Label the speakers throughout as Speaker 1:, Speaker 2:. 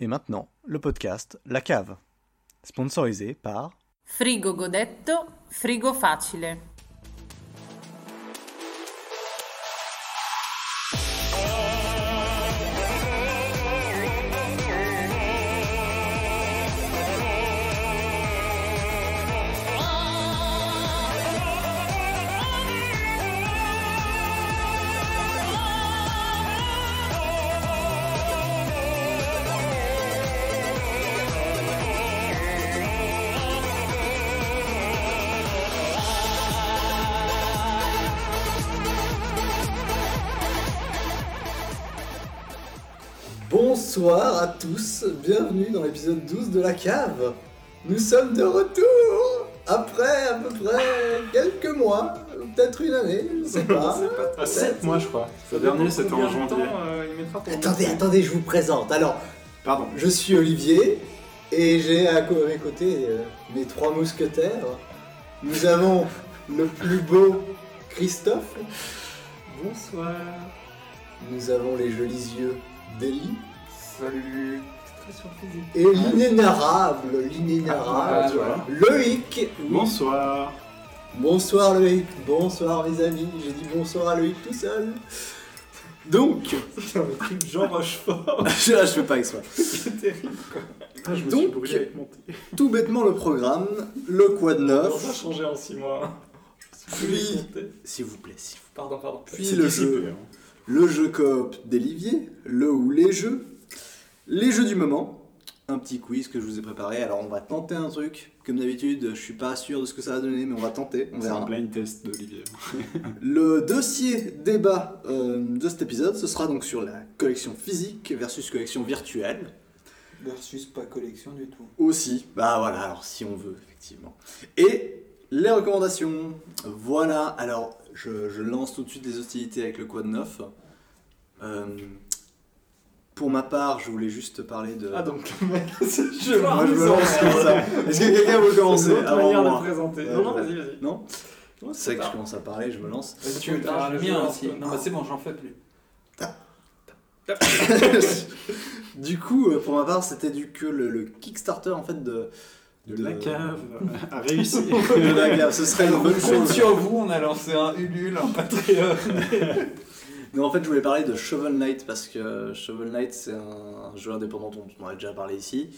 Speaker 1: Et maintenant, le podcast La Cave, sponsorisé par
Speaker 2: Frigo godetto, frigo facile.
Speaker 3: Bonsoir à tous, bienvenue dans l'épisode 12 de La Cave. Nous sommes de retour après à peu près quelques mois, peut-être une année, je ne sais pas.
Speaker 4: À 7 mois, je crois. Le dernier, c'était en janvier.
Speaker 5: euh
Speaker 6: euh,
Speaker 3: attendez, attendez, je vous présente. Alors,
Speaker 4: Pardon.
Speaker 3: je suis Olivier et j'ai à co- mes côtés euh, mes trois mousquetaires. Nous avons le plus beau Christophe,
Speaker 4: Bonsoir.
Speaker 3: nous avons les jolis yeux d'Elie
Speaker 4: Salut. Très surpris.
Speaker 3: et l'inénarrable,
Speaker 4: Ah,
Speaker 3: l'inénarrable
Speaker 4: tu vois.
Speaker 3: Loïc.
Speaker 4: Bonsoir.
Speaker 3: Bonsoir Loïc, bonsoir mes amis, j'ai dit bonsoir à Loïc tout seul. Donc,
Speaker 4: Jean Rochefort.
Speaker 3: je, ah, je fais pas exprès.
Speaker 4: Ah, je me suis
Speaker 3: Donc-
Speaker 4: brûlé avec mon thé.
Speaker 3: Tout bêtement le programme, le quad
Speaker 6: Comment ça a
Speaker 3: 9,
Speaker 6: changé en 6 mois
Speaker 3: Puis-
Speaker 6: Comptez.
Speaker 3: s'il vous plaît, s'il vous
Speaker 6: Pardon, pardon.
Speaker 3: plaît. Puis le jeu,
Speaker 4: hein.
Speaker 3: le jeu coop d'Olivier, le ou les jeux, les jeux du moment, un petit quiz que je vous ai préparé, alors on va tenter un truc, comme d'habitude je suis pas sûr de ce que ça va donner, mais on va tenter, on
Speaker 4: C'est un
Speaker 3: verra.
Speaker 4: blind test d'Olivier.
Speaker 3: Le dossier débat euh, de cet épisode, ce sera donc sur la collection physique versus collection virtuelle.
Speaker 5: Versus pas collection du tout.
Speaker 3: Aussi, bah voilà, alors si on veut, effectivement. Et les recommandations, voilà, alors je, je lance tout de suite les hostilités avec le Quad 9. Euh, pour ma part, je voulais juste parler de...
Speaker 6: Ah donc le mec, c'est je
Speaker 3: moi je me lance comme ça. Est-ce que quelqu'un veut
Speaker 6: C'est
Speaker 3: commencer
Speaker 6: une autre
Speaker 3: avant
Speaker 6: manière de
Speaker 3: moi
Speaker 6: le présenter.
Speaker 3: Ouais,
Speaker 6: Non, non,
Speaker 3: ouais.
Speaker 6: vas-y, vas-y.
Speaker 3: Non
Speaker 6: Non,
Speaker 3: C'est vrai que je commence à parler, je me lance.
Speaker 6: Vas-y,
Speaker 5: Tu
Speaker 6: t'as le
Speaker 5: bien
Speaker 6: jeu,
Speaker 5: aussi.
Speaker 6: hein.
Speaker 5: Non, bah c'est bon, j'en fais plus.
Speaker 3: du coup, euh, pour ma part, c'était du que le, le Kickstarter en fait de...
Speaker 4: De la cave a réussi.
Speaker 3: de la cave, ce serait une bonne chose.
Speaker 5: sur vous, on a lancé un Ulule, un Patreon.
Speaker 3: Non, en fait, je voulais parler de Shovel Knight parce que Shovel Knight, c'est un jeu indépendant dont on a déjà parlé ici,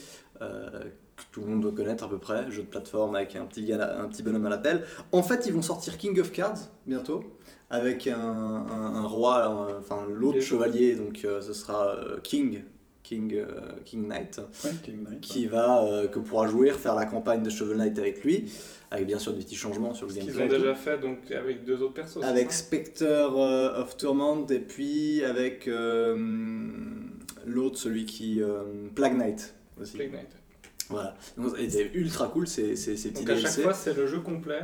Speaker 3: euh, que tout le monde doit connaître à peu près, jeu de plateforme avec un petit, gars là- un petit bonhomme à l'appel. En fait, ils vont sortir King of Cards bientôt avec un, un- un roi, euh, enfin l'autre
Speaker 6: Les-
Speaker 3: chevalier, donc euh, ce sera euh, King, King, euh, King Knight qui va euh, que pourra jouer, faire la campagne de Shovel Knight avec lui, avec bien sûr des petits changements sur le
Speaker 6: Ce qu'ils
Speaker 3: gameplay.
Speaker 6: ont déjà fait donc avec deux autres persos. c'est
Speaker 3: Avec
Speaker 6: ça
Speaker 3: Spectre euh, of Torment et puis avec euh, l'autre, celui qui. euh, Plague Knight aussi.
Speaker 6: Plague Knight.
Speaker 3: Voilà. Donc, et c'est ultra cool ces, ces, ces petits
Speaker 6: Donc à chaque
Speaker 3: DLC
Speaker 6: fois, Ah, c'est le jeu complet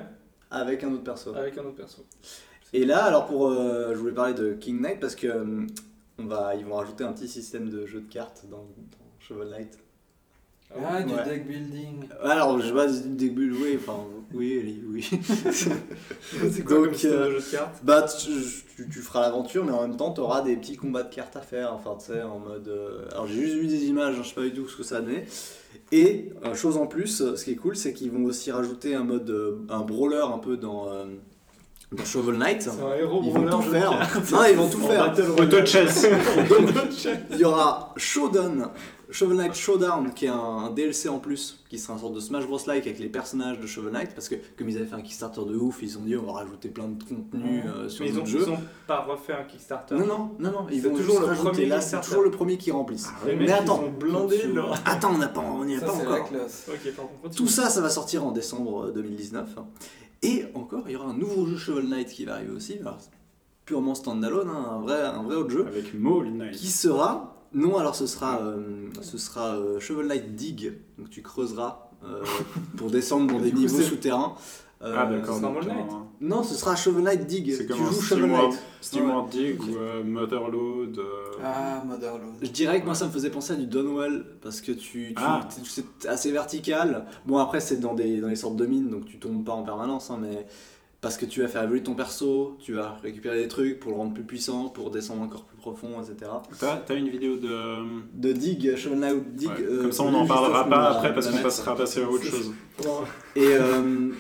Speaker 3: avec un autre perso.
Speaker 6: avec un autre perso.
Speaker 3: Et là, alors pour. euh, je voulais parler de King Knight parce que. euh, on va, ils vont rajouter un petit système de jeu de cartes dans, dans Shovel Knight.
Speaker 6: Ah,
Speaker 5: Ah, du
Speaker 3: Ouais.
Speaker 5: deck building.
Speaker 3: Alors, je vois du début, oui, enfin, oui, Ellie, oui.
Speaker 6: C'est quoi
Speaker 3: Donc,
Speaker 6: comme système
Speaker 3: euh,
Speaker 6: de jeu de cartes
Speaker 3: Bah, tu, tu- tu feras l'aventure, mais en même temps, tu auras des petits combats de cartes à faire. Enfin, tu sais, en mode. euh, Alors, j'ai juste vu des images, hein, je sais pas du tout ce que ça donnait. Et, euh, chose en plus, euh, ce qui est cool, c'est qu'ils vont aussi rajouter un mode. euh, un brawler un peu dans. euh, dans Shovel Knight.
Speaker 6: C'est un héros
Speaker 3: Ils vont
Speaker 6: brawler
Speaker 3: tout
Speaker 6: jeu de cartes.
Speaker 3: faire. Non, ils vont tout
Speaker 4: En
Speaker 3: faire.
Speaker 4: battle royale. chess.
Speaker 3: Donc, il y aura Showdown, Shovel Knight Showdown, qui est un, un DLC en plus, qui sera une sorte de Smash Bros. Like avec les personnages de Shovel Knight, parce que comme ils avaient fait un Kickstarter de ouf, ils ont dit on va rajouter plein de contenu euh, sur
Speaker 6: Mais ils
Speaker 3: le
Speaker 6: ont,
Speaker 3: jeu.
Speaker 6: ils ont pas refait un Kickstarter.
Speaker 3: Non, non, non, non, ils
Speaker 6: C'est
Speaker 3: vont
Speaker 6: toujours
Speaker 3: juste
Speaker 6: le
Speaker 3: rajouter.
Speaker 6: premier
Speaker 3: Là, c'est
Speaker 6: Kickstarter.
Speaker 3: toujours le premier qui remplisse.
Speaker 6: Les
Speaker 3: mais
Speaker 6: mecs,
Speaker 3: attends.
Speaker 6: ils ont blindé leur.
Speaker 3: Attends, on n'a pas, on n'y est
Speaker 5: Ça,
Speaker 3: pas
Speaker 5: c'est la
Speaker 3: encore.
Speaker 5: classe.
Speaker 6: Ok, pardon. continue.
Speaker 3: Tout ça, ça va sortir en décembre euh, 2019. hein. Et encore, il y aura un nouveau jeu Shovel Knight qui va arriver aussi, alors, purement standalone, hein, un vrai, un vrai autre jeu,
Speaker 4: Avec Maul Knight.
Speaker 3: qui sera, non, alors ce sera, euh, ce sera euh, Shovel Knight Dig, donc tu creuseras euh, pour descendre dans
Speaker 6: Du
Speaker 3: des
Speaker 6: coup,
Speaker 3: niveaux
Speaker 6: c'est-
Speaker 3: souterrains. Euh,
Speaker 4: Ah, d'accord.
Speaker 6: ce sera Maul
Speaker 4: donc,
Speaker 6: Knight.
Speaker 4: un-
Speaker 3: Non, ce sera Shovel Knight Dig. tu
Speaker 4: C'est comme un
Speaker 3: joues Shovel
Speaker 4: Steam World-
Speaker 3: Knight.
Speaker 4: Steamworld Dig ou euh, Motherload. euh,
Speaker 5: Ah, Motherload.
Speaker 3: Je dirais que moi ça me faisait penser à du Dunwell parce que tu, tu-
Speaker 4: Ah.
Speaker 3: tu- c'est assez vertical. Bon après c'est dans des dans les sortes de mines donc tu tombes pas en permanence hein, mais parce que tu vas faire évoluer ton perso, tu vas récupérer des trucs pour le rendre plus puissant, pour descendre encore plus profond, etc.
Speaker 4: T'as t'as une vidéo de.
Speaker 3: De Dig, Shovel Knight Dig.
Speaker 4: Ouais,
Speaker 3: euh,
Speaker 4: Comme ça, on n'en
Speaker 3: juste
Speaker 4: parlera
Speaker 3: avant
Speaker 4: pas
Speaker 3: de la-
Speaker 4: après parce
Speaker 3: de
Speaker 4: qu'on
Speaker 3: la mettre.
Speaker 4: passera à passer à autre chose.
Speaker 3: Et euh,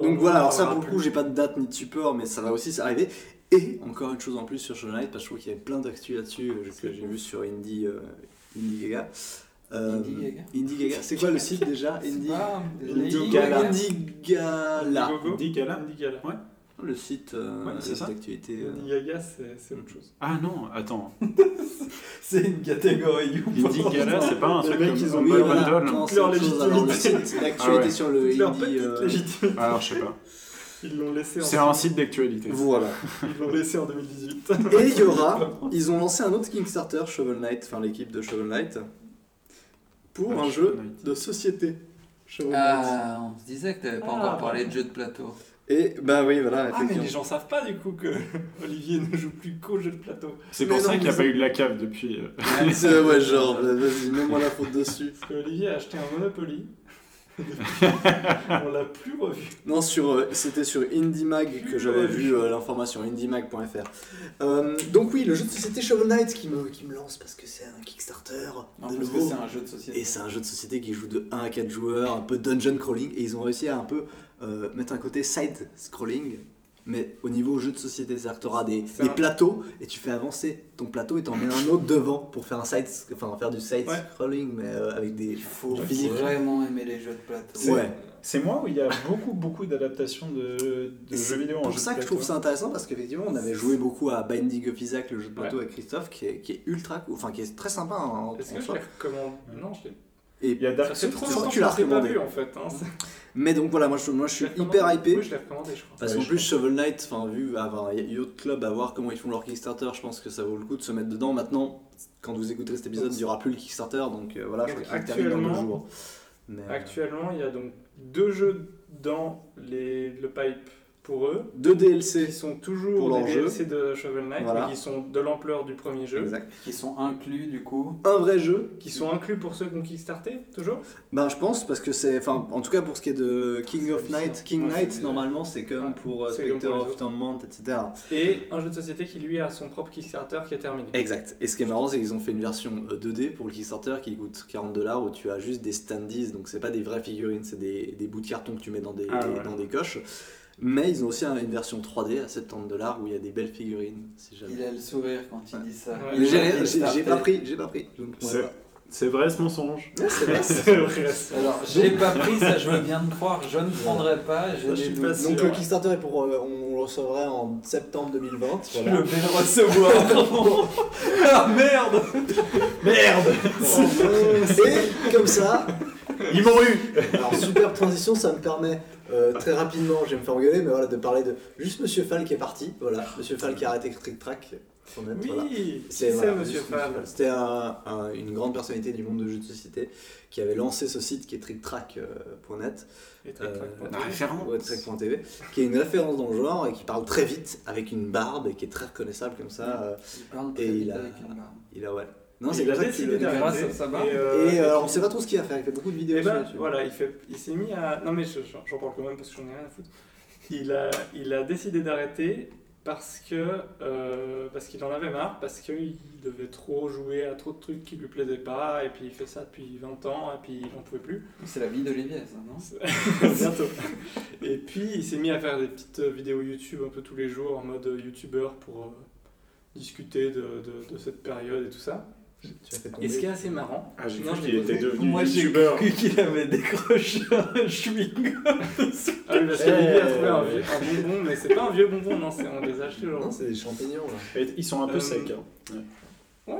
Speaker 3: donc voilà, alors ça pour le coup, j'ai pas de date ni de support, mais ça va aussi arriver. Et encore une chose en plus sur Shovel Knight, parce que je trouve qu'il y avait plein d'actu là-dessus euh, que j'ai vu sur Indie, euh, Indie Gaga. Euh,
Speaker 5: Indie Gaga
Speaker 3: Indie Gaga. C'est quoi le site déjà Indie
Speaker 5: Ah, Lady
Speaker 3: Gala.
Speaker 5: Gaga.
Speaker 3: Indie Gala.
Speaker 6: Indiegogo
Speaker 4: Dis qu'elle a-
Speaker 6: Indiegala.
Speaker 3: Le site euh,
Speaker 4: Ouais, c'est ça.
Speaker 3: d'activité.
Speaker 6: Indiaga, c'est c'est autre chose.
Speaker 4: Ah non, attends.
Speaker 5: C'est une catégorie ou
Speaker 4: Indie Gala, c'est pas un
Speaker 6: Les
Speaker 4: truc
Speaker 6: mecs,
Speaker 4: comme
Speaker 6: ils ont
Speaker 4: Humble
Speaker 6: mis
Speaker 4: Bundle.
Speaker 6: non, c'est autre chose. Alors,
Speaker 3: le
Speaker 6: le
Speaker 3: site d'actualité
Speaker 4: Ah ouais.
Speaker 3: sur le
Speaker 6: Leur
Speaker 3: Indie.
Speaker 6: petite
Speaker 3: euh,
Speaker 6: légitimité.
Speaker 4: Ah, Alors, je sais pas.
Speaker 6: Ils l'ont laissé,
Speaker 4: C'est
Speaker 6: en...
Speaker 4: un site d'actualité.
Speaker 3: Voilà.
Speaker 6: ils l'ont laissé en 2018.
Speaker 3: Et il y aura, ils ont lancé un autre Kickstarter, Shovel Knight, enfin l'équipe de Shovel Knight, pour
Speaker 4: Ah,
Speaker 3: un
Speaker 4: Shovel
Speaker 3: jeu
Speaker 4: Knight.
Speaker 3: de société. Shovel Knight.
Speaker 5: Ah, on se disait que t'avais pas
Speaker 6: Ah,
Speaker 5: encore
Speaker 6: ouais.
Speaker 5: parlé de jeu de plateau.
Speaker 3: Et bah oui, voilà,
Speaker 6: Ah, mais
Speaker 3: effectivement.
Speaker 6: les gens savent pas du coup que Olivier ne joue plus qu'au jeu de plateau.
Speaker 4: C'est
Speaker 3: Mais
Speaker 4: pour
Speaker 3: non,
Speaker 4: ça qu'il n'y
Speaker 3: mais
Speaker 4: a pas eu de la cave depuis. euh,
Speaker 3: C'est- ouais, genre, bah, vas-y, mets-moi la faute dessus.
Speaker 6: Parce que Olivier a acheté un Monopoly. on l'a plus revu.
Speaker 3: Non, sur, euh, c'était sur IndieMag que j'avais vu euh, l'information, indiemag.fr. Euh, donc oui, le jeu de société Shovel Knight qui me, qui me lance parce que c'est un Kickstarter.
Speaker 5: Non,
Speaker 3: de
Speaker 5: parce que
Speaker 3: nouveau.
Speaker 5: c'est un jeu de société.
Speaker 3: Et c'est un jeu de société qui joue de 1 à 4 joueurs, un peu dungeon crawling, et ils ont réussi à un peu euh, mettre un côté side scrolling, mais au niveau jeu de société. C'est-à-dire que t'auras des,
Speaker 6: C'est
Speaker 3: des
Speaker 6: un-
Speaker 3: plateaux, et tu fais avancer ton plateau et t'en mets un autre devant pour faire un side, enfin faire du side
Speaker 6: Ouais.
Speaker 3: scrolling, mais euh, avec des.
Speaker 5: Il faut
Speaker 3: Du physique.
Speaker 5: vraiment aimer les jeux de plateau.
Speaker 3: C'est- Ouais.
Speaker 4: C'est moi où il y a beaucoup, beaucoup d'adaptations de, de
Speaker 3: Et
Speaker 4: jeux
Speaker 3: c'est
Speaker 4: vidéo en
Speaker 3: pour
Speaker 4: jeu de
Speaker 3: ça que je
Speaker 4: plateau.
Speaker 3: trouve ça intéressant parce qu'effectivement on avait joué beaucoup à Binding of Isaac, le jeu de plateau avec Christophe, qui est, qui est ultra cool, enfin qui est très sympa hein, en, en
Speaker 6: Est-ce que je
Speaker 3: soi.
Speaker 6: l'ai recommandé Non, je l'ai
Speaker 3: Et
Speaker 4: Il y a
Speaker 6: Ça
Speaker 4: Dark
Speaker 6: fait
Speaker 4: Souls.
Speaker 6: trop
Speaker 3: c'est vrai
Speaker 6: longtemps
Speaker 3: que
Speaker 6: que
Speaker 3: tu
Speaker 6: je
Speaker 3: l'as
Speaker 6: l'ai pas
Speaker 3: recommandé.
Speaker 6: vu en fait. hein. C'est-
Speaker 3: Mais donc voilà, moi je, moi, je suis
Speaker 6: Je l'ai
Speaker 3: hyper
Speaker 6: recommandé.
Speaker 3: hypé.
Speaker 6: Oui, je l'ai recommandé, je crois.
Speaker 3: Parce
Speaker 4: Ouais,
Speaker 3: qu'en
Speaker 4: je
Speaker 3: plus, Shovel Knight, enfin, vu avoir Yacht Club, à voir comment ils font leur Kickstarter, je pense que ça vaut le coup de se mettre dedans. Maintenant, quand vous écouterez cet épisode, il n'y aura plus le Kickstarter, donc euh, voilà, je crois qu'il termine dans deux
Speaker 6: Actuellement-
Speaker 3: jours. Mais, euh,
Speaker 6: Actuellement, il y a donc deux jeux dans les, le pipe pour eux.
Speaker 3: deux
Speaker 6: Qui
Speaker 3: DLC.
Speaker 6: sont
Speaker 3: Pour
Speaker 6: toujours
Speaker 3: leur
Speaker 6: des
Speaker 3: jeu.
Speaker 6: DLC de Shovel Knight,
Speaker 3: Voilà.
Speaker 6: mais qui sont de l'ampleur du premier jeu.
Speaker 3: Exact.
Speaker 5: Qui sont inclus du coup.
Speaker 3: Un vrai jeu,
Speaker 6: Qui sont inclus pour ceux qui ont Kickstarté, toujours
Speaker 3: ben je pense, parce que c'est. Enfin, en tout cas pour ce qui est de King of Night, King
Speaker 6: Ouais, c'est
Speaker 3: Knight,
Speaker 6: bizarre.
Speaker 3: normalement c'est comme
Speaker 6: Ouais,
Speaker 3: pour euh,
Speaker 6: c'est comme
Speaker 3: Spectre
Speaker 6: pour les
Speaker 3: of
Speaker 6: autres.
Speaker 3: Torment, etc.
Speaker 6: Et un jeu de société qui lui a son propre Kickstarter qui est terminé.
Speaker 3: Exact. Et ce qui est marrant, c'est qu'ils ont fait une version euh, 2D pour le Kickstarter qui coûte 40 dollars où tu as juste des standees, donc c'est pas des vraies figurines, c'est des, des bouts de carton que tu mets dans des,
Speaker 4: Ah ouais.
Speaker 3: dans des coches. Mais ils ont aussi un- une version 3D à 70 dollars où il y a des belles figurines, si jamais.
Speaker 5: Il a le sourire quand il
Speaker 3: Ouais.
Speaker 5: dit ça.
Speaker 6: Ouais.
Speaker 3: Mais
Speaker 6: Il
Speaker 3: J'ai j'ai- j'ai pas pris, j'ai pas pris. Donc,
Speaker 4: C'est-
Speaker 3: voilà.
Speaker 4: C'est vrai ce mensonge.
Speaker 3: Ouais, c'est vrai, c'est-
Speaker 6: C'est vrai.
Speaker 5: Alors, j'ai pas pris, ça je veux bien te croire, je ne prendrai pas, j'ai
Speaker 6: Ça, je
Speaker 5: des
Speaker 6: suis
Speaker 5: doutes.
Speaker 6: pas sûr.
Speaker 5: Donc,
Speaker 3: Donc le Kickstarter est pour, euh, on, on le recevrait en septembre 2020.
Speaker 5: Je
Speaker 3: voilà.
Speaker 5: vais le recevoir. ah merde
Speaker 4: Merde
Speaker 3: Et comme ça,
Speaker 4: Ils m'ont eu
Speaker 3: Alors, superbe transition, ça me permet euh, très rapidement, je vais me faire engueuler, mais voilà, de parler de juste Monsieur Fall qui est parti. Voilà, Monsieur Fall qui a arrêté Trick Track. sans être,
Speaker 6: Oui,
Speaker 3: voilà.
Speaker 6: c'est
Speaker 3: voilà,
Speaker 6: Monsieur
Speaker 3: juste Monsieur
Speaker 6: Favre.
Speaker 3: Fall. C'était un- un- une grande personnalité du monde de jeux de société qui avait lancé ce site qui est tricktrack.net,
Speaker 6: Et Track
Speaker 3: euh,
Speaker 6: Track Point.
Speaker 4: La référence.
Speaker 3: ouais, tricktrack.tv, qui est une référence dans le genre et qui parle très vite avec une barbe et qui est très reconnaissable comme ça. euh,
Speaker 5: Il parle
Speaker 3: Et
Speaker 5: très
Speaker 3: il
Speaker 5: vite
Speaker 3: a-
Speaker 5: avec une barbe.
Speaker 3: il a ouais. Non, c'est
Speaker 6: Mm. il a
Speaker 3: comme ça
Speaker 6: décidé
Speaker 3: qu'il-
Speaker 5: d'arrêter.
Speaker 6: d'arriver.
Speaker 5: grâce à sa barbe.
Speaker 6: Et,
Speaker 3: Et
Speaker 6: euh,
Speaker 3: euh, on sait pas trop ce qu'il va faire, il fait beaucoup de vidéos.
Speaker 6: Eh ben,
Speaker 3: sur YouTube.
Speaker 6: voilà, il, fait, il s'est mis à. Non, mais je- je- j'en parle quand même parce que j'en ai rien à foutre. Il a, il a décidé d'arrêter parce que euh, parce qu'il en avait marre, parce qu'il devait trop jouer à trop de trucs qui lui plaisaient pas, et puis il fait ça depuis 20 ans, et puis il n'en pouvait plus.
Speaker 5: C'est la vie d'Olivier, ça, non
Speaker 6: Bientôt. Et puis il s'est mis à faire des petites euh, vidéos YouTube un peu tous les jours en mode youtubeur pour euh, discuter de, de- de cette période et tout ça.
Speaker 3: Tu as fait
Speaker 6: Et ce qui
Speaker 3: tomber.
Speaker 6: est assez marrant,
Speaker 4: Ah, j'ai
Speaker 6: Non,
Speaker 4: cru
Speaker 6: je
Speaker 4: qu'il
Speaker 6: l'ai
Speaker 4: était
Speaker 6: posé.
Speaker 4: devenu youtubeur.
Speaker 5: qu'il avait décroché un chewing.
Speaker 6: ah oui, parce qu'Olivier a trouvé un, vieux- un bonbon, mais c'est pas un vieux bonbon, non, c'est- on les a achetés aujourd'hui.
Speaker 3: Non, c'est des champignons là.
Speaker 4: Et Ils sont un peu
Speaker 6: Euh,
Speaker 4: secs. hein.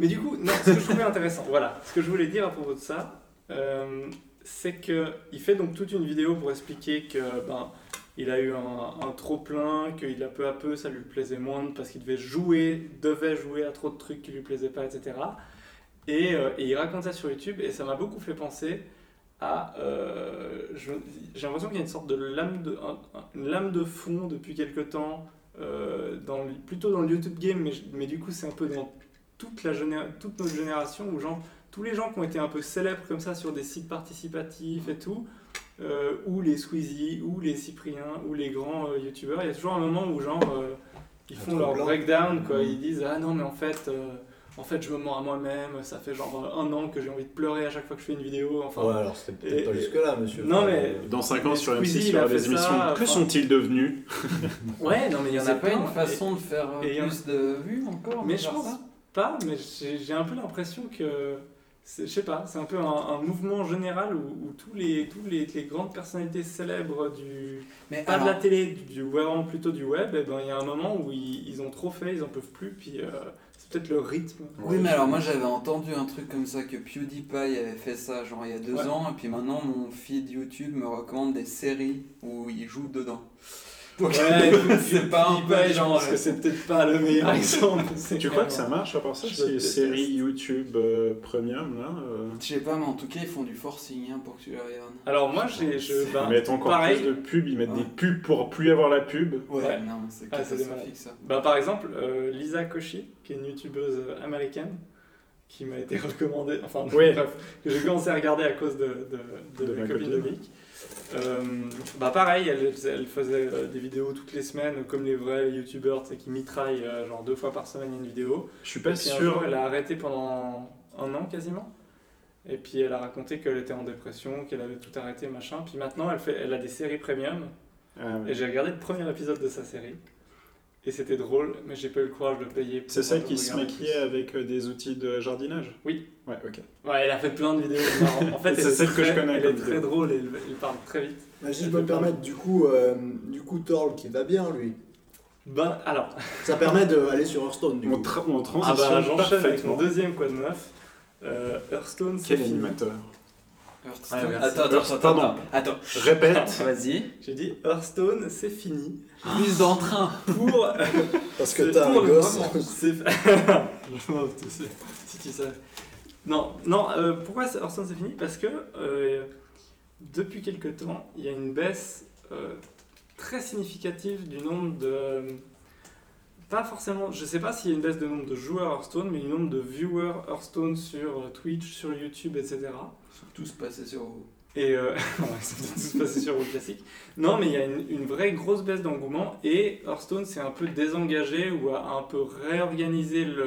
Speaker 6: Mais du coup, non, ce que je trouvais intéressant, voilà, ce que je voulais dire à propos de ça, euh, c'est qu'il fait donc toute une vidéo pour expliquer que ben, il a eu un, trop plein, qu'il a peu à peu ça lui plaisait moins parce qu'il devait jouer, devait jouer à trop de trucs qui lui plaisaient pas, etc. Et, euh, et il raconte ça sur YouTube et ça m'a beaucoup fait penser à. euh, je- J'ai l'impression qu'il y a une sorte de lame de, un- un- une lame de fond depuis quelque temps, euh, dans le- plutôt dans le YouTube game, mais, je- mais du coup c'est un peu dans toute, la géné- toute notre génération où genre, tous les gens qui ont été un peu célèbres comme ça sur des sites participatifs et tout, euh, ou les Squeezie, ou les Cyprien, ou les grands euh, youtubeurs, il y a toujours un moment où genre euh, ils
Speaker 7: Un
Speaker 6: font
Speaker 7: truc
Speaker 6: leur
Speaker 7: blanc.
Speaker 6: breakdown, quoi.
Speaker 7: Mhm.
Speaker 6: Ils disent ah non mais en fait, euh, en fait je me mens à moi-même, ça fait genre un an que j'ai envie de pleurer à chaque fois que je fais une vidéo. Enfin,
Speaker 7: Ouais, alors c'était peut-être
Speaker 6: Et-
Speaker 7: pas jusque-là, monsieur.
Speaker 6: Non, mais-
Speaker 3: euh,
Speaker 4: Dans 5 ans
Speaker 6: Mais
Speaker 4: sur M6,
Speaker 6: Squeezie,
Speaker 4: il y
Speaker 6: il a
Speaker 4: aura
Speaker 6: fait
Speaker 4: des
Speaker 6: ça,
Speaker 4: émissions.
Speaker 6: enfin-
Speaker 4: que sont-ils devenus
Speaker 6: ouais non mais
Speaker 5: Il n'y en a pas une façon de faire euh,
Speaker 6: et il y en-
Speaker 5: plus de vues encore
Speaker 6: Mais
Speaker 5: de
Speaker 6: je
Speaker 5: faire
Speaker 6: pense
Speaker 5: ça
Speaker 6: pas, mais j'ai j'ai un peu l'impression que. c'est- Je sais pas, c'est un peu un, un mouvement général où, où tous les, tous les, les grandes personnalités célèbres du.
Speaker 5: Mais
Speaker 6: Pas
Speaker 5: alors,
Speaker 6: de la télé, du, du- vraiment plutôt du web, et ben il y a un moment où ils, ils ont trop fait, ils en peuvent plus, puis euh, c'est peut-être le rythme.
Speaker 5: Oui, mais alors moi j'avais entendu un truc comme ça que PewDiePie avait fait ça genre il y a deux
Speaker 6: Ouais.
Speaker 5: ans et puis maintenant mon feed YouTube me recommande des séries où il joue dedans. Donc
Speaker 6: écoute,
Speaker 5: c'est pas un
Speaker 6: PewDiePie,
Speaker 5: peu
Speaker 6: je pense
Speaker 5: genre.
Speaker 6: que c'est peut-être pas le meilleur exemple. c'est
Speaker 4: Tu
Speaker 6: quand
Speaker 4: crois
Speaker 6: même-
Speaker 4: que ça marche à part ça
Speaker 6: Je
Speaker 4: Ces
Speaker 6: déteste.
Speaker 4: séries YouTube euh, premium là euh,
Speaker 5: Je sais pas, mais en tout cas ils font du forcing hein, pour que tu les regardes.
Speaker 6: Alors moi, j'ai. je- ben,
Speaker 4: Ils mettent encore
Speaker 6: pareil.
Speaker 4: plus de pubs, ils mettent
Speaker 5: Ouais.
Speaker 4: des pubs pour plus avoir la pub.
Speaker 5: Ouais,
Speaker 6: Ouais.
Speaker 5: non, c'est
Speaker 6: Ah, c'est
Speaker 5: catastrophique ça.
Speaker 6: Bah, par exemple, euh, Lisa Koshy, qui est une youtubeuse euh, américaine, qui m'a été recommandée, enfin
Speaker 4: Oui.
Speaker 6: bref, que j'ai commencé à regarder à cause de, de, de,
Speaker 4: De
Speaker 6: mes
Speaker 4: ma
Speaker 6: copines de
Speaker 4: copine.
Speaker 6: geek. Euh, bah pareil, elle, elle faisait euh, des vidéos toutes les semaines, comme les vrais youtubeurs, tu sais, qui mitraillent euh, genre deux fois par semaine une vidéo.
Speaker 4: Je suis
Speaker 6: Et
Speaker 4: pas
Speaker 6: puis un
Speaker 4: sûr.
Speaker 6: jour, elle a arrêté pendant un an quasiment. Et puis elle a raconté qu'elle était en dépression, qu'elle avait tout arrêté, machin. Puis maintenant, elle, fait, elle a des séries premium.
Speaker 4: Ah, ouais.
Speaker 6: Et j'ai regardé le premier épisode de sa série. Et c'était drôle, mais j'ai pas eu le courage de payer. pour
Speaker 4: C'est celle qui se
Speaker 6: regarder
Speaker 4: maquillait
Speaker 6: plus.
Speaker 4: avec euh, des outils de jardinage
Speaker 6: Oui.
Speaker 4: Ouais, ok.
Speaker 6: Ouais, elle a fait plein de vidéos. marrantes. En fait,
Speaker 4: C'est
Speaker 6: elle est
Speaker 4: celle que
Speaker 6: très-
Speaker 4: je connais
Speaker 6: Elle
Speaker 4: comme
Speaker 6: est très
Speaker 4: vidéo.
Speaker 6: drôle et elle, elle parle très vite.
Speaker 7: Mais si je peux me permettre, du coup, euh, du coup, Torl qui va bien, lui.
Speaker 6: Ben, alors,
Speaker 7: Ça permet d'aller sur Hearthstone, du
Speaker 4: On,
Speaker 7: coup.
Speaker 4: tra- on
Speaker 6: ah
Speaker 4: transitionne
Speaker 6: bah, j'enchaîne avec mon
Speaker 4: parfaitement.
Speaker 6: deuxième quoi de neuf. Euh, Hearthstone, c'est
Speaker 4: Quel
Speaker 6: fini.
Speaker 4: animateur
Speaker 5: Hearthstone.
Speaker 6: Ouais, merci.
Speaker 5: attends, attends, attends,
Speaker 4: Pardon.
Speaker 5: attends, attends.
Speaker 4: Répète.
Speaker 5: Vas-y.
Speaker 6: J'ai dit Hearthstone, c'est fini.
Speaker 5: Plus d'entrain.
Speaker 6: Pour
Speaker 7: Parce
Speaker 6: C'est
Speaker 7: que t'as
Speaker 6: pour
Speaker 7: un
Speaker 6: le
Speaker 7: gosse.
Speaker 6: moment. C'est- Je m'en fous, c'est- si tu savais. Non, non euh, pourquoi c'est- Hearthstone c'est fini Parce que euh, depuis quelque temps, il y a une baisse euh, très significative du nombre de. Pas forcément, je sais pas s'il y a une baisse de nombre de joueurs Hearthstone, mais du nombre de viewers Hearthstone sur euh, Twitch, sur YouTube, etc.
Speaker 5: Tout se passait sur vous.
Speaker 6: Et euh, on va accepter de tout se passer sur le classique. Non, mais il y a une, une vraie grosse baisse d'engouement et Hearthstone s'est un peu désengagé ou a un peu réorganisé le,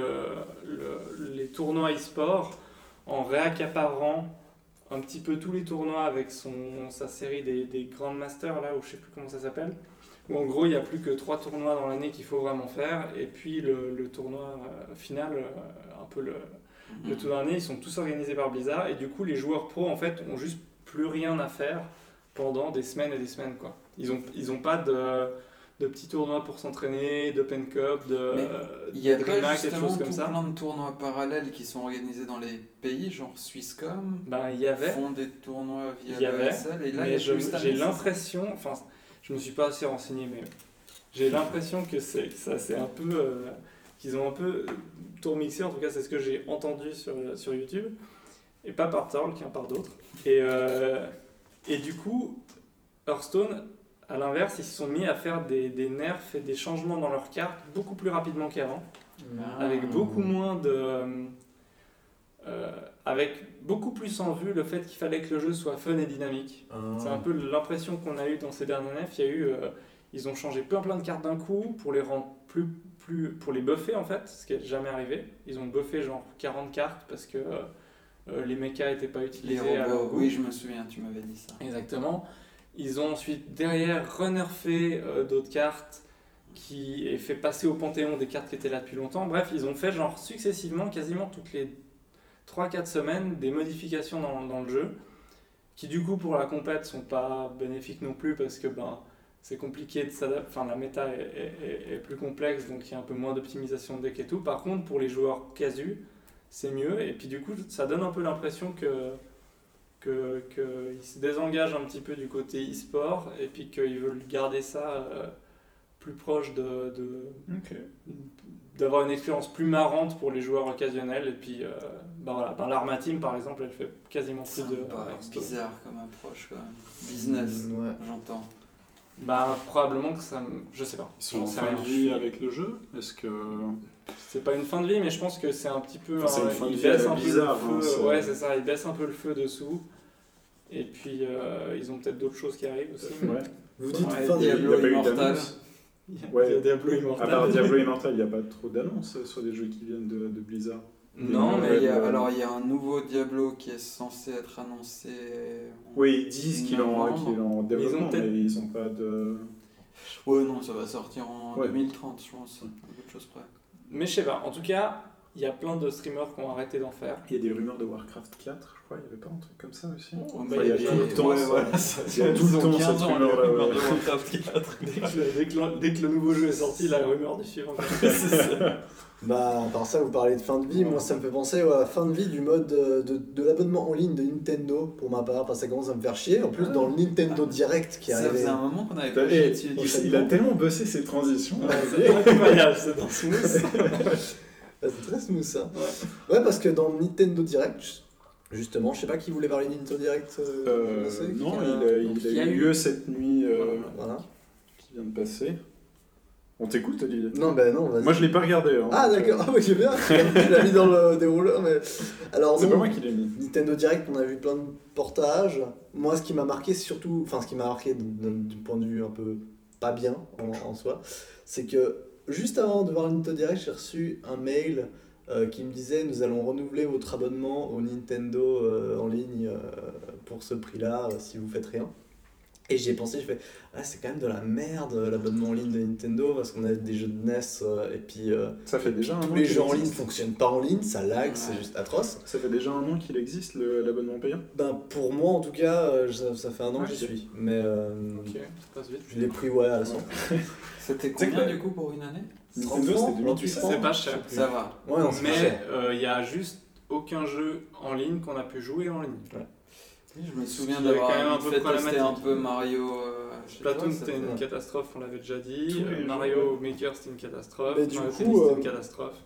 Speaker 6: le- les tournois e-sport en réaccaparant un petit peu tous les tournois avec son, sa série des, des Grand Masters, là, ou je sais plus comment ça s'appelle. Où en gros, il n'y a plus que trois tournois dans l'année qu'il faut vraiment faire. Et puis le, le tournoi euh, final, euh, un peu le, le tout dernier, ils sont tous organisés par Blizzard. Et du coup, les joueurs pro, en fait, ont juste plus rien à faire pendant des semaines et des semaines. Quoi. Ils n'ont ils ont pas de, de petits tournois pour s'entraîner, d'Open Cup, de.
Speaker 5: Mais
Speaker 6: euh,
Speaker 5: Il y a
Speaker 6: de
Speaker 5: pas
Speaker 6: Dreamhack,
Speaker 5: justement tout plein de tournois parallèles qui sont organisés dans les pays, genre Swisscom,
Speaker 6: Ben, il y avait.
Speaker 5: font des tournois via
Speaker 6: Il y avait,
Speaker 5: l'ESL, et là il y
Speaker 6: mais
Speaker 5: a
Speaker 6: je-
Speaker 5: juste un
Speaker 6: j'ai
Speaker 5: message.
Speaker 6: l'impression, enfin, je me suis pas assez renseigné, mais j'ai l'impression que c'est que ça, c'est un peu euh, qu'ils ont un peu euh, tout mixé. En tout cas, c'est ce que j'ai entendu sur euh, sur YouTube, et pas par Torl, qu'un par d'autres. Et euh, et du coup, Hearthstone, à l'inverse, ils se sont mis à faire des, des nerfs et des changements dans leurs cartes beaucoup plus rapidement qu'avant
Speaker 5: Ah.
Speaker 6: avec beaucoup moins de. euh, avec beaucoup plus en vue le fait qu'il fallait que le jeu soit fun et dynamique. C'est un peu l'impression qu'on a eue dans ces derniers nefs. Il y a eu, euh, ils ont changé plein plein de cartes d'un coup pour les rendre plus, plus, pour les buffer en fait, ce qui n'est jamais arrivé. Ils ont buffé genre 40 cartes parce que euh, euh, les mechas n'étaient pas
Speaker 5: Les
Speaker 6: utilisés. à leur
Speaker 5: robots,
Speaker 6: goût.
Speaker 5: oui je me souviens, tu m'avais dit ça.
Speaker 6: Exactement. Ils ont ensuite derrière renerfé euh, d'autres cartes qui et fait passer au panthéon des cartes qui étaient là depuis longtemps. Bref, ils ont fait genre successivement, quasiment toutes les 3-4 semaines, des modifications dans, dans le jeu qui du coup pour la compète sont pas bénéfiques non plus parce que ben c'est compliqué de s'adapter, enfin la méta est, est- est- est plus complexe donc il y a un peu moins d'optimisation de deck et tout. Par contre pour les joueurs casu c'est mieux et puis du coup ça donne un peu l'impression que que, que ils se désengagent un petit peu du côté e-sport et puis qu'ils veulent garder ça euh, plus proche de, de-
Speaker 4: Ok.
Speaker 6: d'avoir une expérience plus marrante pour les joueurs occasionnels et puis euh, bah voilà Ben, l'Arma Team par exemple elle fait quasiment plus de
Speaker 5: Sympa,
Speaker 6: Hearthstone.
Speaker 5: bizarre comme approche quand même. Business,
Speaker 7: Ouais.
Speaker 6: Mm.
Speaker 5: j'entends.
Speaker 6: Bah probablement que ça, me- je sais pas.
Speaker 4: Ils sont
Speaker 6: J'en
Speaker 4: en
Speaker 6: sais
Speaker 4: fin
Speaker 6: rien.
Speaker 4: de vie avec le jeu Est-ce que.
Speaker 6: C'est pas une fin de vie, mais je pense que c'est un petit peu.
Speaker 4: Enfin, c'est
Speaker 6: un-
Speaker 4: une fin de
Speaker 6: il
Speaker 4: vie,
Speaker 6: baisse
Speaker 4: euh,
Speaker 6: un peu
Speaker 4: bizarre,
Speaker 6: le feu.
Speaker 4: hein, c'est-
Speaker 6: ouais, c'est ça. Il baisse un peu le feu dessous. Et puis, euh, ils ont peut-être d'autres choses qui arrivent aussi. mais-
Speaker 4: Ouais.
Speaker 8: Vous dites
Speaker 6: Ouais,
Speaker 8: fin
Speaker 4: Il n'y a
Speaker 5: Diablo
Speaker 4: pas eu
Speaker 5: Immortal.
Speaker 4: d'annonce.
Speaker 6: Il y a-
Speaker 4: Ouais.
Speaker 6: il y a Diablo
Speaker 4: À
Speaker 6: Immortal.
Speaker 4: part Diablo Immortal, il n'y a pas trop d'annonces sur les jeux qui viennent de, de Blizzard.
Speaker 5: Non, mais Euh, il y a-
Speaker 4: Ouais.
Speaker 5: alors il y a un nouveau Diablo qui est censé être annoncé. en-
Speaker 4: Oui, ils disent qu'il est en,
Speaker 5: Non.
Speaker 4: qu'il est en développement,
Speaker 6: peut-être-
Speaker 4: mais ils n'ont pas de.
Speaker 5: Ouais, non, ça va sortir en
Speaker 4: Ouais.
Speaker 5: 2030, je pense.
Speaker 6: Mm.
Speaker 5: Quelque chose près.
Speaker 6: Bah, Mais je sais pas. En tout cas, il y a plein de streamers qui ont arrêté d'en faire.
Speaker 4: Il y a des rumeurs de Warcraft 4, je crois, il n'y avait pas un truc comme ça aussi
Speaker 6: bah,
Speaker 4: il y a tout le temps,
Speaker 5: Ouais,
Speaker 4: ça.
Speaker 5: voilà,
Speaker 4: Il y a tout le temps cette rumeur-là, ouais.
Speaker 6: Dès que, dès que le- dès que le nouveau jeu est sorti, la rumeur du suivant.
Speaker 3: Bah, par ça, vous parlez de fin de vie. Moi, ça me fait penser à la fin de vie du mode euh, de, de l'abonnement en ligne de Nintendo, pour ma part. Enfin, ça commence à me faire chier. En
Speaker 6: Ah.
Speaker 3: plus, dans le Nintendo Direct qui est
Speaker 5: Ça
Speaker 3: arrivé.
Speaker 5: faisait un moment qu'on avait pas
Speaker 4: Eh,
Speaker 5: joué
Speaker 4: il,
Speaker 5: dessus.
Speaker 4: il a tellement bossé ses transitions.
Speaker 6: C'est incroyable, c'est dans Smooth.
Speaker 3: Bah, c'est très smooth, ça. Ouais. parce que dans le Nintendo Direct, je- justement, je sais pas qui voulait parler de Nintendo Direct. euh,
Speaker 4: Euh,
Speaker 3: je sais, qui
Speaker 4: non,
Speaker 3: a-
Speaker 4: il a, il
Speaker 5: Donc,
Speaker 4: a
Speaker 5: il y a
Speaker 4: eu
Speaker 5: eu-
Speaker 4: lieu cette nuit euh,
Speaker 3: Voilà.
Speaker 4: qui vient de passer. On t'écoute, Olivier
Speaker 3: Non, bah non, vas-y.
Speaker 4: Moi, je l'ai pas regardé. hein.
Speaker 3: Ah, d'accord. Ah, oui, j'ai bien. Tu l'as mis dans le dérouleur, mais. Alors,
Speaker 4: C'est
Speaker 3: non.
Speaker 4: pas moi qui l'ai mis.
Speaker 3: Nintendo Direct, on a vu plein de portages. Moi, ce qui m'a marqué, c'est surtout, enfin, ce qui m'a marqué d'un- d'un- du point de vue un peu pas bien en, en soi, c'est que juste avant de voir le Nintendo Direct, j'ai reçu un mail euh, qui me disait Nous allons renouveler votre abonnement au Nintendo euh, en ligne euh, pour ce prix-là euh, si vous faites rien. Et j'ai pensé, je fais Ah, c'est quand même de la merde euh, l'abonnement en ligne de Nintendo parce qu'on a des jeux de NES euh, et puis euh,
Speaker 4: Ça fait déjà un an.
Speaker 3: tous les
Speaker 4: qu'il
Speaker 3: jeux en ligne
Speaker 4: existe.
Speaker 3: fonctionnent pas en ligne, ça lag, c'est juste atroce.
Speaker 4: Ça fait déjà un an qu'il existe le- l'abonnement payant.
Speaker 3: Ben, pour moi, en tout cas, euh, ça, ça fait un an que j'y
Speaker 6: Ok.
Speaker 3: suis. Mais euh,
Speaker 6: Ok, ça passe vite.
Speaker 3: je l'ai pris, ouais, à la sortie.
Speaker 5: C'était
Speaker 6: Tu sais
Speaker 5: combien
Speaker 6: que-
Speaker 5: du coup pour une année
Speaker 3: 30
Speaker 4: Nintendo,
Speaker 3: francs,
Speaker 4: c'était
Speaker 3: 28
Speaker 4: 28,
Speaker 3: francs.
Speaker 6: C'est pas cher.
Speaker 5: Ça va.
Speaker 3: Ouais, non, c'est pas
Speaker 6: Mais euh,
Speaker 3: cher.
Speaker 6: il y a juste aucun jeu en ligne qu'on a pu jouer en ligne.
Speaker 5: Je me souviens
Speaker 6: qu'il y avait quand même un
Speaker 5: d'avoir
Speaker 6: peu
Speaker 5: vite fait tester un
Speaker 6: problématique.
Speaker 5: peu Mario. euh, je sais
Speaker 6: Platoon
Speaker 5: pas, ça
Speaker 6: c'était une
Speaker 3: ouais.
Speaker 6: catastrophe, on l'avait déjà
Speaker 4: Tous
Speaker 6: dit.
Speaker 4: les
Speaker 6: Euh,
Speaker 4: jeux,
Speaker 6: Mario Maker c'était une catastrophe.
Speaker 3: Mais du
Speaker 6: Mario
Speaker 3: coup,
Speaker 6: Tennis, c'était une
Speaker 3: euh,
Speaker 6: catastrophe.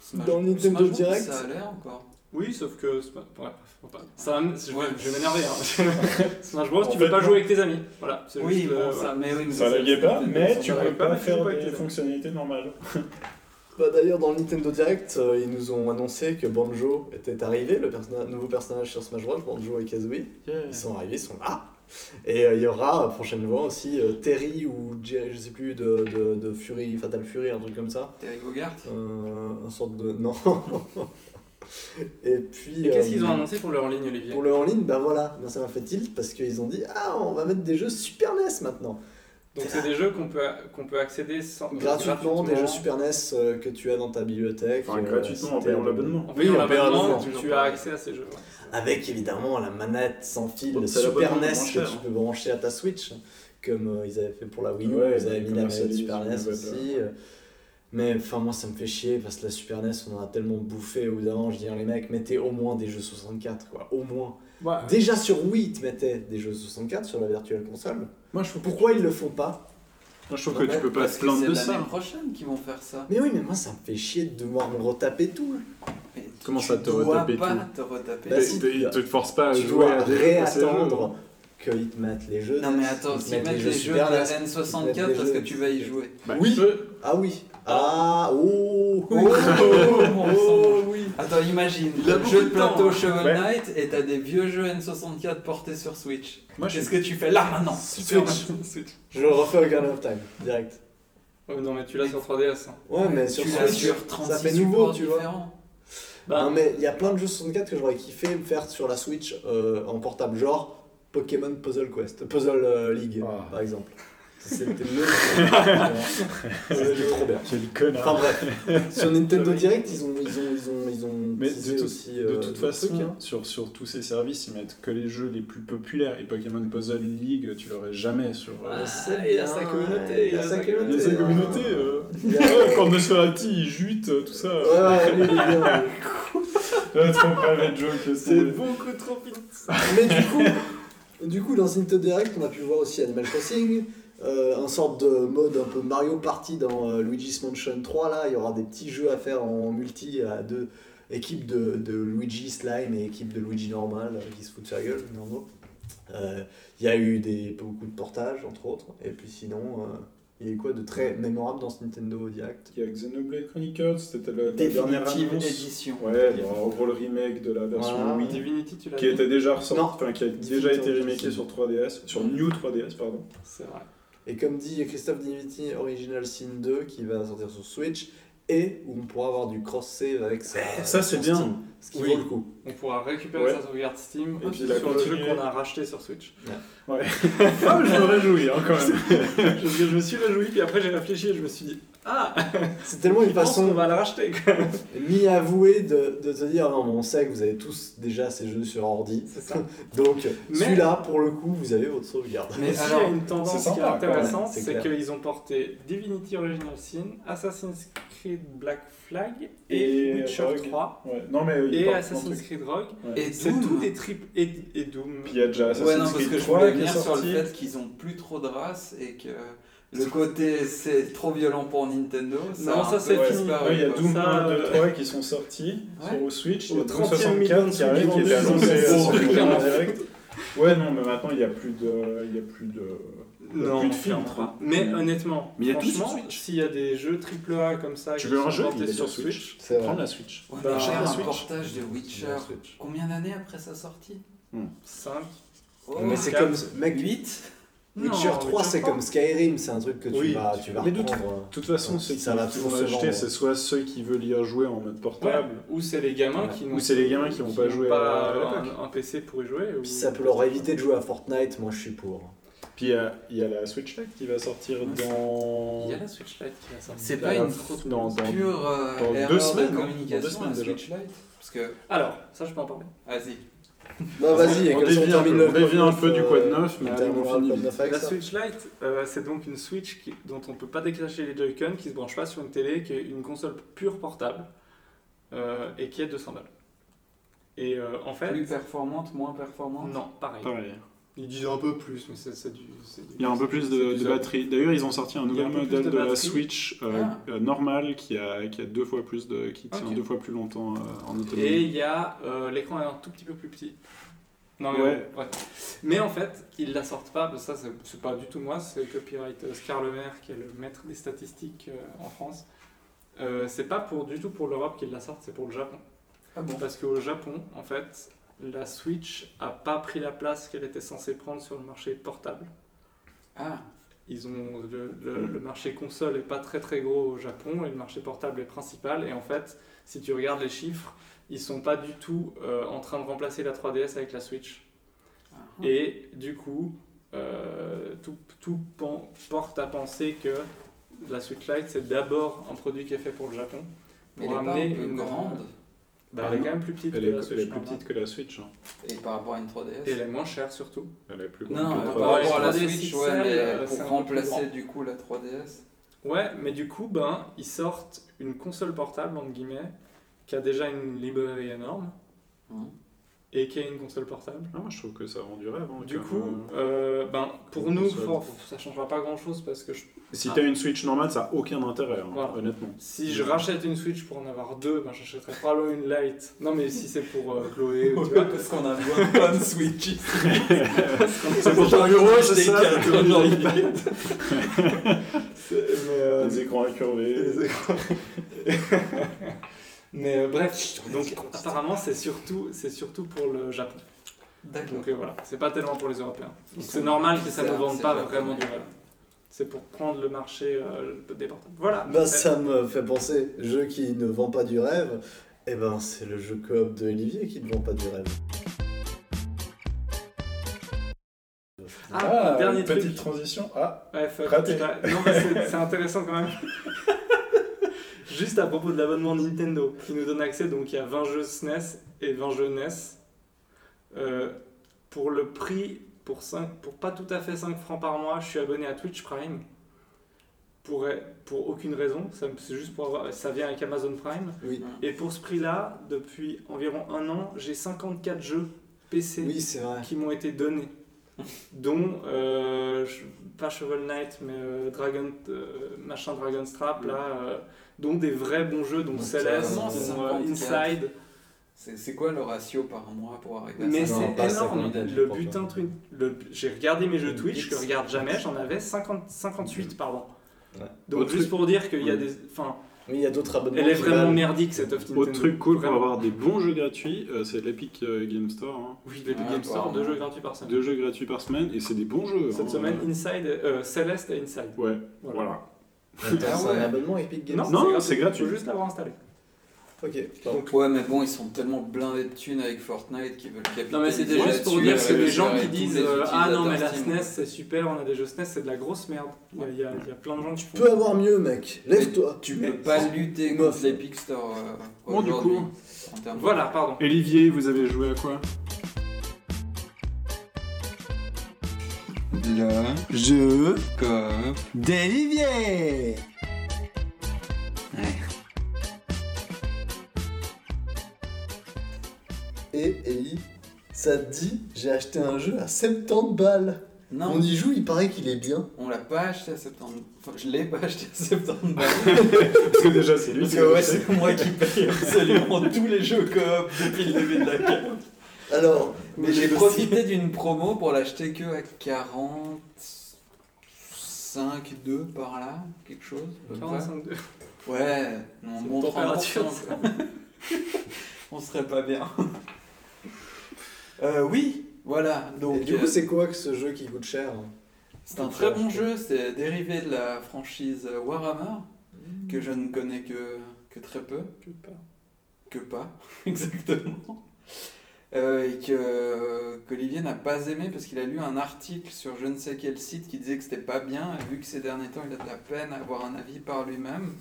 Speaker 5: Smash-
Speaker 3: Dans le Nintendo
Speaker 5: Smash Bros,
Speaker 3: Direct.
Speaker 5: Ça a l'air encore.
Speaker 6: Oui, sauf que. c'est pas- Ouais, faut pas. Ça, va- je, vais-
Speaker 5: Ouais.
Speaker 6: je vais m'énerver. Hein. Smash Bros,
Speaker 4: En
Speaker 6: tu
Speaker 4: fait,
Speaker 6: peux pas
Speaker 4: non.
Speaker 6: jouer avec tes amis. Voilà, c'est
Speaker 5: Oui,
Speaker 6: juste. euh,
Speaker 5: bon,
Speaker 6: voilà.
Speaker 5: ça, mais oui, mais
Speaker 4: Ça laguait pas, mais tu
Speaker 6: Ça
Speaker 4: pouvais
Speaker 6: laguait
Speaker 4: pas
Speaker 6: pas, mais
Speaker 4: faire
Speaker 6: c'est pas
Speaker 4: des
Speaker 6: été-
Speaker 4: fonctionnalités normales.
Speaker 3: Bah, D'ailleurs, dans le Nintendo Direct, euh, ils nous ont annoncé que Banjo était arrivé, le personna- nouveau personnage sur Smash Bros, Banjo et Kazooie. Ils sont arrivés, ils sont là. Et euh, il y aura euh, prochainement aussi euh, Terry ou Jer- je sais plus, de, de, de Fury, Fatal Fury, un truc comme ça.
Speaker 5: Terry Bogart.
Speaker 3: Euh, un sorte de. Non. et puis.
Speaker 6: Et qu'est-ce
Speaker 3: euh,
Speaker 6: qu'ils ont annoncé pour le en ligne, Olivier
Speaker 3: Pour le en ligne, bah voilà, Ben, ça m'a fait tilt parce qu'ils ont dit Ah, on va mettre des jeux Super NES maintenant.
Speaker 6: Donc c'est des jeux qu'on peut, qu'on peut accéder sans,
Speaker 3: Gratuitement, des jeux Super NES euh, que tu as dans ta bibliothèque.
Speaker 4: Enfin,
Speaker 3: euh,
Speaker 4: gratuitement en
Speaker 3: c'était-
Speaker 4: payant l'abonnement.
Speaker 6: En
Speaker 3: Oui,
Speaker 6: payant
Speaker 3: on paye un
Speaker 6: l'abonnement,
Speaker 3: abonnement.
Speaker 6: tu as accès à ces jeux.
Speaker 3: Avec évidemment la manette sans fil
Speaker 4: Bon, c'est
Speaker 3: Super
Speaker 4: l'abonnement
Speaker 3: NES
Speaker 4: moins
Speaker 3: que
Speaker 4: cher,
Speaker 3: tu
Speaker 4: hein.
Speaker 3: peux brancher à ta Switch, comme euh, ils avaient fait pour la Wii U,
Speaker 4: Ouais,
Speaker 3: ils avaient
Speaker 4: ils
Speaker 3: mis la manette
Speaker 4: commercialisent
Speaker 3: Super
Speaker 4: une
Speaker 3: NES
Speaker 4: nouvelle,
Speaker 3: aussi. euh. Mais enfin, moi ça me fait chier parce que la Super NES, on en a tellement bouffé au bout d'un moment, Je dis, les mecs, mettez au moins des jeux 64, quoi, au moins. Déjà sur Wii, ils te mettaient des jeux 64 sur la Virtual Console.
Speaker 4: Moi, je trouve,
Speaker 3: Pourquoi ils le font pas
Speaker 4: moi, je trouve
Speaker 3: Ouais,
Speaker 4: que tu peux pas
Speaker 5: Parce
Speaker 4: te
Speaker 5: que
Speaker 4: plaindre
Speaker 5: c'est
Speaker 4: de
Speaker 5: l'année
Speaker 4: ça.
Speaker 5: prochaine qu'ils vont faire ça.
Speaker 3: Mais oui, mais moi ça me fait chier de devoir me retaper tout. là.
Speaker 5: Mais
Speaker 4: Comment
Speaker 5: tu
Speaker 4: ça, te
Speaker 5: dois
Speaker 4: retaper
Speaker 5: pas te
Speaker 4: tout
Speaker 5: retaper.
Speaker 3: Bah, si,
Speaker 4: Ils te- ils te forcent pas à
Speaker 3: tu
Speaker 4: jouer
Speaker 3: dois
Speaker 4: à des à ces jeux.
Speaker 3: réattendre qu'ils te mettent les jeux.
Speaker 5: Non mais attends,
Speaker 3: ils te
Speaker 5: s'ils
Speaker 3: mettent
Speaker 5: mettent les jeux de
Speaker 3: Super
Speaker 5: la
Speaker 3: NES. Ils te mettent
Speaker 5: N64
Speaker 3: des
Speaker 5: parce que
Speaker 3: jeux-
Speaker 5: tu vas y jouer.
Speaker 4: Bah,
Speaker 3: Oui.
Speaker 4: tu peux.
Speaker 3: Ah oui. Ah oh.
Speaker 5: Oh,
Speaker 3: Oh, oui.
Speaker 5: Attends, imagine,
Speaker 6: Il a
Speaker 5: le
Speaker 6: beaucoup
Speaker 5: jeu de
Speaker 6: de temps,
Speaker 5: plateau
Speaker 6: hein.
Speaker 5: Shovel
Speaker 4: Ouais.
Speaker 5: Knight et t'as des vieux jeux N64 portés sur Switch.
Speaker 4: Moi, je
Speaker 5: Qu'est-ce
Speaker 4: suis.
Speaker 5: que tu fais là maintenant
Speaker 3: Switch. Je le refais au Garden of Time direct.
Speaker 6: Ouais, non, mais tu l'as sur 3DS. hein.
Speaker 3: Ouais, mais sur
Speaker 5: tu l'as
Speaker 3: Switch.
Speaker 5: sur 36
Speaker 3: ça fait nouveau,
Speaker 5: supports
Speaker 3: tu vois.
Speaker 5: différents.
Speaker 6: Bah,
Speaker 3: Non mais il y a plein de jeux 64 que j'aurais kiffé me faire sur la Switch euh, en portable, genre Pokémon Puzzle Quest, Puzzle euh, League
Speaker 4: Ah.
Speaker 3: par exemple. C'était le. C'était trop bien.
Speaker 4: Quel
Speaker 3: Enfin
Speaker 4: connard.
Speaker 3: bref, sur Nintendo Direct, ils ont, ils ont, ils ont, ils ont
Speaker 4: Mais de
Speaker 3: teasé
Speaker 4: tout-
Speaker 3: aussi.
Speaker 4: De
Speaker 3: euh,
Speaker 4: toute
Speaker 3: d'autres
Speaker 4: façon,
Speaker 3: trucs, hein.
Speaker 4: sur, sur tous ces services, ils mettent que les jeux les plus populaires. Et Pokémon Puzzle League, tu l'aurais jamais sur. euh,
Speaker 3: Ah,
Speaker 6: il a sa communauté,
Speaker 3: il a sa communauté.
Speaker 4: les sa communauté. euh.
Speaker 3: Il a-
Speaker 4: Ouais, Quand Nosferatu, il jute, euh, tout ça.
Speaker 3: Ouais, ouais, lui, il est bien.
Speaker 4: Euh, Trop private joke,
Speaker 3: C'est
Speaker 4: c'est.
Speaker 6: beaucoup trop vite.
Speaker 3: Mais du coup, du coup, dans Nintendo Direct, on a pu voir aussi Animal Crossing, euh, un sorte de mode un peu Mario Party dans euh, Luigi's Mansion 3. Là, il y aura des petits jeux à faire en multi à deux équipes de, de Luigi Slime et équipe de Luigi normal euh, qui se foutent de sa gueule, normaux. Euh, Il y a eu des, beaucoup de portages, entre autres. Et puis sinon, euh, il Il y a eu quoi de très mémorable dans ce Nintendo Direct
Speaker 4: Il y a Xenoblade Chronicles, c'était la, la dernière
Speaker 5: Definitive
Speaker 4: annonce.
Speaker 5: Edition.
Speaker 4: Ouais, bon, en gros le remake de la
Speaker 5: Ah,
Speaker 4: version
Speaker 3: Voilà.
Speaker 4: Wii
Speaker 6: Divinity, tu l'as
Speaker 4: qui
Speaker 6: vu
Speaker 4: était déjà ressorti,
Speaker 3: Non.
Speaker 4: enfin qui a
Speaker 3: Divinity
Speaker 4: déjà été
Speaker 3: Original
Speaker 4: remaké
Speaker 3: Sin.
Speaker 4: sur 3DS, sur New 3DS pardon.
Speaker 6: C'est vrai.
Speaker 3: Et comme dit Christophe Divinity Original Sin 2 qui va sortir sur Switch et où on pourra avoir du cross-save avec ça.
Speaker 4: Ah, Eh, ça, c'est bien.
Speaker 3: Ce qui
Speaker 6: Oui.
Speaker 3: vaut le coup.
Speaker 6: On pourra récupérer
Speaker 4: Ouais.
Speaker 6: sa sauvegarde Steam
Speaker 4: Et puis la
Speaker 6: sur le jeu
Speaker 4: continuer.
Speaker 6: qu'on a racheté sur Switch.
Speaker 4: Ah mais je me réjouis hein, quand même.
Speaker 6: Parce que je me suis réjoui, puis après j'ai réfléchi et je me suis dit Ah
Speaker 3: C'est tellement une
Speaker 6: je pense qu'on
Speaker 3: façon
Speaker 6: va le racheter quoi.
Speaker 3: mi-avouée de, de se dire non, mais on sait que vous avez tous déjà ces jeux sur ordi.
Speaker 6: C'est ça.
Speaker 3: Donc
Speaker 6: Mais-
Speaker 3: celui-là, pour le coup, vous avez votre sauvegarde.
Speaker 6: Mais
Speaker 5: Mais
Speaker 6: s'il y a
Speaker 5: alors,
Speaker 6: une tendance
Speaker 4: c'est sympa,
Speaker 6: qui est intéressante,
Speaker 3: quand même,
Speaker 6: c'est
Speaker 3: c'est clair.
Speaker 6: qu'ils ont porté Divinity Original Sin, Assassin's Creed Black Flag et,
Speaker 4: Et
Speaker 6: Witcher
Speaker 4: Rogue.
Speaker 6: 3
Speaker 4: Ouais. Non mais il
Speaker 6: et
Speaker 4: porte plein de
Speaker 6: Assassin's
Speaker 4: trucs.
Speaker 6: Creed Rogue.
Speaker 4: Ouais.
Speaker 5: et
Speaker 6: C'est
Speaker 5: Doom
Speaker 6: tout des tripes et, et Doom.
Speaker 4: Puis il y a déjà Assassin's
Speaker 5: Ouais, non, parce
Speaker 4: Ah, Creed
Speaker 5: que je
Speaker 4: 3
Speaker 5: voulais
Speaker 4: qui est
Speaker 5: venir sur le
Speaker 4: sorti.
Speaker 5: fait qu'ils ont plus trop de race et que le côté c'est trop violent pour Nintendo. Ça a
Speaker 6: Non,
Speaker 5: un
Speaker 6: ça,
Speaker 5: peu
Speaker 6: c'est
Speaker 4: Ouais,
Speaker 6: fini.
Speaker 5: disparu,
Speaker 4: Ouais, il y a
Speaker 5: quoi.
Speaker 4: Doom
Speaker 6: Ça,
Speaker 4: 1, 2,
Speaker 6: euh,
Speaker 4: 3 qui sont sortis sur
Speaker 5: Ouais.
Speaker 4: au Switch, il y
Speaker 6: Au
Speaker 4: a
Speaker 6: 30e million
Speaker 4: 364
Speaker 6: de
Speaker 4: qui arrive, qui
Speaker 6: Switch
Speaker 4: était
Speaker 6: vendus.
Speaker 4: annoncé euh,
Speaker 6: Oh,
Speaker 4: sur le
Speaker 6: clairement.
Speaker 4: direct. Ouais, non, mais maintenant il n'y a plus de. Il y a plus de.
Speaker 6: Non,
Speaker 4: Plus de
Speaker 6: clairement
Speaker 4: filtre.
Speaker 6: pas. Mais
Speaker 5: Mm.
Speaker 6: honnêtement,
Speaker 7: Mais il y a tout sur
Speaker 6: franchement, s'il y a des jeux AAA comme ça
Speaker 4: Tu
Speaker 6: qui
Speaker 4: veux un
Speaker 6: sont
Speaker 4: jeu, il
Speaker 6: portés
Speaker 4: est
Speaker 6: sur
Speaker 4: sur Switch.
Speaker 3: C'est vrai.
Speaker 4: Prendre la Switch.
Speaker 5: Ouais,
Speaker 6: Bah,
Speaker 5: j'ai
Speaker 6: la
Speaker 5: un
Speaker 4: Switch.
Speaker 5: portage de Witcher. Combien d'années après sa sortie
Speaker 6: 5,
Speaker 5: Oh,
Speaker 3: Mais c'est
Speaker 6: quatre,
Speaker 3: comme. Mec,
Speaker 5: 8
Speaker 3: Witcher 3, c'est comme Skyrim, c'est un truc que tu
Speaker 4: Oui.
Speaker 3: vas, tu vas
Speaker 4: Mais de toute-
Speaker 3: reprendre. hein.
Speaker 4: De toute façon, ceux qui
Speaker 3: Ça va toujours
Speaker 4: vont
Speaker 3: se
Speaker 4: l'acheter,
Speaker 3: vendre.
Speaker 4: c'est soit ceux qui veulent y jouer en mode portable.
Speaker 6: Ou c'est les gamins qui
Speaker 4: Ou
Speaker 6: n'ont-
Speaker 4: c'est les gamins qui vont pas
Speaker 6: n'ont
Speaker 4: jouer à-
Speaker 6: pas
Speaker 4: à l'époque.
Speaker 6: un, un PC pour y jouer. Ou...
Speaker 3: Puis ça peut leur éviter de jouer à Fortnite, moi je suis pour.
Speaker 4: Puis il y a- il y, a la Switch Lite qui va sortir dans.
Speaker 6: Il y a la Switch Lite qui va sortir.
Speaker 5: C'est pas
Speaker 4: dans-
Speaker 5: une grosse
Speaker 4: dans, dans-
Speaker 5: pure euh,
Speaker 4: dans deux
Speaker 5: erreur
Speaker 4: semaines,
Speaker 5: de
Speaker 4: hein, dans deux
Speaker 5: communication
Speaker 4: semaines
Speaker 5: à
Speaker 4: déjà.
Speaker 5: Switch Lite. Parce que,
Speaker 6: Alors, ça je peux en parler.
Speaker 5: vas-y,
Speaker 3: Bah vas-y, et
Speaker 4: on
Speaker 3: comme ça,
Speaker 4: dévie un
Speaker 3: termine
Speaker 4: peu-
Speaker 3: le
Speaker 4: on dévie un peu
Speaker 3: neuf,
Speaker 4: du quad
Speaker 3: euh,
Speaker 4: neuf, mais
Speaker 3: on
Speaker 4: allez, on
Speaker 3: terminera le
Speaker 4: finit
Speaker 3: quad
Speaker 4: vite.
Speaker 3: neuf avec
Speaker 6: La
Speaker 3: ça.
Speaker 6: Switch Lite, euh, c'est donc une Switch qui- dont on peut pas déclencher les Joy-Con, qui se branche pas sur une télé, qui est une console pure portable euh, et qui est 200 balles. Et euh, en fait,
Speaker 5: plus performante, moins performante.
Speaker 6: non, pareil.
Speaker 4: Pareil.
Speaker 6: Ils disent un peu plus, mais c'est c'est du, c'est du-
Speaker 4: Il y a un peu plus
Speaker 6: c'est
Speaker 4: de,
Speaker 6: du
Speaker 4: de
Speaker 6: sol.
Speaker 4: batterie. D'ailleurs, ils ont sorti un
Speaker 6: Il y a
Speaker 4: nouvel
Speaker 6: un peu plus
Speaker 4: modèle
Speaker 6: de
Speaker 4: de, la
Speaker 6: batterie.
Speaker 4: Switch euh,
Speaker 5: Ah.
Speaker 4: euh, normale qui a, qui a deux fois plus de, qui tient
Speaker 6: Ok.
Speaker 4: deux fois plus longtemps euh, en autonomie.
Speaker 6: Et il y a euh, l'écran est un tout petit peu plus petit. Non mais
Speaker 4: Ouais.
Speaker 6: bon, ouais. Mais en fait, ils la sortent pas, parce que ça c'est- c'est pas du tout moi, c'est copyright euh, Oscar Le Maire qui est le maître des statistiques euh, en France. Euh, c'est pas pour du tout pour l'Europe qu'ils la sortent, c'est pour le Japon.
Speaker 5: Ah bon
Speaker 6: Parce qu'au Japon, en fait, la Switch a pas pris la place qu'elle était censée prendre sur le marché portable.
Speaker 5: Ah,
Speaker 6: Ils ont le, le- le marché console est pas très très gros au Japon et le marché portable est principal et en fait si tu regardes les chiffres ils sont pas du tout euh, en train de remplacer la 3DS avec la Switch
Speaker 5: ah.
Speaker 6: et du coup euh, tout, tout pen- porte à penser que la Switch Lite c'est d'abord un produit qui est fait pour le Japon
Speaker 5: Mais elle
Speaker 6: pour
Speaker 5: est pas un
Speaker 6: amener
Speaker 5: peu
Speaker 6: une-
Speaker 5: grande
Speaker 6: Bah, elle est quand même plus petite
Speaker 4: Ah Elle
Speaker 6: que
Speaker 4: est,
Speaker 6: la
Speaker 4: elle est
Speaker 6: Switch
Speaker 4: plus
Speaker 6: normale.
Speaker 4: petite que la Switch. hein.
Speaker 5: et par rapport à une 3DS.
Speaker 6: et euh, elle est moins chère surtout
Speaker 4: Elle est plus
Speaker 5: Non, euh,
Speaker 4: grande que
Speaker 5: par
Speaker 6: peut pas
Speaker 4: toi.
Speaker 6: aller
Speaker 5: rapport à la
Speaker 6: sur la
Speaker 5: Switch,
Speaker 6: Switch
Speaker 5: ouais,
Speaker 6: seule,
Speaker 5: mais
Speaker 6: euh, c'est
Speaker 5: pour
Speaker 6: un peu plus
Speaker 5: remplacer
Speaker 6: grand.
Speaker 5: du coup la 3DS.
Speaker 6: Ouais, mais du coup, ben, ils sortent une console portable, entre guillemets, qui a déjà une librairie énorme Mmh.
Speaker 5: Mhm.
Speaker 6: et qui a une console portable.
Speaker 4: Ah, moi, je trouve que ça vend du rêve. hein,
Speaker 6: Du
Speaker 4: comme,
Speaker 6: coup,
Speaker 4: euh,
Speaker 6: euh, ben, pour
Speaker 4: comme
Speaker 6: nous,
Speaker 4: console.
Speaker 6: for- ça changera pas grand chose parce que je-
Speaker 4: si t'as une Switch normale, ça a aucun intérêt, hein,
Speaker 6: Voilà.
Speaker 4: honnêtement.
Speaker 6: si je rachète une Switch pour en avoir deux, ben, j'achèterai probablement une Lite. Non, mais si c'est pour euh, Chloé, tu vois.
Speaker 5: parce qu'on a besoin de plein de Switch.
Speaker 4: C'est pour ton bureau, c'est ça
Speaker 6: C'est- mais, euh,
Speaker 4: Les écrans incurvés.
Speaker 6: les écrans. mais euh, bref, donc apparemment, c'est surtout, c'est surtout pour le Japon.
Speaker 5: D'accord.
Speaker 6: Donc euh, voilà, c'est pas tellement pour les Européens.
Speaker 5: Ah, Ils
Speaker 6: Donc
Speaker 5: sont-
Speaker 6: c'est normal que ça ne
Speaker 5: c'est-
Speaker 6: vende
Speaker 5: c'est
Speaker 6: pas
Speaker 5: japonais.
Speaker 6: vraiment du rêve. C'est pour prendre le marché euh, des portables. Voilà.
Speaker 3: Bah ça me fait penser, jeu qui ne vend pas du rêve, et ben c'est le jeu coop de Olivier qui ne vend pas du rêve.
Speaker 6: Ah, dernier truc.
Speaker 4: petite transition. Ah,
Speaker 6: Ouais, fuck,
Speaker 4: Raté.
Speaker 6: putain. Non, mais c'est- c'est intéressant quand même. Juste à propos de l'abonnement Nintendo, qui nous donne accès donc il y a 20 jeux SNES et 20 jeux NES. Euh, pour le prix, pour, 5, pour pas tout à fait 5 francs par mois, je suis abonné à Twitch Prime. Pour, pour aucune raison, ça me- c'est juste pour avoir- ça vient avec Amazon Prime.
Speaker 3: Oui,
Speaker 6: Et pour ce prix-là, depuis environ un an, j'ai 54 jeux PC
Speaker 3: oui c'est vrai.
Speaker 6: qui m'ont été donnés. Dont, euh, je- pas Shovel Knight, mais euh, Dragon, euh, machin Dragon Strap, là, euh, dont des vrais bons jeux, dont
Speaker 3: Donc,
Speaker 6: Celeste,
Speaker 3: carrément,
Speaker 6: dont euh,
Speaker 5: 54.
Speaker 6: Inside.
Speaker 5: C'est c'est quoi le ratio par mois pour arriver à
Speaker 6: Mais
Speaker 5: ça
Speaker 3: Non,
Speaker 6: c'est
Speaker 3: pas
Speaker 6: énorme.
Speaker 3: 50, je
Speaker 6: Le
Speaker 3: crois
Speaker 6: butin
Speaker 3: pas.
Speaker 6: truc. le- J'ai regardé mes jeux Twitch,
Speaker 3: X.
Speaker 6: que je regarde jamais, j'en avais 50 58, pardon.
Speaker 3: Ouais.
Speaker 6: Donc
Speaker 4: Autre
Speaker 6: juste
Speaker 4: Mm. truc-
Speaker 6: pour dire qu'il y a
Speaker 4: Ouais.
Speaker 6: des... Enfin,
Speaker 3: Mais il y a d'autres abonnements.
Speaker 6: elle est
Speaker 3: qui
Speaker 6: vraiment
Speaker 3: valent.
Speaker 6: merdique cette offre
Speaker 4: Autre
Speaker 6: Nintendo.
Speaker 4: truc cool pour
Speaker 6: Vraiment.
Speaker 4: avoir des bons jeux gratuits, euh, c'est l'Epic euh, Game Store. hein.
Speaker 6: Oui, le
Speaker 5: Ah,
Speaker 6: Game Store,
Speaker 5: apparemment.
Speaker 6: deux jeux gratuits par semaine.
Speaker 4: Deux jeux gratuits par semaine et c'est des bons jeux.
Speaker 6: Cette
Speaker 4: hein.
Speaker 6: semaine, Inside, euh, Celeste et Inside.
Speaker 4: Ouais,
Speaker 6: Voilà.
Speaker 4: voilà.
Speaker 3: Attends,
Speaker 5: Ah
Speaker 3: c'est
Speaker 5: ouais.
Speaker 3: un abonnement Epic Games.
Speaker 6: Non,
Speaker 4: Non,
Speaker 6: c'est gratuit.
Speaker 4: c'est gratuit.
Speaker 6: Il faut juste l'avoir installé.
Speaker 3: Ok. pardon.
Speaker 5: Ouais, mais bon, ils sont tellement blindés de thunes avec Fortnite qu'ils veulent capitaliser.
Speaker 6: Non, mais c'était juste pour
Speaker 5: là-dessus
Speaker 6: dire que
Speaker 5: avec
Speaker 6: les
Speaker 5: tous
Speaker 6: gens
Speaker 5: les
Speaker 6: qui disent euh,
Speaker 5: utilisateurs
Speaker 6: Ah non, mais la
Speaker 5: Steam.
Speaker 6: SNES c'est super, on a des jeux SNES, c'est de la grosse merde. Il y a, il y a- il y a plein de gens qui
Speaker 3: Tu
Speaker 6: font.
Speaker 3: peux avoir mieux, mec. Lève-toi.
Speaker 5: Tu peux pas lutter
Speaker 3: Meuf.
Speaker 5: contre l'Epic Store. euh,
Speaker 4: Bon, du
Speaker 5: aujourd'hui,
Speaker 4: coup.
Speaker 5: en termes de-
Speaker 6: Voilà, pardon.
Speaker 4: Olivier, vous avez joué à quoi
Speaker 5: Le
Speaker 9: Je
Speaker 5: cop.
Speaker 9: des viviers
Speaker 3: Et Ellie, ça te dit, j'ai acheté un jeu à 70 balles.
Speaker 5: Non,
Speaker 3: On y joue, il paraît qu'il est bien.
Speaker 5: on l'a pas acheté à septembre. Enfin, je l'ai pas acheté à septembre.
Speaker 4: Parce que déjà, c'est lui
Speaker 5: Parce
Speaker 4: qui
Speaker 5: Ah, que
Speaker 4: l'a
Speaker 5: ouais,
Speaker 4: fait.
Speaker 5: c'est moi qui paye absolument tous les jeux coop depuis le début de la guerre.
Speaker 3: Alors,
Speaker 5: Mais j'ai profité d'une promo pour l'acheter que à 45,2 par là, quelque chose. à peu près.
Speaker 6: 45 de-
Speaker 5: Ouais, non,
Speaker 6: C'est
Speaker 5: bon
Speaker 6: une température,
Speaker 5: 30%, quoi. On serait pas bien. Euh, oui, voilà.
Speaker 3: et
Speaker 5: Donc
Speaker 3: du coup,
Speaker 5: euh,
Speaker 3: c'est quoi que ce jeu qui coûte cher hein
Speaker 5: c'est un très bon jeu, c'est dérivé de la franchise Warhammer, que je ne connais que, que très peu. Que pas, exactement. Euh, et que qu'Olivier n'a pas aimé parce qu'il a lu un article sur je ne sais quel site qui disait que c'était pas bien, et vu que ces derniers temps il a de la peine à avoir un avis par lui-même,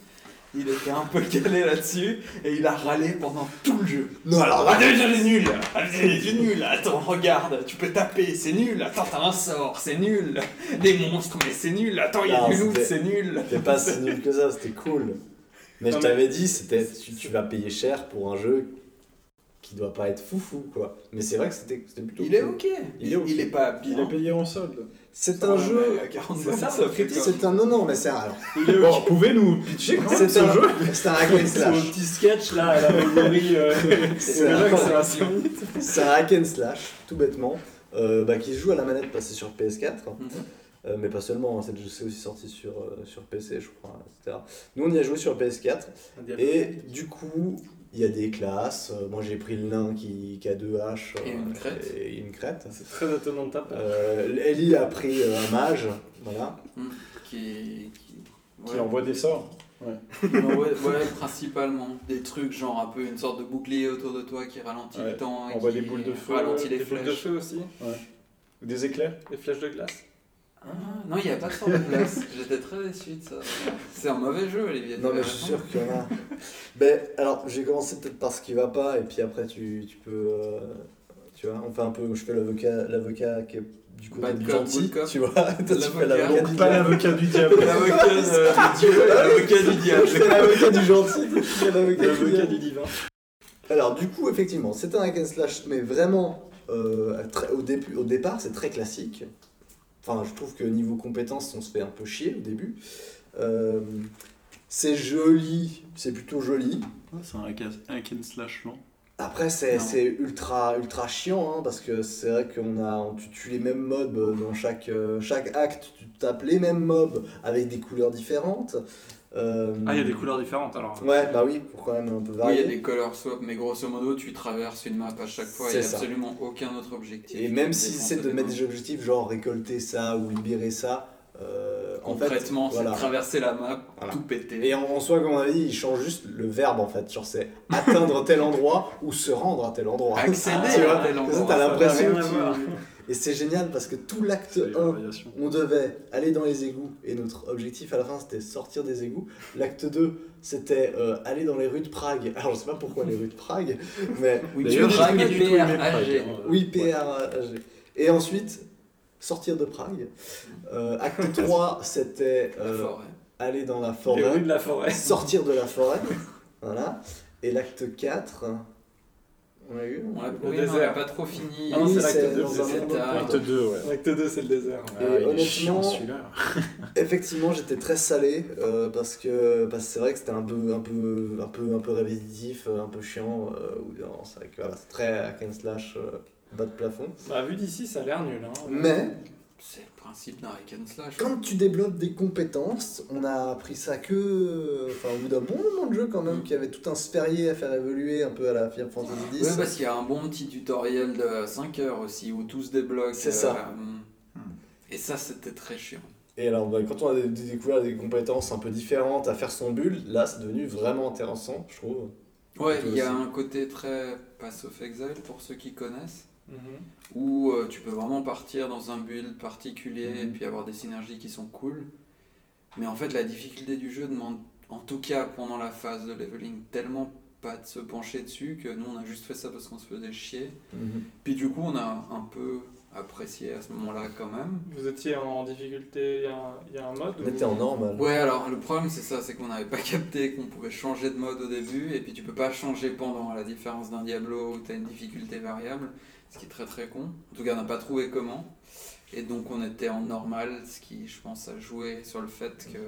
Speaker 5: il était un peu calé là-dessus, et il a râlé pendant tout le jeu.
Speaker 3: Non, alors
Speaker 5: Ah, déjà, c'est nul Ah, c'est c'est nul Attends, regarde, tu peux taper, c'est nul Attends, t'as un sort, c'est nul Des monstres, mais c'est nul Attends, il y a
Speaker 3: Non,
Speaker 5: du loot,
Speaker 3: c'était-
Speaker 5: c'est nul
Speaker 3: C'était pas si nul que ça, c'était cool. Mais je
Speaker 6: Non, mais-
Speaker 3: t'avais dit, c'était tu, tu vas payer cher pour un jeu qui doit pas être foufou, quoi. Mais c'est vrai que c'était c'était plutôt
Speaker 5: Il est
Speaker 3: cool.
Speaker 5: ok
Speaker 3: Il est ok.
Speaker 5: Il est pas
Speaker 4: Il est
Speaker 5: bien.
Speaker 4: payé en solde.
Speaker 3: C'est un jeu...
Speaker 6: C'est ça,
Speaker 3: C'est un... Non, non, mais c'est un... alors,
Speaker 4: Bon, pouvez-nous pitcher quand même
Speaker 3: C'est
Speaker 4: ce
Speaker 3: un
Speaker 4: jeu
Speaker 3: C'est un hack and
Speaker 6: Son
Speaker 3: slash.
Speaker 6: petit sketch là, à la Moguri, euh,
Speaker 3: C'est
Speaker 6: c'est
Speaker 3: un-
Speaker 6: vrai que c'est un sonic.
Speaker 3: C'est un hack and slash, tout bêtement, euh, bah, qui se joue à la manette parce que c'est sur PS4.
Speaker 5: Mhm.
Speaker 3: Euh, mais pas seulement, hein, c'est c'est aussi sorti sur, euh, sur PC, je crois, etc. Nous, on y a joué sur PS4. Et du coup, il y a des classes. Euh, Moi, j'ai pris le nain qui, qui a deux haches euh,
Speaker 5: Et une crête.
Speaker 3: et une crête.
Speaker 6: C'est très étonnant de ta part.
Speaker 3: Euh, Ellie a pris euh, un mage, voilà.
Speaker 5: Qui... qui-
Speaker 4: Qui
Speaker 5: Ouais.
Speaker 4: envoie des sorts.
Speaker 5: Non, ouais, ouais, principalement. Des trucs genre un peu une sorte de bouclier autour de toi qui ralentit
Speaker 4: Ouais,
Speaker 5: le temps. et
Speaker 4: on voit
Speaker 5: qui
Speaker 4: des boules de feu,
Speaker 5: Ralentit
Speaker 3: euh,
Speaker 5: les
Speaker 6: Euh, Des boules de
Speaker 5: flèches.
Speaker 6: feu aussi,
Speaker 4: Ou Des éclairs.
Speaker 6: des flèches de glace.
Speaker 5: Ah, non, il n'y a pas de sort de place. J'étais très déçu de ça. C'est un mauvais jeu, Olivier.
Speaker 3: Non, mais je suis sûr qu'il y en a. ben, alors, j'ai commencé peut-être par ce qui va pas, et puis après, tu, tu peux. euh, tu vois, on fait un peu. Je fais l'avocat l'avocat qui est du côté
Speaker 5: Bad
Speaker 3: du
Speaker 5: cop,
Speaker 3: gentil,
Speaker 5: good cop.
Speaker 3: tu vois. Toi, tu fais
Speaker 5: L'avocat.
Speaker 3: l'avocat
Speaker 5: Donc,
Speaker 3: du
Speaker 4: Pas
Speaker 3: diable.
Speaker 4: l'avocat du diable.
Speaker 5: L'avocat de- du dieu, l'avocat du
Speaker 3: Je fais
Speaker 5: diable.
Speaker 3: l'avocat du gentil, tu fais l'avocat du
Speaker 6: L'avocat
Speaker 3: diable.
Speaker 6: du divin.
Speaker 3: Alors du coup, effectivement, c'est un hack and slash, mais vraiment, euh, à très- au, début, au départ, c'est très classique. Enfin, je trouve que niveau compétences, on se fait un peu chier au début. Euh, c'est joli, c'est plutôt joli.
Speaker 4: Ah,
Speaker 7: c'est un hack and slash lent.
Speaker 3: Après, c'est
Speaker 5: Non.
Speaker 3: c'est ultra, ultra chiant, hein, parce que c'est vrai qu'on a, on, tu tues les mêmes mobs euh, dans chaque, euh, chaque acte, tu tapes les mêmes mobs avec des couleurs différentes. Euh,
Speaker 7: Ah, il y a des couleurs différentes alors.
Speaker 3: Ouais, bah oui, pour quand même un peu
Speaker 5: Oui, il y
Speaker 3: varier.
Speaker 5: a des color swaps, mais grosso modo, tu traverses une map à chaque fois. Il n'y
Speaker 3: C'est
Speaker 5: a
Speaker 3: ça.
Speaker 5: absolument aucun autre objectif.
Speaker 3: Et même si
Speaker 5: Défense
Speaker 3: c'est de mettre
Speaker 5: défense.
Speaker 3: des objectifs, genre récolter ça ou libérer ça, euh, en fait.
Speaker 5: Concrètement, c'est
Speaker 3: voilà.
Speaker 5: traverser la map,
Speaker 3: Voilà.
Speaker 5: tout péter.
Speaker 3: Et en, en soi, comme on a dit, il change juste le verbe en fait. Genre, c'est atteindre tel endroit ou se rendre à tel endroit.
Speaker 5: Accéder
Speaker 3: Tu
Speaker 5: à
Speaker 3: vois,
Speaker 5: tel
Speaker 3: comme ça,
Speaker 5: endroit.
Speaker 3: t'as
Speaker 6: ça
Speaker 3: l'impression
Speaker 6: n'a rien à
Speaker 3: que tu-
Speaker 6: voir.
Speaker 3: Et c'est génial parce que tout l'acte
Speaker 4: C'est les
Speaker 3: 1,
Speaker 4: variations.
Speaker 3: on devait aller dans les égouts et notre objectif à la fin c'était sortir des égouts. L'acte 2, c'était euh, aller dans les rues de Prague. Alors, je sais pas pourquoi les rues de Prague, mais
Speaker 5: Oui,
Speaker 4: D'ailleurs,
Speaker 5: tu
Speaker 4: j'ai
Speaker 5: n'as
Speaker 4: pas
Speaker 5: jamais
Speaker 4: du tout aimé
Speaker 5: PRAG.
Speaker 4: Prague, hein.
Speaker 3: Oui, PRAG. Et ensuite, sortir de Prague. Euh, acte 3, c'était
Speaker 5: La
Speaker 3: euh,
Speaker 5: forêt.
Speaker 3: aller dans la
Speaker 6: Les rues
Speaker 3: forêt,
Speaker 6: de la forêt.
Speaker 3: sortir de la forêt. voilà. Et l'acte 4, on l'a eu.
Speaker 5: On l'a-
Speaker 6: Le
Speaker 5: oui, non, on l'a
Speaker 6: désert.
Speaker 5: pas trop fini.
Speaker 6: Ah non,
Speaker 3: Oui,
Speaker 6: c'est l'acte
Speaker 3: c'est
Speaker 6: deux,
Speaker 3: dans
Speaker 6: c'est
Speaker 3: un
Speaker 6: cet
Speaker 3: monde
Speaker 5: art.
Speaker 3: ouvert.
Speaker 4: Acte 2, ouais.
Speaker 6: L'acte 2, c'est le désert.
Speaker 4: Ah, il est chiant,
Speaker 3: honnêtement,
Speaker 4: celui-là.
Speaker 3: Effectivement, j'étais très salé euh, parce que parce que c'est vrai que c'était un peu un peu un peu un peu répétitif, euh, un peu chiant. euh, ou- non, c'est vrai que voilà, c'est très hack and slash euh, bas de plafond.
Speaker 6: Bah, vu d'ici, ça a l'air nul. Hein.
Speaker 3: Mais
Speaker 5: C'est le principe d'un hack and slash.
Speaker 3: Quand tu développes des compétences, on a appris ça que. euh, Enfin, au bout d'un bon moment de jeu, quand
Speaker 5: Mm.
Speaker 3: même, qu'il y avait tout un sphérié à faire évoluer un peu à la Final Fantasy X.
Speaker 5: Ouais, parce qu'il y a un bon petit tutoriel de 5 heures aussi où tout se débloque.
Speaker 3: C'est ça.
Speaker 5: euh, Et ça, c'était très chiant.
Speaker 3: Et alors, bah, quand on a des- des découvertes des compétences un peu différentes à faire son bulle, là, c'est devenu vraiment intéressant, je trouve. Toi
Speaker 5: Ouais, il y a
Speaker 3: aussi.
Speaker 5: un côté très Pass of Exile pour ceux qui connaissent,
Speaker 7: Mm.
Speaker 6: Mhm.
Speaker 5: où euh, tu peux vraiment partir dans un build particulier et
Speaker 4: Mhm.
Speaker 5: puis avoir des synergies qui sont cool. Mais en fait, la difficulté du jeu demande, en tout cas pendant la phase de leveling, tellement pas de se pencher dessus que nous on a juste fait ça parce qu'on se faisait chier. Puis du coup, on a un peu apprécié à ce moment-là quand même.
Speaker 6: Vous étiez en difficulté, il y a un- il y, a un mode
Speaker 3: On
Speaker 6: où-
Speaker 3: était en normal.
Speaker 5: Ouais, alors le problème c'est ça, c'est qu'on n'avait pas capté qu'on pouvait changer de mode au début, et puis tu peux pas changer pendant, à la différence d'un Diablo où t'as une difficulté variable, ce qui est très très con. En tout cas, on n'a pas trouvé comment, et donc on était en normal, ce qui, je pense, a joué sur le fait que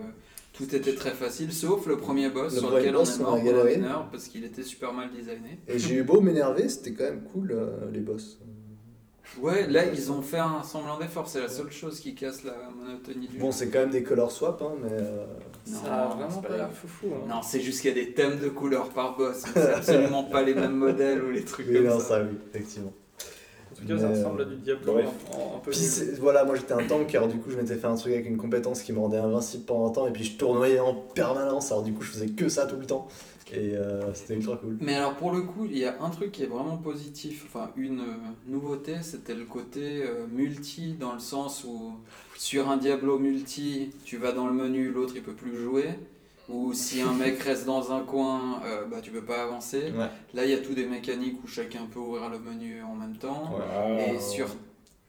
Speaker 5: tout était très facile, sauf le premier boss
Speaker 3: Le
Speaker 5: sur
Speaker 3: premier
Speaker 5: lequel
Speaker 3: boss,
Speaker 5: on
Speaker 3: on
Speaker 5: est
Speaker 3: a
Speaker 5: mort pendant
Speaker 3: galéré.
Speaker 5: une heure parce qu'il était super mal designé.
Speaker 3: Et j'ai eu beau m'énerver, c'était quand même cool, euh, les boss.
Speaker 5: Ouais, là ils ont fait un semblant d'effort, c'est la seule chose qui casse la monotonie du
Speaker 3: Bon,
Speaker 5: jeu.
Speaker 3: c'est quand même des color swap, hein, mais. euh,
Speaker 6: Ça a
Speaker 5: Non,
Speaker 6: vraiment
Speaker 5: c'est
Speaker 6: pas,
Speaker 5: pas
Speaker 6: l'air
Speaker 5: grave.
Speaker 6: foufou. hein.
Speaker 5: Non, c'est juste qu'il y a des thèmes de couleurs par boss. mais C'est absolument pas les mêmes modèles ou les trucs
Speaker 3: oui,
Speaker 5: comme
Speaker 3: non,
Speaker 5: ça.
Speaker 3: oui, effectivement.
Speaker 6: En tout cas, ça
Speaker 3: Mais,
Speaker 6: ressemble à
Speaker 3: euh,
Speaker 6: du Diablo hein,
Speaker 4: bref.
Speaker 6: en- en- un peu.
Speaker 3: Puis
Speaker 6: nul.
Speaker 3: c'est- voilà, moi j'étais un tank, alors du coup je m'étais fait un truc avec une compétence qui me rendait invincible pendant un temps, et puis je tournoyais en permanence, alors du coup je faisais que ça tout le temps, et euh, c'était ultra cool.
Speaker 5: Mais alors pour le coup, il y a un truc qui est vraiment positif, enfin une euh, nouveauté, c'était le côté euh, multi dans le sens où sur un Diablo multi, tu vas dans le menu, l'autre il peut plus jouer, ou si un mec reste dans un coin, euh, bah tu peux pas avancer.
Speaker 3: Ouais.
Speaker 5: Là, il y a tout des mécaniques où chacun peut ouvrir le menu en même temps et sur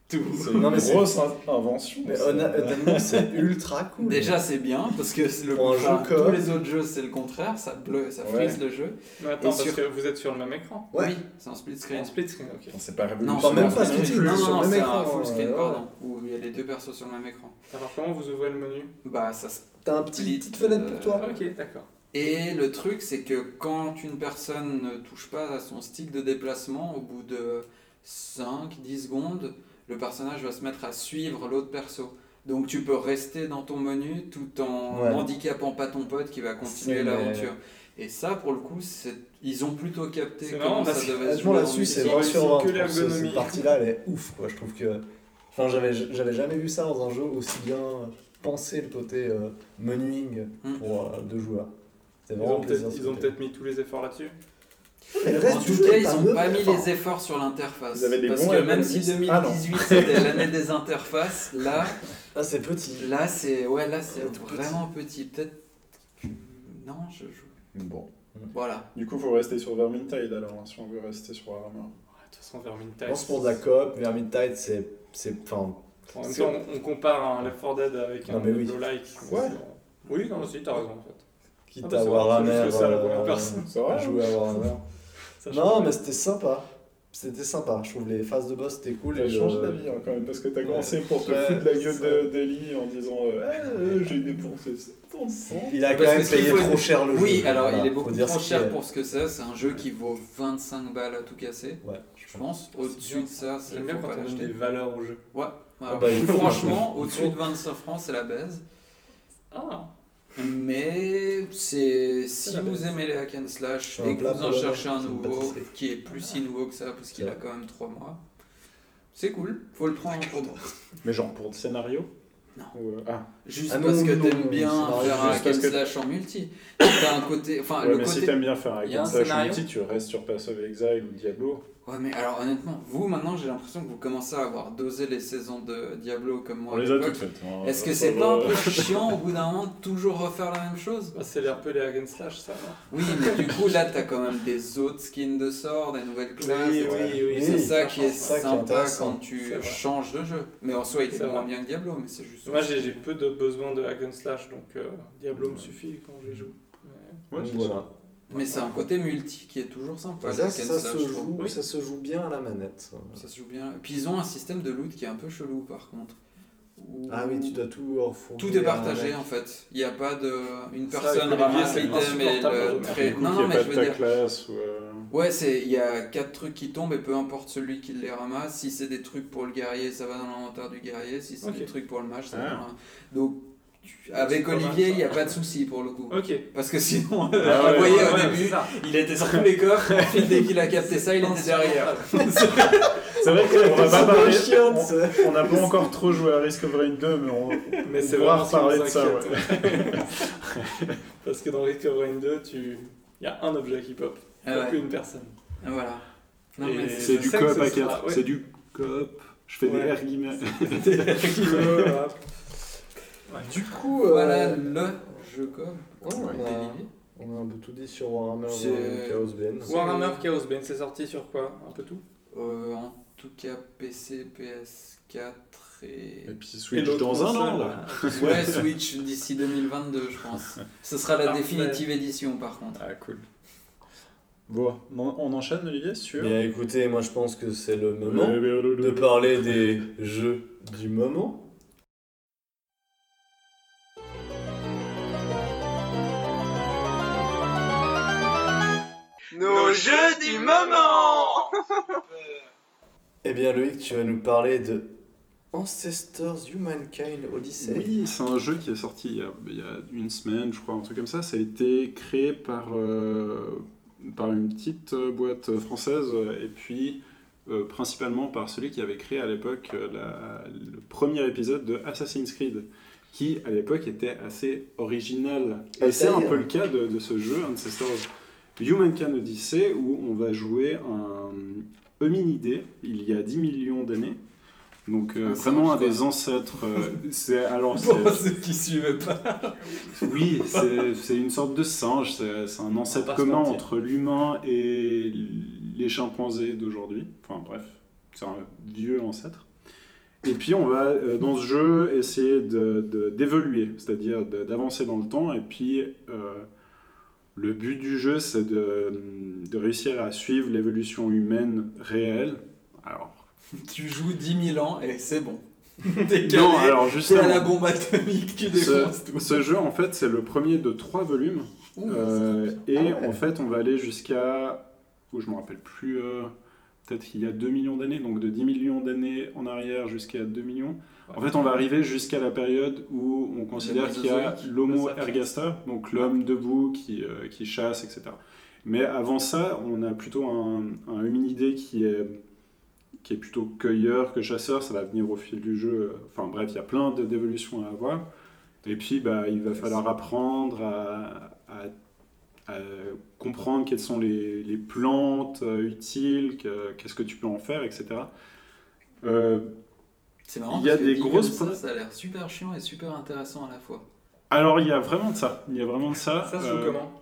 Speaker 5: tout.
Speaker 4: ah, C'est
Speaker 3: Non,
Speaker 4: une
Speaker 3: mais c'est-
Speaker 4: grosse in- invention.
Speaker 3: Mais
Speaker 4: ça.
Speaker 3: honna- honnêtement, c'est ultra cool.
Speaker 5: Déjà c'est bien parce que c'est le
Speaker 3: Pour un
Speaker 5: enfin,
Speaker 3: jeu coop.
Speaker 5: tous les autres jeux c'est le contraire, ça bleu, ça
Speaker 4: Ouais.
Speaker 5: frise le jeu.
Speaker 6: Mais attends,
Speaker 5: et
Speaker 6: parce
Speaker 5: sur-
Speaker 6: que vous êtes sur le même écran.
Speaker 3: Ouais.
Speaker 5: Oui, c'est un split screen.
Speaker 6: En split screen, ok.
Speaker 4: Enfin, C'est pas
Speaker 5: Non,
Speaker 3: Enfin,
Speaker 5: c'est
Speaker 3: même
Speaker 4: révolutionnaire.
Speaker 5: un
Speaker 3: pas
Speaker 5: split
Speaker 3: split
Speaker 5: screen.
Speaker 3: screen,
Speaker 5: Non,
Speaker 3: sur
Speaker 5: non,
Speaker 3: le même
Speaker 5: non, c'est un
Speaker 3: écran, Ah,
Speaker 5: full screen,
Speaker 3: ouais, ouais.
Speaker 5: pardon, où il y a les deux persos sur le même écran.
Speaker 6: Alors comment vous ouvrez le menu
Speaker 5: Bah ça se-
Speaker 3: T'as un petit,
Speaker 5: Split,
Speaker 3: petite fenêtre pour toi.
Speaker 5: euh,
Speaker 6: Ah, Ok, d'accord.
Speaker 5: Et le truc c'est que quand une personne ne touche pas à son stick de déplacement, au bout de 5-10 secondes, le personnage va se mettre à suivre l'autre perso. Donc tu peux rester dans ton menu tout en
Speaker 3: Ouais.
Speaker 5: handicapant pas ton pote qui va continuer
Speaker 3: C'est-
Speaker 5: l'aventure. Et ça pour le coup, c'est- ils ont plutôt capté
Speaker 6: C'est
Speaker 5: comment
Speaker 6: marrant,
Speaker 5: ça
Speaker 6: parce que
Speaker 5: devait se
Speaker 3: Honnêtement,
Speaker 5: jouer. en
Speaker 3: là-dessus, c'est
Speaker 5: multi.
Speaker 3: 20 sur 20.
Speaker 6: que
Speaker 3: je trouve, ce-
Speaker 6: l'ergonomie.
Speaker 3: Cette partie-là, elle est ouf, quoi. Je trouve que. Enfin, j'avais j'avais jamais vu ça dans un jeu aussi bien pensé le côté euh, menuing
Speaker 5: Hmm.
Speaker 3: pour euh, deux joueurs. C'est
Speaker 6: Ils
Speaker 3: vraiment
Speaker 6: ont
Speaker 3: plaisir.
Speaker 6: peut-être
Speaker 3: ce
Speaker 6: ils ont
Speaker 3: côté.
Speaker 6: peut-être mis tous les efforts là-dessus.
Speaker 3: Mais le
Speaker 5: En
Speaker 3: reste du
Speaker 5: tout
Speaker 3: jeu
Speaker 5: cas,
Speaker 3: est
Speaker 5: ils
Speaker 3: pas
Speaker 5: n'ont
Speaker 3: neuf,
Speaker 5: pas mis
Speaker 3: enfin,
Speaker 5: les efforts sur l'interface.
Speaker 4: Vous avez des
Speaker 5: Parce
Speaker 4: bons
Speaker 5: que même si
Speaker 4: ergonomistes. Ah, non.
Speaker 5: 2018 c'était l'année des interfaces, là,
Speaker 3: Là, ah, c'est petit.
Speaker 5: là c'est ouais, là c'est
Speaker 3: C'est tout petit.
Speaker 5: vraiment petit. Peut-être. Non, je joue.
Speaker 4: Bon.
Speaker 5: Voilà.
Speaker 4: Du coup, faut rester sur Vermintide alors, hein, si on veut rester sur Warhammer.
Speaker 6: Ouais, De toute façon, Vermintide.
Speaker 3: Je pense pour de la coop, Vermintide, c'est. c'est- Enfin,
Speaker 6: En même temps, on, on compare un Left 4 Dead avec
Speaker 3: Non,
Speaker 6: un
Speaker 3: mais oui.
Speaker 6: Diablo like.
Speaker 4: Ouais.
Speaker 6: Oui, non, mais si, t'as raison en fait. Ah,
Speaker 3: quitte
Speaker 6: bah,
Speaker 3: à
Speaker 6: c'est
Speaker 3: Warhammer.
Speaker 6: vrai, c'est juste ça, la
Speaker 3: euh,
Speaker 6: première personne.
Speaker 4: C'est vrai
Speaker 3: Jouer à Warhammer.
Speaker 6: Ça
Speaker 3: Non,
Speaker 6: change.
Speaker 3: mais c'était sympa. C'était sympa. Je trouve les phases de boss, c'était cool.
Speaker 4: T'as
Speaker 3: et le-
Speaker 4: changé d'avis hein, quand même, parce que t'as
Speaker 3: Ouais.
Speaker 4: commencé pour te
Speaker 3: Ouais,
Speaker 4: foutre la
Speaker 3: c'est ça.
Speaker 4: gueule de- d'Eli en disant euh, Ah, euh, j'ai dépensé 700.
Speaker 3: Il a
Speaker 5: Parce
Speaker 3: quand
Speaker 5: que
Speaker 3: même
Speaker 5: ce qu'il
Speaker 3: payé
Speaker 5: faut-
Speaker 3: trop cher le jeu.
Speaker 5: Oui, alors
Speaker 3: Voilà,
Speaker 5: il est
Speaker 3: faut
Speaker 5: beaucoup
Speaker 3: dire
Speaker 5: trop
Speaker 3: ce
Speaker 5: cher
Speaker 3: qu'il est.
Speaker 5: pour ce que c'est. C'est un jeu qui vaut 25 balles à tout casser.
Speaker 3: Ouais.
Speaker 5: Je pense au-dessus de ça, c'est
Speaker 6: J'aime Ah, bien
Speaker 5: faut
Speaker 6: quand
Speaker 5: pas
Speaker 6: on donne des
Speaker 5: l'acheter.
Speaker 6: valeurs au jeu.
Speaker 5: Ouais. Alors,
Speaker 3: bah, il faut.
Speaker 5: franchement, au-dessus de 25 francs, c'est la baise.
Speaker 6: Ah
Speaker 5: Mais c'est
Speaker 6: C'est
Speaker 5: si
Speaker 6: la
Speaker 5: vous
Speaker 6: base.
Speaker 5: aimez les hack and slash
Speaker 3: Un
Speaker 5: et que
Speaker 3: plat
Speaker 5: vous en
Speaker 3: polonais,
Speaker 5: cherchez un
Speaker 3: c'est une
Speaker 5: nouveau
Speaker 3: pâtisserie.
Speaker 5: qui est plus si nouveau que ça parce qu'il
Speaker 3: C'est
Speaker 5: a quand même 3 mois, c'est cool, faut le prendre en promo.
Speaker 4: Mais genre pour le scénario
Speaker 5: Non.
Speaker 4: Ou, euh, ah,
Speaker 5: Juste
Speaker 3: Ah non,
Speaker 5: parce que
Speaker 3: non,
Speaker 5: t'aimes
Speaker 3: non,
Speaker 5: bien
Speaker 3: c'est pas
Speaker 5: faire un
Speaker 4: juste
Speaker 5: hack and
Speaker 4: parce que-
Speaker 5: slash en multi. T'as un côté. Enfin,
Speaker 4: ouais,
Speaker 5: le
Speaker 4: mais si
Speaker 5: côté.
Speaker 4: t'aimes bien faire
Speaker 5: Il y a un
Speaker 4: avec ça, je
Speaker 5: scénario
Speaker 4: me dis, tu restes sur Pass of Exile ou Diablo.
Speaker 5: Ouais, mais alors honnêtement, vous maintenant j'ai l'impression que vous commencez à avoir dosé les saisons de Diablo comme moi.
Speaker 4: On
Speaker 5: à
Speaker 4: les a
Speaker 5: l'époque.
Speaker 4: toutes faites. hein.
Speaker 5: Est-ce que
Speaker 4: Ça
Speaker 5: c'est
Speaker 4: va.
Speaker 5: pas un peu chiant au bout d'un moment de toujours refaire la même chose
Speaker 6: Bah, C'est un peu les hack and slash, ça. non
Speaker 5: Oui, mais du coup, là, t'as quand même des autres skins de sorts, des nouvelles classes.
Speaker 6: Oui,
Speaker 5: etc.
Speaker 6: oui, oui.
Speaker 5: Et c'est
Speaker 3: Oui,
Speaker 5: ça qui est
Speaker 3: ça qui est
Speaker 5: sympa
Speaker 3: intéressant.
Speaker 5: quand
Speaker 6: C'est
Speaker 5: tu
Speaker 6: vrai.
Speaker 5: changes de jeu. Mais en soi, il
Speaker 6: C'est
Speaker 5: est moins
Speaker 6: vrai.
Speaker 5: bien que Diablo, mais c'est juste.
Speaker 6: Moi, j'ai j'ai peu de besoin de hack and slash, donc euh, Diablo me suffit quand je les joue. Mais-
Speaker 4: Ouais,
Speaker 3: Donc,
Speaker 4: c'est
Speaker 3: voilà.
Speaker 4: ça.
Speaker 5: Mais c'est un côté multi qui est toujours sympa.
Speaker 3: Et ça,
Speaker 5: le
Speaker 3: ça,
Speaker 5: Hack and
Speaker 3: se
Speaker 5: Slash, je trouve.
Speaker 3: joue,
Speaker 6: Oui.
Speaker 3: ça se joue bien à la manette.
Speaker 5: Ça se joue bien. Puis ils ont un système de loot qui est un peu chelou, par contre. Où
Speaker 3: Ah oui, tu dois tout hein. refourguer
Speaker 5: Tout est
Speaker 3: à la
Speaker 5: partagé
Speaker 3: manette.
Speaker 5: en fait. Il n'y a pas de. Une
Speaker 6: Ça,
Speaker 5: personne
Speaker 6: avec Olivier,
Speaker 5: ramasse
Speaker 6: c'est
Speaker 5: l'item et
Speaker 6: insupportable,
Speaker 5: le
Speaker 6: je
Speaker 4: Du
Speaker 5: trade.
Speaker 4: coup,
Speaker 5: Non,
Speaker 4: qu'il y
Speaker 5: non,
Speaker 4: ait
Speaker 5: mais
Speaker 4: pas
Speaker 5: je
Speaker 4: de
Speaker 5: veux
Speaker 4: ta
Speaker 5: dire.
Speaker 4: classe ou. euh,
Speaker 5: Ouais, c'est il y a quatre trucs qui tombent et peu importe celui qui les ramasse. Si c'est des trucs pour le guerrier, ça va dans l'inventaire du guerrier. Si c'est des
Speaker 6: Ok.
Speaker 5: trucs pour le mage, ça va.
Speaker 4: Ah.
Speaker 5: dans l'in- Donc tu- avec
Speaker 6: pas mal,
Speaker 5: Olivier,
Speaker 6: ça.
Speaker 5: il n'y a pas de souci pour le coup.
Speaker 6: Ok.
Speaker 5: Parce que sinon,
Speaker 6: Ah
Speaker 5: je
Speaker 6: ouais,
Speaker 5: le voyais
Speaker 6: ouais,
Speaker 5: au
Speaker 6: ouais,
Speaker 5: début,
Speaker 6: c'est ça.
Speaker 5: il était sur tous les coffres. puis dès qu'il a capté ça, il était derrière.
Speaker 4: C'est vrai qu'on va pas
Speaker 3: C'est
Speaker 4: parler.
Speaker 3: chiant,
Speaker 4: on-
Speaker 3: ça.
Speaker 4: On n'a pas encore trop joué à Risk of Rain 2, mais on,
Speaker 6: Mais c'est
Speaker 4: on pourra
Speaker 6: vraiment ce qui
Speaker 4: reparler
Speaker 6: nous
Speaker 4: de ça.
Speaker 6: inquiète.
Speaker 4: ouais.
Speaker 6: Parce que dans Risk of Rain 2, tu... il y a un objet qui pop,
Speaker 5: Ah ouais. Ah,
Speaker 6: plus une personne.
Speaker 5: Voilà. Non,
Speaker 6: Et
Speaker 5: mais
Speaker 6: c'est
Speaker 5: c'est
Speaker 6: du coop à quatre. C'est
Speaker 4: du coop. Je fais
Speaker 6: des Ouais.
Speaker 4: R guillemets.
Speaker 6: Voilà.
Speaker 3: Du coup, euh,
Speaker 5: Voilà le jeu comme
Speaker 3: ouais, on, a, on a un peu tout dit sur Warhammer
Speaker 5: C'est-
Speaker 3: euh, Chaos Bane.
Speaker 6: Warhammer Chaos Bane, c'est sorti sur quoi Un peu tout
Speaker 5: Euh, en tout cas, PC, PS4 et.
Speaker 4: Et puis
Speaker 6: Et
Speaker 4: Switch
Speaker 6: l'autre
Speaker 4: dans un an,
Speaker 6: console,
Speaker 4: là.
Speaker 5: Ouais, Switch d'ici 2022, je pense. Ce sera la
Speaker 6: Parfait.
Speaker 5: définitive édition, par contre.
Speaker 4: Ah, cool. Bon, on on enchaîne, Olivier, sur. Euh,
Speaker 3: Bien écoutez, moi je pense que c'est le moment de
Speaker 4: De
Speaker 3: parler des jeux du moment.
Speaker 10: Nos jeux du moment
Speaker 3: Eh bien Loïc, tu vas nous parler de Ancestors Humankind Odyssey.
Speaker 4: Oui, c'est un jeu qui est sorti il y, a, il y a une semaine, je crois, un truc comme ça. Ça a été créé par, euh, par une petite euh, boîte française euh, et puis euh, principalement par celui qui avait créé à l'époque euh, la- le premier épisode de Assassin's Creed, qui à l'époque était assez original. Et
Speaker 3: Ah,
Speaker 4: c'est un
Speaker 3: d'ailleurs.
Speaker 4: peu le cas de, de ce jeu, Ancestors Humankind Odyssey, où on va jouer un hominidé il y a 10 millions d'années. Donc euh,
Speaker 5: Un
Speaker 4: vraiment un
Speaker 5: singe, quoi.
Speaker 4: des ancêtres. euh, c'est alors c'est-
Speaker 5: Pour ceux qui suivaient pas.
Speaker 4: oui, c'est c'est une sorte de singe, c'est c'est un
Speaker 6: On va
Speaker 4: ancêtre
Speaker 6: pas se
Speaker 4: commun
Speaker 6: mentir.
Speaker 4: entre l'humain et les chimpanzés d'aujourd'hui. Enfin bref, c'est un vieux ancêtre. Et puis on va euh, dans ce jeu essayer de- de- d'évoluer, c'est-à-dire de- d'avancer dans le temps. Et puis euh, le but du jeu, c'est de, de réussir à suivre l'évolution humaine réelle. Alors,
Speaker 5: Tu joues 10 000 ans et c'est bon. T'es calé,
Speaker 4: non, alors
Speaker 5: t'es à la
Speaker 4: justement,
Speaker 5: bombe atomique, tu défonces
Speaker 4: ce,
Speaker 5: tout.
Speaker 4: ce jeu en fait c'est le premier de trois volumes.
Speaker 5: Ouh,
Speaker 4: Euh, et
Speaker 3: Ah ouais.
Speaker 4: en fait, on va aller jusqu'à, où je me rappelle plus, euh, peut-être il y a 2 millions d'années, donc de 10 millions d'années en arrière jusqu'à 2 millions. En fait, on va arriver jusqu'à la période où on considère qu'il y a
Speaker 5: Mésozoïque,
Speaker 4: l'homo
Speaker 5: le sapiens.
Speaker 4: ergaster, donc l'homme debout qui, euh, qui chasse, etc. Mais avant ça, on a plutôt un, un hominidé qui est qui est plutôt cueilleur que chasseur, ça va venir au fil du jeu. euh, Enfin bref, il y a plein de- d'évolutions à avoir. Et puis, bah, il va falloir apprendre à, à- à comprendre quelles sont les, les plantes euh, utiles, que- qu'est-ce que tu peux en faire, etc. Euh,
Speaker 5: C'est marrant.
Speaker 4: il y a
Speaker 5: parce que
Speaker 4: des
Speaker 5: dit comme
Speaker 4: grosses
Speaker 5: ça,
Speaker 4: pro-
Speaker 5: ça a l'air super chiant et super intéressant à la fois.
Speaker 4: alors, il y a vraiment de ça. Il y a vraiment de ça.
Speaker 6: Ça se
Speaker 4: Euh,
Speaker 6: joue comment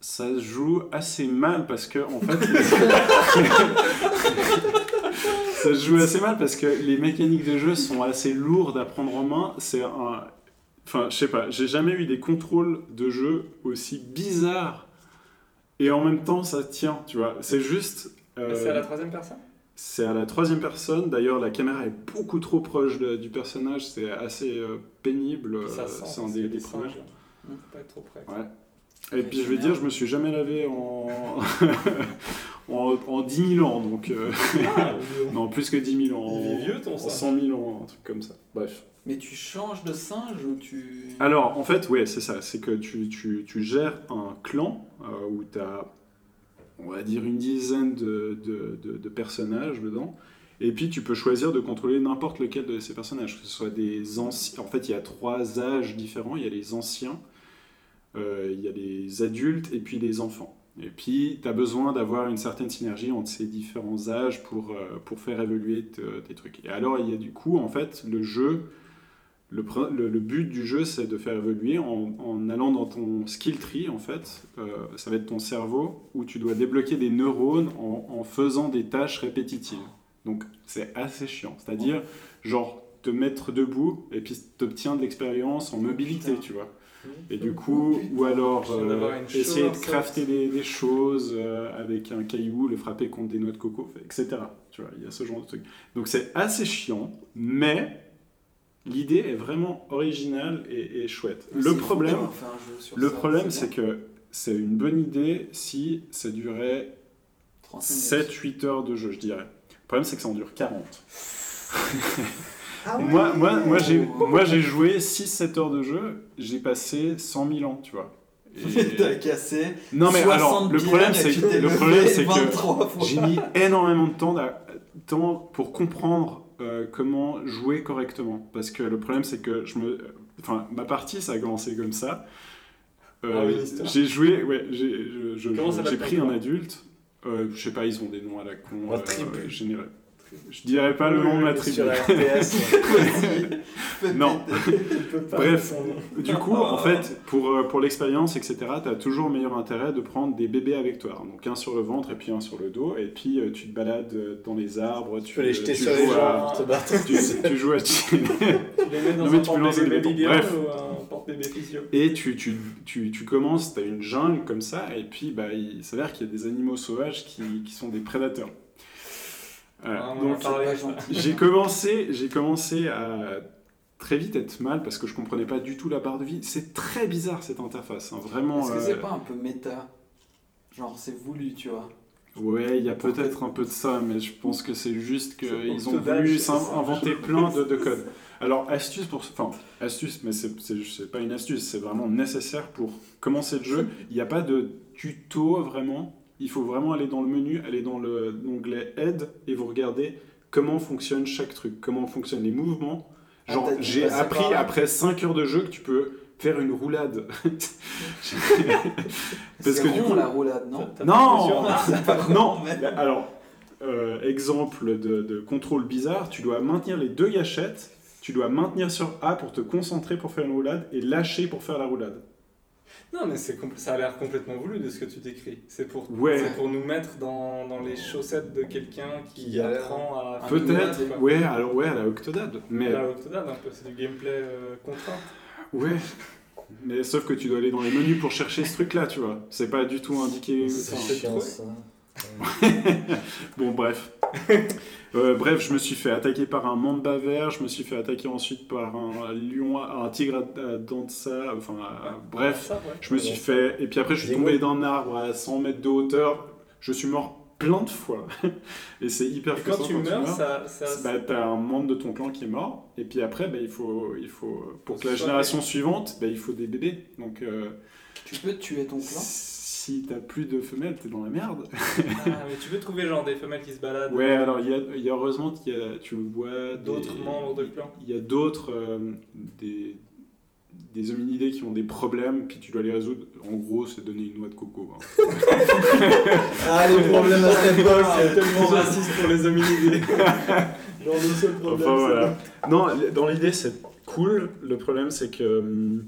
Speaker 4: Ça se joue assez mal parce que, en fait. ça se joue assez mal parce que les mécaniques de jeu sont assez lourdes à prendre en main. C'est un. Enfin, je sais pas, j'ai jamais eu des contrôles de jeu aussi bizarres. Et en même temps, ça tient, tu vois. C'est juste. euh,
Speaker 6: C'est à la troisième personne
Speaker 4: c'est à la troisième personne. D'ailleurs, la caméra est beaucoup trop proche de- du personnage. C'est assez euh, pénible. euh,
Speaker 6: Ça sent,
Speaker 4: C'est un
Speaker 6: parce
Speaker 4: des,
Speaker 6: qu'il y a
Speaker 4: des
Speaker 6: singes,
Speaker 4: premiers.
Speaker 6: hein. Faut pas être trop près.
Speaker 4: Et puis je veux dire, je me suis jamais lavé en, en, en 10 000 ans, donc. euh,
Speaker 6: Ah,
Speaker 4: non, plus que 10 000 ans.
Speaker 6: il est vieux ton
Speaker 4: En
Speaker 6: ça
Speaker 4: 100 000 ans, un truc comme ça. Bref.
Speaker 5: Mais tu changes de singe ou tu.
Speaker 4: Alors, en fait, ouais, c'est ça. C'est que tu, tu, tu gères un clan euh, où tu as, on va dire, une dizaine de, de, de- de personnages dedans. Et puis, tu peux choisir de contrôler n'importe lequel de ces personnages, que ce soit des anciens. En fait, il y a trois âges différents. Il y a les anciens, euh, il y a les adultes et puis les enfants. Et puis, tu as besoin d'avoir une certaine synergie entre ces différents âges pour, euh, pour faire évoluer te- tes trucs. Et alors, il y a du coup, en fait, le jeu, le, pr- le- le but du jeu, c'est de faire évoluer en, en allant dans ton skill tree, en fait. euh, ça va être ton cerveau où tu dois débloquer des neurones en, en faisant des tâches répétitives. Donc, c'est assez chiant. C'est-à-dire, genre, te mettre debout et puis t'obtiens de l'expérience en mobilité,
Speaker 5: putain.
Speaker 4: tu vois. Et du coup, ou alors
Speaker 6: Je viens
Speaker 4: euh,
Speaker 6: d'avoir une
Speaker 4: essayer de
Speaker 6: chose,
Speaker 4: crafter des, des choses euh, avec un caillou, le frapper contre des noix de coco, fait, etc. Tu vois, il y a ce genre de truc. Donc c'est assez chiant, mais l'idée est vraiment originale et, et chouette.
Speaker 5: C'est
Speaker 4: Le
Speaker 5: fou
Speaker 4: problème,
Speaker 5: d'avoir fait un jeu Ah, sur
Speaker 4: le
Speaker 5: ça,
Speaker 4: problème,
Speaker 5: c'est
Speaker 4: c'est que c'est une bonne idée si ça durait
Speaker 5: 30 minutes.
Speaker 4: 7-8 heures de jeu, je dirais. Le problème, c'est que ça en dure 40.
Speaker 3: Ah
Speaker 4: Moi, moi, moi, j'ai, moi, j'ai joué 6-7 heures de jeu, j'ai passé 100 000 ans, tu vois. Et-
Speaker 5: T'as cassé.
Speaker 4: non, mais
Speaker 5: 60
Speaker 4: alors, le
Speaker 5: pieds
Speaker 4: problème,
Speaker 5: et
Speaker 4: c'est
Speaker 5: tu
Speaker 4: que,
Speaker 5: t'es
Speaker 4: le
Speaker 5: levé
Speaker 4: problème, c'est que
Speaker 5: 23 fois.
Speaker 4: j'ai mis énormément de temps, d'a- temps pour comprendre euh, comment jouer correctement. Parce que le problème, c'est que je me. Enfin, ma partie, ça a commencé comme ça. Euh,
Speaker 6: Ah oui, l'histoire.
Speaker 4: j'ai joué, ouais, j'ai, je- je-
Speaker 6: Comment ça
Speaker 4: j'ai
Speaker 6: s'appelle,
Speaker 4: pris un
Speaker 6: toi
Speaker 4: adulte. Euh, je sais pas, ils ont des noms à la con.
Speaker 7: Un
Speaker 4: euh,
Speaker 7: tribu.
Speaker 4: généreux. Je dirais pas le nom de la tribu.
Speaker 3: Sur la RTS,
Speaker 5: Fais
Speaker 4: Non.
Speaker 5: péter.
Speaker 3: tu peux pas.
Speaker 4: Bref, du coup, en fait, pour, euh, pour l'expérience, etc., tu as toujours meilleur intérêt de prendre des bébés avec toi. Donc un sur le ventre et puis un sur le dos. Et puis euh, tu te balades euh, dans les arbres. Tu
Speaker 3: Tu peux les jeter
Speaker 4: tu
Speaker 3: sur les
Speaker 4: joues
Speaker 3: gens
Speaker 4: à-
Speaker 3: pour te battre.
Speaker 4: tu, tu joues à
Speaker 6: Tu les mets dans
Speaker 4: Non, mais
Speaker 6: un
Speaker 4: tu peux lancer
Speaker 6: porte-bébé
Speaker 4: des
Speaker 6: biberon
Speaker 4: bâtons.
Speaker 6: ou un porte-bébé physio
Speaker 4: Et tu, tu, tu, tu commences, tu as une jungle comme ça, et puis bah, il s'avère qu'il y a des animaux sauvages qui, qui sont des prédateurs. Voilà.
Speaker 6: Ah, on en
Speaker 4: donc,
Speaker 6: a parlé.
Speaker 5: Pas gentil.
Speaker 4: J'ai commencé, j'ai commencé à très vite être mal parce que je comprenais pas du tout la barre de vie. C'est très bizarre cette interface, hein, vraiment.
Speaker 5: Est-ce que c'est
Speaker 4: euh,
Speaker 5: pas un peu méta Genre, c'est voulu, tu vois.
Speaker 4: Ouais, il y a peut-être un peu de ça, mais je pense que c'est juste
Speaker 6: C'est
Speaker 4: qu'ils
Speaker 6: pour
Speaker 4: ont
Speaker 6: te
Speaker 4: voulu
Speaker 6: lâcher,
Speaker 4: s'in-
Speaker 6: ça.
Speaker 4: inventer plein de, de codes. Alors astuce pour, enfin astuce, mais c'est c'est- c'est pas une astuce, c'est vraiment nécessaire pour commencer le jeu. Il n'y a pas de tuto vraiment. Il faut vraiment aller dans le menu, aller dans le- l'onglet aide et vous regardez comment fonctionne chaque truc, comment fonctionnent les mouvements.
Speaker 5: Ah,
Speaker 4: Genre
Speaker 5: t'as dû
Speaker 4: j'ai
Speaker 5: passer
Speaker 4: appris
Speaker 5: par là.
Speaker 4: après 5 heures de jeu que tu peux faire une roulade. Parce
Speaker 5: C'est
Speaker 4: que du
Speaker 5: rond,
Speaker 4: coup-
Speaker 5: la roulade, non
Speaker 4: Non, non.
Speaker 5: mais-
Speaker 4: Alors, euh, exemple de, de contrôle bizarre, tu dois maintenir les deux gâchettes, tu dois maintenir sur A pour te concentrer pour faire une roulade et lâcher pour faire la roulade.
Speaker 6: Non, mais c'est compl- ça a l'air complètement voulu de ce que tu décris. C'est pour,
Speaker 4: Ouais.
Speaker 6: c'est pour nous mettre dans, dans les chaussettes de quelqu'un qui
Speaker 3: Qui a l'air-
Speaker 6: apprend à.
Speaker 5: Un
Speaker 4: Peut-être,
Speaker 5: Octodad,
Speaker 4: ouais, alors ouais, à la Octodad, mais
Speaker 6: La Octodad, un peu, c'est du gameplay euh, contraint.
Speaker 4: ouais. Mais sauf que tu dois aller dans les menus pour chercher ce truc-là, tu vois. C'est pas du tout indiqué.
Speaker 3: C'est
Speaker 4: enfin,
Speaker 3: chiant ça.
Speaker 4: Bon, bref. Euh, bref, je me suis fait attaquer par un mamba vert, je me suis fait attaquer ensuite par un lion, à- un tigre à- à dents de ça, enfin, à- bref.
Speaker 6: Ça, ouais.
Speaker 4: Je me suis fait. Et puis après, je suis
Speaker 3: Des
Speaker 4: tombé d'un arbre à 100 mètres de hauteur. Je suis mort plein de fois. Et c'est hyper
Speaker 6: Et quand
Speaker 4: frustrant
Speaker 6: tu meurs, ça. ça-
Speaker 4: Bah, t'as un membre de ton clan qui est mort, et puis après, bah, il faut, il faut, pour que la
Speaker 6: Soit-
Speaker 4: génération suivante, bah, il faut des bébés. Donc, euh,
Speaker 5: Tu peux tuer ton clan
Speaker 4: si t'as plus de femelles, t'es dans la merde.
Speaker 6: Ah, mais tu peux trouver genre des femelles qui se baladent. euh,
Speaker 4: Ouais, alors, il y a, il y a heureusement qu'il y a, tu le vois, des-
Speaker 6: D'autres membres de clan.
Speaker 4: Il y a d'autres, euh, des, des hominidés qui ont des problèmes, puis tu dois les résoudre. En gros, c'est donner une noix de coco. hein.
Speaker 3: Ah, les problèmes à cette époque, c'est tellement raciste.
Speaker 6: pour les hominidés.
Speaker 3: Genre, le seul problème,
Speaker 4: Enfin,
Speaker 3: c'est-
Speaker 4: voilà. Non, l- dans l'idée, c'est cool. Le problème, c'est que hum,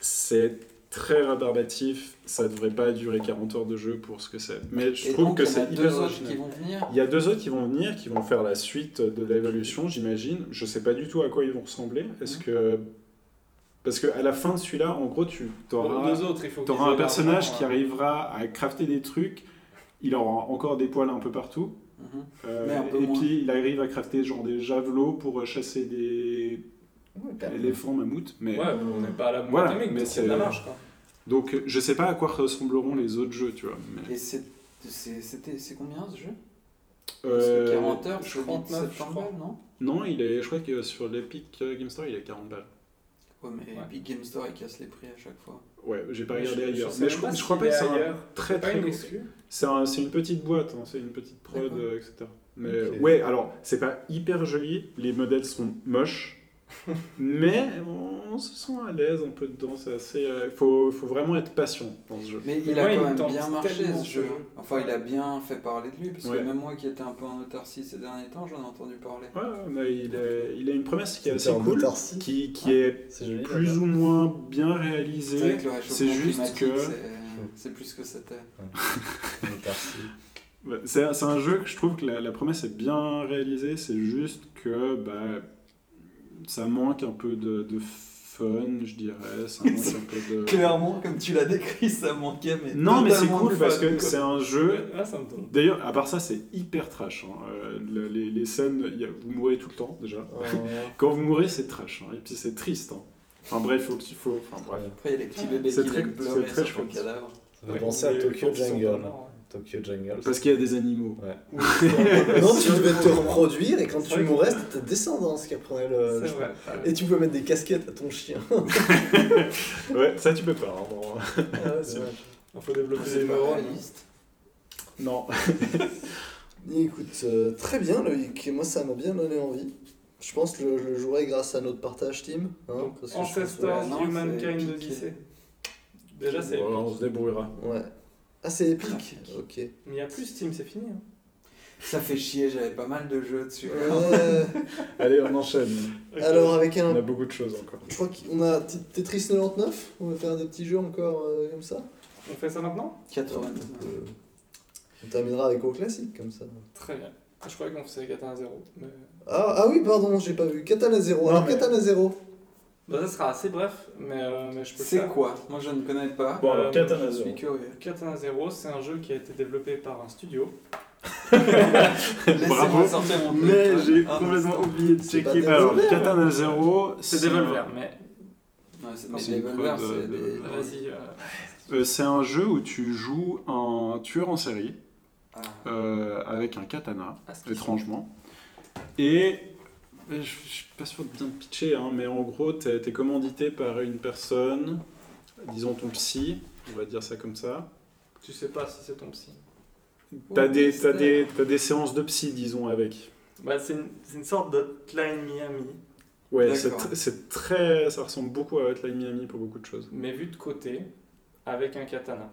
Speaker 4: c'est très rébarbatif. Ça devrait pas durer 40 heures de jeu pour ce que c'est. Mais je
Speaker 5: Et
Speaker 4: trouve
Speaker 5: donc,
Speaker 4: que
Speaker 5: il y en a
Speaker 4: c'est
Speaker 5: deux
Speaker 4: hyper
Speaker 5: autres qui
Speaker 4: original.
Speaker 5: vont venir.
Speaker 4: Il y a deux autres qui vont venir, qui vont faire la suite de l'évolution, j'imagine. Je sais pas du tout à quoi ils vont ressembler. Est-ce
Speaker 5: Mmh.
Speaker 4: que. Parce que à la fin de celui-là, en gros, tu
Speaker 6: Pour
Speaker 4: auras,
Speaker 6: deux autres, il faut qu'ils aient
Speaker 4: un
Speaker 6: leur
Speaker 4: personnage
Speaker 6: nom,
Speaker 4: qui
Speaker 6: hein.
Speaker 4: arrivera à crafter des trucs. Il aura encore des poils un peu partout.
Speaker 5: Mhm.
Speaker 4: Euh,
Speaker 5: Mais un peu
Speaker 4: et
Speaker 5: moins.
Speaker 4: puis il arrive à crafter genre des javelots pour euh, chasser des éléphants mammouths. Mais...
Speaker 6: Ouais, on n'est pas à la boîte
Speaker 4: Voilà,
Speaker 6: atomique,
Speaker 4: mais
Speaker 6: mais
Speaker 4: c'est-
Speaker 6: c'est de la marche quoi.
Speaker 4: Donc euh, je sais pas à quoi ressembleront les autres jeux, tu vois. mais-
Speaker 5: Et c'est- c'est c'était- c'est combien ce jeu Parce que
Speaker 4: Euh,
Speaker 5: 40 heures, c'est
Speaker 6: 39,
Speaker 5: 37
Speaker 6: je crois.
Speaker 5: balles, non
Speaker 4: Non, il est, je crois que sur l'Epic euh, Game Store il est à 40 balles.
Speaker 5: Ouais, mais
Speaker 6: Ouais.
Speaker 5: Big Game Store, il casse les prix à chaque fois.
Speaker 4: Ouais, j'ai pas
Speaker 6: Mais
Speaker 4: regardé
Speaker 6: je- je
Speaker 4: ailleurs.
Speaker 6: sais
Speaker 4: mais je,
Speaker 6: même
Speaker 4: je crois
Speaker 6: s'il
Speaker 4: pas
Speaker 6: est
Speaker 4: que c'est un
Speaker 6: ailleurs.
Speaker 4: très
Speaker 6: Pas
Speaker 4: très
Speaker 6: une
Speaker 4: gros-
Speaker 6: excuse.
Speaker 4: C'est un- c'est une petite boîte, hein, c'est une petite prod,
Speaker 5: D'accord.
Speaker 4: euh, etc. Mais
Speaker 3: Ok.
Speaker 4: ouais, alors c'est pas hyper joli, les modèles sont moches, mais on se sent à l'aise un peu dedans. C'est assez. euh, faut, faut vraiment être patient dans ce jeu.
Speaker 5: Mais il
Speaker 6: Mais
Speaker 5: a
Speaker 6: moi, il
Speaker 5: quand
Speaker 6: me
Speaker 5: même
Speaker 6: tente
Speaker 5: bien marché
Speaker 6: tellement,
Speaker 5: ce
Speaker 6: ce
Speaker 5: jeu.
Speaker 6: jeu.
Speaker 5: Enfin, il a bien fait parler de lui, parce
Speaker 4: Ouais.
Speaker 5: que même moi qui étais un peu en autarcie ces derniers temps, j'en ai entendu parler.
Speaker 4: Ouais, mais il, a, il a une promesse qui est
Speaker 3: C'est
Speaker 4: assez
Speaker 3: en
Speaker 4: cool,
Speaker 3: autarcie.
Speaker 4: qui, qui est
Speaker 3: C'est joli.
Speaker 4: plus ou moins bien
Speaker 5: C'est
Speaker 4: réalisée.
Speaker 5: vrai que le
Speaker 4: C'est
Speaker 5: réchauffement
Speaker 4: juste
Speaker 5: climatique,
Speaker 4: que
Speaker 5: c'est- c'est plus ce que c'était.
Speaker 4: Ouais, c'est c'est un jeu que je trouve que la, la promesse est bien réalisée. C'est juste que bah, ça manque un peu de, de fun, je dirais. Ça manque un peu de...
Speaker 5: Clairement, comme tu l'as décrit, ça manquait, mais.
Speaker 4: Non, mais c'est
Speaker 5: totalement
Speaker 4: cool
Speaker 5: de
Speaker 4: parce
Speaker 5: fun,
Speaker 4: que
Speaker 5: quoi.
Speaker 4: c'est un jeu.
Speaker 6: Là, Ah, ça me tombe.
Speaker 4: D'ailleurs, à part ça, c'est hyper trash. hein. Euh, le- les, les scènes, il y a- vous mourrez tout le temps déjà.
Speaker 3: Oh.
Speaker 4: Quand vous mourrez, c'est trash. hein. Et puis c'est triste. hein. Enfin bref, faut qu'il faut. Enfin bref.
Speaker 5: Après, il y a les petits bébés
Speaker 4: C'est
Speaker 5: qui
Speaker 4: très-
Speaker 5: viennent
Speaker 4: c'est
Speaker 5: pleurer sur
Speaker 4: très
Speaker 5: le
Speaker 4: chouette.
Speaker 5: cadavre.
Speaker 3: On penser à
Speaker 6: Mais
Speaker 3: Tokyo
Speaker 6: quand ils sont pas
Speaker 3: Jungle.
Speaker 6: morts, ouais.
Speaker 3: Tokyo Jungle.
Speaker 4: Parce qu'il y a des animaux.
Speaker 3: Non, tu devais te reproduire et quand
Speaker 6: C'est
Speaker 3: tu
Speaker 6: vrai que-
Speaker 3: mourais, c'était ta descendance qui apprenait le.
Speaker 6: C'est
Speaker 3: Euh, je sais
Speaker 6: vrai.
Speaker 3: pas. Et tu pouvais mettre des casquettes à ton chien.
Speaker 4: Ouais, ça tu peux pas. hein, bon.
Speaker 6: Ah
Speaker 3: c'est vrai.
Speaker 6: Il faut développer
Speaker 5: C'est
Speaker 6: des
Speaker 5: pas
Speaker 6: neurones.
Speaker 5: réaliste.
Speaker 4: Non.
Speaker 3: Écoute, euh, très bien Loïc, moi ça m'a bien donné envie. Je pense que je, je le jouerai grâce à notre partage team. hein, parce
Speaker 6: Donc,
Speaker 3: que je pense-
Speaker 6: Ancestors,
Speaker 5: ouais, non, c'est
Speaker 6: Humankind,
Speaker 5: piqué.
Speaker 6: Odyssey. Déjà, c'est
Speaker 4: Voilà,
Speaker 6: épique.
Speaker 4: on se débrouillera.
Speaker 3: Ouais. Ah, c'est épique Ok.
Speaker 6: Mais il n'y a plus Steam, c'est fini. hein.
Speaker 5: Ça fait chier, j'avais pas mal de jeux dessus.
Speaker 3: Ouais.
Speaker 4: Allez, on enchaîne.
Speaker 3: Euh, Alors, avec
Speaker 4: On a
Speaker 3: un.
Speaker 4: beaucoup de choses encore.
Speaker 3: Je crois qu'on a T- Tetris 99, on va faire des petits jeux encore euh, comme ça.
Speaker 6: On fait ça maintenant
Speaker 5: 99.
Speaker 3: Euh, on terminera avec au classique comme ça.
Speaker 6: Très bien. Ah, Je croyais qu'on faisait Katana 0. Mais...
Speaker 3: Ah, ah oui, pardon, j'ai pas vu. Katana 0.
Speaker 6: Non,
Speaker 3: Alors,
Speaker 6: mais-
Speaker 3: Katana 0.
Speaker 6: Bah, ça sera assez bref, mais, euh, mais je peux le
Speaker 5: C'est
Speaker 6: faire.
Speaker 5: quoi Moi, je ne connais pas.
Speaker 4: Bon, alors, Katana
Speaker 5: Je suis curieux.
Speaker 6: Katana 0, c'est Euh, un jeu qui a été développé par un studio.
Speaker 5: Laissez-moi
Speaker 4: Bravo.
Speaker 5: sortir mon
Speaker 4: Mais
Speaker 5: téléphone.
Speaker 4: j'ai
Speaker 5: Ah,
Speaker 4: complètement oublié de
Speaker 3: C'est pas
Speaker 4: checker.
Speaker 3: des
Speaker 4: Alors,
Speaker 3: voleurs.
Speaker 4: Katana 0,
Speaker 6: C'est Devolver, mais
Speaker 5: Ouais, c'est
Speaker 6: Non,
Speaker 5: des
Speaker 4: c'est une
Speaker 5: Devolver,
Speaker 4: prod,
Speaker 5: c'est
Speaker 4: euh,
Speaker 5: des.
Speaker 4: de-
Speaker 6: vas-y. euh,
Speaker 4: Euh, C'est un jeu où tu joues un tueur en série
Speaker 5: Ah.
Speaker 4: euh, avec un katana,
Speaker 6: à ce qui-
Speaker 4: étrangement. Et je, je suis pas sûr de bien te pitcher, hein, mais en gros, t'es es commandité par une personne, disons ton psy, on va dire ça comme ça.
Speaker 6: Tu sais pas si c'est ton psy.
Speaker 4: T'as des, t'as des, t'as des séances de psy, disons, avec.
Speaker 6: Bah, c'est une, c'est une sorte de Klein Miami,
Speaker 4: Ouais, c'est
Speaker 5: D'accord.
Speaker 4: tr- c'est très, ça ressemble beaucoup à Hotline Miami pour beaucoup de choses.
Speaker 6: mais vu de côté, avec un katana.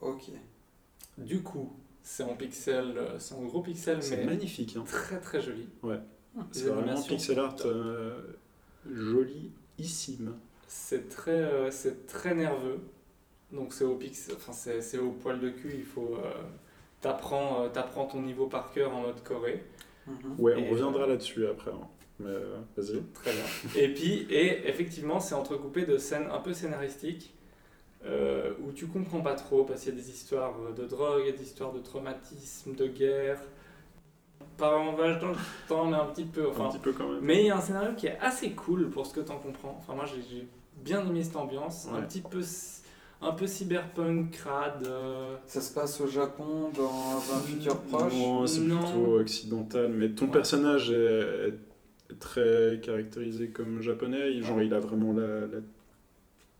Speaker 5: Ok.
Speaker 6: Du coup, c'est en pixel, euh, c'est en gros pixel,
Speaker 4: C'est
Speaker 6: mais
Speaker 4: magnifique. hein.
Speaker 6: très très joli. Les
Speaker 4: C'est vraiment
Speaker 6: animations
Speaker 4: pixel
Speaker 6: sont
Speaker 4: art
Speaker 6: top.
Speaker 4: euh, joliissime.
Speaker 6: C'est très, euh, c'est très nerveux. Donc c'est au pixel, enfin c'est c'est au poil de cul. Il faut, euh, t'apprends, euh, t'apprends ton niveau par cœur en mode Corée.
Speaker 5: Mhm.
Speaker 4: Ouais,
Speaker 6: Et- euh,
Speaker 4: on reviendra là-dessus après. hein. Mais euh, vas-y.
Speaker 6: Très bien. Et puis, et effectivement, c'est entrecoupé de scènes un peu scénaristiques euh, où tu comprends pas trop parce qu'il y a des histoires euh, de drogue, il y a des histoires de traumatisme, de guerre. Pas en vache dans le temps, mais un petit peu. Enfin,
Speaker 4: Un petit peu quand même.
Speaker 6: Mais il y a un scénario qui est assez cool pour ce que t'en comprends. Enfin, moi j'ai j'ai bien aimé cette ambiance, un
Speaker 4: Ouais.
Speaker 6: petit peu, c- un peu cyberpunk, crade. euh,
Speaker 5: Ça se passe au Japon dans
Speaker 4: Mm.
Speaker 5: un futur proche.
Speaker 4: Non, c'est
Speaker 6: non.
Speaker 4: plutôt occidental. Mais ton
Speaker 6: Ouais.
Speaker 4: personnage est, est très caractérisé comme japonais. il- Genre, il a vraiment la, la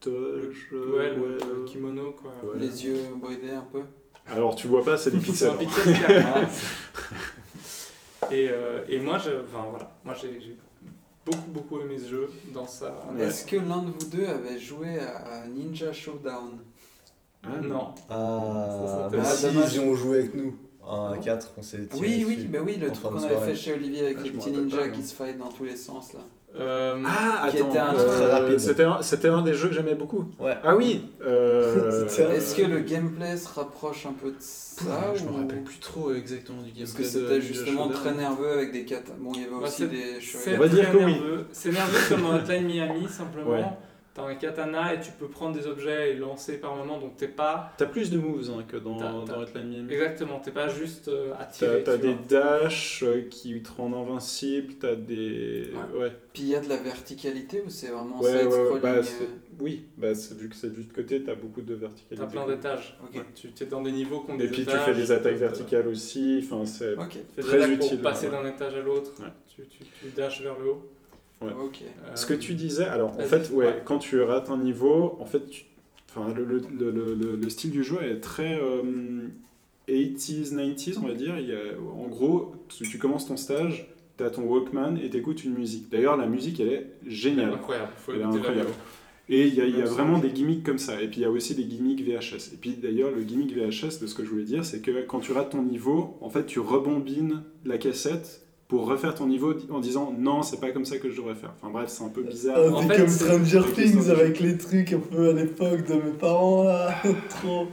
Speaker 4: toge. euh,
Speaker 6: ouais, le,
Speaker 4: ouais,
Speaker 6: le
Speaker 4: euh,
Speaker 6: kimono quoi.
Speaker 4: ouais.
Speaker 5: Les yeux bridés un peu.
Speaker 4: Alors, tu vois pas, c'est des
Speaker 6: C'est
Speaker 4: pixels.
Speaker 6: un
Speaker 4: hein.
Speaker 6: pixel qui avance. et, euh, et moi, je, enfin, voilà. moi j'ai j'ai beaucoup beaucoup aimé ce jeu dans sa.
Speaker 4: Ouais.
Speaker 5: Est-ce que l'un de vous deux avait joué à à Ninja Showdown
Speaker 4: Ah,
Speaker 6: Non,
Speaker 3: Ah,
Speaker 6: Ça, c'est
Speaker 3: mais
Speaker 5: intéressant.
Speaker 3: si,
Speaker 5: Ah, dommage.
Speaker 3: ils ont joué avec nous. Un à 4, Ah, on s'est tiré
Speaker 5: Oui, oui,
Speaker 3: dessus.
Speaker 5: bah oui, le
Speaker 3: En
Speaker 5: truc
Speaker 3: fin de
Speaker 5: qu'on avait
Speaker 3: soirée.
Speaker 5: fait chez Olivier avec
Speaker 4: Ah,
Speaker 5: les
Speaker 4: je me
Speaker 5: petits
Speaker 4: rappelle
Speaker 5: ninjas
Speaker 4: pas,
Speaker 5: qui
Speaker 4: non.
Speaker 5: se fight dans tous les sens là.
Speaker 6: Euh,
Speaker 4: Ah,
Speaker 5: Qui était un
Speaker 4: attends.
Speaker 5: truc
Speaker 4: euh,
Speaker 3: très rapide.
Speaker 4: C'était un, c'était un des jeux que j'aimais beaucoup.
Speaker 3: Ouais.
Speaker 4: Ah oui euh,
Speaker 3: C'était un-
Speaker 5: Est-ce que le gameplay se rapproche un peu de ça
Speaker 11: je me
Speaker 5: Ah, ou-
Speaker 11: rappelle plus trop exactement du gameplay.
Speaker 5: Parce que
Speaker 11: de
Speaker 5: c'était
Speaker 11: Ninja
Speaker 5: justement
Speaker 11: Shodown.
Speaker 5: très nerveux avec des katas. Bon, il y avait
Speaker 6: Bah,
Speaker 5: aussi
Speaker 6: c'est-
Speaker 5: des
Speaker 6: C'est
Speaker 4: On va
Speaker 5: chevaliers.
Speaker 6: très
Speaker 4: dire que oui.
Speaker 6: nerveux. C'est nerveux comme dans Hotline Miami, simplement.
Speaker 4: Ouais.
Speaker 6: T'as un katana et tu peux prendre des objets et lancer par moment, donc t'es pas
Speaker 4: T'as plus de moves hein, que dans,
Speaker 6: T'as-
Speaker 4: dans
Speaker 6: t'as-
Speaker 4: Hotline Miami.
Speaker 6: exactement, t'es pas juste euh,
Speaker 4: T'as
Speaker 6: attiré.
Speaker 4: Mm. t'as
Speaker 6: tu
Speaker 4: des
Speaker 6: vois.
Speaker 4: dashs euh, qui te rendent invincible, t'as des.
Speaker 6: Ouais.
Speaker 4: Ouais. ouais.
Speaker 5: Puis il y a de la verticalité ou c'est vraiment
Speaker 4: Ouais, ouais,
Speaker 5: side-scrolling,
Speaker 4: bah,
Speaker 5: euh,
Speaker 4: c'est- oui, bah, c'est- vu que c'est du côté, t'as beaucoup de verticalité.
Speaker 6: T'as plein d'étages.
Speaker 5: Ok.
Speaker 6: Ouais, Tu es dans des niveaux qui ont
Speaker 4: Et
Speaker 6: des
Speaker 4: puis tu
Speaker 6: étages,
Speaker 4: fais des attaques
Speaker 6: euh,
Speaker 4: verticales aussi, enfin c'est.
Speaker 5: Ok,
Speaker 6: tu fais des
Speaker 4: Très
Speaker 6: attaques
Speaker 4: utile,
Speaker 6: Pour passer
Speaker 4: ouais.
Speaker 6: d'un étage à l'autre,
Speaker 4: Ouais.
Speaker 6: tu, tu, tu dashes vers le haut.
Speaker 4: Ouais.
Speaker 5: ok.
Speaker 6: Euh,
Speaker 4: Ce que tu disais, alors en
Speaker 6: vas-y.
Speaker 4: fait, ouais,
Speaker 6: Ouais.
Speaker 4: quand tu rates un niveau, en fait, tu- enfin, le, le- le- le- le- le style du jeu est très euh, 80s, 90s, on va dire. Il y a- en gros, tu, tu commences ton stage, t'as ton Walkman et t'écoutes une musique. D'ailleurs, la musique, elle est géniale.
Speaker 6: Incroyable, faut
Speaker 4: Elle hein. est
Speaker 6: écouter la
Speaker 4: incroyable.
Speaker 6: vidéo.
Speaker 4: Et il y a, il y a
Speaker 6: Même
Speaker 4: vraiment
Speaker 6: sens.
Speaker 4: des gimmicks comme ça. Et puis il y a aussi des gimmicks VHS. Et puis d'ailleurs, le gimmick VHS, de ce que je voulais dire, c'est que quand tu rates ton niveau, en fait, tu rebombines la cassette pour refaire ton niveau di- en disant non, c'est pas comme ça que je devrais faire. Enfin bref, c'est un peu bizarre.
Speaker 3: Ah,
Speaker 6: En
Speaker 3: c'est
Speaker 6: fait,
Speaker 3: comme
Speaker 6: c'est-
Speaker 3: Stranger
Speaker 4: c'est-
Speaker 3: Things avec les trucs un peu à l'époque de mes parents là. Trop.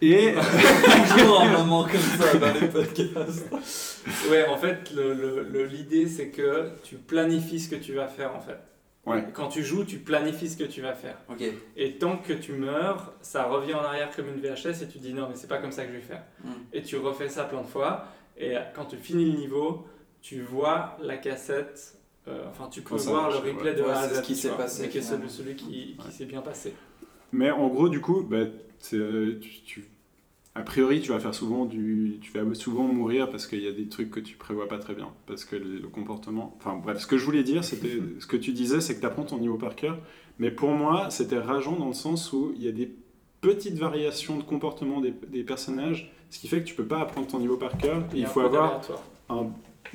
Speaker 4: Et
Speaker 5: Toujours un moment comme ça dans les podcasts.
Speaker 6: Ouais, en fait, le- le- le- l'idée c'est que tu planifies ce que tu vas faire en fait.
Speaker 4: Ouais.
Speaker 6: Quand tu joues, tu planifies ce que tu vas faire.
Speaker 5: Ok.
Speaker 6: Et tant que tu meurs, ça revient en arrière comme une VHS et tu dis non, mais c'est pas comme ça que je vais faire.
Speaker 5: Hmm.
Speaker 6: Et tu refais ça plein de fois. Et quand tu finis le niveau, tu vois la cassette euh, enfin, tu peux
Speaker 4: Ça
Speaker 6: voir
Speaker 4: marche,
Speaker 6: le replay
Speaker 4: ouais.
Speaker 6: de
Speaker 5: Ouais,
Speaker 6: A à
Speaker 5: c'est
Speaker 6: Z,
Speaker 5: ce qui
Speaker 6: tu
Speaker 5: s'est
Speaker 6: vois,
Speaker 5: passé,
Speaker 6: mais que c'est
Speaker 5: finalement.
Speaker 6: celui qui, qui
Speaker 4: Ouais.
Speaker 6: s'est bien passé.
Speaker 4: Mais en gros, du coup, bah, c'est, euh, tu, tu- a priori, tu vas faire souvent du, tu vas souvent mourir parce qu'il y a des trucs que tu prévois pas très bien, parce que le, le comportement. Enfin bref, ce que je voulais dire, c'était ce que tu disais, c'est que tu apprends ton niveau par cœur. Mais pour moi, c'était rageant dans le sens où il y a des petites variations de comportement des, des personnages, ce qui fait que tu peux pas apprendre ton niveau par cœur.
Speaker 6: y
Speaker 4: Et il
Speaker 6: a un
Speaker 4: faut
Speaker 6: peu
Speaker 4: avoir
Speaker 6: d'aléatoire.
Speaker 4: un,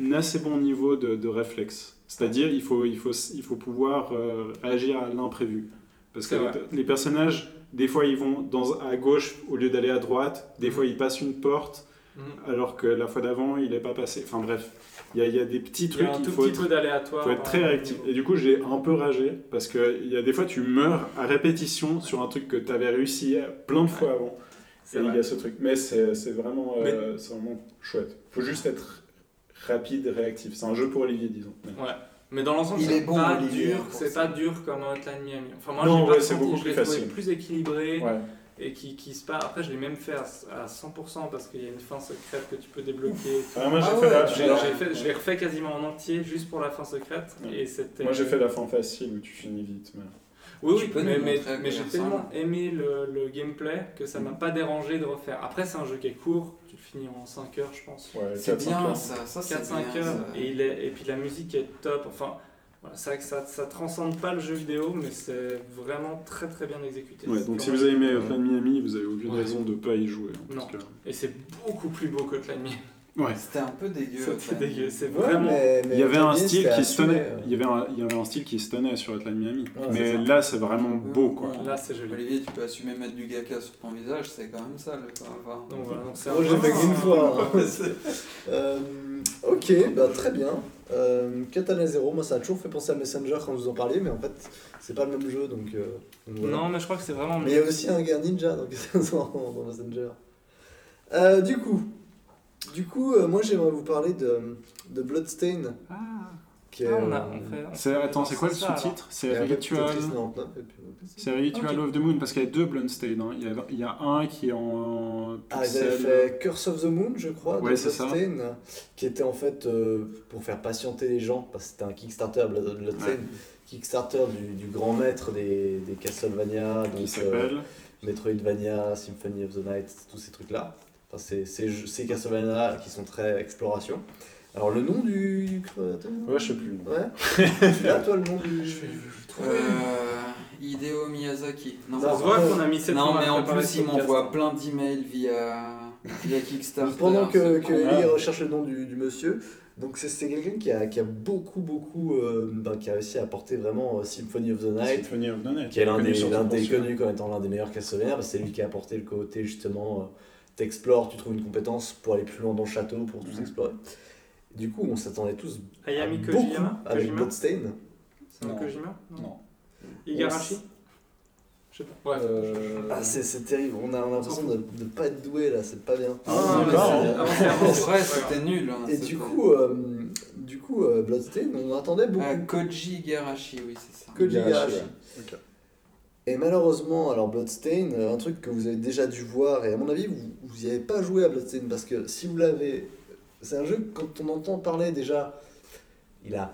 Speaker 4: un assez bon niveau de, de réflexe. C'est-à-dire, il faut, il, faut, il faut pouvoir euh, réagir à l'imprévu. Parce que
Speaker 6: C'est
Speaker 4: les,
Speaker 6: vrai.
Speaker 4: pe- les personnages, des fois, ils vont dans, à gauche au lieu d'aller à droite. Des
Speaker 6: Mhm.
Speaker 4: fois, ils passent une porte,
Speaker 6: Mhm.
Speaker 4: alors que la fois d'avant, il n'est pas passé. Enfin bref, il y a, il y a des petits
Speaker 6: Il y
Speaker 4: trucs.
Speaker 6: a un
Speaker 4: il
Speaker 6: tout
Speaker 4: faut
Speaker 6: petit
Speaker 4: être,
Speaker 6: peu hein. d'aléatoire.
Speaker 4: faut être très
Speaker 6: dans le
Speaker 4: réactif.
Speaker 6: niveau.
Speaker 4: Et du coup, j'ai un peu ragé. Parce que il y a des fois, tu meurs à répétition sur un truc que tu avais réussi à- plein de fois avant.
Speaker 6: C'est
Speaker 4: Et il y
Speaker 6: vrai.
Speaker 4: a ce truc. Mais c'est c'est vraiment, euh, c'est vraiment chouette. faut juste être rapide, réactif. C'est un jeu pour Olivier, disons.
Speaker 6: Mais dans l'ensemble,
Speaker 5: Il
Speaker 6: c'est
Speaker 5: est bon,
Speaker 6: pas
Speaker 5: Olivier,
Speaker 6: dur,
Speaker 5: pour
Speaker 6: c'est
Speaker 5: ça.
Speaker 6: pas dur comme un Hotline Miami. Enfin, moi,
Speaker 4: Non,
Speaker 6: j'ai pas
Speaker 4: ouais, c'est
Speaker 6: ressenti,
Speaker 4: beaucoup
Speaker 6: je
Speaker 4: plus
Speaker 6: l'ai trouvé
Speaker 4: facile.
Speaker 6: plus équilibré
Speaker 4: Ouais.
Speaker 6: et qui, qui se passe. Après, je l'ai même fait à, à 100% parce qu'il y a une fin secrète que tu peux débloquer. et tout.
Speaker 4: Ah, moi, j'ai
Speaker 5: Ah
Speaker 4: fait,
Speaker 5: ouais,
Speaker 4: la-
Speaker 5: tu
Speaker 6: J'ai-
Speaker 4: j'ai-
Speaker 5: l'as-
Speaker 6: j'ai fait- je l'ai refait quasiment en entier juste pour la fin secrète
Speaker 4: Ouais.
Speaker 6: et c'était.
Speaker 4: moi, j'ai fait la fin facile où tu finis vite. mais-
Speaker 6: Oui,
Speaker 5: Tu
Speaker 6: oui,
Speaker 5: peux nous
Speaker 6: mais, mais,
Speaker 5: montrer à quoi
Speaker 6: mais j'ai
Speaker 5: il ressemble.
Speaker 6: tellement aimé le, le gameplay que ça
Speaker 4: Mhm.
Speaker 6: m'a pas dérangé de refaire. Après, c'est un jeu qui est court, tu le finis en 5 heures, je pense.
Speaker 4: Ouais,
Speaker 5: C'est
Speaker 4: 400
Speaker 5: bien
Speaker 4: heures.
Speaker 5: ça, ça c'est
Speaker 6: 4-5
Speaker 5: bien,
Speaker 6: heures,
Speaker 5: ça.
Speaker 6: et, il est, et puis la musique est top. Enfin, voilà, c'est vrai que ça, ça transcende pas le jeu vidéo, mais c'est vraiment très très bien exécuté.
Speaker 4: Ouais,
Speaker 6: C'est
Speaker 4: donc si
Speaker 6: vraiment-
Speaker 4: vous avez aimé Hotline Miami, vous avez aucune
Speaker 6: Ouais.
Speaker 4: raison de pas y jouer. hein,
Speaker 6: Non.
Speaker 4: parce que-
Speaker 6: Et c'est beaucoup plus beau que Hotline Miami.
Speaker 4: Ouais.
Speaker 5: C'était un peu dégueu.
Speaker 6: C'était
Speaker 5: Hotline.
Speaker 6: dégueu, c'est
Speaker 3: Ouais,
Speaker 6: vraiment.
Speaker 3: mais- mais
Speaker 4: Il y avait un
Speaker 3: Tony,
Speaker 4: style
Speaker 3: c'était
Speaker 4: qui se
Speaker 3: assumé,
Speaker 4: tenait.
Speaker 3: euh.
Speaker 4: Il y avait un, il y avait un style qui se tenait sur Hotline Miami.
Speaker 3: Ouais,
Speaker 4: mais
Speaker 3: c'est ça.
Speaker 4: là, c'est vraiment beau, quoi.
Speaker 5: Ouais.
Speaker 6: Là, c'est joli.
Speaker 5: Olivier, tu peux assumer mettre du gaka sur ton visage, c'est quand même ça le enfin,
Speaker 6: Donc voilà, donc c'est
Speaker 3: Moi,
Speaker 6: un-
Speaker 3: j'ai fait qu'une fois. hein.
Speaker 5: c'est-
Speaker 3: Euh, ok, bah, très bien. Euh, Katana Zero, moi ça a toujours fait penser à Messenger quand je vous en parliez, mais en fait c'est pas le même jeu donc. euh, donc voilà.
Speaker 6: Non, mais je crois que c'est vraiment
Speaker 3: Mais il y a aussi un gars ninja donc dans, dans Messenger. Euh, du coup, du coup euh, moi j'aimerais vous parler de, de Bloodstain. Qui est,
Speaker 6: Ah, on a-
Speaker 3: euh,
Speaker 6: on fait- on
Speaker 4: C'est-
Speaker 6: fait-
Speaker 4: Attends, c'est quoi le
Speaker 6: ça, alors.
Speaker 4: sous-titre
Speaker 3: et
Speaker 4: C'est
Speaker 3: en fait,
Speaker 4: Ritual.
Speaker 3: Tetris 99, et puis-
Speaker 4: C'est Ritual
Speaker 6: Ok.
Speaker 4: of the Moon parce qu'il y a deux Bloodstain. Hein. Il, y a, il y a un qui est en
Speaker 3: Ah, ils avaient
Speaker 4: pixel.
Speaker 3: fait Curse of the Moon, je crois,
Speaker 4: Ouais,
Speaker 3: de
Speaker 4: c'est ça.
Speaker 3: Bloodstain, qui était en fait euh, pour faire patienter les gens, parce que c'était un Kickstarter, Blood- Bloodstain,
Speaker 4: Ouais.
Speaker 3: Kickstarter du, du grand maître des, des Castlevania, donc, euh,
Speaker 4: qui s'appelle.
Speaker 3: Metroidvania, Symphony of the Night, tous ces trucs-là. Enfin, ces, ces, jeux- ces Castlevania qui sont très exploration. Alors, le nom du créateur
Speaker 4: Ouais, je sais plus.
Speaker 3: Ouais Tu l'as, toi, le nom du.
Speaker 5: Euh, Hideo Miyazaki. Non,
Speaker 6: Ça se voit qu'on a mis 7
Speaker 5: Non, mais en plus, il m'envoie plein d'emails via, via Kickstarter.
Speaker 3: Donc, Euh, pendant que,
Speaker 5: C'est
Speaker 3: que
Speaker 5: con.
Speaker 3: Ellie recherche le nom du, du monsieur, donc c'est- c'est quelqu'un qui a, qui a beaucoup, beaucoup, euh, ben, qui a réussi à apporter vraiment euh, Symphony of the Night,
Speaker 4: Symphony of the Night.
Speaker 3: qui est l'un
Speaker 4: Connu
Speaker 3: des,
Speaker 4: surtout
Speaker 3: l'un
Speaker 4: pour
Speaker 3: des
Speaker 4: celui-là.
Speaker 3: connus comme étant l'un des meilleurs Castlevania, parce que c'est lui qui a apporté le côté justement, euh, t'explores, tu trouves une compétence pour aller plus loin dans le château, pour tout
Speaker 4: Mhm.
Speaker 3: explorer. Du coup, on s'attendait tous
Speaker 6: Ayami
Speaker 3: beaucoup Ah,
Speaker 6: Kojima
Speaker 3: avec
Speaker 6: Kojima
Speaker 3: Bloodstain.
Speaker 6: C'est un
Speaker 4: Non.
Speaker 6: Kojima
Speaker 4: Non.
Speaker 6: Igarashi Je sais pas. Ouais.
Speaker 3: Ah, c'est c'est terrible, on a, on a l'impression de ne pas être doué là, c'est pas bien.
Speaker 5: Ah,
Speaker 6: Ah,
Speaker 5: non, mais
Speaker 6: non,
Speaker 3: hein.
Speaker 5: c'est-
Speaker 6: non.
Speaker 5: en vrai, c'était nul. hein,
Speaker 3: Et
Speaker 5: c'était-
Speaker 3: du coup, euh, du coup euh, Bloodstain, on attendait beaucoup.
Speaker 5: Ah, Koji Garashi, oui, c'est ça.
Speaker 3: que du
Speaker 4: Igarashi,
Speaker 3: Igarashi.
Speaker 4: Ok.
Speaker 3: Et malheureusement, alors Bloodstain, euh, un truc que vous avez déjà dû voir, et à mon avis, vous vous y avez pas joué à Bloodstain, parce que si vous l'avez. C'est un jeu, que quand on entend parler déjà, il a.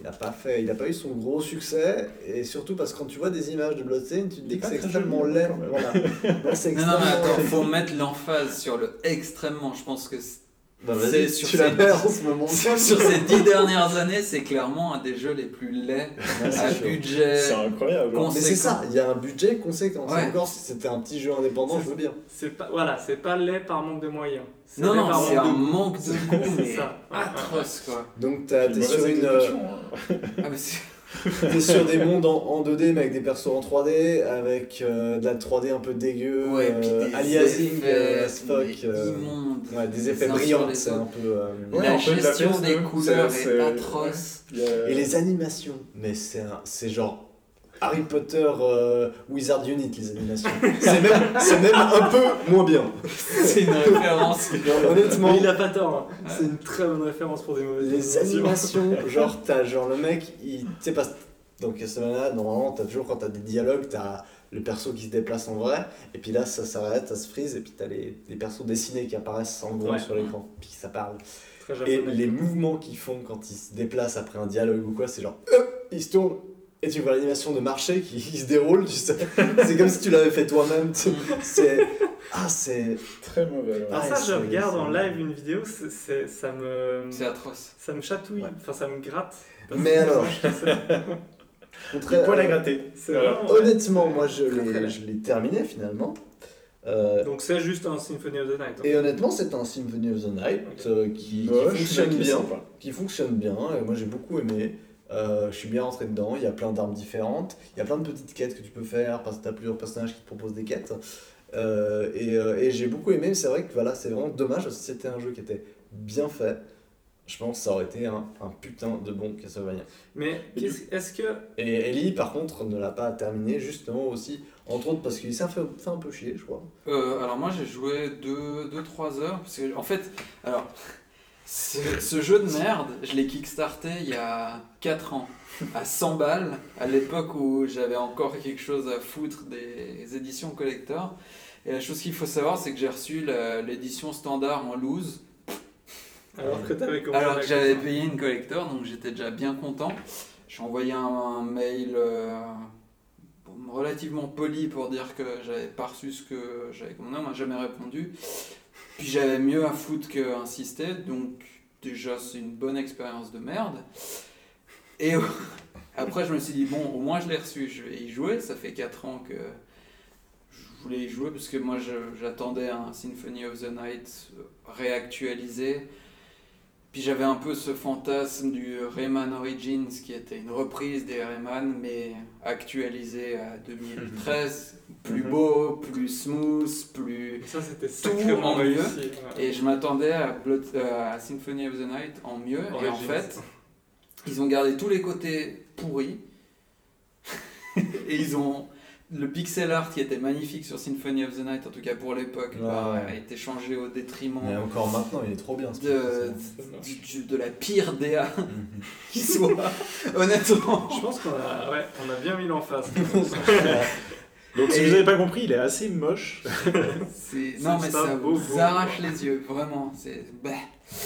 Speaker 3: Il a pas fait, il a pas eu son gros succès, et surtout parce que quand tu vois des images de Bloodstain, tu te dis que c'est extrêmement laid. Voilà. Donc c'est
Speaker 5: Non, non,
Speaker 3: extrêmement.
Speaker 5: mais attends, faut mettre l'emphase sur le extrêmement. Je pense que c'est-
Speaker 3: Bah, vas-y,
Speaker 5: c'est sur
Speaker 3: tu la
Speaker 5: ces-
Speaker 3: perds en ce moment.
Speaker 5: sur ces dix dernières années, c'est clairement un des jeux les plus laids à budget.
Speaker 4: C'est incroyable. hein.
Speaker 3: Mais c'est ça, il y a un budget conséquent.
Speaker 5: Ouais.
Speaker 3: Encore si c'était un petit jeu indépendant,
Speaker 6: C'est-
Speaker 3: je veux bien.
Speaker 6: C'est pas, voilà, c'est pas laid par manque de moyens. C'est
Speaker 5: Non,
Speaker 6: laid
Speaker 5: non,
Speaker 6: par
Speaker 5: c'est un
Speaker 6: manque de
Speaker 5: manque de goût,
Speaker 6: C'est
Speaker 5: mais
Speaker 6: ça.
Speaker 5: atroce, quoi.
Speaker 3: Donc t'as- t'es sur une. euh,
Speaker 4: hein.
Speaker 5: Ah, mais c'est-
Speaker 3: T'es sur des mondes en, en 2D mais avec des persos en 3D, avec euh, de la 3D un peu dégueu,
Speaker 5: Ouais,
Speaker 3: euh,
Speaker 5: puis des
Speaker 3: aliasing,
Speaker 5: effets,
Speaker 3: euh, as fuck,
Speaker 5: mais
Speaker 3: euh,
Speaker 5: immondes.
Speaker 3: ouais, des
Speaker 5: les
Speaker 3: effets
Speaker 5: uns sur
Speaker 3: brillants,
Speaker 5: les
Speaker 3: c'est
Speaker 5: autres.
Speaker 3: un peu. euh,
Speaker 4: Ouais,
Speaker 5: la
Speaker 4: on peut de la
Speaker 5: gestion
Speaker 4: PS2,
Speaker 5: des couleurs
Speaker 4: c'est-
Speaker 5: est
Speaker 4: c'est-
Speaker 5: atroce.
Speaker 3: Et les animations, mais c'est un- c'est genre Harry Potter euh, Wizard Unit les animations. c'est même, c'est même un peu moins bien.
Speaker 5: C'est une référence.
Speaker 3: Honnêtement,
Speaker 6: Mais il a pas tort. hein. C'est une très bonne référence pour des mauvaises
Speaker 3: les
Speaker 6: animations.
Speaker 3: animations, genre t'as genre le mec, il tu sais pas dans Castlevania normalement t'as toujours quand t'as des dialogues t'as le perso qui se déplace en vrai et puis là ça s'arrête, ça se frise et puis t'as les, les persos dessinés qui apparaissent en gros
Speaker 6: Ouais.
Speaker 3: sur l'écran puis ça parle.
Speaker 6: Très
Speaker 3: Et
Speaker 6: japonais.
Speaker 3: les mouvements qu'ils font quand ils se déplacent après un dialogue ou quoi, c'est genre, hop, ils se tournent. Et tu vois l'animation de marché qui, qui se déroule, tu sais. C'est comme si tu l'avais fait toi-même. tu-
Speaker 6: Mm.
Speaker 3: C'est. Ah, c'est.
Speaker 8: Très mauvais. alors.
Speaker 6: Ah,
Speaker 3: Ouais,
Speaker 6: ça, je
Speaker 3: c'est-
Speaker 6: regarde en
Speaker 3: c'est-
Speaker 6: live une vidéo, c'est- c'est- ça me.
Speaker 5: C'est atroce.
Speaker 6: Ça me chatouille,
Speaker 3: Ouais.
Speaker 6: enfin ça me gratte.
Speaker 3: Mais alors.
Speaker 8: Des
Speaker 4: Euh,
Speaker 3: Contraire-
Speaker 8: poils à gratter.
Speaker 6: C'est vraiment-
Speaker 3: Honnêtement, moi je
Speaker 6: Très, très
Speaker 3: l'ai- je l'ai terminé finalement. Euh,
Speaker 6: Donc c'est juste un Symphony of the Night. hein. en
Speaker 3: et
Speaker 6: fait.
Speaker 3: honnêtement, c'est un Symphony of the Night euh, qui, qui
Speaker 8: Ouais, je suis
Speaker 3: fonctionne
Speaker 8: d'accord,
Speaker 3: bien.
Speaker 8: c'est sympa.
Speaker 3: Qui fonctionne bien. Et moi j'ai beaucoup aimé. Euh, je suis bien rentré dedans. Il y a plein d'armes différentes. Il y a plein de petites quêtes que tu peux faire parce que t'as plusieurs personnages qui te proposent des quêtes. Euh, et euh, et j'ai beaucoup aimé. C'est vrai que voilà, c'est vraiment dommage parce que c'était un jeu qui était bien fait. Je pense que ça aurait été un, un putain de bon Castlevania.
Speaker 6: Mais qu'est-ce- est-ce que.
Speaker 3: Et Ellie, par contre, ne l'a pas terminé, justement aussi, entre autres parce qu'il s'est fait, fait un peu chier, je crois.
Speaker 5: Euh, alors moi j'ai joué 2-3 heures. Parce que, en fait, alors, ce, ce jeu de merde, je l'ai kickstarté il y a 4 ans, à 100 balles, à l'époque où j'avais encore quelque chose à foutre des éditions collector. Et la chose qu'il faut savoir, c'est que j'ai reçu la- l'édition standard en loose,
Speaker 6: Alors que t'avais compris.
Speaker 5: alors
Speaker 6: la
Speaker 5: que j'avais
Speaker 6: question.
Speaker 5: payé une collector, donc j'étais déjà bien content. J'ai envoyé un, un mail euh, bon, relativement poli pour dire que j'avais pas reçu ce que j'avais commandé, on m'a jamais répondu. Puis j'avais mieux à foutre qu'insister, donc déjà c'est une bonne expérience de merde. Et après je me suis dit, bon, au moins je l'ai reçu, je vais y jouer, ça fait 4 ans que je voulais y jouer, parce que moi je- j'attendais un Symphony of the Night euh, réactualisé. Puis j'avais un peu ce fantasme du Rayman Origins qui était une reprise des Rayman mais actualisée à 2013, plus beau, plus smooth, plus...
Speaker 6: Ça c'était sacrément
Speaker 5: en mieux.
Speaker 6: réussi. ouais.
Speaker 5: Et je m'attendais à, Blood- euh, à Symphony of the Night en mieux et en
Speaker 6: Origins.
Speaker 5: fait ils ont gardé tous les côtés pourris et ils ont... Le pixel art qui était magnifique sur Symphony of the Night, en tout cas pour l'époque,
Speaker 3: Ouais,
Speaker 5: bah,
Speaker 3: ouais.
Speaker 5: a été changé au détriment
Speaker 3: Mais encore maintenant, il est trop bien. ce
Speaker 5: de,
Speaker 3: truc,
Speaker 5: du- du- de la pire DA
Speaker 3: c'est-
Speaker 5: qui soit, honnêtement.
Speaker 6: Je pense qu'on a, ouais, on a bien mis Ah, l'en face.
Speaker 4: Donc si
Speaker 5: Et-
Speaker 4: vous n'avez pas compris, il est assez moche.
Speaker 5: C'est-
Speaker 6: C'est
Speaker 5: Non, mais
Speaker 6: pas
Speaker 5: ça
Speaker 6: beau,
Speaker 5: vous
Speaker 6: beau,
Speaker 5: arrache les yeux, vraiment. C'est... bah.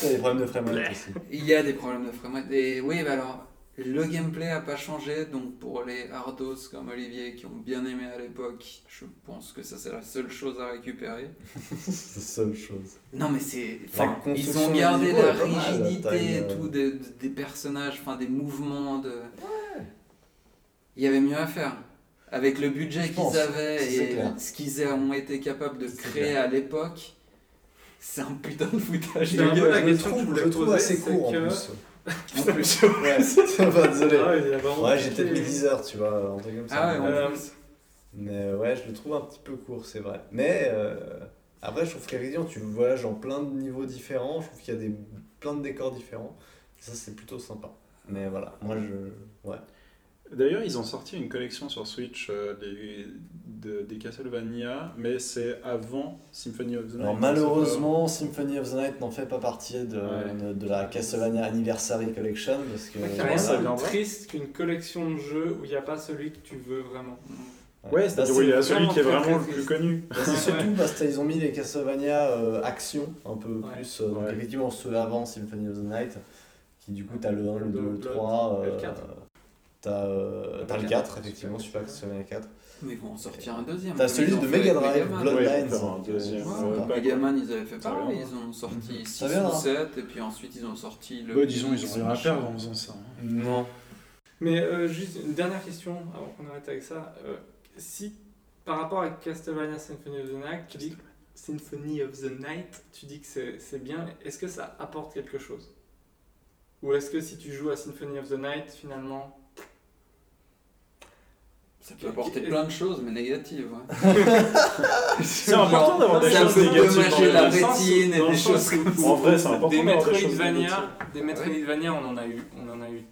Speaker 3: Il y a des problèmes de framework aussi.
Speaker 5: Il y a des problèmes de framework. Et oui, bah alors, le gameplay a pas changé, donc pour les hardos comme Olivier qui ont bien aimé à l'époque, je pense que ça c'est la seule chose à récupérer.
Speaker 3: C'est la seule chose.
Speaker 5: Non, mais c'est. Enfin,
Speaker 3: La
Speaker 5: ils
Speaker 3: construction
Speaker 5: ont
Speaker 3: du
Speaker 5: gardé
Speaker 3: niveau
Speaker 5: la
Speaker 3: est pas mal, t'as une,
Speaker 5: rigidité et
Speaker 3: euh,
Speaker 5: tout des, des personnages, enfin des mouvements. de... Il y avait mieux à faire. Avec le budget
Speaker 3: Je pense,
Speaker 5: qu'ils avaient
Speaker 3: c'est
Speaker 5: et
Speaker 3: clair.
Speaker 5: ce qu'ils ont été capables de créer à l'époque, c'est un putain de foutage
Speaker 6: C'est
Speaker 5: de
Speaker 6: un peu
Speaker 5: gueule.
Speaker 6: la
Speaker 3: Je le
Speaker 6: question que
Speaker 3: trouve,
Speaker 6: je
Speaker 3: je
Speaker 6: voulais
Speaker 3: le trouve
Speaker 6: poser,
Speaker 3: assez
Speaker 6: c'est
Speaker 3: court en
Speaker 6: que-
Speaker 3: plus.
Speaker 5: En plus.
Speaker 3: Ouais, enfin, désolé.
Speaker 6: Ah, il a vraiment
Speaker 3: Ouais, j'ai
Speaker 6: piqué.
Speaker 3: peut-être mis 10 heures, tu vois, un truc comme ça.
Speaker 5: Ah ouais, en
Speaker 6: Euh,
Speaker 5: plus.
Speaker 3: Mais euh, ouais, je le trouve un petit peu court, c'est vrai. Mais euh, après, je trouve qu'Eridion, tu voyages en plein de niveaux différents, je trouve qu'il y a des, plein de décors différents. Ça, c'est plutôt sympa. Mais voilà, moi je. Ouais.
Speaker 4: D'ailleurs, ils ont sorti une collection sur Switch euh, des, de- des Castlevania, mais c'est avant Symphony of the Night.
Speaker 3: Alors malheureusement, Symphony of the Night n'en fait pas partie de,
Speaker 4: Ouais.
Speaker 3: de la Castlevania Anniversary Collection parce que.
Speaker 6: Ouais,
Speaker 4: Comment ça
Speaker 6: carrément,
Speaker 4: viendra
Speaker 6: triste qu'une collection de jeux où il n'y a pas celui que tu veux vraiment.
Speaker 4: Ouais, c'est-à-dire
Speaker 3: Là,
Speaker 4: où il y a
Speaker 6: c'est
Speaker 4: celui qui est
Speaker 6: vraiment
Speaker 4: vraiment
Speaker 6: très
Speaker 4: le plus
Speaker 6: triste.
Speaker 4: connu.
Speaker 3: Bah, c'est surtout parce qu'ils ont mis les Castlevania euh, Action un peu
Speaker 6: Ouais.
Speaker 3: plus. euh, donc
Speaker 4: Ouais.
Speaker 3: effectivement, ceux avant Symphony of the Night, qui du coup t'as le 1, le 2, le
Speaker 6: Le
Speaker 3: 3,
Speaker 6: le
Speaker 3: euh,
Speaker 6: quatre.
Speaker 3: t'as euh, t'as le
Speaker 6: Le
Speaker 3: 4,
Speaker 6: quatre,
Speaker 3: effectivement, Super
Speaker 6: Super
Speaker 3: Castlevania 4.
Speaker 5: Mais ils vont en sortir un deuxième.
Speaker 3: T'as celui
Speaker 5: Ils ont
Speaker 3: de
Speaker 5: fait
Speaker 3: Mega
Speaker 5: avec
Speaker 3: Drive,
Speaker 5: Megaman.
Speaker 4: Ouais,
Speaker 3: Bloodlines.
Speaker 4: faire un deuxième,
Speaker 3: Ouais,
Speaker 4: euh,
Speaker 3: sympa.
Speaker 4: pack.
Speaker 5: Megaman, ils avaient fait
Speaker 4: Ça
Speaker 5: pareil,
Speaker 4: viendra.
Speaker 5: ils en ont sorti 6
Speaker 3: hein. Ça hein. viendra.
Speaker 5: ou 7, et puis ensuite ils ont sorti le.
Speaker 4: Bah, disons, ils ont rien à perdre en faisant ça. hein.
Speaker 3: Non.
Speaker 6: Mais euh, juste une dernière question avant qu'on arrête avec ça. Euh, si par rapport à Castlevania Symphony of the Night, tu dis Symphony of the Night, tu dis que c'est c'est bien, est-ce que ça apporte quelque chose Ou est-ce que si tu joues à Symphony of the Night, finalement,
Speaker 5: Ça peut apporter plein de choses, mais négatives. ouais.
Speaker 4: C'est important d'avoir des
Speaker 5: ça
Speaker 4: choses
Speaker 5: peut
Speaker 4: négatives.
Speaker 5: dommager
Speaker 4: dans
Speaker 5: la
Speaker 4: le jeu.
Speaker 5: rétine et
Speaker 6: dans le
Speaker 5: des
Speaker 6: sens
Speaker 5: choses comme ça.
Speaker 4: En vrai, c'est important
Speaker 6: des
Speaker 4: d'avoir des choses
Speaker 6: Metroidvania,
Speaker 4: négatives.
Speaker 6: des Metroidvania, on en a eu, on en a eu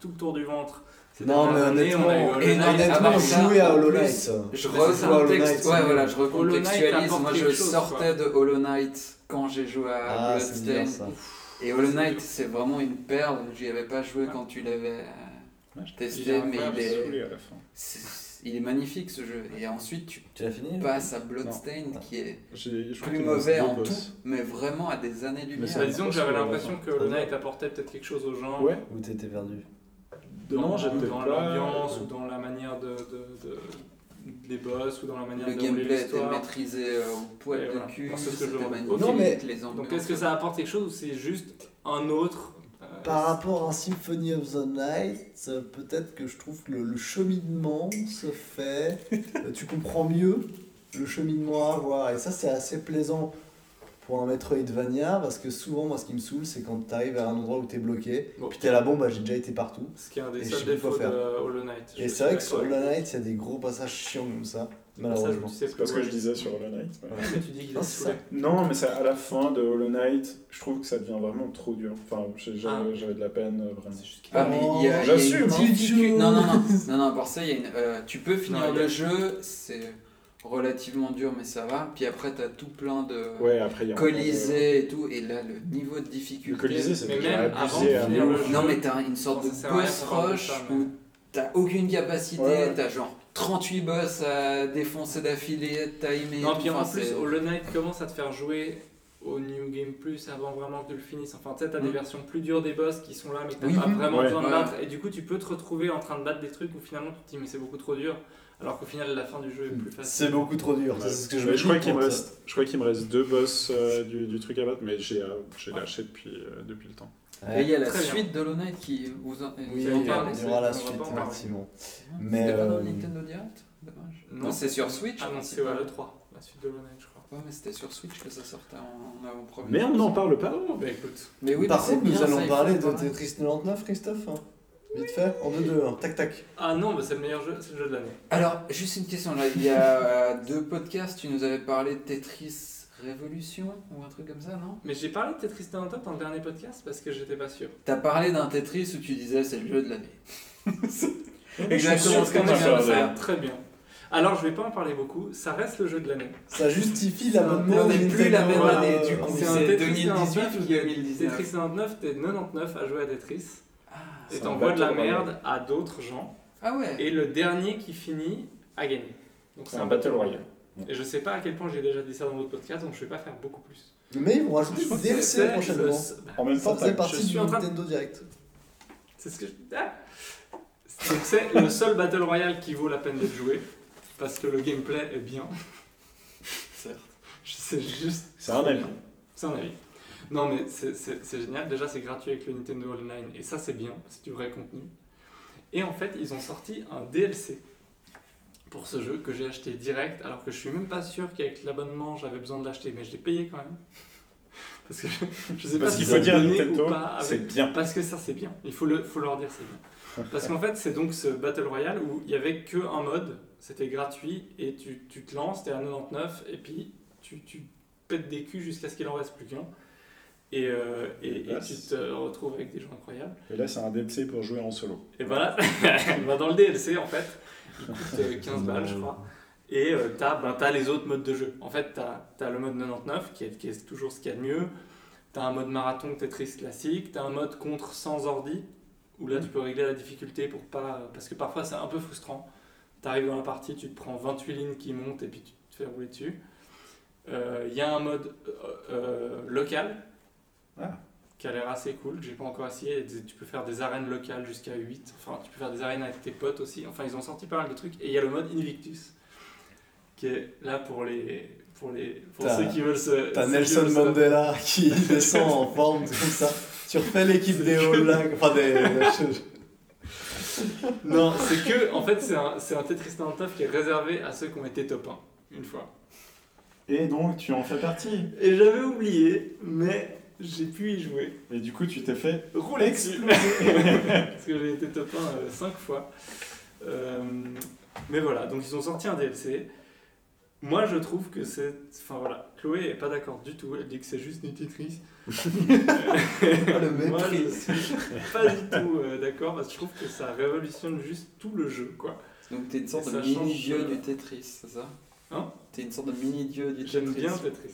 Speaker 6: tout le tour du ventre. Ces
Speaker 3: Non, mais
Speaker 6: dernières années, on a eu
Speaker 3: honnêtement,
Speaker 6: Hollow Knight.
Speaker 5: Knight, à
Speaker 3: honnêtement
Speaker 5: part ça,
Speaker 3: jouer à
Speaker 5: en
Speaker 3: Hollow
Speaker 5: plus,
Speaker 3: Knight.
Speaker 5: Je
Speaker 3: Mais c'est ça, Hollow Knight,
Speaker 5: recontexte, ouais,
Speaker 3: c'est-
Speaker 5: voilà, je
Speaker 6: Hollow Knight
Speaker 5: recontextualise.
Speaker 6: apporte
Speaker 5: Moi, je
Speaker 6: quelque chose,
Speaker 5: sortais de Hollow Knight quand j'ai joué à
Speaker 3: Ah, c'est bien
Speaker 5: Bloodstained.
Speaker 3: ça.
Speaker 5: Et Hollow
Speaker 6: C'est
Speaker 5: Knight,
Speaker 6: dur.
Speaker 5: c'est vraiment une perle. J'y avais pas joué quand tu l'avais. euh, testé, mais
Speaker 8: incroyable,
Speaker 5: il
Speaker 8: ce
Speaker 5: est,
Speaker 8: jeu, à la fin.
Speaker 5: c'est- il est magnifique ce jeu. Et ensuite, tu
Speaker 7: Tu l'as fini
Speaker 5: passes à Bloodstained qui est
Speaker 4: J'ai- je crois
Speaker 5: plus
Speaker 4: qu'il me reste
Speaker 5: mauvais
Speaker 4: deux
Speaker 5: en tout,
Speaker 4: boss.
Speaker 5: mais vraiment à des années-lumière.
Speaker 4: ça-
Speaker 6: Bah, disons que j'avais
Speaker 4: Ouais.
Speaker 6: l'impression que le Night apportait peut-être quelque chose aux gens.
Speaker 4: Ouais.
Speaker 7: Ou t'étais perdu
Speaker 6: Dans,
Speaker 4: Non, j'ai peut-être
Speaker 6: dans
Speaker 4: pas-
Speaker 6: l'ambiance ou dans la manière de, de- de- des boss ou dans la manière
Speaker 5: Le
Speaker 6: de
Speaker 5: gameplay était
Speaker 6: l'histoire.
Speaker 5: maîtrisé euh, au poil
Speaker 6: Et
Speaker 5: de
Speaker 6: voilà.
Speaker 5: cul,
Speaker 6: Alors, c'est ce que je
Speaker 5: c'était
Speaker 6: demande.
Speaker 5: magnifique,
Speaker 3: Non, mais-
Speaker 5: les ambiances.
Speaker 6: Donc est-ce que ça apporte quelque chose ou c'est juste un autre euh,
Speaker 3: Par rapport à Symphony of the Night, euh, peut-être que je trouve que le, le cheminement se fait. euh, tu comprends mieux le cheminement à avoir. Et ça, c'est assez plaisant pour un Metroidvania, parce que souvent, moi, ce qui me saoule, c'est quand t'arrives à un endroit où t'es bloqué,
Speaker 6: Bon.
Speaker 3: puis t'es là, bon, bah, j'ai déjà été partout.
Speaker 6: Ce qui est un
Speaker 3: Et
Speaker 6: des
Speaker 3: je
Speaker 6: seuls
Speaker 3: sais plus quoi
Speaker 6: défauts de
Speaker 3: faire.
Speaker 6: Hollow Knight. Je
Speaker 3: Et
Speaker 6: suis
Speaker 3: c'est vrai que
Speaker 6: d'accord
Speaker 3: sur Hollow
Speaker 6: avec
Speaker 3: Night, il y a des gros passages chiants comme ça,
Speaker 6: toi. Ça, je
Speaker 3: malheureusement.
Speaker 6: sais
Speaker 4: C'est pas ce que je
Speaker 6: plus.
Speaker 4: disais sur Hollow Knight. mais-
Speaker 6: Mais tu dis qu'il
Speaker 3: Non,
Speaker 6: est
Speaker 3: c'est
Speaker 6: saoulé.
Speaker 4: Non, mais ça, à la fin de Hollow Knight, je trouve que ça devient vraiment trop dur. Enfin,
Speaker 3: Ah.
Speaker 4: j'ai- j'avais j'avais de la peine, euh, vraiment.
Speaker 5: Ah, mais il y a, il y a
Speaker 4: J'assume,
Speaker 5: une
Speaker 4: hein.
Speaker 5: difficulté- Non, non, non, non, non, pour ça, il y a une, euh, tu peux
Speaker 6: Non,
Speaker 5: finir
Speaker 6: il y a-
Speaker 5: le jeu, c'est relativement dur, mais ça va. Puis après, t'as tout plein de
Speaker 4: Ouais, après, il y a euh,
Speaker 5: colisées et tout, et là, le niveau de
Speaker 4: Le
Speaker 5: difficulté.
Speaker 4: Colisée, c'est
Speaker 6: Mais
Speaker 4: déjà
Speaker 6: même avant
Speaker 4: abusé.
Speaker 6: de
Speaker 4: à
Speaker 6: finir
Speaker 4: mort.
Speaker 6: le jeu,
Speaker 5: Non, mais t'as une sorte
Speaker 6: Non,
Speaker 5: de
Speaker 6: ça sert à rien
Speaker 5: boss
Speaker 6: qu'on parle de
Speaker 5: rush
Speaker 6: ça, mais-
Speaker 5: où t'as aucune capacité,
Speaker 4: Ouais.
Speaker 5: t'as genre 38 boss à défoncer d'affilée, timer.
Speaker 6: Non, puis en
Speaker 5: enfin,
Speaker 6: plus,
Speaker 5: c'est-
Speaker 6: Hollow Knight commence à te faire jouer au New Game Plus avant vraiment que tu le finisses. Enfin, tu sais, t'as des
Speaker 5: Mm.
Speaker 6: versions plus dures des boss qui sont là, mais que t'as
Speaker 5: Oui,
Speaker 6: pas
Speaker 5: oui.
Speaker 6: vraiment
Speaker 4: Ouais.
Speaker 6: besoin de
Speaker 5: Ouais.
Speaker 6: battre. Et du coup, tu peux te retrouver en train de battre des trucs où finalement tu te dis, mais c'est beaucoup trop dur. Alors qu'au final, la fin du
Speaker 5: Mm.
Speaker 6: jeu est plus facile.
Speaker 3: C'est beaucoup trop dur, ça, c'est ce que je me
Speaker 4: Mais je crois
Speaker 3: dis
Speaker 4: qu'il me
Speaker 3: quand-
Speaker 4: reste, je crois qu'il me reste deux boss euh, du, du truc à battre, mais j'ai, euh, j'ai lâché depuis, euh, depuis le temps.
Speaker 5: Et il y a la
Speaker 6: Très bien.
Speaker 5: suite de Hollow Knight qui vous en...
Speaker 3: Oui,
Speaker 5: qui
Speaker 3: il
Speaker 5: en
Speaker 3: y
Speaker 5: parle.
Speaker 6: mais
Speaker 3: aura la
Speaker 6: c'est- on va
Speaker 3: suite,
Speaker 6: pas en parler.
Speaker 3: effectivement. Mais,
Speaker 5: C'était pas dans
Speaker 3: euh,
Speaker 5: le Nintendo Direct Dommage.
Speaker 6: Non.
Speaker 5: Non, c'est sur Switch.
Speaker 6: Ah non, c'est ouais, le 3, la suite de Hollow Knight, je crois.
Speaker 5: Ouais, mais c'était sur Switch que ça sortait en en avant-première.
Speaker 4: Mais on n'en parle pas.
Speaker 6: Bah écoute,
Speaker 5: Mais oui,
Speaker 3: Par
Speaker 5: mais c'est
Speaker 3: contre, nous
Speaker 5: bien, ça,
Speaker 3: allons
Speaker 5: il
Speaker 3: parler
Speaker 5: faut
Speaker 3: de
Speaker 5: en
Speaker 3: Tetris 99, Christophe. hein. Vite fait, en 2-2, hein. tac tac.
Speaker 6: ah non, bah c'est le meilleur jeu, c'est le jeu de l'année.
Speaker 5: Alors, juste une question là. Il y a euh, deux podcasts, tu nous avais parlé de Tetris Révolution ou un truc comme ça, non
Speaker 6: Mais j'ai parlé de Tetris Top dans le dernier podcast parce que j'étais pas sûr.
Speaker 5: T'as parlé d'un Tetris où tu disais c'est le jeu de l'année.
Speaker 6: Je
Speaker 5: Exactement
Speaker 6: pense
Speaker 5: ce que
Speaker 6: qu'on
Speaker 5: tu
Speaker 6: a
Speaker 5: viens de
Speaker 6: fait
Speaker 5: faire.
Speaker 6: Très bien. Alors, je vais pas en parler beaucoup, ça reste le jeu de l'année.
Speaker 3: Ça justifie
Speaker 5: Mais
Speaker 3: l'abonnement.
Speaker 5: on
Speaker 3: de
Speaker 5: n'est plus la
Speaker 3: Nintendo,
Speaker 5: même
Speaker 3: euh,
Speaker 5: année, du coup.
Speaker 3: en
Speaker 6: c'est un
Speaker 5: C'est
Speaker 6: Tetris
Speaker 5: 2018 ou 2019
Speaker 6: Tetris 99, t'es 99 à jouer à Tetris.
Speaker 5: Ah,
Speaker 6: Et
Speaker 4: C'est un
Speaker 6: t'envoies de la
Speaker 4: battle royale.
Speaker 6: merde à d'autres gens.
Speaker 5: Ah ouais
Speaker 6: Et le dernier qui finit a gagné. Donc c'est un battle royale. Et je sais pas à quel point j'ai déjà dit ça dans votre podcast, donc je vais pas faire beaucoup plus.
Speaker 3: Mais ils vont rajouter
Speaker 6: Je
Speaker 3: des
Speaker 6: pense que
Speaker 3: DLC
Speaker 6: c'est-
Speaker 3: prochainement.
Speaker 6: c'est- bah,
Speaker 4: En même
Speaker 3: Ça
Speaker 4: temps,
Speaker 3: faisait
Speaker 4: t'as-
Speaker 3: partie
Speaker 6: suis
Speaker 3: du
Speaker 6: en train de-
Speaker 3: Nintendo Direct.
Speaker 6: C'est ce que je. Ah Donc c'est le seul battle royale qui vaut la peine d'être joué. Parce que le gameplay est bien. Certes. Je sais juste.
Speaker 4: c'est un ami.
Speaker 6: C'est un avis. Non mais c'est- c'est c'est génial. Déjà c'est gratuit avec le Nintendo Online. Et ça c'est bien. C'est du vrai contenu. Et en fait ils ont sorti un DLC pour ce jeu que j'ai acheté direct. Alors que je suis même pas sûr qu'avec l'abonnement j'avais besoin de l'acheter. Mais je l'ai payé quand même. Parce que je, je sais pas
Speaker 4: Parce
Speaker 6: si
Speaker 4: qu'il
Speaker 6: ça
Speaker 4: faut dire
Speaker 6: donnait ou
Speaker 4: Nintendo,
Speaker 6: pas avec-
Speaker 4: c'est bien.
Speaker 6: parce que ça c'est bien, il faut, le, faut leur dire c'est bien. Parce qu'en fait c'est donc ce Battle Royale où il n'y avait que un mode, c'était gratuit et tu, tu te lances, t'es à 99 et puis tu, tu pètes des culs jusqu'à ce qu'il en reste plus qu'un. Et, euh, et- et tu te retrouves avec des gens incroyables.
Speaker 4: Et là, c'est un DLC pour jouer en solo.
Speaker 6: Et voilà, on va dans le DLC en fait, il coûte euh, 15 balles je crois. Et euh, t'as ben, t'as les autres modes de jeu. En fait, t'as as le mode 99 qui est, qui est toujours ce qu'il y a de mieux. T'as un mode marathon Tetris classique. T'as un mode contre sans ordi où
Speaker 3: Mm.
Speaker 6: là tu peux régler la difficulté pour pas. Parce que parfois c'est un peu frustrant. T'arrives dans la partie, tu te prends 28 lignes qui montent et puis tu te fais rouler dessus. Euh, Il y a un mode euh, euh, local
Speaker 4: Ah.
Speaker 6: qui a l'air assez cool, que j'ai pas encore essayé. Et Tu peux faire des arènes locales jusqu'à 8. Enfin, tu peux faire des arènes avec tes potes aussi. Enfin, ils ont sorti pas mal de trucs. Et il y a le mode Invictus qui est là pour les. Pour, les, pour
Speaker 3: T'as-
Speaker 6: ceux qui veulent se.
Speaker 3: T'as
Speaker 6: ceux qui
Speaker 3: Nelson
Speaker 6: veulent se-
Speaker 3: Mandela qui descend en forme, tout comme ça. Tu refais l'équipe des All Blacks, enfin des.
Speaker 6: Non, c'est que, en fait, c'est un, c'est un Tetris 99 qui est réservé à ceux qui ont été top 1, une fois.
Speaker 4: Et donc, tu en fais partie.
Speaker 6: Et j'avais oublié, mais j'ai pu y jouer.
Speaker 4: Et du coup, tu t'es fait.
Speaker 6: Rouler dessus Parce que j'ai été top 1 5 fois. Euh, mais voilà, donc ils ont sorti un DLC. Moi, je trouve que c'est. Enfin voilà, Chloé est pas d'accord du tout. Elle dit que c'est juste du Tetris.
Speaker 3: Le
Speaker 6: Moi, je
Speaker 3: mépris.
Speaker 6: suis pas du tout euh, d'accord parce que je trouve que ça révolutionne juste tout le jeu, quoi.
Speaker 5: Donc t'es une sorte
Speaker 6: Et
Speaker 5: de
Speaker 6: ça change,
Speaker 5: mini-dieu
Speaker 6: euh,
Speaker 5: du Tetris, c'est ça
Speaker 6: Hein
Speaker 5: T'es une sorte de mini-dieu du Tetris.
Speaker 6: J'aime bien Tetris.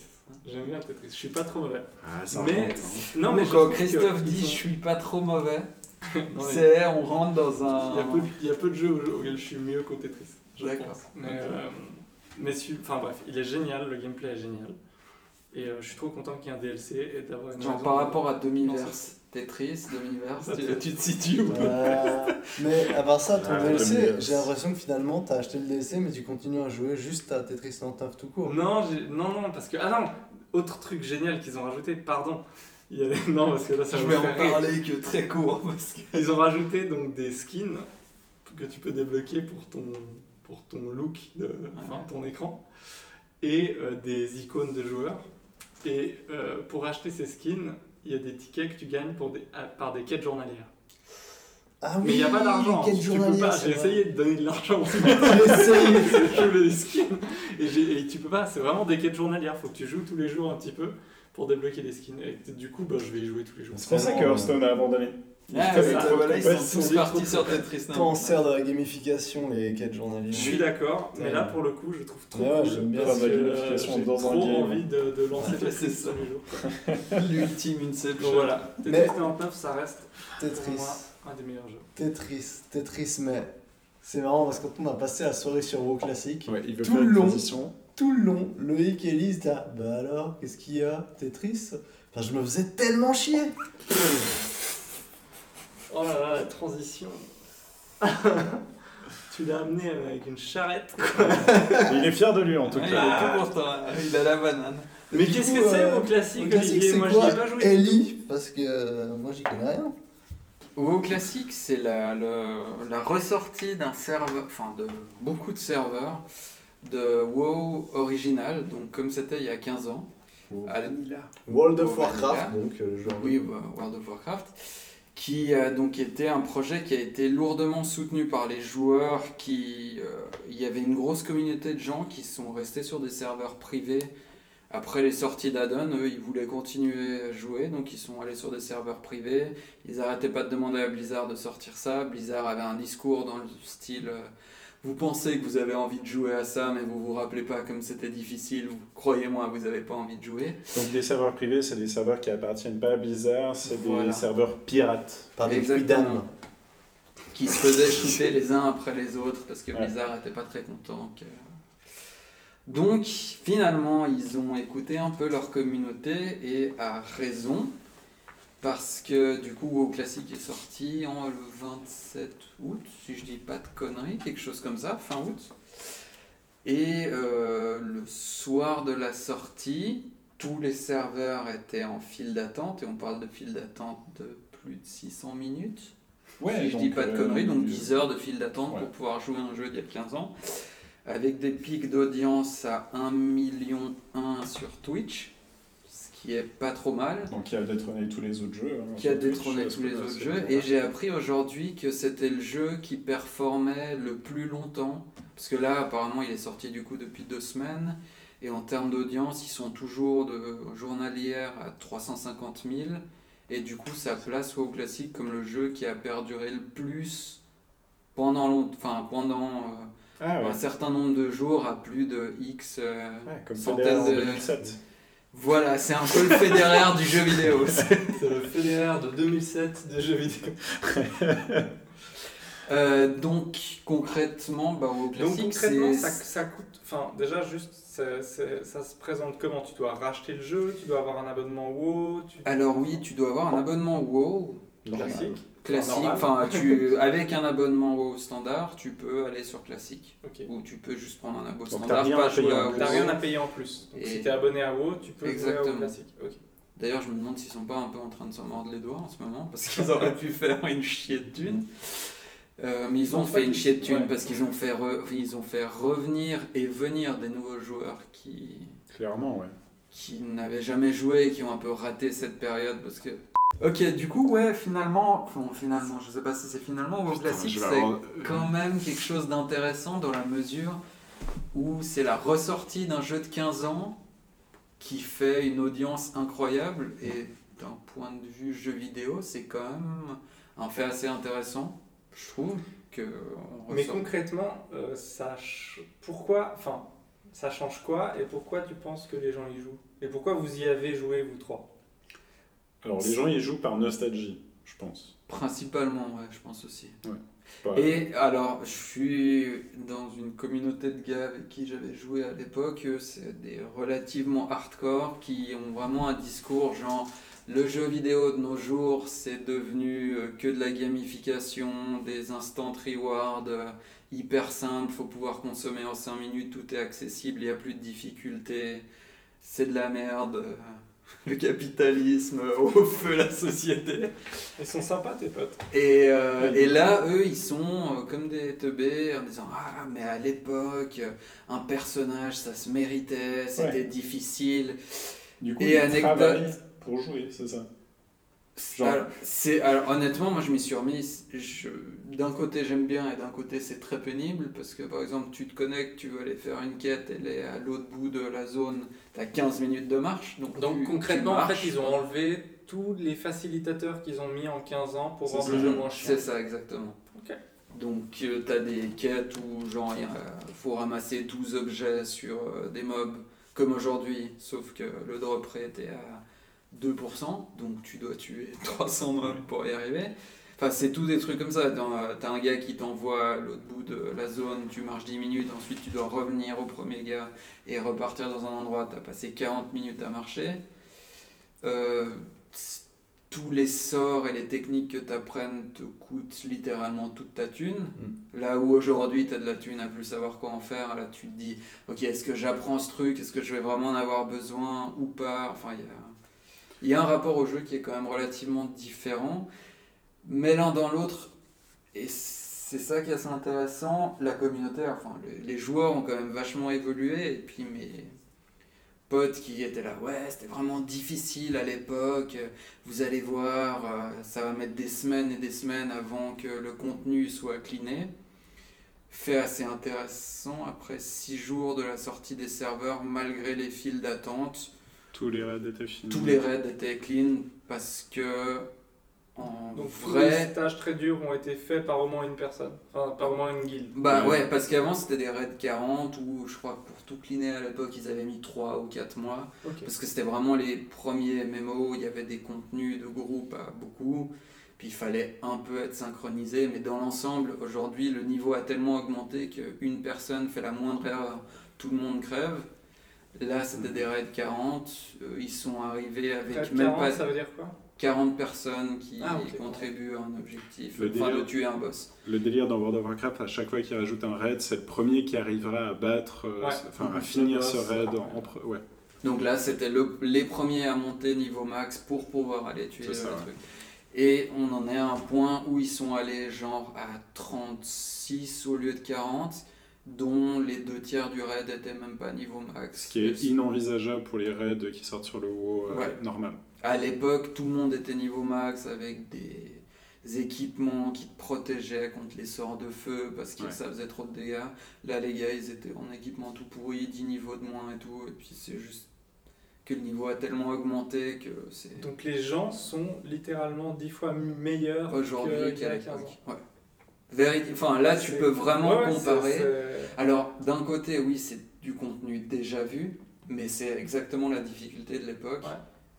Speaker 6: J'aime bien Tetris. Je suis pas trop mauvais.
Speaker 4: Ah,
Speaker 6: mais
Speaker 5: Non,
Speaker 6: non, mais
Speaker 5: mais
Speaker 6: je
Speaker 5: quand
Speaker 6: trouve que
Speaker 5: Christophe
Speaker 6: ils
Speaker 5: dit
Speaker 6: sont-
Speaker 5: je suis pas trop mauvais, C'est, on rentre dans un.
Speaker 6: Il y, a peu de- il y a peu de jeux au- auxquels je suis mieux qu'au Tetris. je
Speaker 5: D'accord.
Speaker 6: pense. Mais, euh, mais su- enfin bref, il est génial, le gameplay est génial. Et euh, je suis trop content qu'il y ait un DLC et d'avoir une.
Speaker 5: Genre
Speaker 6: raison
Speaker 5: par
Speaker 6: de-
Speaker 5: rapport à
Speaker 6: Non,
Speaker 5: Demi-Verse, Tetris, Demi-Verse,
Speaker 6: Ça,
Speaker 5: tu,
Speaker 6: c'est-
Speaker 5: tu te situes ou pas
Speaker 3: Bah, mais à part ça, ton
Speaker 4: Ah,
Speaker 3: DLC,
Speaker 4: comme-
Speaker 3: j'ai l'impression que finalement t'as acheté le DLC mais tu continues à jouer juste à Tetris 99 tout court.
Speaker 6: Non, j'ai- non, non, parce que. Ah non, autre truc génial qu'ils ont rajouté, pardon. Il y a- Non, parce que là, ça
Speaker 5: Je
Speaker 6: va
Speaker 5: voulais
Speaker 6: me
Speaker 5: en
Speaker 6: faire rire.
Speaker 5: parler que très court parce que.
Speaker 6: Ils ont rajouté donc des skins que tu peux débloquer pour ton, pour ton look, de, enfin, ton écran, et euh, des icônes de joueurs. Et euh, pour acheter ces skins, il y a des tickets que tu gagnes pour des, à- par des quêtes journalières.
Speaker 3: Ah oui,
Speaker 6: Mais il n'y a pas d'argent.
Speaker 3: quel
Speaker 6: Tu peux
Speaker 3: journaliste,
Speaker 6: pas.
Speaker 3: c'est
Speaker 6: J'ai
Speaker 3: vrai.
Speaker 6: essayé de donner de l'argent.
Speaker 3: J'ai essayé.
Speaker 6: je voulais des skins. Et, j'ai- et tu peux pas. C'est vraiment des quêtes journalières. Faut que tu joues tous les jours un petit peu pour débloquer des skins. Et du coup, bah, je vais y jouer tous les jours.
Speaker 8: C'est pour ça que Hearthstone a abandonné. Putain,
Speaker 5: Ah, c'est
Speaker 8: mais
Speaker 5: ça.
Speaker 8: euh, trop mal,
Speaker 5: ils
Speaker 8: ouais,
Speaker 5: sont tous
Speaker 6: c'est-
Speaker 5: partis sur Tetris. non.
Speaker 3: Cancer de la gamification, les quêtes
Speaker 6: Je
Speaker 3: journaliers.
Speaker 6: suis d'accord, mais là
Speaker 3: Ouais.
Speaker 6: pour le coup, je trouve trop
Speaker 3: Ouais, ouais,
Speaker 6: cool
Speaker 3: j'aime bien
Speaker 6: parce
Speaker 3: ça,
Speaker 6: que,
Speaker 8: la
Speaker 6: euh,
Speaker 8: gamification
Speaker 6: j'ai
Speaker 8: dans un
Speaker 6: trop
Speaker 8: game.
Speaker 6: envie de, de lancer
Speaker 5: Ouais,
Speaker 6: Tetris
Speaker 5: c'est
Speaker 6: tous les jours.
Speaker 5: L'ultime Inception.
Speaker 6: Donc voilà, Tetris
Speaker 3: Mais-
Speaker 6: 99, ça reste pour
Speaker 3: Tetris,
Speaker 6: moi un des meilleurs jeux.
Speaker 3: Tetris, Tetris, mais c'est marrant parce que quand on a passé la soirée sur WoW classique,
Speaker 4: Ouais, il veut
Speaker 3: Tout
Speaker 4: faire
Speaker 3: le
Speaker 4: une
Speaker 3: long.
Speaker 4: transition.
Speaker 3: tout le long, Loïc et Lise, là, bah alors, qu'est-ce qu'il y a Tetris Enfin, je me faisais tellement chier
Speaker 6: Oh là là, la transition. tu l'as amené avec une charrette.
Speaker 8: Il est fier de lui en tout
Speaker 5: Ouais, il
Speaker 8: cas.
Speaker 5: est tout pour toi, Ah, il a la banane.
Speaker 6: Mais
Speaker 3: Du
Speaker 6: qu'est-ce
Speaker 3: coup,
Speaker 6: que c'est
Speaker 3: euh,
Speaker 6: mon classique,
Speaker 3: Au classique,
Speaker 6: Olivier
Speaker 3: c'est
Speaker 6: Moi
Speaker 3: quoi
Speaker 6: je n'y ai pas joué.
Speaker 3: Ellie Parce que euh, moi, j'y connais rien.
Speaker 5: WoW classique, c'est la, le- la ressortie d'un serveur, enfin de beaucoup de serveurs de WoW original, donc comme c'était il y a 15 ans.
Speaker 3: Wow.
Speaker 5: À-
Speaker 3: World
Speaker 5: of
Speaker 6: bah,
Speaker 5: Warcraft,
Speaker 3: donc euh, le jeu.
Speaker 5: oui, bah, World of Warcraft, qui a donc été un projet qui a été lourdement soutenu par les joueurs, qui euh, il y avait une grosse communauté de gens qui sont restés sur des serveurs privés après les sorties d'addon, eux ils voulaient continuer à jouer, donc ils sont allés sur des serveurs privés, ils arrêtaient pas de demander à Blizzard de sortir ça, Blizzard avait un discours dans le style... euh, vous pensez que vous avez envie de jouer à ça, mais vous vous rappelez pas comme c'était difficile. vous- Croyez-moi, vous n'avez pas envie de jouer.
Speaker 8: Donc des serveurs privés, c'est des serveurs qui appartiennent pas à Blizzard, c'est des
Speaker 5: Voilà.
Speaker 8: serveurs pirates.
Speaker 3: Par des
Speaker 5: Exactement.
Speaker 3: fruits d'âme.
Speaker 5: qui se faisaient shooter les uns après les autres parce que
Speaker 8: Ouais.
Speaker 5: Blizzard n'était pas très content. que- Donc finalement, ils ont écouté un peu leur communauté et à raison parce que du coup, WoW Classic est sorti en le 27 août, si je dis pas de conneries, quelque chose comme ça, fin août. Et euh, le soir de la sortie, tous les serveurs étaient en file d'attente, et on parle de file d'attente de plus de 600 minutes si je dis pas
Speaker 4: euh,
Speaker 5: de conneries, donc 10 heures de file d'attente
Speaker 8: Ouais.
Speaker 5: pour pouvoir jouer à un jeu d'il y a 15 ans, avec des pics d'audience à 1 million 1 sur Twitch, ce qui est pas trop mal,
Speaker 8: Donc qui a détrôné tous les autres jeux. hein,
Speaker 5: qui a
Speaker 8: sur Twitch,
Speaker 5: détrôné
Speaker 8: euh,
Speaker 5: tous les
Speaker 8: c'est-
Speaker 5: autres
Speaker 8: c'est-
Speaker 5: jeux, et j'ai appris aujourd'hui que c'était le jeu qui performait le plus longtemps, parce que là apparemment il est sorti du coup depuis deux semaines, et en termes d'audience ils sont toujours de journalière à 350 000, et du coup ça place WoW Classic comme le jeu qui a perduré le plus pendant long- enfin pendant euh,
Speaker 8: Ah ouais.
Speaker 5: un certain nombre de jours à plus de X. euh,
Speaker 8: Ah, comme
Speaker 5: Centaines
Speaker 8: Federer en
Speaker 5: de-
Speaker 8: 2007.
Speaker 5: Voilà, c'est un peu le fédéraire du jeu vidéo.
Speaker 6: C'est le Federer de 2007 de jeux vidéo.
Speaker 5: Euh, donc concrètement, bah, WoW
Speaker 6: Donc
Speaker 5: Classic,
Speaker 6: concrètement,
Speaker 5: c'est
Speaker 6: ça, ça coûte. Enfin, déjà, juste, ça, ça- ça se présente comment Tu dois racheter le jeu, tu dois avoir un abonnement WoW, tu.
Speaker 5: Alors oui, tu dois avoir un abonnement WoW
Speaker 6: Classique.
Speaker 5: classique.
Speaker 6: Oh. Normal.
Speaker 5: Enfin, tu avec un abonnement WoW standard, tu peux aller sur classique
Speaker 6: Ok.
Speaker 5: ou tu peux juste prendre un abo
Speaker 8: t'as
Speaker 5: standard,
Speaker 8: rien
Speaker 5: pas
Speaker 8: à payer
Speaker 5: jouer
Speaker 8: en
Speaker 5: à
Speaker 8: plus.
Speaker 6: T'as rien à
Speaker 5: WoW.
Speaker 6: payer en plus. Donc
Speaker 5: Et-
Speaker 6: si t'es abonné à WoW, tu peux jouer à
Speaker 5: Exactement.
Speaker 6: WoW classique. Ok.
Speaker 5: D'ailleurs, je me demande s'ils sont pas un peu en train de se mordre les doigts en ce moment parce qu'ils auraient pu faire une chier de thune. Euh, mais ils ont
Speaker 6: Ils ont
Speaker 5: fait
Speaker 6: fait
Speaker 5: une chier de thune
Speaker 6: ouais.
Speaker 5: parce qu'ils ont fait re- ils ont fait revenir et venir des nouveaux joueurs qui
Speaker 8: Clairement, ouais.
Speaker 5: qui n'avaient jamais joué et qui ont un peu raté cette période parce que. Ok, du coup, ouais, finalement, bon, finalement, je sais pas si c'est finalement ou
Speaker 4: Putain,
Speaker 5: classique,
Speaker 4: je vais
Speaker 5: c'est
Speaker 4: avoir- euh,
Speaker 5: quand même quelque chose d'intéressant dans la mesure où c'est la ressortie d'un jeu de 15 ans qui fait une audience incroyable et d'un point de vue jeu vidéo, c'est quand même un fait assez intéressant, je trouve. Que on
Speaker 6: Mais
Speaker 5: ressort-
Speaker 6: concrètement, euh, ça ch- pourquoi, enfin, ça change quoi et pourquoi tu penses que les gens y jouent Et pourquoi vous y avez joué vous trois
Speaker 8: Alors les gens y jouent par nostalgie. Je
Speaker 11: je pense.
Speaker 5: Principalement, ouais, je pense aussi.
Speaker 11: Pas-
Speaker 5: Et alors, je suis dans une communauté de gars avec qui j'avais joué à l'époque. eux, C'est des relativement hardcore qui ont vraiment un discours genre le jeu vidéo de nos jours, c'est devenu euh, que de la gamification, des instant rewards euh, hyper simples, faut pouvoir consommer en 5 minutes, tout est accessible, il n'y a plus de difficultés, c'est de la merde. euh, Le capitalisme euh, au feu la société.
Speaker 6: Ils sont sympas, tes potes.
Speaker 5: Et, euh, et là, eux, ils sont euh, comme des teubés en disant Ah, mais à l'époque, euh, un personnage, ça se méritait, c'était
Speaker 12: Ouais.
Speaker 5: difficile.
Speaker 11: Du coup,
Speaker 5: Et
Speaker 11: il
Speaker 5: anecdote.
Speaker 11: travaille pour jouer, c'est ça. Genre.
Speaker 5: Alors, c'est- alors, honnêtement, moi, je m'y suis remis. Je- D'un côté, j'aime bien, et d'un côté, c'est très pénible parce que, par exemple, tu te connectes, tu veux aller faire une quête, elle est à l'autre bout de la zone, t'as 15 minutes de marche. Donc,
Speaker 6: Donc
Speaker 5: tu- tu
Speaker 6: concrètement, en fait,
Speaker 5: marches.
Speaker 6: ils ont enlevé tous les facilitateurs qu'ils ont mis en 15 ans pour
Speaker 11: C'est
Speaker 6: rendre
Speaker 11: ça.
Speaker 6: le jeu moins chiant.
Speaker 5: C'est ça, exactement.
Speaker 6: Ok.
Speaker 5: Donc, tu t'as des quêtes où, genre, il y a- faut ramasser 12 objets sur euh, des mobs, comme aujourd'hui, sauf que le drop rate est à 2%, donc tu dois tuer 300 mobs pour y arriver. Enfin, c'est tout des trucs comme ça. Dans, euh, T'as un gars qui t'envoie à l'autre bout de la zone, tu marches 10 minutes, ensuite tu dois revenir au premier gars et repartir dans un endroit. T'as passé 40 minutes à marcher. Euh, c'est- tous les sorts et les techniques que t'apprennes te coûtent littéralement toute ta thune. Là où aujourd'hui t'as de la thune à plus savoir quoi en faire, là tu te dis ok, est-ce que j'apprends ce truc Est-ce que je vais vraiment en avoir besoin ou pas Enfin, il y a. Il y a un rapport au jeu qui est quand même relativement différent, mais l'un dans l'autre, et c'est ça qui est assez intéressant, la communauté, enfin les, les joueurs ont quand même vachement évolué, et puis mes potes qui étaient là, ouais, c'était vraiment difficile à l'époque, vous allez voir, euh, ça va mettre des semaines et des semaines avant que le contenu soit cliné. Fait assez intéressant, après 6 jours de la sortie des serveurs, malgré les files d'attente,
Speaker 11: Tous les raids étaient finis.
Speaker 4: Mmh.
Speaker 5: tous les raids étaient clean parce que en
Speaker 6: Donc tous les
Speaker 5: vrai
Speaker 6: stages très durs ont été faits par au moins une personne, enfin par au moins une guilde.
Speaker 5: bah ouais parce qu'avant c'était des raids 40 où je crois que pour tout cleaner à l'époque ils avaient mis 3 ou 4 mois
Speaker 6: Ok.
Speaker 5: parce que c'était vraiment les premiers MMO où il y avait des contenus de groupe à beaucoup puis il fallait un peu être synchronisé mais dans l'ensemble aujourd'hui le niveau a tellement augmenté qu'une personne fait la moindre erreur tout le monde crève là c'était des raids 40 euh, ils sont arrivés avec
Speaker 6: Peut-être
Speaker 5: même
Speaker 6: 40,
Speaker 5: pas
Speaker 6: ça veut dire quoi
Speaker 5: 40 personnes qui
Speaker 6: Ah, ok.
Speaker 5: contribuent à un objectif,
Speaker 11: Le
Speaker 5: enfin
Speaker 11: délire.
Speaker 5: de tuer un boss.
Speaker 11: Le délire dans World of Warcraft, à chaque fois qu'il rajoute un raid, c'est le premier qui arrivera à battre, euh,
Speaker 6: Ouais.
Speaker 11: c'est- enfin à
Speaker 6: Le
Speaker 11: finir
Speaker 6: boss.
Speaker 11: ce raid en, en pre- ouais.
Speaker 5: Donc là, c'était le- les premiers à monter niveau max pour pouvoir aller tuer le
Speaker 11: C'est ça, ouais.
Speaker 5: truc. Et on en est à un point où ils sont allés genre à 36 au lieu de 40, dont les deux tiers du raid étaient même pas niveau max.
Speaker 11: Ce qui est inenvisageable pour les raids qui sortent sur le WoW euh,
Speaker 5: Ouais.
Speaker 11: normal.
Speaker 5: À l'époque, tout le monde était niveau max avec des équipements qui te protégeaient contre les sorts de feu parce que
Speaker 11: Ouais.
Speaker 5: ça faisait trop de dégâts. Là, les gars, ils étaient en équipement tout pourri, 10 niveaux de moins et tout. Et puis, c'est juste que le niveau a tellement augmenté que c'est
Speaker 6: Donc les gens sont littéralement 10 fois meilleurs
Speaker 5: aujourd'hui
Speaker 6: que-
Speaker 5: qu'à
Speaker 6: qu'il euh, y a 15 ans.
Speaker 5: l'époque. Ouais. Vérit- Enfin, là, tu
Speaker 6: C'est-
Speaker 5: peux vraiment
Speaker 6: Ouais, ouais,
Speaker 5: comparer.
Speaker 6: c'est- c'est-
Speaker 5: Alors, d'un côté, oui, c'est du contenu déjà vu, mais c'est exactement la difficulté de l'époque.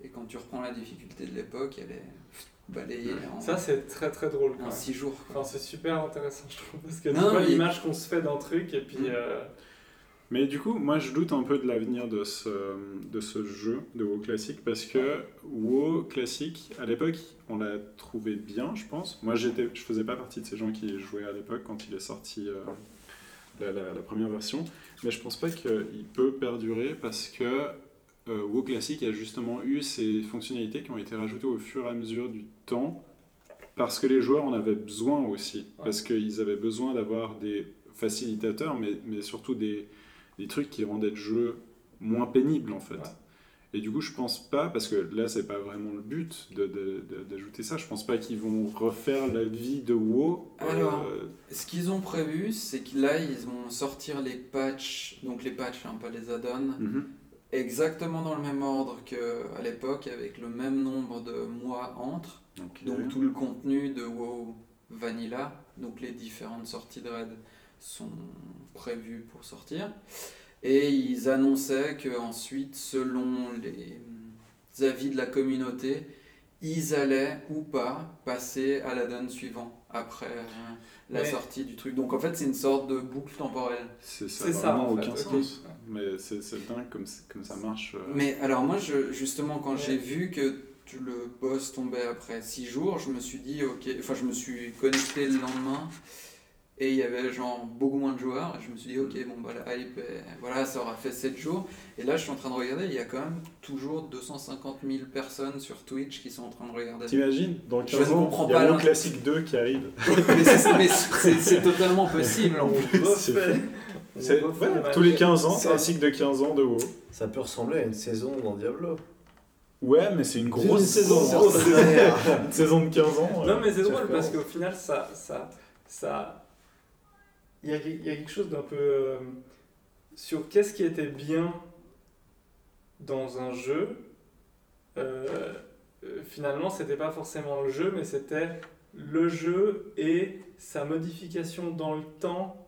Speaker 5: Et quand tu reprends la difficulté de l'époque, elle est balayée en,
Speaker 6: Ça c'est très très drôle. Quoi.
Speaker 5: en six jours. quoi.
Speaker 6: Enfin, c'est super intéressant je trouve parce que
Speaker 5: Non,
Speaker 6: tu vois
Speaker 5: mais-
Speaker 6: l'image qu'on se fait d'un truc et puis
Speaker 5: Mm.
Speaker 6: euh,
Speaker 11: Mais du coup, moi je doute un peu de l'avenir de ce, de ce jeu de WoW classique parce que WoW classique, à l'époque, on l'a trouvé bien, je pense. Moi j'étais, je faisais pas partie de ces gens qui jouaient à l'époque quand il est sorti euh, la, la- la première version, mais je pense pas qu'il peut perdurer parce que euh, WoW classique a justement eu ces fonctionnalités qui ont été rajoutées au fur et à mesure du temps parce que les joueurs en avaient besoin aussi, parce qu'ils avaient besoin d'avoir des facilitateurs, mais, mais surtout des, des trucs qui rendaient le jeu moins pénible en fait.
Speaker 6: Ouais.
Speaker 11: Et du coup, je pense pas, parce que là, c'est pas vraiment le but de- de- de- d'ajouter ça, je pense pas qu'ils vont refaire la vie de WoW. euh,
Speaker 5: Alors, Ce qu'ils ont prévu, c'est que là, ils vont sortir les patchs, donc les patchs, hein, pas les add-ons,
Speaker 11: mhm.
Speaker 5: exactement dans le même ordre qu'à l'époque, avec le même nombre de mois entre.
Speaker 11: Ok.
Speaker 5: Donc tout le contenu de WoW Vanilla, donc les différentes sorties de raid sont prévues pour sortir. Et ils euh, annonçaient qu'ensuite, selon les avis de la communauté, ils allaient ou pas passer à la donne suivante après euh, la
Speaker 6: Ouais.
Speaker 5: sortie du truc. Donc en fait, c'est une sorte de boucle temporelle.
Speaker 4: C'est ça,
Speaker 6: C'est
Speaker 4: n'a
Speaker 6: ça,
Speaker 4: vraiment
Speaker 6: en fait,
Speaker 4: aucun
Speaker 6: ok.
Speaker 4: sens. Mais c'est c'est dingue comme, c'est- comme ça marche. euh.
Speaker 5: Mais alors moi, je, justement, quand
Speaker 6: Ouais.
Speaker 5: j'ai vu que tu- le boss tombait après 6 jours, je me suis dit, ok, enfin je me suis connecté le lendemain et il y avait genre beaucoup moins de joueurs et je me suis dit, ok, bon bah la hype, euh, voilà, ça aura fait 7 jours. Et là, je suis en train de regarder, il y a quand même toujours 250 000 personnes sur Twitch qui sont en train de regarder.
Speaker 4: T'imagines Dans
Speaker 5: Je
Speaker 4: 15 ans,
Speaker 5: comprends
Speaker 4: il y a
Speaker 5: pas
Speaker 4: mon
Speaker 5: l'in-
Speaker 4: classique 2 qui arrive.
Speaker 5: mais c'est- mais c'est c'est totalement possible en fait.
Speaker 4: C'est fait. C'est- voilà, tous les 15 ans,
Speaker 3: C'est-
Speaker 4: classique de 15 ans de WoW.
Speaker 3: Ça peut ressembler à une saison dans Diablo.
Speaker 4: Ouais, mais c'est une grosse
Speaker 3: Une
Speaker 4: saison.
Speaker 3: saison,
Speaker 4: grosse
Speaker 3: c'est
Speaker 4: saison.
Speaker 3: clair.
Speaker 4: une saison de 15 ans. euh,
Speaker 6: Non, mais c'est
Speaker 3: Sauf
Speaker 6: drôle
Speaker 3: que-
Speaker 6: parce qu'au final, ça. ça, ça... Il, y a, il y a quelque chose d'un peu. euh, sur qu'est-ce qui était bien dans un jeu. euh, euh, finalement, c'était pas forcément le jeu, mais c'était le jeu et sa modification dans le temps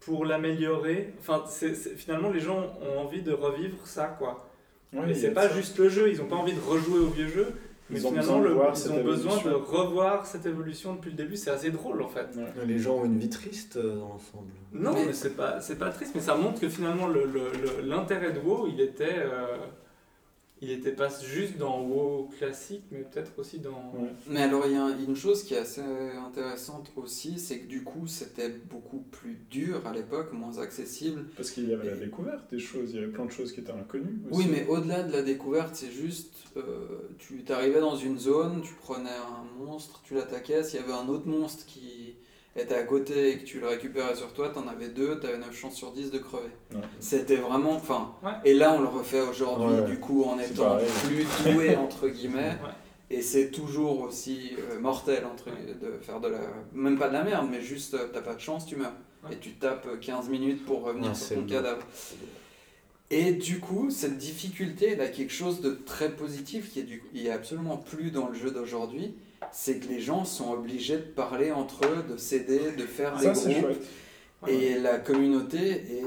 Speaker 6: pour l'améliorer. Enfin, c'est- c'est- finalement, les gens ont envie de revivre ça, quoi. Mais c'est pas juste le jeu, ils ont pas envie de rejouer au vieux jeu, mais
Speaker 4: Ils ont
Speaker 6: finalement
Speaker 4: besoin de
Speaker 6: le-
Speaker 4: voir
Speaker 6: ils
Speaker 4: cette
Speaker 6: ont besoin de
Speaker 4: évolution.
Speaker 6: revoir cette évolution depuis le début, c'est assez drôle en fait.
Speaker 3: Les gens ont une vie triste euh, dans l'ensemble.
Speaker 6: Non,
Speaker 5: Mais-
Speaker 6: mais, c'est pas, c'est pas triste, mais ça montre que finalement le- le- le- l'intérêt de WoW, il était, euh, il était pas juste dans WoW classique, mais peut-être aussi dans.
Speaker 4: Ouais.
Speaker 5: Mais alors, il y a un- une chose qui est assez intéressante aussi, c'est que du coup, c'était beaucoup plus dur à l'époque, moins accessible.
Speaker 4: Parce qu'il y avait la découverte des choses, il y avait plein de choses qui étaient inconnues.
Speaker 5: Oui,
Speaker 4: aussi.
Speaker 5: mais au-delà de la découverte, c'est juste, euh, tu t'arrivais dans une zone, tu prenais un monstre, tu l'attaquais, s'il y avait un autre monstre qui était à côté et que tu le récupérais sur toi, t'en avais deux, t'avais 9 chances sur 10 de crever.
Speaker 4: Ouais.
Speaker 5: C'était vraiment, enfin,
Speaker 6: Ouais.
Speaker 5: et là on le refait aujourd'hui,
Speaker 4: Ouais.
Speaker 5: du coup, en
Speaker 4: C'est
Speaker 5: étant
Speaker 4: pareil.
Speaker 5: plus doué, entre guillemets,
Speaker 6: Ouais.
Speaker 5: et c'est toujours aussi euh, mortel, entre de faire de la, même pas de la merde, mais juste, euh, t'as pas de chance, tu meurs.
Speaker 6: Ouais.
Speaker 5: Et tu tapes euh, 15 minutes pour revenir
Speaker 3: Ouais,
Speaker 5: sur
Speaker 3: c'est
Speaker 5: ton
Speaker 3: le-
Speaker 5: cadavre. Et du coup, cette difficulté, elle a quelque chose de très positif qui est, du, il y a absolument plus dans le jeu d'aujourd'hui. C'est que les gens sont obligés de parler entre eux, de s'aider, de
Speaker 6: Ah,
Speaker 5: faire
Speaker 4: Ça,
Speaker 5: des
Speaker 4: c'est
Speaker 5: groupes.
Speaker 4: chouette.
Speaker 5: Et la communauté est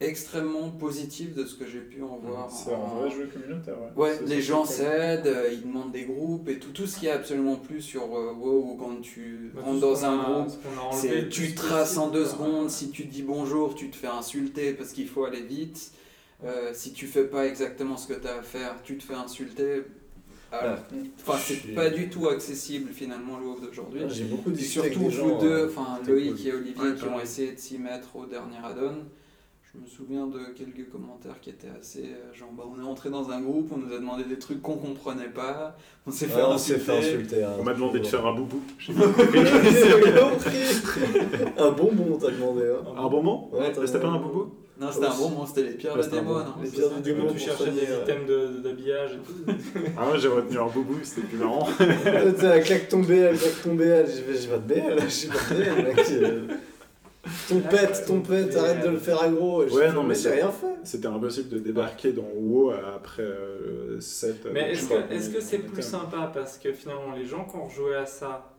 Speaker 5: extrêmement positive de ce que j'ai pu en voir.
Speaker 4: Mm, C'est un
Speaker 5: en-
Speaker 4: vrai jeu communautaire. Ouais,
Speaker 5: Ouais,
Speaker 4: C'est-
Speaker 5: les
Speaker 4: c'est
Speaker 5: gens
Speaker 4: cool.
Speaker 5: s'aident, euh, ils demandent des groupes et tout, tout ce qu'il y a absolument plus sur euh, WoW ou quand tu
Speaker 4: Bah,
Speaker 5: rentres dans un groupe. C'est tu traces en deux secondes, si tu dis bonjour, tu te fais insulter parce qu'il faut aller vite. Euh, si tu fais pas exactement ce que tu as à faire, tu te fais insulter.
Speaker 4: Bah,
Speaker 5: Alors, Enfin, c'est
Speaker 3: J'ai-
Speaker 5: pas du tout accessible finalement le WoW
Speaker 4: Bah,
Speaker 5: d'aujourd'hui.
Speaker 3: J'ai beaucoup
Speaker 5: Et
Speaker 3: discuté avec
Speaker 5: surtout
Speaker 3: des
Speaker 5: vous
Speaker 3: gens.
Speaker 5: deux,
Speaker 3: euh,
Speaker 5: enfin
Speaker 3: c'était
Speaker 5: Loïc
Speaker 3: cool.
Speaker 5: et Olivier
Speaker 6: Ouais,
Speaker 5: qui
Speaker 6: pareil.
Speaker 5: ont essayé de s'y mettre au dernier add-on. Je me souviens de quelques commentaires qui étaient assez euh, genre bah, on est entré dans un groupe, on nous a demandé des trucs qu'on comprenait pas, on s'est fait
Speaker 3: Ouais, Ah, on s'est
Speaker 5: insulter.
Speaker 3: fait insulter. hein.
Speaker 4: On m'a demandé de faire un boubou. J'ai dit,
Speaker 3: un bonbon, t'as demandé. Hein.
Speaker 4: Un bonbon
Speaker 3: Ouais, t'as-
Speaker 6: Euh,
Speaker 4: Mais C'était pas un boubou
Speaker 5: Non, c'était un
Speaker 3: Aussi.
Speaker 5: bon moment, c'était les pires
Speaker 3: Ouais,
Speaker 5: de
Speaker 3: c'était un
Speaker 5: démo,
Speaker 3: bon-
Speaker 5: non
Speaker 3: les
Speaker 5: c'est
Speaker 3: pires
Speaker 5: ça
Speaker 3: de démo.
Speaker 6: Tu cherchais des
Speaker 5: euh,
Speaker 6: items de- d'habillage et tout.
Speaker 4: Ah ouais, j'ai retenu un boubou, c'était plus marrant.
Speaker 3: Euh, T'as la claque tombée, la claque tombée, elle, j'ai fait, j'ai pas de BL, j'ai pas de BL, mec. euh. Ton pète, ton pète, arrête de le faire aggro. Et je
Speaker 4: Ouais,
Speaker 3: fais,
Speaker 4: non, mais
Speaker 3: j'ai
Speaker 4: c'est-
Speaker 3: rien fait.
Speaker 4: C'était impossible de débarquer dans WoW après euh, 7.
Speaker 11: Euh,
Speaker 6: Mais est-ce que est-ce que c'est plus sympa parce que finalement les gens qui ont joué à ça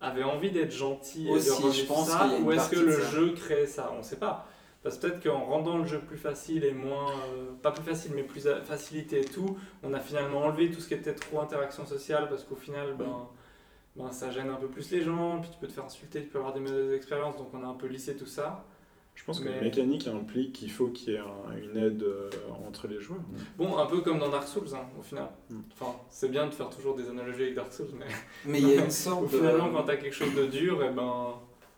Speaker 6: avaient envie d'être gentils et
Speaker 5: Aussi,
Speaker 6: de revivre
Speaker 5: je pense
Speaker 6: ça
Speaker 5: qu'il y a une
Speaker 6: ou est-ce
Speaker 5: partie
Speaker 6: que
Speaker 5: de
Speaker 6: le
Speaker 5: ça.
Speaker 6: jeu créait ça On sait pas. Parce que peut-être qu'en rendant le jeu plus facile et moins. euh, pas plus facile, mais plus à- facilité et tout, on a finalement enlevé tout ce qui était trop interaction sociale parce qu'au final,
Speaker 5: Mm.
Speaker 6: ben, ben, ça gêne un peu plus les gens, puis tu peux te faire insulter, tu peux avoir des mauvaises expériences, donc on a un peu lissé tout ça.
Speaker 4: Je pense que
Speaker 6: Mais-
Speaker 4: la mécanique implique qu'il faut qu'il y ait un- une aide euh, entre les joueurs.
Speaker 6: Bon, un peu comme dans Dark Souls, hein, au final.
Speaker 4: Mm.
Speaker 6: Enfin, c'est bien de faire toujours des analogies avec Dark Souls, mais
Speaker 5: Mais il y a une
Speaker 6: au
Speaker 5: sorte de.
Speaker 6: finalement, quand t'as quelque chose de dur, et ben.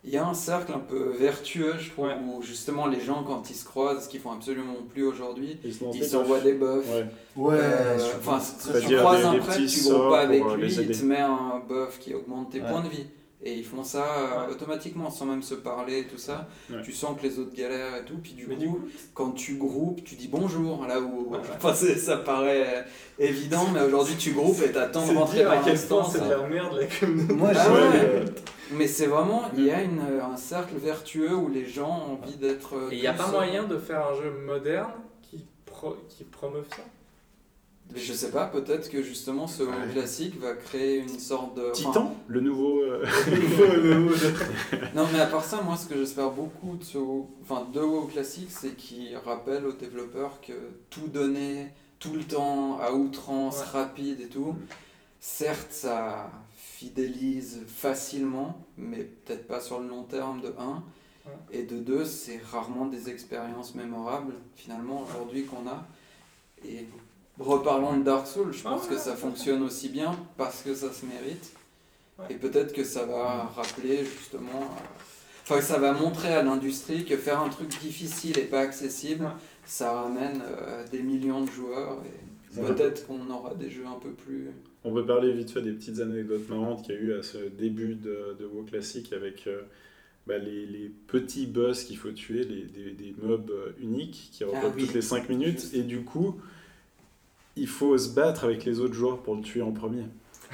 Speaker 5: Il y a un cercle un peu vertueux, je trouve,
Speaker 6: Ouais.
Speaker 5: où justement les gens, quand ils se croisent, ce qu'ils font absolument plus aujourd'hui,
Speaker 4: Ils se lancent
Speaker 5: ils
Speaker 4: des
Speaker 5: s'envoient
Speaker 4: perfs.
Speaker 5: des buffs.
Speaker 4: Ouais.
Speaker 3: Ouais,
Speaker 5: Euh,
Speaker 3: je-
Speaker 5: Enfin, si
Speaker 4: C'est-à-dire
Speaker 5: tu croises
Speaker 4: des-
Speaker 5: un
Speaker 4: des
Speaker 5: prêtre,
Speaker 4: petits
Speaker 5: tu
Speaker 4: sorts
Speaker 5: gros pas avec
Speaker 4: pour, euh,
Speaker 5: lui,
Speaker 4: les
Speaker 5: il
Speaker 4: aider.
Speaker 5: te met un buff qui augmente tes
Speaker 4: Ouais.
Speaker 5: points de vie. Et ils font ça euh,
Speaker 6: Ouais.
Speaker 5: automatiquement, sans même se parler et tout ça.
Speaker 4: Ouais.
Speaker 5: Tu sens que les autres galèrent et tout. Puis du
Speaker 6: Mais
Speaker 5: coup,
Speaker 6: du coup,
Speaker 5: quand tu groupes, tu dis bonjour, là où
Speaker 6: Ouais, ouais.
Speaker 5: enfin, c'est- ça paraît euh, évident, mais aujourd'hui tu groupes et t'attends de
Speaker 6: C'est
Speaker 5: rentrer
Speaker 6: dire
Speaker 5: dans
Speaker 6: à quel
Speaker 5: l'instant.
Speaker 6: point c'est
Speaker 5: ça.
Speaker 6: de la merde la communauté.
Speaker 3: Moi,
Speaker 5: Ah
Speaker 3: j'ai.
Speaker 5: ouais.
Speaker 3: euh,
Speaker 5: Mais c'est vraiment, il y a une, euh, un cercle vertueux où les gens ont envie d'être. euh,
Speaker 6: Et il n'y a
Speaker 5: tous
Speaker 6: pas
Speaker 5: seuls.
Speaker 6: moyen de faire un jeu moderne qui, pro- qui promeuve ça
Speaker 5: euh, Mais je sais pas, peut-être que justement ce
Speaker 4: Ouais.
Speaker 5: classique va créer une sorte de. enfin,
Speaker 4: Titan, le nouveau. euh,
Speaker 5: Non, mais à part ça, moi, ce que j'espère beaucoup de ce WoW- enfin, de WoW classique, c'est qu'il rappelle aux développeurs que tout donner, tout le temps, à outrance,
Speaker 6: Ouais.
Speaker 5: rapide et tout, Certes, ça fidélise facilement, mais peut-être pas sur le long terme de 1. Et de 2, c'est rarement des expériences mémorables, finalement, aujourd'hui qu'on a. Et reparlons de Dark Souls, je pense que ça fonctionne aussi bien parce que ça se mérite. Et peut-être que ça va rappeler justement. euh, Enfin, que ça va montrer à l'industrie que faire un truc difficile et pas accessible, ça ramène euh, des millions de joueurs. Et
Speaker 11: Ouais.
Speaker 5: peut-être qu'on aura des jeux un peu plus.
Speaker 11: On peut parler vite fait des petites anecdotes marrantes qu'il y a eu à ce début de, de WoW classique avec euh, bah, les, les petits boss qu'il faut tuer, les, des, des mobs euh, uniques qui repopent
Speaker 5: oui.
Speaker 11: toutes les 5 minutes.
Speaker 5: Juste.
Speaker 11: Et du coup, il faut se battre avec les autres joueurs pour le tuer en premier.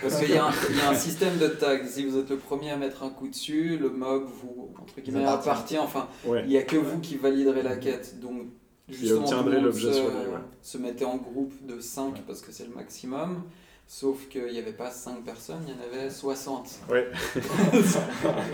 Speaker 5: Parce qu'il y, a un- il y a un système de tag. Si vous êtes le premier à mettre un coup dessus, le mob vous entre guillemets
Speaker 3: Appartient.
Speaker 5: appartient. Enfin,
Speaker 11: Ouais.
Speaker 5: il n'y a que vous qui validerez la quête. Donc, justement, tout
Speaker 11: obtiendrez
Speaker 5: le monde
Speaker 11: l'objet
Speaker 5: se,
Speaker 11: soigné, ouais.
Speaker 5: se mettait en groupe de 5 parce que c'est le maximum. Sauf qu'il n'y avait pas 5 personnes, il y en avait 60.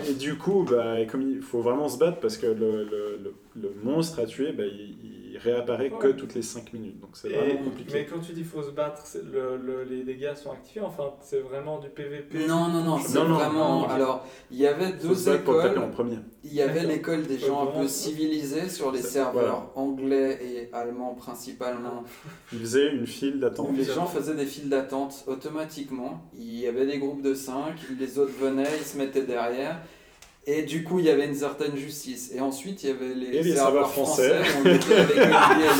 Speaker 11: Et du coup, bah, comme il faut vraiment se battre parce que le, le- le- le monstre à tuer, bah, il, il réapparaît que
Speaker 6: Ouais.
Speaker 11: toutes les 5 minutes. Donc c'est
Speaker 6: Et-
Speaker 11: vraiment compliqué.
Speaker 6: mais quand tu dis faut se battre, c'est le- le- les dégâts sont activés, enfin c'est vraiment du PVP.
Speaker 5: Non, non, non, c'est
Speaker 11: Non, non,
Speaker 5: vraiment.
Speaker 11: non, ok.
Speaker 5: Alors, il y avait
Speaker 11: Faut se
Speaker 5: deux
Speaker 11: battre pour le taper
Speaker 5: écoles.
Speaker 11: en premier.
Speaker 5: Il y avait
Speaker 6: D'accord.
Speaker 5: l'école des
Speaker 6: Ouais,
Speaker 5: gens un
Speaker 6: vraiment.
Speaker 5: peu civilisés sur les
Speaker 11: Ça,
Speaker 5: serveurs anglais et allemands principalement.
Speaker 11: Il faisait une file d'attente.
Speaker 5: Donc, les gens faisaient des files d'attente automatiquement. Il y avait des groupes de 5, les autres venaient, ils se mettaient derrière. Et du coup, il y avait une certaine justice. Et ensuite, il y avait les,
Speaker 11: Et les serveurs français.
Speaker 5: où on était avec Olivier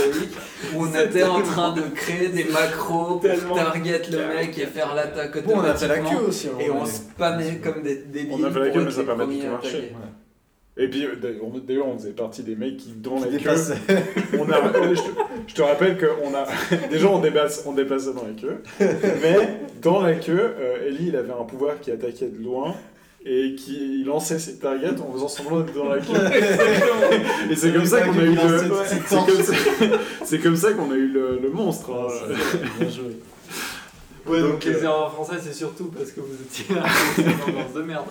Speaker 5: et Loïc, où on
Speaker 6: C'est
Speaker 5: était en
Speaker 6: tellement-
Speaker 5: train de créer des macros pour
Speaker 6: tellement
Speaker 5: target le mec et faire l'attaque
Speaker 3: Bon, on a fait la
Speaker 5: automatiquement.
Speaker 3: queue aussi. hein,
Speaker 5: Et on
Speaker 3: mais-
Speaker 5: spammait comme des débiles.
Speaker 11: On a fait la
Speaker 5: pour
Speaker 11: queue,
Speaker 5: être
Speaker 11: mais ça
Speaker 5: les
Speaker 11: a pas du
Speaker 5: premiers
Speaker 11: tout
Speaker 5: à
Speaker 11: marché.
Speaker 5: attaquer.
Speaker 11: Et puis euh, d'ailleurs, on- d'ailleurs, on faisait partie des mecs qui, dans la
Speaker 3: Qui
Speaker 11: queue,
Speaker 3: dépassait.
Speaker 11: on a, je, te, je te rappelle qu'on a. Déjà, on dépasse, on dépassait dans la queue. Mais dans la queue, euh, Ellie, il avait un pouvoir qui attaquait de loin et qui lançait ses targets en faisant semblant d'être dans la queue. et c'est comme ça qu'on a eu
Speaker 3: Cette-
Speaker 11: le.
Speaker 3: cette
Speaker 11: ouais, c'est
Speaker 3: torche.
Speaker 11: comme ça- C'est comme ça qu'on a eu le, le monstre. hein.
Speaker 3: Bien joué.
Speaker 6: Ouais, donc,
Speaker 11: Donc,
Speaker 6: les
Speaker 11: euh,
Speaker 6: serveurs français, c'est surtout parce que vous étiez là, c'est une ambiance de merde.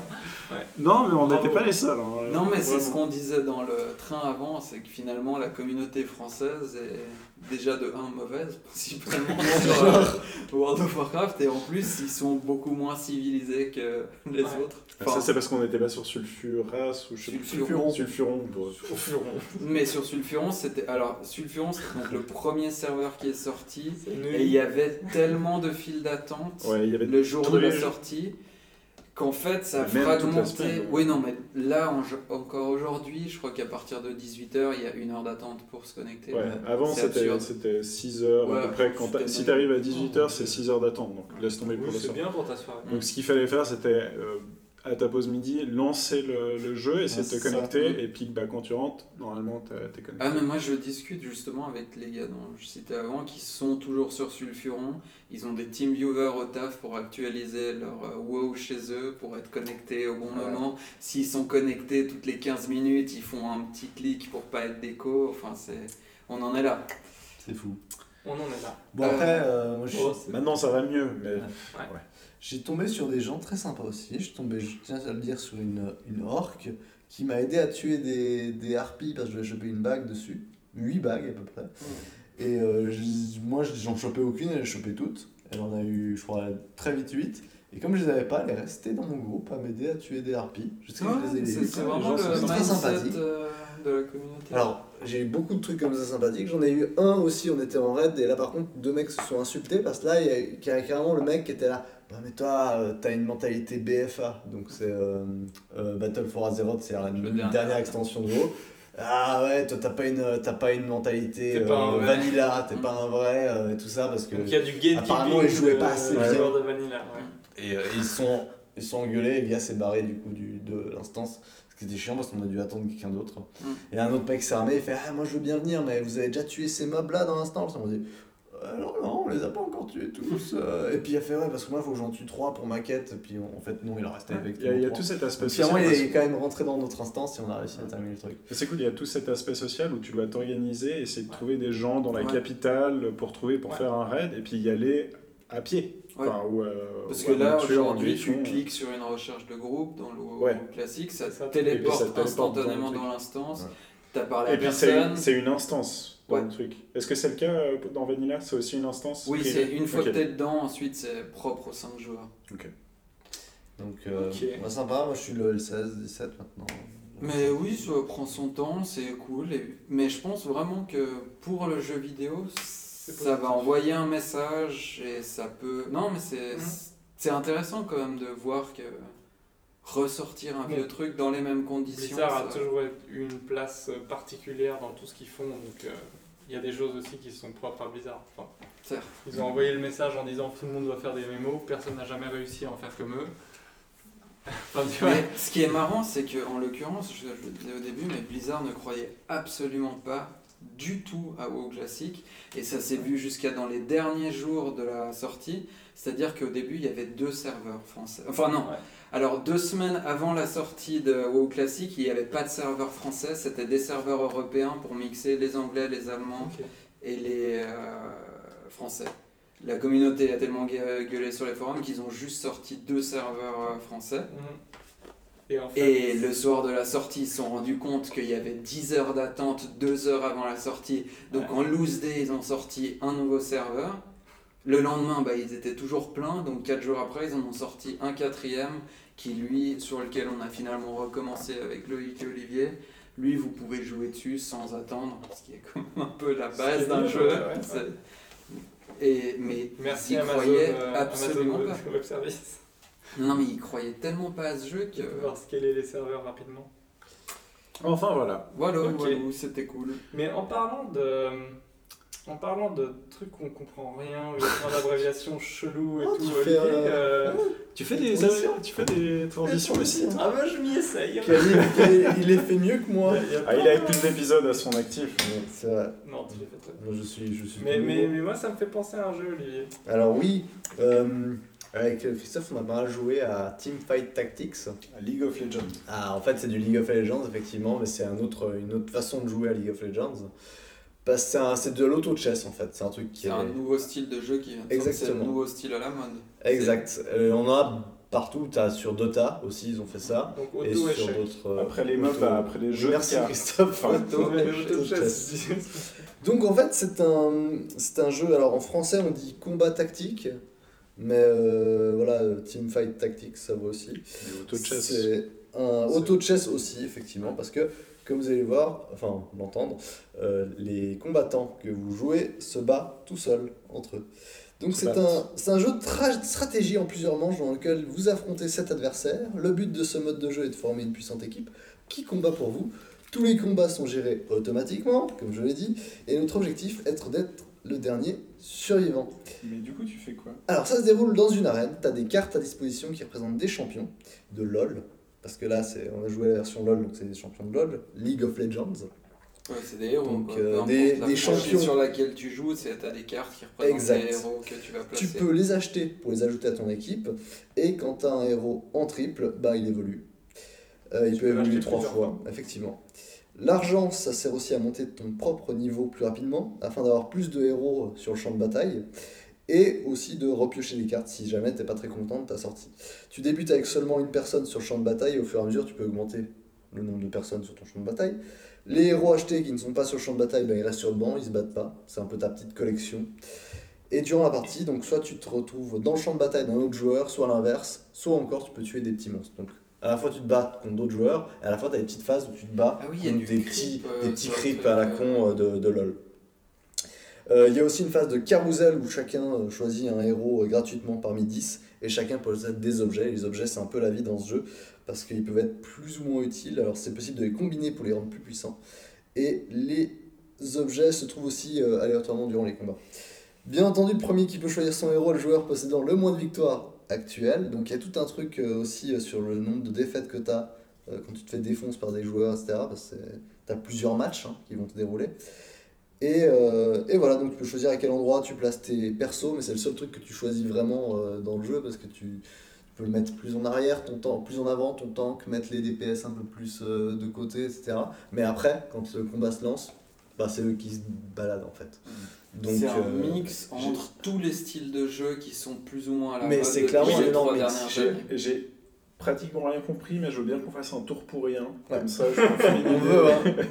Speaker 11: Non, mais on
Speaker 6: Bravo.
Speaker 11: n'était pas les seuls. hein.
Speaker 5: Non, mais c'est ce
Speaker 11: Vraiment.
Speaker 5: qu'on disait dans le train avant, c'est que finalement la communauté française est déjà de 1 mauvaise, principalement sur euh, World of Warcraft, et en plus ils sont beaucoup moins civilisés que les
Speaker 6: Ouais.
Speaker 5: autres.
Speaker 11: Ça,
Speaker 5: Enfin,
Speaker 11: Ah, c'est parce qu'on n'était pas sur Sulfuras ou je sais plus.
Speaker 5: Sulfuron.
Speaker 11: Sulfuron. bon.
Speaker 5: mais sur Sulfuron, c'était. Alors, Sulfuron, c'est donc le premier serveur qui est sorti,
Speaker 6: C'est nul.
Speaker 5: et il y avait tellement de files d'attente
Speaker 11: Ouais, il y avait
Speaker 5: le jour
Speaker 11: tous
Speaker 5: de
Speaker 11: les
Speaker 5: la
Speaker 11: jours.
Speaker 5: sortie qu'en fait ça a
Speaker 11: Même toute la
Speaker 5: fragmenté.
Speaker 11: semaine.
Speaker 5: Oui, non, mais là en- encore aujourd'hui, je crois qu'à partir de 18h, il y a une heure d'attente pour se connecter.
Speaker 11: Ouais, avant
Speaker 5: C'est
Speaker 11: c'était
Speaker 5: absurde.
Speaker 11: c'était 6 heures
Speaker 5: Ouais,
Speaker 11: à peu près. Quand t'a-
Speaker 5: c'était
Speaker 11: si
Speaker 5: dingue.
Speaker 11: t'arrives à 18h, c'est 6 heures d'attente. Donc laisse tomber pour
Speaker 6: Oui,
Speaker 11: le
Speaker 6: c'est
Speaker 11: soir.
Speaker 6: bien pour ta soirée.
Speaker 11: Donc ce qu'il fallait faire, c'était euh, à ta pause midi, lancer le, le jeu, essayer
Speaker 3: Ouais,
Speaker 11: de te
Speaker 3: c'est ça.
Speaker 11: connecter. Et puis bah, quand tu rentres, normalement t'es t'es connecté.
Speaker 5: Ah mais moi je discute justement avec les gars dont je citais avant qui sont toujours sur Sulfuron, ils ont des team viewers au taf pour actualiser leur euh, WoW chez eux, pour être connectés au bon moment. S'ils sont connectés toutes les 15 minutes, ils font un petit clic pour pas être déco, enfin c'est... On en est là.
Speaker 3: C'est fou.
Speaker 6: On en est là.
Speaker 3: Bon, après, euh, moi, je suis-
Speaker 6: Oh, c'est-
Speaker 11: Maintenant ça va mieux. Mais...
Speaker 3: J'ai tombé sur des gens très sympas aussi. Je, suis tombé, je tiens à le dire, sur une, une orque qui m'a aidé à tuer des, des harpies parce que j'avais chopé une bague dessus. Huit bagues à peu près.
Speaker 5: Mm.
Speaker 3: Et euh, je- moi, je- j'en chopais aucune, elle les chopait toutes. Elle en a eu, je crois, très vite huit. Et comme je les avais pas, elle est restée dans mon groupe à m'aider à tuer des harpies. Je sais que je les ai
Speaker 5: Ouais, Ah, c'est
Speaker 3: huit.
Speaker 5: c'est
Speaker 3: Les
Speaker 5: vraiment
Speaker 3: gens
Speaker 5: le
Speaker 3: sont très sympathiques.
Speaker 5: mindset euh, de la communauté.
Speaker 3: Alors, j'ai eu beaucoup de trucs comme ça sympathiques. J'en ai eu un aussi, on était en raid, et là par contre, deux mecs se sont insultés parce que là, il y a eu carré- carrément le mec qui était là. Bah, mais toi, euh, t'as une mentalité BFA, donc c'est euh, euh, Battle for Azeroth, c'est la
Speaker 5: dernier.
Speaker 3: dernière extension de WoW. Ah ouais, toi, t'as pas une, t'as pas une mentalité
Speaker 6: T'es pas un
Speaker 3: euh,
Speaker 6: vrai.
Speaker 3: vanilla, t'es
Speaker 5: Mm.
Speaker 3: pas un vrai, euh, et tout ça, parce que.
Speaker 6: Donc il y a du gatekeeping.
Speaker 3: Apparemment, ils jouaient
Speaker 6: de-
Speaker 3: pas assez
Speaker 6: de
Speaker 3: bien.
Speaker 6: joueurs de Vanilla, ouais.
Speaker 3: Et euh, ils sont ils sont engueulés, Elia s'est barré du coup du, de l'instance, ce qui était chiant parce qu'on a dû attendre quelqu'un d'autre.
Speaker 5: Mm.
Speaker 3: Et un autre mec s'est armé, il fait Ah, moi je veux bien venir, mais vous avez déjà tué ces mobs là dans l'instance On dit Euh, Non, non, on les a pas encore tués tous. euh. Et puis il a fait Ouais, parce que moi il faut que j'en tue trois pour ma quête. Et puis en fait, non, il en restait avec
Speaker 11: Il y a, il y a
Speaker 3: trois.
Speaker 11: tout cet aspect
Speaker 3: Donc, Finalement,
Speaker 11: social.
Speaker 3: il
Speaker 11: parce-
Speaker 3: est quand même rentré dans notre instance et on a réussi à
Speaker 11: Ouais.
Speaker 3: terminer le truc.
Speaker 11: C'est cool, il y a tout cet aspect social où tu dois t'organiser, essayer de trouver des gens dans la
Speaker 5: Ouais.
Speaker 11: capitale pour trouver, pour
Speaker 6: Ouais.
Speaker 11: faire un raid, et puis y aller à pied.
Speaker 5: Ouais.
Speaker 11: Enfin, ou, euh,
Speaker 5: Parce
Speaker 11: ou
Speaker 5: que
Speaker 11: à
Speaker 5: là,
Speaker 11: voiture, en
Speaker 5: aujourd'hui, tu
Speaker 11: glitchon.
Speaker 5: cliques sur une recherche de groupe dans le
Speaker 11: Ouais.
Speaker 5: classique, ça
Speaker 6: Ça
Speaker 5: te
Speaker 6: te-
Speaker 5: téléporte
Speaker 11: et ça te téléporte dans le
Speaker 5: instantanément
Speaker 11: truc.
Speaker 5: dans l'instance,
Speaker 3: Ouais.
Speaker 5: t'as parlé à
Speaker 11: Et puis c'est
Speaker 5: personne.
Speaker 11: c'est une instance.
Speaker 4: dans
Speaker 5: Ouais.
Speaker 4: le truc. Est-ce que c'est le cas euh, dans Vanilla C'est aussi une instance
Speaker 5: Oui,
Speaker 4: privée
Speaker 5: c'est une fois
Speaker 4: Ok.
Speaker 5: que t'es dedans, ensuite c'est propre aux 5 joueurs.
Speaker 3: Donc, euh,
Speaker 6: Ok.
Speaker 3: bah, sympa, moi je suis level 16, 17 maintenant.
Speaker 5: Mais oui, ça prend son temps, c'est cool. et- Mais je pense vraiment que pour le jeu vidéo, ça va envoyer un message et ça peut. Non, mais c'est
Speaker 6: Mhm.
Speaker 5: c'est intéressant quand même de voir que ressortir un vieux truc dans les mêmes conditions.
Speaker 6: Mm. Blizzard a
Speaker 5: ça-
Speaker 6: toujours eu une place euh, particulière dans tout ce qu'ils font, donc euh, il y a des choses aussi qui sont propres à Blizzard. Enfin,
Speaker 5: Certes.
Speaker 6: ils ont envoyé le message en disant tout le monde doit faire des mémos, personne n'a jamais réussi à en faire comme eux. Enfin, tu vois.
Speaker 5: Mais ce qui est marrant, c'est que en l'occurrence, je, je le disais au début, mais Blizzard ne croyait absolument pas du tout à WoW classique, et ça s'est vu jusqu'à dans les derniers jours de la sortie. C'est-à-dire qu'au début, il y avait deux serveurs français. Enfin oh non.
Speaker 7: Ouais.
Speaker 5: Alors deux semaines avant la sortie de WoW classique, il n'y avait pas de serveur français. C'était des serveurs européens pour mixer les Anglais, les Allemands
Speaker 6: Ok.
Speaker 5: et les euh, Français. La communauté a tellement gue- gueulé sur les forums qu'ils ont juste sorti deux serveurs euh, français.
Speaker 6: Mhm. Et en fait,
Speaker 5: Et le soir de la sortie, ils se sont rendus compte qu'il y avait 10 heures d'attente, 2 heures avant la sortie. Donc en loose day, ils ont sorti un nouveau serveur. Le lendemain, bah, ils étaient toujours pleins. Donc 4 jours après, ils en ont sorti un quatrième qui, lui, sur lequel on a finalement recommencé avec Loïc et Olivier. Lui, vous pouvez jouer dessus sans attendre, ce qui est quand même un peu la base
Speaker 6: est
Speaker 5: d'un
Speaker 6: mieux,
Speaker 5: jeu.
Speaker 6: ouais, ouais.
Speaker 5: C'est- Et, mais
Speaker 6: merci
Speaker 5: ils
Speaker 6: Amazon,
Speaker 5: croyaient
Speaker 6: euh,
Speaker 5: absolument
Speaker 6: Amazon
Speaker 5: pas.
Speaker 6: Web, Web Service
Speaker 5: Non, mais ils croyaient tellement pas à ce jeu que...
Speaker 6: de pouvoir scaler les serveurs rapidement.
Speaker 4: Enfin voilà.
Speaker 5: Voilà,
Speaker 6: Ok.
Speaker 5: voilà, c'était cool.
Speaker 6: Mais en parlant de. En parlant de trucs qu'on comprend rien, ou il y a plein d'abréviations cheloues et
Speaker 3: Oh,
Speaker 6: tout,
Speaker 3: tu
Speaker 6: Olivier,
Speaker 3: fais, euh,
Speaker 6: euh,
Speaker 4: Tu fais des, tu fais des transitions aussi
Speaker 6: Ah bah je m'y essaye
Speaker 3: Kevin, Kevin, il est fait mieux que moi.
Speaker 4: ah, Il avait plus d'épisodes à son actif.
Speaker 3: C'est vrai,
Speaker 6: Non, tu l'as fait très bien.
Speaker 3: moi, je suis. Je suis
Speaker 6: Mais,
Speaker 3: nouveau.
Speaker 6: mais, mais moi ça me fait penser à un jeu, Olivier.
Speaker 3: Alors, oui, euh, avec Christophe, on a pas mal joué à Teamfight Tactics.
Speaker 4: League of Legends.
Speaker 3: Ah, en fait, c'est du League of Legends, effectivement, mais c'est un autre, une autre façon de jouer à League of Legends. Parce que c'est un- c'est de l'auto-chess, en fait. C'est un truc qui
Speaker 5: C'est
Speaker 3: est.
Speaker 5: un nouveau style de jeu qui vient de sortir, c'est le
Speaker 3: Exactement.
Speaker 5: nouveau style à la mode.
Speaker 3: Exact. Euh, on en a partout. T'as sur Dota aussi, ils ont fait ça.
Speaker 6: Donc
Speaker 3: Et
Speaker 6: auto
Speaker 3: sur
Speaker 6: échec.
Speaker 3: d'autres. euh,
Speaker 4: Après les meufs,
Speaker 3: auto-
Speaker 4: bah, après les
Speaker 3: Oui,
Speaker 4: jeux.
Speaker 3: Merci
Speaker 4: il y a-
Speaker 3: Christophe.
Speaker 4: Enfin,
Speaker 3: Donc en fait, c'est un, c'est un jeu. Alors en français, on dit combat tactique. Mais euh, voilà, Teamfight Tactics, ça va aussi.
Speaker 4: Mais auto-chess.
Speaker 3: C'est un auto-chess aussi, effectivement, parce que, comme vous allez voir, enfin l'entendre, euh, les combattants que vous jouez se battent tout seuls entre eux. Donc
Speaker 4: Se
Speaker 3: c'est
Speaker 4: battent.
Speaker 3: un, c'est un jeu de tra- stratégie en plusieurs manches dans lequel vous affrontez sept adversaires. Le but de ce mode de jeu est de former une puissante équipe qui combat pour vous. Tous les combats sont gérés automatiquement, comme je l'ai dit, et notre objectif être d'être le dernier survivant.
Speaker 4: Mais du coup, tu fais quoi
Speaker 3: Alors ça se déroule dans une arène, t'as des cartes à disposition qui représentent des champions de LoL, parce que là c'est, on a joué à la version LoL, donc c'est des champions de LoL, League of Legends.
Speaker 5: Ouais, c'est des héros.
Speaker 3: Donc,
Speaker 5: quoi.
Speaker 3: euh,
Speaker 5: Peu importe
Speaker 3: des-
Speaker 5: la
Speaker 3: des
Speaker 5: franchise
Speaker 3: champions.
Speaker 5: sur laquelle tu joues, c'est t'as des cartes qui représentent
Speaker 3: Exact.
Speaker 5: les héros que tu vas placer.
Speaker 3: Tu peux les acheter pour les ajouter à ton équipe, et quand t'as un héros en triple, bah il évolue. Euh, il
Speaker 6: Tu
Speaker 3: peut
Speaker 6: peux
Speaker 3: évoluer
Speaker 6: l'acheter
Speaker 3: trois
Speaker 6: plusieurs
Speaker 3: fois, effectivement. L'argent, ça sert aussi à monter ton propre niveau plus rapidement, afin d'avoir plus de héros sur le champ de bataille, et aussi de repiocher des cartes si jamais t'es pas très content de ta sortie. Tu débutes avec seulement une personne sur le champ de bataille et au fur et à mesure tu peux augmenter le nombre de personnes sur ton champ de bataille. Les héros achetés qui ne sont pas sur le champ de bataille, ben, ils restent sur le banc, ils se battent pas. C'est un peu ta petite collection. Et durant la partie, donc soit tu te retrouves dans le champ de bataille d'un autre joueur, soit l'inverse, soit encore tu peux tuer des petits monstres. Donc à la fois tu te bats contre d'autres joueurs, et à la fois tu as des petites phases où tu te bats
Speaker 5: Ah oui, il y a
Speaker 3: contre
Speaker 5: du
Speaker 3: des,
Speaker 5: creep,
Speaker 3: petits,
Speaker 5: euh,
Speaker 3: des petits
Speaker 5: sur le
Speaker 3: creeps
Speaker 5: truc,
Speaker 3: à la
Speaker 5: euh.
Speaker 3: con euh, de, de LoL. Euh, Il y a aussi une phase de carousel où chacun euh, choisit un héros euh, gratuitement parmi 10 et chacun possède des objets. Et les objets, c'est un peu la vie dans ce jeu parce qu'ils peuvent être plus ou moins utiles. Alors, c'est possible de les combiner pour les rendre plus puissants. Et les objets se trouvent aussi euh, aléatoirement durant les combats. Bien entendu, le premier qui peut choisir son héros est le joueur possédant le moins de victoires actuelles. Donc, il y a tout un truc euh, aussi euh, sur le nombre de défaites que tu as quand tu te fais défonce par des joueurs, etc. Parce que tu as plusieurs matchs hein, qui vont te dérouler. Et, euh, et voilà, donc tu peux choisir à quel endroit tu places tes persos, mais c'est le seul truc que tu choisis vraiment euh, dans le jeu parce que tu, tu peux le mettre plus en arrière, ton tank- plus en avant, ton tank, mettre les DPS un peu plus euh, de côté, etc. Mais après, quand le combat se lance, bah, c'est eux qui se baladent en fait. Donc,
Speaker 5: Mmh. C'est un
Speaker 3: euh,
Speaker 5: mix entre tous les styles de jeu qui sont plus ou moins à la
Speaker 3: Mais
Speaker 5: mode.
Speaker 3: c'est
Speaker 5: depuis
Speaker 3: clairement
Speaker 5: les
Speaker 3: un énorme
Speaker 5: trois
Speaker 3: mix.
Speaker 5: dernières
Speaker 4: J'ai-
Speaker 5: années.
Speaker 4: J'ai pratiquement rien compris, mais je veux bien qu'on fasse un tour pour rien. Comme ça, je
Speaker 3: On veut, hein.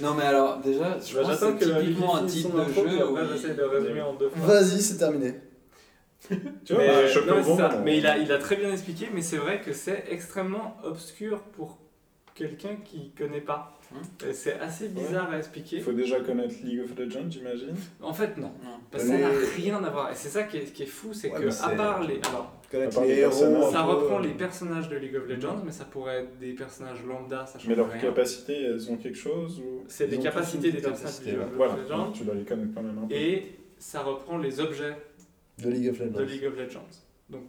Speaker 5: Non, mais alors, déjà, je pense
Speaker 6: Bah, J'attends
Speaker 5: Bah, que
Speaker 6: que
Speaker 5: c'est
Speaker 6: la
Speaker 5: typiquement un
Speaker 6: définition
Speaker 5: type
Speaker 6: de
Speaker 5: de
Speaker 6: l'intro, puis
Speaker 5: jeu où
Speaker 6: après, j'essaie de résumer en deux phrases.
Speaker 3: Vas-y, c'est terminé.
Speaker 4: Tu vois, bah, je
Speaker 6: non,
Speaker 4: peux
Speaker 6: mais c'est ça.
Speaker 11: hein.
Speaker 4: vendre.
Speaker 6: Mais il a, il a très bien expliqué, mais c'est vrai que c'est extrêmement obscur pour quelqu'un qui connaît pas. Et C'est assez bizarre à
Speaker 4: Il
Speaker 6: expliquer.
Speaker 4: faut déjà connaître League of Legends, j'imagine.
Speaker 6: En fait, non.
Speaker 5: Non.
Speaker 6: Parce que ça
Speaker 3: Mais-
Speaker 6: n'a rien à voir. Et c'est ça qui est, qui est fou, c'est
Speaker 3: Ouais, mais
Speaker 6: que, à
Speaker 3: c'est-
Speaker 6: part les. Alors,
Speaker 3: Connaître
Speaker 4: part
Speaker 3: les
Speaker 4: les
Speaker 3: héros.
Speaker 4: personnages.
Speaker 3: un
Speaker 6: ça
Speaker 3: peu,
Speaker 6: reprend
Speaker 3: euh,
Speaker 6: les personnages de League of Legends, mais ça pourrait être des personnages lambda, ça change
Speaker 4: Mais leurs
Speaker 6: rien.
Speaker 4: capacités, elles ont quelque chose ou...
Speaker 6: C'est
Speaker 3: Ils
Speaker 6: des
Speaker 3: ont
Speaker 6: capacités
Speaker 3: tous
Speaker 6: des
Speaker 3: une
Speaker 6: personnages de
Speaker 3: capacité,
Speaker 6: League of
Speaker 4: Voilà,
Speaker 6: Legends.
Speaker 4: donc tu dois les connaître quand même un peu.
Speaker 6: Et ça reprend les objets
Speaker 3: De League of Legends.
Speaker 6: de League of Legends. Donc,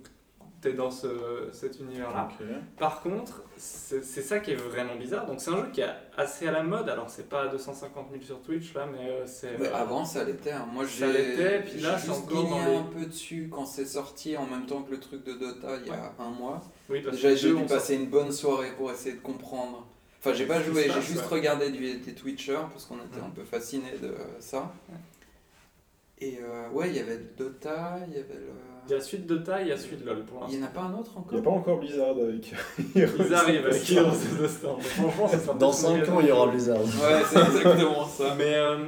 Speaker 6: t'es dans ce- cet univers-là.
Speaker 4: Ok.
Speaker 3: Ah.
Speaker 6: Par contre, c'est c'est ça qui est vraiment bizarre. Donc c'est un jeu qui est assez à la mode. Alors c'est pas à 250 000 sur Twitch là, mais euh, c'est.
Speaker 5: Mais Bah, avant, ça l'était. hein. Moi, j'ai
Speaker 6: Ça l'était, puis là,
Speaker 5: j'ai
Speaker 6: c'est
Speaker 5: juste
Speaker 6: encore hein. dans
Speaker 5: gagné
Speaker 6: les-
Speaker 5: un peu dessus quand c'est sorti en même temps que le truc de Dota il y a un mois.
Speaker 6: Oui, parce
Speaker 5: Déjà,
Speaker 6: que
Speaker 5: j'ai
Speaker 6: deux
Speaker 5: dû
Speaker 6: ont
Speaker 5: passer une bonne soirée pour essayer de comprendre. Enfin, j'ai pas
Speaker 6: Ce qui
Speaker 5: joué,
Speaker 6: se
Speaker 5: j'ai
Speaker 6: passe,
Speaker 5: juste
Speaker 6: ouais.
Speaker 5: regardé du- des Twitchers parce qu'on était
Speaker 6: Ouais.
Speaker 5: un peu fascinés de euh, ça. Et euh, ouais, il y avait le Dota, il y avait
Speaker 6: Il y
Speaker 5: le.
Speaker 6: a suite de taille, il y a suite LOL pour
Speaker 5: Il
Speaker 6: l'instant.
Speaker 5: n'y en a pas un autre
Speaker 4: Il
Speaker 5: encore
Speaker 4: n'y a pas encore Blizzard avec.
Speaker 6: Ils arrivent à ce dans ces instants. Franchement, ça sera
Speaker 3: Dans
Speaker 6: peut-être
Speaker 3: 5
Speaker 6: une
Speaker 3: ans, il y aura
Speaker 6: raison.
Speaker 3: Blizzard.
Speaker 5: Ouais, c'est exactement ça.
Speaker 6: Mais, euh,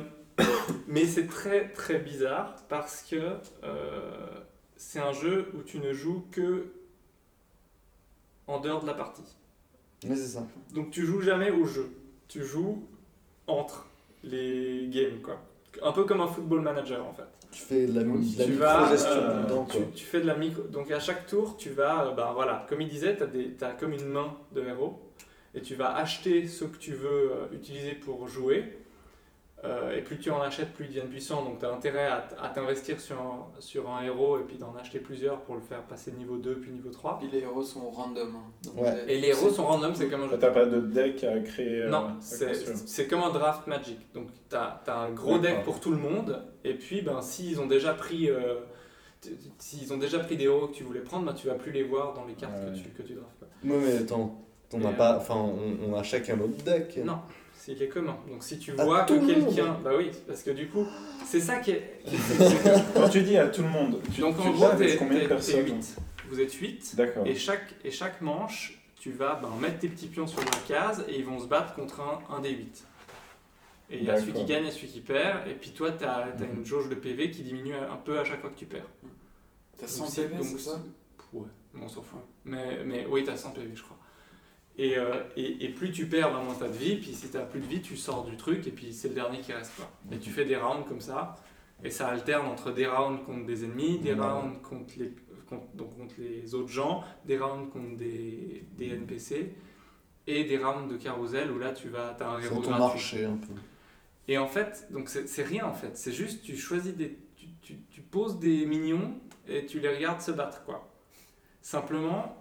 Speaker 6: mais c'est très très bizarre parce que euh, c'est un jeu où tu ne joues que en dehors de la partie.
Speaker 3: Mais c'est ça.
Speaker 6: Donc tu joues jamais au jeu, tu joues entre les games quoi. Un peu comme un football manager en fait.
Speaker 3: Tu fais de la, de la
Speaker 6: Tu vas,
Speaker 3: micro-gestion
Speaker 6: euh,
Speaker 3: dedans, quoi.
Speaker 6: Tu, tu fais de la micro. Donc à chaque tour, tu vas, euh, ben voilà, comme il disait, t'as des- t'as comme une main de héros et tu vas acheter ceux que tu veux euh, utiliser pour jouer. Euh, et plus tu en achètes, plus ils deviennent puissants. Donc tu as intérêt à, t- à t'investir sur un, sur un héros et puis d'en acheter plusieurs pour le faire passer niveau 2 puis niveau 3.
Speaker 5: Puis les héros sont random. hein. Donc,
Speaker 3: Ouais.
Speaker 5: euh,
Speaker 6: Et les héros sont random, c'est comme un jeu.
Speaker 4: T'as pas de deck à créer. euh,
Speaker 6: Non,
Speaker 4: à
Speaker 6: c'est
Speaker 4: construire.
Speaker 6: c'est comme un draft Magic. Donc, tu as, un gros deck
Speaker 4: D'accord.
Speaker 6: pour tout le monde, et puis, ben, s'ils ont déjà pris. euh, t- t- S'ils ont déjà pris des héros que tu voulais prendre, ben, tu vas plus les voir dans les cartes
Speaker 4: Ouais.
Speaker 6: que, tu, que tu drafts. quoi.
Speaker 3: Ouais, mais attends. On a
Speaker 6: Et,
Speaker 3: pas. Enfin, on, on a chacun notre deck.
Speaker 6: Non, c'est les communs. Donc si tu
Speaker 3: À
Speaker 6: vois
Speaker 3: tout
Speaker 6: que
Speaker 3: le
Speaker 6: quelqu'un. Bah oui, parce que du coup, c'est ça qui est.
Speaker 4: Quand tu dis à tout le monde, tu,
Speaker 6: Donc
Speaker 4: tu
Speaker 6: en
Speaker 4: dis
Speaker 6: gros,
Speaker 8: ah,
Speaker 4: avec
Speaker 6: t'es
Speaker 4: combien de
Speaker 6: t'es- t'es
Speaker 4: personnes
Speaker 6: huit. Vous êtes 8.
Speaker 4: D'accord.
Speaker 6: Et chaque, et chaque manche, tu vas ben, mettre tes petits pions sur la case et ils vont se battre contre un, un des 8. Et il y a celui qui
Speaker 4: D'accord. Mhm.
Speaker 6: gagne et celui qui perd. Et puis toi, tu as, une jauge de PV qui diminue un peu à chaque fois que tu perds.
Speaker 5: T'as 100
Speaker 6: Donc,
Speaker 5: PV,
Speaker 6: donc,
Speaker 5: c'est ça
Speaker 6: c'est- Ouais, mais on s'en fout. Mais, mais oui, tu as 100 PV, je crois. Et, euh, et, et plus tu perds, ben, moins tu de vie. Puis si tu plus de vie, tu sors du truc et puis c'est le dernier qui reste. Quoi. Et tu fais des rounds comme ça. Et ça alterne entre des rounds contre des ennemis, des rounds contre les, contre, donc contre les autres gens, des rounds contre des, des NPC et des rounds de carousel où là tu vas t'as un
Speaker 3: C'est
Speaker 6: héros
Speaker 3: ton
Speaker 6: gratuit.
Speaker 3: marché un peu.
Speaker 6: Et en fait, donc c'est c'est rien en fait, c'est juste tu choisis des tu, tu, tu poses des mignons et tu les regardes se battre quoi. Simplement,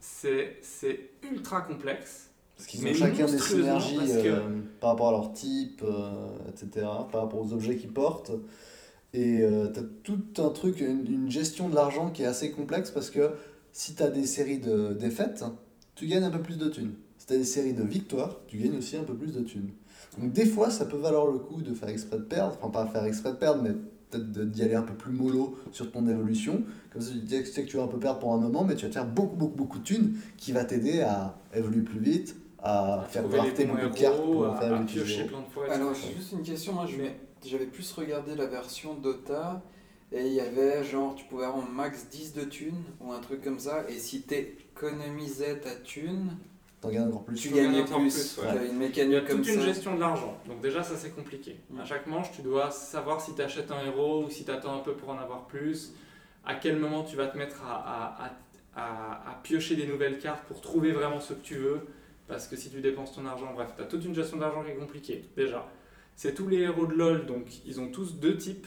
Speaker 6: c'est c'est ultra complexe.
Speaker 3: Parce qu'ils ont
Speaker 6: Mais
Speaker 3: chacun des
Speaker 6: monstrueusement,
Speaker 3: synergies
Speaker 6: parce que-
Speaker 3: euh, par rapport à leur type, euh, etc., par rapport aux objets qu'ils portent. Et euh, t'as tout un truc, une, une gestion de l'argent qui est assez complexe parce que si t'as des séries de défaites, tu gagnes un peu plus de thunes. Si t'as des séries de victoires, tu gagnes aussi un peu plus de thunes. Donc des fois, ça peut valoir le coup de faire exprès de perdre, enfin pas faire exprès de perdre, mais peut-être de- d'y aller un peu plus mollo sur ton évolution. Comme ça, tu dis que tu sais que tu vas un peu perdre pour un moment, mais tu vas te faire beaucoup, beaucoup, beaucoup de thunes qui va t'aider à évoluer plus vite, à faire
Speaker 6: Trouver les
Speaker 3: drafter
Speaker 6: bons
Speaker 3: beaucoup de
Speaker 6: héros,
Speaker 3: cartes pour
Speaker 6: à,
Speaker 3: faire
Speaker 6: à
Speaker 3: évoluer tes
Speaker 6: piocher
Speaker 3: héros.
Speaker 6: plein de fois. etc.
Speaker 5: Alors, j'ai juste une question. Moi, je-
Speaker 6: Mais-
Speaker 5: j'avais plus regardé la version Dota et il y avait genre, tu pouvais avoir un max 10 de thunes ou un truc comme ça. Et si t'économisais ta thune,
Speaker 3: T'en gagnes encore plus.
Speaker 5: tu
Speaker 6: gagnais
Speaker 5: gagnais
Speaker 6: encore
Speaker 5: plus.
Speaker 6: plus, ouais.
Speaker 5: T'avais une
Speaker 6: Il y a
Speaker 5: mécanique comme
Speaker 6: toute une
Speaker 5: ça.
Speaker 6: gestion de l'argent. Donc déjà ça c'est compliqué.
Speaker 5: Mm.
Speaker 6: À chaque manche, tu dois savoir si tu achètes un héros ou si tu attends un peu pour en avoir plus. À quel moment tu vas te mettre à, à- à- à- à piocher des nouvelles cartes pour trouver vraiment ce que tu veux. Parce que si tu dépenses ton argent, bref, tu as toute une gestion d'argent qui est compliquée déjà. C'est tous les héros de LoL, donc ils ont tous deux types.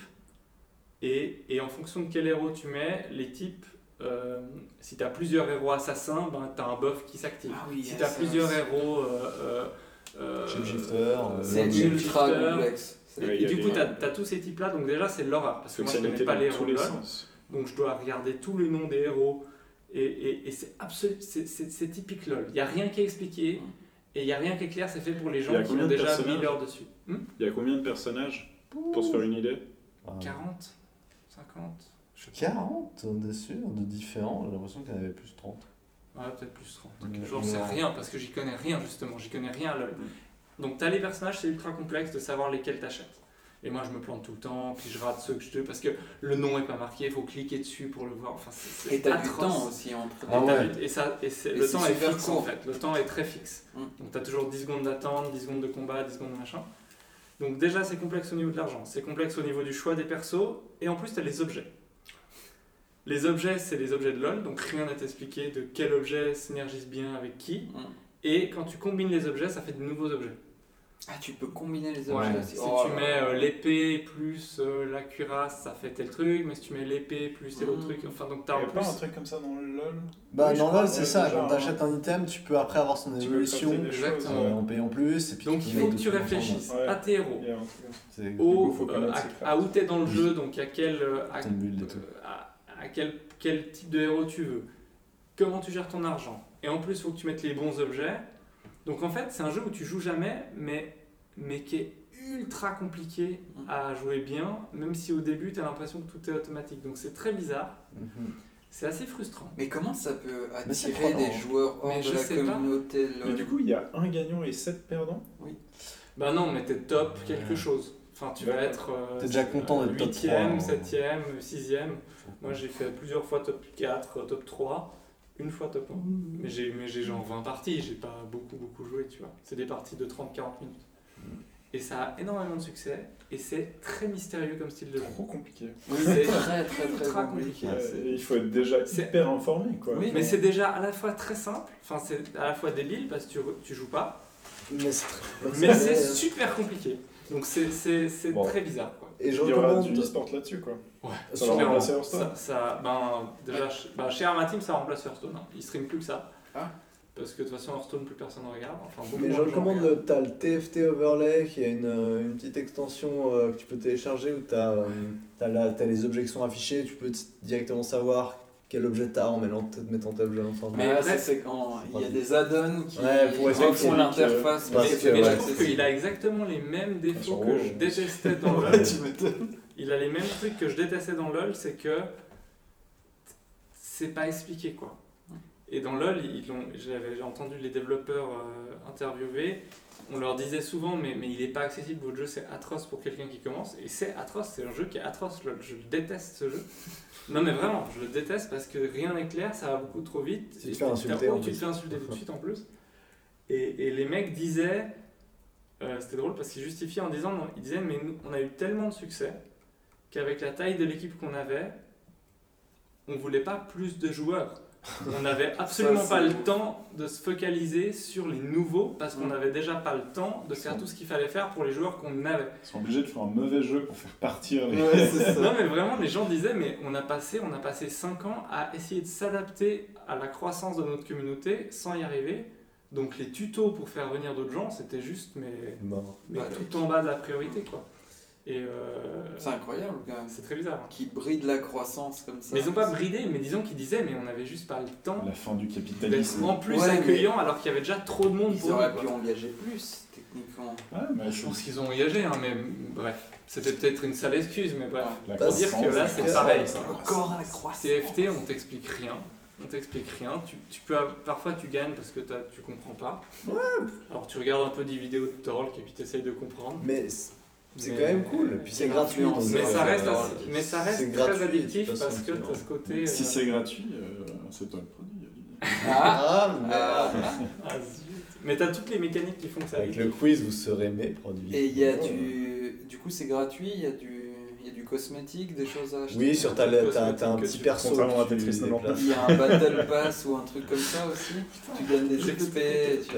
Speaker 6: Et, et en fonction de quel héros tu mets, les types, euh, si tu as plusieurs héros assassins, ben, tu as un buff qui s'active.
Speaker 5: Ah oui, il y
Speaker 6: Si
Speaker 5: a
Speaker 6: t'as
Speaker 5: ça
Speaker 6: plusieurs
Speaker 5: aussi.
Speaker 6: héros. Euh, euh, euh,
Speaker 3: Shapeshifter,
Speaker 6: euh,
Speaker 3: euh,
Speaker 5: C'est
Speaker 6: shapeshifter,
Speaker 5: ultra complexe.
Speaker 4: Ouais, il
Speaker 6: Et
Speaker 4: y a
Speaker 6: du
Speaker 4: des-
Speaker 6: coup, t'as t'as tous ces types-là, donc déjà c'est l'horreur, parce que
Speaker 4: Faut que
Speaker 6: moi
Speaker 4: ça
Speaker 6: je connais
Speaker 4: mettait
Speaker 6: pas
Speaker 4: dans
Speaker 6: les
Speaker 4: tous
Speaker 6: héros,
Speaker 4: les
Speaker 6: là,
Speaker 4: sens.
Speaker 6: donc je dois regarder tous les noms des héros, et, et, et c'est absolu- c'est- c'est c'est typique LOL. Il y a rien qui est expliqué, et il y a rien qui est clair, c'est fait pour les
Speaker 4: Il y
Speaker 6: gens
Speaker 4: a
Speaker 6: qui
Speaker 4: combien
Speaker 6: ont
Speaker 4: de
Speaker 6: déjà mis
Speaker 4: personnages
Speaker 6: l'heure dessus. Hmm
Speaker 4: Il y a combien de personnages Pour se faire une idée
Speaker 3: voilà.
Speaker 6: 40 50 je sais pas.
Speaker 3: 40 dessus, de différents, j'ai l'impression qu'il y en avait plus de 30.
Speaker 6: Ouais, peut-être plus 30. J'en sais rien parce que j'y connais rien justement, j'y connais rien à l'œil.
Speaker 5: Mm.
Speaker 6: Donc t'as les personnages, c'est ultra complexe de savoir lesquels t'achètes. Et moi je me plante tout le temps, puis je rate ceux que je te parce que le nom est pas marqué, faut cliquer dessus pour le voir. Enfin, c'est c'est
Speaker 5: Et t'as du
Speaker 6: atroce.
Speaker 5: temps aussi entre.
Speaker 6: Et, t'as du- et ça, et c'est-
Speaker 5: Et
Speaker 6: le
Speaker 5: c'est
Speaker 6: temps est
Speaker 5: super
Speaker 6: fixe
Speaker 5: court.
Speaker 6: en fait, le temps est très fixe.
Speaker 5: Mm.
Speaker 6: Donc t'as toujours 10 secondes d'attente, 10 secondes de combat, 10 secondes de machin. Donc déjà c'est complexe au niveau de l'argent, c'est complexe au niveau du choix des persos, et en plus t'as les objets. Les objets, c'est les objets de LoL, donc rien à t'expliquer de quel objet synergise bien avec qui.
Speaker 5: Mm.
Speaker 6: Et quand tu combines les objets, ça fait de nouveaux objets.
Speaker 5: Ah, tu peux combiner les
Speaker 6: Ouais,
Speaker 5: objets aussi.
Speaker 6: Si
Speaker 5: Oh
Speaker 6: tu
Speaker 5: là
Speaker 6: mets
Speaker 5: là.
Speaker 6: euh, l'épée plus euh, la cuirasse, ça fait tel truc, mais si tu mets l'épée plus tel autre
Speaker 5: Mm.
Speaker 6: truc, enfin donc
Speaker 8: Il
Speaker 6: t'as en
Speaker 8: a pas un
Speaker 6: plus.
Speaker 8: truc comme ça dans le LoL
Speaker 3: Bah,
Speaker 8: Oui, je
Speaker 3: dans
Speaker 8: crois,
Speaker 3: LoL,
Speaker 8: ouais,
Speaker 3: c'est ça.
Speaker 8: déjà,
Speaker 3: Quand t'achètes un item, tu peux après avoir son
Speaker 8: tu peux
Speaker 3: évolution
Speaker 8: craquer des choses,
Speaker 6: Exactement.
Speaker 3: euh,
Speaker 8: ouais.
Speaker 3: en payant plus. Et puis
Speaker 6: Donc
Speaker 3: tu
Speaker 6: il
Speaker 3: peux
Speaker 6: faut que
Speaker 3: mettre
Speaker 6: tu
Speaker 3: d'autres
Speaker 6: réfléchisses
Speaker 8: ensemble. Ouais.
Speaker 6: à tes héros,
Speaker 8: euh, Il y a un truc comme ça.
Speaker 3: ensemble. C'est
Speaker 6: au,
Speaker 8: faut
Speaker 6: euh,
Speaker 8: connaître ses
Speaker 6: à, à où t'es dans le
Speaker 3: Oui.
Speaker 6: jeu, donc à quel, euh, à,
Speaker 3: ton build et tout.
Speaker 6: euh, à- à quel, quel type de héros tu veux, comment tu gères ton argent. Et en plus, il faut que tu mettes les bons objets. Donc en fait, c'est un jeu où tu joues jamais, mais, mais qui est ultra compliqué
Speaker 5: Mhm.
Speaker 6: à jouer bien, même si au début, tu as l'impression que tout est automatique. Donc c'est très bizarre,
Speaker 3: Mhm.
Speaker 6: c'est assez frustrant.
Speaker 5: Mais comment ça peut
Speaker 3: Mais c'est
Speaker 5: attirer
Speaker 3: prenant.
Speaker 5: des joueurs hors
Speaker 6: Mais
Speaker 5: de
Speaker 6: je
Speaker 5: la
Speaker 6: sais pas.
Speaker 5: communauté
Speaker 8: Mais
Speaker 5: LoL
Speaker 8: du coup, il y a un gagnant et sept perdants.
Speaker 6: Bah non, mais t'es top quelque chose. Enfin, tu vas
Speaker 8: Ouais.
Speaker 6: être. euh,
Speaker 3: T'es déjà content d'être top
Speaker 6: 8e,
Speaker 3: trois, hein.
Speaker 6: 7e, 6e. Moi, j'ai fait plusieurs fois top 4, euh, top 3, une fois top 1.
Speaker 5: Mmh.
Speaker 6: Mais j'ai, mais j'ai genre 20 parties, j'ai pas beaucoup, beaucoup joué, tu vois. C'est des parties de 30-40 minutes.
Speaker 5: Mmh.
Speaker 6: Et ça a énormément de succès, et c'est très mystérieux comme style de jeu.
Speaker 8: Trop compliqué.
Speaker 5: Oui, c'est
Speaker 6: C'est
Speaker 5: très très très
Speaker 6: ultra
Speaker 5: compliqué.
Speaker 6: compliqué.
Speaker 3: Ah,
Speaker 8: Euh, il faut être déjà
Speaker 6: C'est-
Speaker 8: hyper informé, quoi.
Speaker 6: Mais c'est déjà à la fois très simple, enfin, c'est à la fois débile parce que tu, tu joues pas, euh,
Speaker 3: Mais c'est très-
Speaker 6: mais c'est super compliqué. Donc c'est, c'est, c'est
Speaker 8: Bon.
Speaker 6: très bizarre, quoi.
Speaker 3: Et je
Speaker 8: Il y aura
Speaker 3: recommande.
Speaker 8: du e-sport là-dessus, quoi. Ça va
Speaker 6: Super,
Speaker 8: remplacer
Speaker 6: ça-
Speaker 8: Hearthstone
Speaker 6: ça- ben, déjà, chez- ben, chez Armatim, ça remplace Hearthstone. Hein. Ils streament plus que ça.
Speaker 5: Ah.
Speaker 6: Parce que de toute façon, Hearthstone, plus personne ne regarde. Enfin, beaucoup
Speaker 3: Mais
Speaker 6: moins
Speaker 3: je
Speaker 6: de gens
Speaker 3: recommande,
Speaker 6: regardent.
Speaker 3: le- t'as le TFT Overlay qui a une, euh, une petite extension euh, que tu peux télécharger où t'as euh, t'as la- t'as les objets qui sont affichés, tu peux t- directement savoir quel objet t'as en mêlant- te mettant tes objets ensemble.
Speaker 5: Mais
Speaker 6: Mais
Speaker 5: là,
Speaker 6: bref.
Speaker 5: c'est quand il y a des add-ons qui
Speaker 3: Ouais, pour essayer
Speaker 5: refont
Speaker 3: de-
Speaker 5: l'interface.
Speaker 3: Parce
Speaker 6: Mais,
Speaker 3: que,
Speaker 6: mais
Speaker 3: ouais,
Speaker 6: je trouve qu'il a exactement les mêmes défauts
Speaker 8: sur
Speaker 6: que
Speaker 8: WoW,
Speaker 6: je
Speaker 8: on-
Speaker 6: détestais dans
Speaker 8: Ouais,
Speaker 6: LoL.
Speaker 8: tu m'étonnes.
Speaker 6: Il a les mêmes trucs que je détestais dans LoL, c'est que c'est pas expliqué quoi. Et dans LoL, ils l'ont- j'avais j'ai entendu les développeurs euh, interviewés, on leur disait souvent mais, mais il est pas accessible, votre jeu c'est atroce pour quelqu'un qui commence, et c'est atroce, c'est un jeu qui est atroce LoL, je le déteste ce jeu. Non mais vraiment, je le déteste parce que rien n'est clair, ça va beaucoup trop vite,
Speaker 3: Tu te
Speaker 6: et
Speaker 3: fais
Speaker 6: t'as-
Speaker 3: insulter,
Speaker 6: oui,
Speaker 3: en
Speaker 6: tu te
Speaker 3: plus.
Speaker 6: fais insulter tout de suite en plus. Et, et les mecs disaient, euh, c'était drôle parce qu'ils justifiaient en disant, non, ils disaient mais nous, on a eu tellement de succès qu'avec la taille de l'équipe qu'on avait, on voulait pas plus de joueurs. On n'avait absolument
Speaker 5: c'est
Speaker 6: pas le
Speaker 5: ouf.
Speaker 6: temps de se focaliser sur les nouveaux parce qu'on
Speaker 5: Mm.
Speaker 6: n'avait déjà pas le temps de faire tout ce qu'il fallait faire pour les joueurs qu'on avait.
Speaker 8: Ils sont obligés de faire un mauvais jeu pour faire partir les.
Speaker 5: Ouais, c'est ça.
Speaker 6: Non mais vraiment les gens disaient mais on a passé on a passé 5 ans à essayer de s'adapter à la croissance de notre communauté sans y arriver. Donc les tutos pour faire venir d'autres gens c'était juste mais,
Speaker 3: Mort.
Speaker 6: mais
Speaker 5: Ouais.
Speaker 6: tout en bas de la priorité quoi. Et euh,
Speaker 5: C'est incroyable quand même.
Speaker 6: c'est très bizarre. hein.
Speaker 5: Qui bride la croissance comme ça.
Speaker 6: Mais ils ont pas bridé mais disons qu'ils disaient mais on avait juste pas le temps
Speaker 8: La fin du
Speaker 6: d'être
Speaker 8: capitalisme.
Speaker 6: en plus
Speaker 5: Ouais, mais-
Speaker 6: accueillant alors qu'il y avait déjà trop de monde
Speaker 5: Ils
Speaker 6: pour
Speaker 5: auraient
Speaker 6: nous,
Speaker 5: pu
Speaker 6: quoi.
Speaker 5: engager plus, techniquement.
Speaker 8: Ouais, mais
Speaker 6: Je pense qu'ils ont engagé hein, mais bref c'était peut-être une sale excuse mais bref.
Speaker 8: la
Speaker 3: Pour
Speaker 6: dire
Speaker 8: croissance,
Speaker 6: que là,
Speaker 8: la
Speaker 6: c'est
Speaker 8: croissance,
Speaker 6: pareil.
Speaker 8: la croissance.
Speaker 5: Encore la
Speaker 6: Oh,
Speaker 5: croissance.
Speaker 6: TFT, on t'explique rien. On t'explique rien. Tu, tu peux, avoir- parfois, tu gagnes parce que t'as- tu comprends pas. Alors, tu regardes un peu des vidéos de Torlk et puis tu essayes de comprendre.
Speaker 3: Mais c'est c'est
Speaker 6: Mais-
Speaker 3: quand même cool, puis c'est gratuit. donc,
Speaker 5: influence.
Speaker 6: Mais
Speaker 3: euh,
Speaker 6: ça reste,
Speaker 3: euh,
Speaker 6: assez- mais ça
Speaker 3: c'est
Speaker 6: reste
Speaker 3: gratuit,
Speaker 6: très
Speaker 3: de toute
Speaker 6: addictif parce
Speaker 3: façon,
Speaker 6: que
Speaker 3: tu vois.
Speaker 6: t'as ce côté. euh,
Speaker 8: Si c'est gratuit, euh, c'est toi le produit.
Speaker 5: Ah,
Speaker 3: Ah, mais-
Speaker 5: ah,
Speaker 6: ah, zut. mais t'as toutes les mécaniques qui font que ça.
Speaker 3: Avec le quiz, vous serez mes produits.
Speaker 5: Et il y a du. Du coup, c'est gratuit, il y, a du... il y a du cosmétique, des choses à acheter.
Speaker 3: Oui, sur ta
Speaker 6: Parce que
Speaker 3: t'as t'as un
Speaker 6: que
Speaker 3: petit
Speaker 6: tu-
Speaker 3: perso.
Speaker 8: contrairement
Speaker 3: que
Speaker 8: à
Speaker 3: tu
Speaker 8: Tetris 99.
Speaker 3: déplaces.
Speaker 5: Il y a un battle pass ou un truc comme ça aussi. tu gagnes des XP. tu-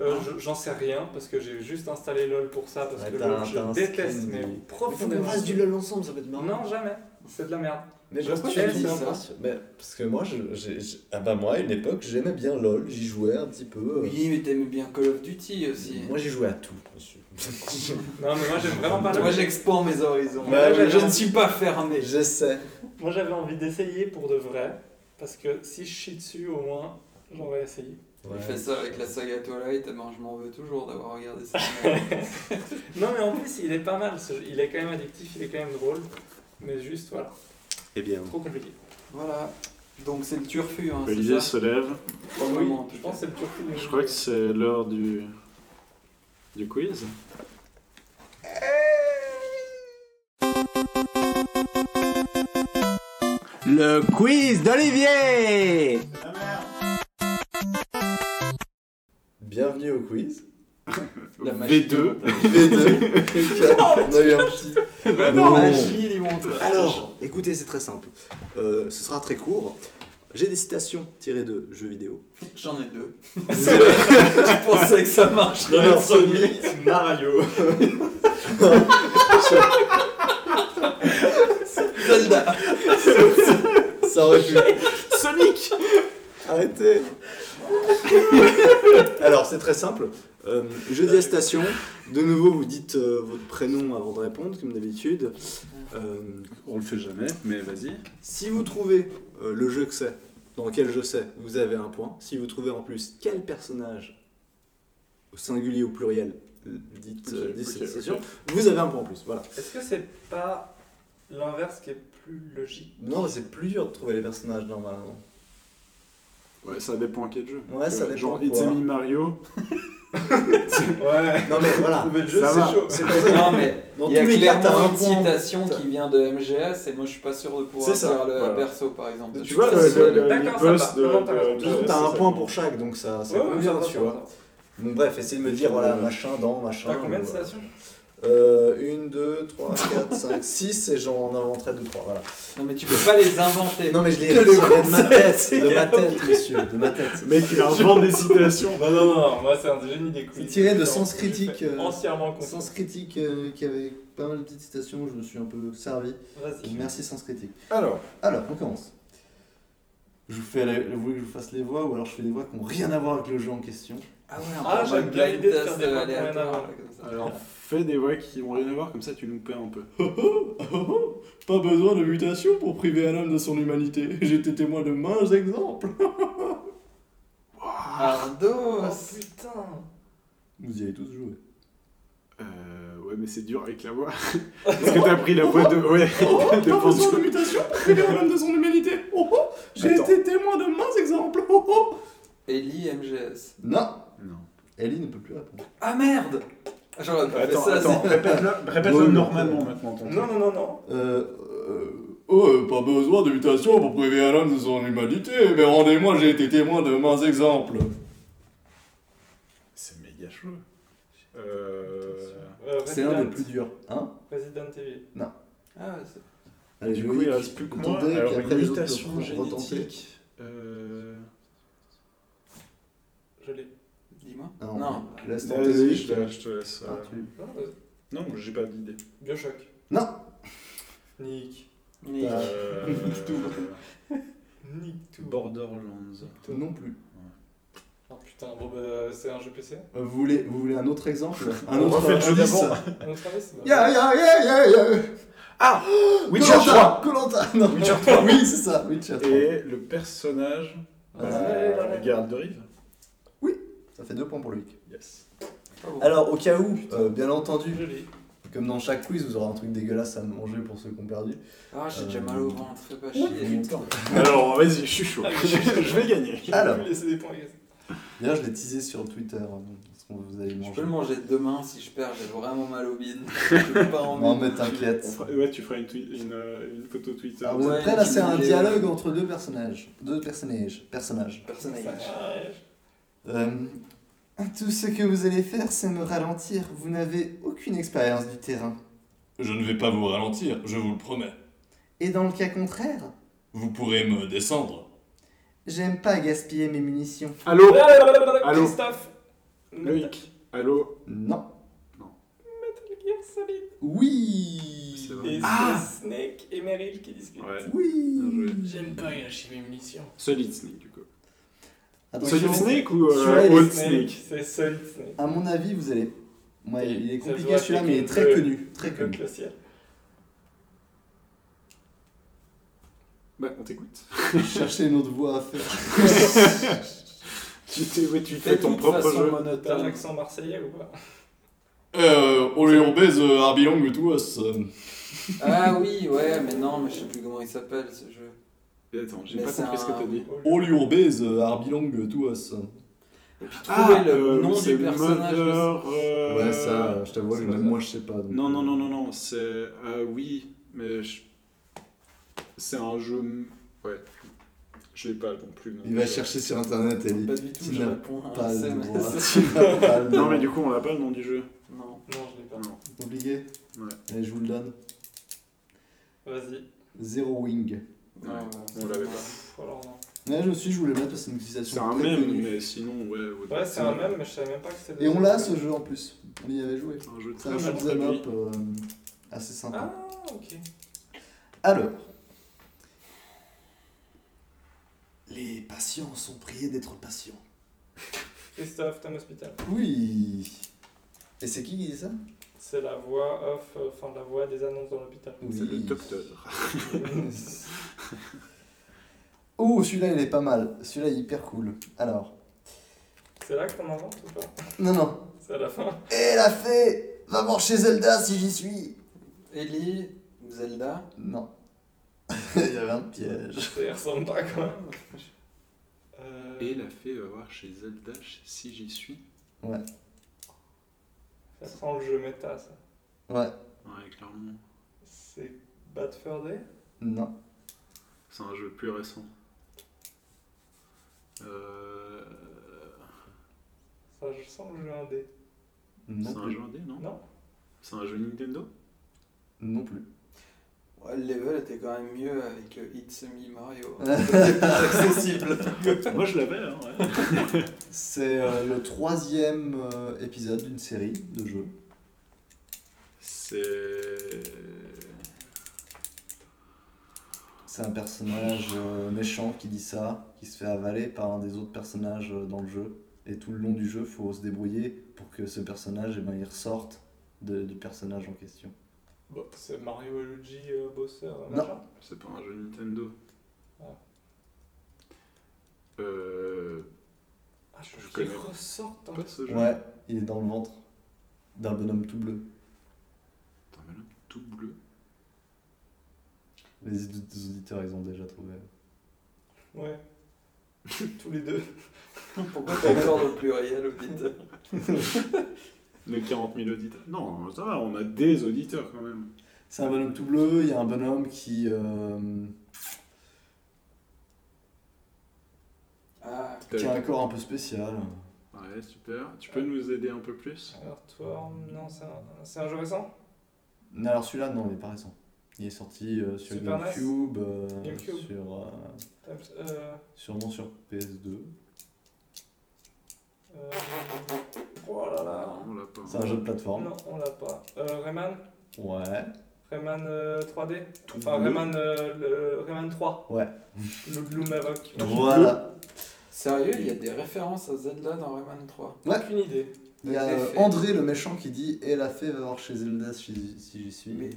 Speaker 6: Euh, je- J'en sais rien parce que j'ai juste installé LOL pour ça parce
Speaker 3: Ouais,
Speaker 6: que
Speaker 3: t'as
Speaker 6: LOL,
Speaker 3: un-
Speaker 6: je
Speaker 3: t'as un
Speaker 6: déteste,
Speaker 3: skin
Speaker 6: mais
Speaker 3: de- Mais Il faut qu'on
Speaker 6: profondément.
Speaker 3: fasse du LOL ensemble, ça va être marrant.
Speaker 6: Non, jamais. C'est de la merde.
Speaker 3: Mais
Speaker 5: Pourquoi
Speaker 3: pourquoi
Speaker 5: tu
Speaker 3: tu
Speaker 5: dis
Speaker 3: dis
Speaker 5: ça
Speaker 3: ça Mais parce que moi, je, j'ai- j'ai- ah bah moi, à une époque, j'aimais bien LOL, j'y jouais un petit peu. euh,
Speaker 5: Oui, mais t'aimes bien Call of Duty aussi.
Speaker 3: Moi, j'y jouais à tout, monsieur.
Speaker 6: Non, mais moi, j'aime vraiment pas
Speaker 5: Moi,
Speaker 6: LOL.
Speaker 5: j'expande mes horizons.
Speaker 3: Ouais,
Speaker 5: je,
Speaker 3: ouais,
Speaker 5: je
Speaker 3: Bah, non.
Speaker 5: ne suis pas fermé.
Speaker 3: je sais.
Speaker 6: Moi j'avais envie d'essayer pour de vrai, parce que si je chie dessus au moins, j'aurais essayé.
Speaker 3: Ouais.
Speaker 5: Il fait ça avec la saga Twilight, eh ben, je m'en veux toujours d'avoir regardé ça. Mais
Speaker 6: Non mais en plus il est pas mal, ce jeu. il est quand même addictif, il est quand même drôle, mais juste voilà,
Speaker 7: Eh bien,
Speaker 6: trop compliqué.
Speaker 5: voilà. Donc c'est le turfu, hein,
Speaker 3: Bah,
Speaker 5: c'est
Speaker 4: Olivier
Speaker 5: ça
Speaker 4: se lève.
Speaker 5: Probablement, en tout
Speaker 6: je
Speaker 5: cas.
Speaker 6: pense que c'est le turfu.
Speaker 4: Je crois que c'est l'heure du... du quiz.
Speaker 9: Le quiz d'Olivier
Speaker 3: Bienvenue au quiz.
Speaker 5: La machine.
Speaker 4: V2.
Speaker 3: V2. On a eu un petit.
Speaker 5: Non,
Speaker 6: Bah
Speaker 3: Non.
Speaker 5: la chine, il monte.
Speaker 7: Alors, écoutez, c'est très simple. Euh, ce sera très court. J'ai des citations tirées de jeux vidéo.
Speaker 5: J'en ai deux. je pensais que ça marcherait.
Speaker 3: Non, non,
Speaker 6: Mario.
Speaker 5: Zelda.
Speaker 3: Ça aurait pu. Sonic Arrêtez
Speaker 7: Alors, c'est très simple. Euh, je dis la station. De nouveau, vous dites euh, votre prénom avant de répondre, comme d'habitude. Euh,
Speaker 4: On le fait jamais, mais vas-y.
Speaker 7: si vous trouvez euh, le jeu que c'est, dans quel jeu c'est, vous avez un point. Si vous trouvez en plus quel personnage, au singulier ou pluriel, dites, euh,
Speaker 4: Ok,
Speaker 7: dites cette
Speaker 4: ok,
Speaker 7: citation, vous avez un point en plus. Voilà.
Speaker 6: Est-ce que c'est pas l'inverse qui est plus logique
Speaker 3: Non, mais c'est plus dur de trouver les personnages normalement.
Speaker 4: Ouais, ça dépend quel jeu. Euh,
Speaker 3: Ouais, ça dépend
Speaker 4: Genre,
Speaker 3: quoi.
Speaker 4: It's a Me Mario.
Speaker 6: Ouais.
Speaker 3: Non, mais voilà.
Speaker 6: Trouver le jeu,
Speaker 4: Ça va.
Speaker 6: c'est chaud.
Speaker 3: C'est
Speaker 5: Non, mais
Speaker 3: Dans
Speaker 5: il y a
Speaker 3: tous les cas, t'as
Speaker 5: clairement
Speaker 3: un
Speaker 5: une
Speaker 3: point.
Speaker 5: citation qui vient de MGS et moi je suis pas sûr de pouvoir
Speaker 3: C'est ça,
Speaker 5: faire le
Speaker 4: voilà.
Speaker 5: perso par exemple.
Speaker 4: Tu
Speaker 5: Je
Speaker 4: vois,
Speaker 5: suis
Speaker 4: le,
Speaker 5: pas sûr.
Speaker 4: le, le-
Speaker 6: D'accord,
Speaker 4: le
Speaker 6: ça
Speaker 4: boss
Speaker 6: va.
Speaker 4: de.
Speaker 6: Non, non, t'as raison.
Speaker 4: de-
Speaker 3: Par contre,
Speaker 4: de-
Speaker 3: T'as un
Speaker 4: c'est
Speaker 3: point
Speaker 4: ça.
Speaker 3: pour chaque, donc ça, ça
Speaker 6: Ouais, ouais,
Speaker 3: convient,
Speaker 6: ça va,
Speaker 3: tu
Speaker 6: ça
Speaker 3: vois.
Speaker 6: va.
Speaker 3: Donc bref, essayez de me dire, voilà,
Speaker 4: Ouais.
Speaker 3: machin, dans, machin.
Speaker 6: T'as combien de
Speaker 3: ou, euh,
Speaker 6: citations
Speaker 3: Euh, 1, 2, 3, 4, 5, 6, et j'en inventerai 2, 3, voilà.
Speaker 5: Non, mais tu peux pas les inventer.
Speaker 3: Non, mais je les
Speaker 5: Que le
Speaker 3: retirerai de ma tête,
Speaker 5: concept,
Speaker 3: de ma tête, monsieur, de ma tête.
Speaker 4: Le Mec, il invente des citations.
Speaker 6: Non, non, non, moi c'est un génie des quiz.
Speaker 3: C'est tiré de Sens Critique,
Speaker 6: Je fais
Speaker 3: euh,
Speaker 6: Entièrement conscient.
Speaker 3: Sens Critique, euh, qui avait pas mal de petites citations, je me suis un peu servi.
Speaker 6: Vas-y.
Speaker 3: Merci Sens Critique.
Speaker 4: Alors,
Speaker 3: Alors, on commence. Je vous fais la- vous voulez que je vous fasse les voix, ou alors je fais des voix qui n'ont rien à voir avec le jeu en question
Speaker 5: Ah ouais,
Speaker 6: Ah,
Speaker 5: on va
Speaker 6: j'aime bien
Speaker 5: blind
Speaker 6: l'idée de faire
Speaker 5: test,
Speaker 6: des
Speaker 5: euh,
Speaker 6: points pour
Speaker 5: aléatoires,
Speaker 6: rien avoir.
Speaker 5: là, comme ça.
Speaker 4: alors, fais des voix qui ont rien à voir, comme ça tu nous perds un peu.
Speaker 3: Pas besoin de mutation pour priver un homme de son humanité. J'étais témoin de minges exemples.
Speaker 5: Ardos.
Speaker 6: putain
Speaker 3: Vous y avez tous joué.
Speaker 4: Euh, ouais, mais c'est dur avec la voix. Est-ce que t'as pris la voix de. Ouais,
Speaker 3: Oh,
Speaker 4: de Banjo
Speaker 3: mutation pour priver un homme de son humanité. Oh oh,
Speaker 4: j'ai Attends. été
Speaker 3: témoin de minces exemples. Oh,
Speaker 5: Ellie MGS.
Speaker 3: Non,
Speaker 4: Non.
Speaker 3: Ellie ne peut plus répondre.
Speaker 5: Ah merde Ah, J'aurais pas fait
Speaker 4: Attends,
Speaker 5: ça.
Speaker 4: attends,
Speaker 5: c'est-
Speaker 4: répète-le répète-le
Speaker 3: Ouais.
Speaker 4: normalement maintenant. Ton
Speaker 6: Non, non, non, non.
Speaker 3: Euh, euh, oh, euh, pas besoin de mutation pour priver un homme de son humanité. Mais rendez-moi, j'ai été témoin de minces exemples.
Speaker 4: C'est méga chaud. Euh...
Speaker 6: Euh,
Speaker 3: C'est l'un
Speaker 6: Resident-
Speaker 3: des plus durs. Hein
Speaker 6: Resident Evil.
Speaker 5: Ah ouais, c'est-
Speaker 3: Allez,
Speaker 4: du
Speaker 3: je
Speaker 4: coup,
Speaker 3: vais
Speaker 4: il reste plus que moi.
Speaker 3: tenter,
Speaker 4: Alors,
Speaker 3: puis
Speaker 4: une
Speaker 3: après, les autres
Speaker 4: mutation
Speaker 3: peuvent retenter.
Speaker 4: génétique. Euh...
Speaker 6: Je l'ai.
Speaker 5: Dis-moi.
Speaker 3: Non,
Speaker 5: Non.
Speaker 3: laisse tenter
Speaker 4: Vas-y,
Speaker 3: lui,
Speaker 4: je te, je te laisse.
Speaker 3: Ah,
Speaker 4: euh,
Speaker 3: tu-
Speaker 6: Non, vas-y.
Speaker 4: Non, j'ai pas d'idée.
Speaker 6: Bioshock.
Speaker 3: Non.
Speaker 6: Nick.
Speaker 5: Nick.
Speaker 4: Euh...
Speaker 6: Nick tout.
Speaker 4: Borderlands.
Speaker 3: Non plus.
Speaker 6: Oh putain, bon bah c'est un jeu PC.
Speaker 3: Euh, Vous voulez, vous voulez un autre exemple Un
Speaker 4: On
Speaker 3: autre
Speaker 4: refait le jeu
Speaker 3: indice
Speaker 4: d'avant.
Speaker 6: À notre avis, c'est
Speaker 3: Yeah, yeah, yeah, yeah, yeah.
Speaker 4: Witcher 3
Speaker 3: Colanta Non,
Speaker 4: Witcher 3.
Speaker 3: oui, c'est ça, Witcher 3.
Speaker 4: Et le personnage.
Speaker 6: Ah,
Speaker 4: Euh, Garde de Rive
Speaker 3: Ça fait deux points pour lui.
Speaker 4: Yes.
Speaker 5: Pas bon.
Speaker 3: Alors, au cas où, euh, bien entendu,
Speaker 6: Je l'ai.
Speaker 3: comme dans chaque quiz, vous aurez un truc dégueulasse à manger pour ceux qui ont perdu.
Speaker 5: Ah, j'ai déjà
Speaker 3: euh,
Speaker 5: mal au ventre, fais pas chier.
Speaker 4: Alors, vas-y, je suis chaud. je vais gagner.
Speaker 6: Je
Speaker 3: Alors.
Speaker 6: vais laisser des points, guys.
Speaker 3: D'ailleurs, je l'ai teasé sur Twitter, euh, parce qu'on vous allez
Speaker 5: Je
Speaker 3: manger.
Speaker 5: peux le manger demain si je perds, j'ai vraiment mal au bide. J'ai pas
Speaker 3: Non,
Speaker 5: envie.
Speaker 3: mais t'inquiète.
Speaker 4: On fera- Ouais, tu feras une, tweet- une, euh, une photo Twitter.
Speaker 3: Ah, vous
Speaker 5: Ouais,
Speaker 3: êtes prêts là,
Speaker 5: tu
Speaker 3: c'est un
Speaker 5: mangeais-
Speaker 3: dialogue entre deux personnages. Deux personnages. Personnages.
Speaker 5: Personnage.
Speaker 3: Euh, tout ce que vous allez faire, c'est me ralentir. Vous n'avez aucune expérience du terrain.
Speaker 11: Je ne vais pas vous ralentir, je vous le promets.
Speaker 3: Et dans le cas contraire,
Speaker 11: Vous pourrez me descendre.
Speaker 3: j'aime pas gaspiller mes munitions.
Speaker 4: Allô Allô
Speaker 6: Christophe.
Speaker 4: Loïc Allô
Speaker 3: Non.
Speaker 6: Metal Gear Solid.
Speaker 3: Oui
Speaker 4: C'est vrai.
Speaker 6: Et
Speaker 5: Ah.
Speaker 6: c'est Snake et Meryl qui discutent.
Speaker 4: Ouais.
Speaker 3: Oui
Speaker 4: Bien joué.
Speaker 6: J'aime pas gâcher mes munitions.
Speaker 4: Solid Snake, du coup.
Speaker 3: Attention,
Speaker 4: Solid Snake ou euh,
Speaker 3: Solid
Speaker 4: Old
Speaker 6: Snake,
Speaker 4: Snake
Speaker 6: c'est Solid Snake.
Speaker 3: à mon avis, vous allez... Ouais,
Speaker 6: Et
Speaker 3: il est
Speaker 6: ça se voit
Speaker 3: compliqué celui-là,
Speaker 6: que
Speaker 3: mais il est
Speaker 6: tu
Speaker 3: très
Speaker 6: peux-
Speaker 3: connu. Très
Speaker 6: Comme
Speaker 3: connu.
Speaker 6: le ciel.
Speaker 4: Bah, on t'écoute.
Speaker 3: Cherchez une autre voix à faire.
Speaker 4: Tu, t'es- ouais, tu
Speaker 5: Fais
Speaker 4: fais ton
Speaker 5: toute
Speaker 4: propre
Speaker 5: façon
Speaker 4: jeu.
Speaker 6: T'as un
Speaker 5: monotone.
Speaker 6: accent marseillais ou pas
Speaker 11: Euh, on les on baise euh, Arbilong et tout, euh,
Speaker 5: Ah oui, ouais, mais non, mais je sais plus comment il s'appelle ce jeu.
Speaker 4: Et Attends, j'ai
Speaker 5: Mais
Speaker 4: pas
Speaker 5: c'est
Speaker 4: compris ce que
Speaker 5: un-
Speaker 4: t'as dit.
Speaker 6: Oh,
Speaker 13: All your base, euh, are belong to us.
Speaker 5: Et puis
Speaker 4: Ah,
Speaker 5: trouver le
Speaker 4: euh,
Speaker 5: nom
Speaker 4: c'est
Speaker 5: du personnage. aussi.
Speaker 4: Mother, euh,
Speaker 3: Ouais, ça, je t'avoue,
Speaker 4: c'est
Speaker 3: même
Speaker 4: pas
Speaker 3: moi je sais pas. donc-
Speaker 4: Non, non, non, non, non, c'est. euh, oui, mais. je- C'est un jeu. Ouais. Je l'ai pas non plus. non.
Speaker 3: Il va chercher sur internet et
Speaker 5: Pas du tout,
Speaker 3: Tu
Speaker 5: je
Speaker 3: n'as
Speaker 5: réponds à un
Speaker 3: pas le
Speaker 5: SMS.
Speaker 3: droit. Tu n'as pas le
Speaker 4: Non,
Speaker 3: droit.
Speaker 4: mais du coup, on l'a pas le nom du jeu.
Speaker 5: Non.
Speaker 6: Non, je l'ai
Speaker 4: Ah,
Speaker 6: pas.
Speaker 3: Obligé
Speaker 4: Ouais.
Speaker 3: Allez, je vous le donne.
Speaker 6: Vas-y.
Speaker 3: Zero Wing.
Speaker 5: Ouais,
Speaker 4: Ouais,
Speaker 5: ouais,
Speaker 4: on l'avait
Speaker 5: ouais.
Speaker 6: Pff, alors non.
Speaker 3: Ouais, je me suis dit, je voulais le mettre parce que c'est une utilisation.
Speaker 4: C'est un
Speaker 3: très
Speaker 4: même,
Speaker 3: connue.
Speaker 4: mais sinon, ouais. au-
Speaker 6: Ouais, c'est un même, mais je savais même pas que c'était.
Speaker 3: Et on l'a ce jeu en plus. On y avait joué.
Speaker 4: Un jeu
Speaker 3: C'est
Speaker 4: très
Speaker 3: un
Speaker 6: Ah,
Speaker 3: jeu
Speaker 6: bah,
Speaker 3: de
Speaker 6: très
Speaker 3: up euh, assez sympa.
Speaker 6: Ah, ok.
Speaker 4: Ah.
Speaker 3: Alors, les patients sont priés d'être patients.
Speaker 6: Christophe, Tom Hospital.
Speaker 3: Oui. Et c'est qui qui dit ça
Speaker 6: C'est la voix off, euh, enfin la voix des annonces dans l'hôpital.
Speaker 3: Oui.
Speaker 4: C'est le docteur.
Speaker 3: Oh, celui-là il est pas mal. Celui-là il est hyper cool. Alors,
Speaker 6: C'est là qu'on invente ou pas
Speaker 3: non, non.
Speaker 6: C'est à la fin.
Speaker 3: Et la fée va voir chez Zelda si j'y suis.
Speaker 5: Ellie, Zelda.
Speaker 3: Non. il y avait un piège.
Speaker 6: Ça y ressemble pas quand même. Euh,
Speaker 4: Et la fée va voir chez Zelda chez- si j'y suis.
Speaker 6: Ça sent le jeu méta, ça.
Speaker 3: Ouais,
Speaker 4: Ouais, clairement.
Speaker 6: C'est Bad Fur Day
Speaker 3: non.
Speaker 4: C'est un jeu plus récent. Euh...
Speaker 6: Ça je sens le jeu indé.
Speaker 3: Non
Speaker 4: C'est un
Speaker 3: plus.
Speaker 4: jeu indé, non
Speaker 6: Non
Speaker 4: C'est un jeu Nintendo
Speaker 3: Non plus.
Speaker 5: Ouais, le level était quand même mieux avec euh, It's Me Mario.
Speaker 3: accessible.
Speaker 4: Moi je l'avais, hein, ouais.
Speaker 3: C'est euh, le troisième euh, épisode d'une série de jeux.
Speaker 4: C'est.
Speaker 3: C'est un personnage euh, méchant qui dit ça, qui se fait avaler par un des autres personnages euh, dans le jeu. Et tout le long du jeu, faut se débrouiller pour que ce personnage, eh ben, il ressorte de- du personnage en question.
Speaker 6: Bon, Bah, c'est Mario et Luigi euh, bosseur,
Speaker 3: Non.
Speaker 6: machin.
Speaker 4: C'est pas un jeu Nintendo.
Speaker 6: Ah.
Speaker 4: Euh.
Speaker 6: Ah, je,
Speaker 4: Je
Speaker 6: qu'ils
Speaker 4: connais.
Speaker 6: ressortent hein.
Speaker 4: Pas ce jeu.
Speaker 3: Ouais, il est dans le ventre d'un bonhomme tout bleu.
Speaker 4: Attends, mais là, tout bleu.
Speaker 3: Les auditeurs, ils ont déjà trouvé.
Speaker 6: Ouais. Tous les deux.
Speaker 5: Pourquoi t'as encore le pluriel au dit
Speaker 4: Les 40 000 auditeurs. Non, ça va, on a des auditeurs quand même.
Speaker 3: C'est un bonhomme tout bleu, il y a un bonhomme qui... euh,
Speaker 5: Ah,
Speaker 3: qui a un corps un peu spécial.
Speaker 4: Ouais, super. Tu peux nous aider un peu plus
Speaker 6: Alors toi, non, c'est un, c'est un jeu récent
Speaker 3: Non, alors celui-là, non, il est pas récent. Il est sorti euh, sur
Speaker 6: Super NES.
Speaker 3: GameCube, euh,
Speaker 6: GameCube.
Speaker 3: sur... euh,
Speaker 6: euh,
Speaker 3: sûrement sur PS2.
Speaker 6: euh, Oh là là.
Speaker 4: Non, on l'a pas.
Speaker 3: C'est un jeu de plateforme.
Speaker 6: Non, on l'a pas. Euh, Rayman
Speaker 3: Ouais.
Speaker 6: Rayman euh, 3D
Speaker 4: Tout
Speaker 6: Enfin,
Speaker 4: bleu.
Speaker 6: Rayman, euh, le, Rayman 3.
Speaker 3: Ouais.
Speaker 6: Le Gloom Havoc.
Speaker 3: Voilà.
Speaker 5: Sérieux, il y a des références à Zelda dans Rayman 3.
Speaker 6: Aucune idée.
Speaker 3: Il y a euh, André le méchant qui dit Et la fée va voir chez Zelda si, si j'y suis.
Speaker 5: Mais-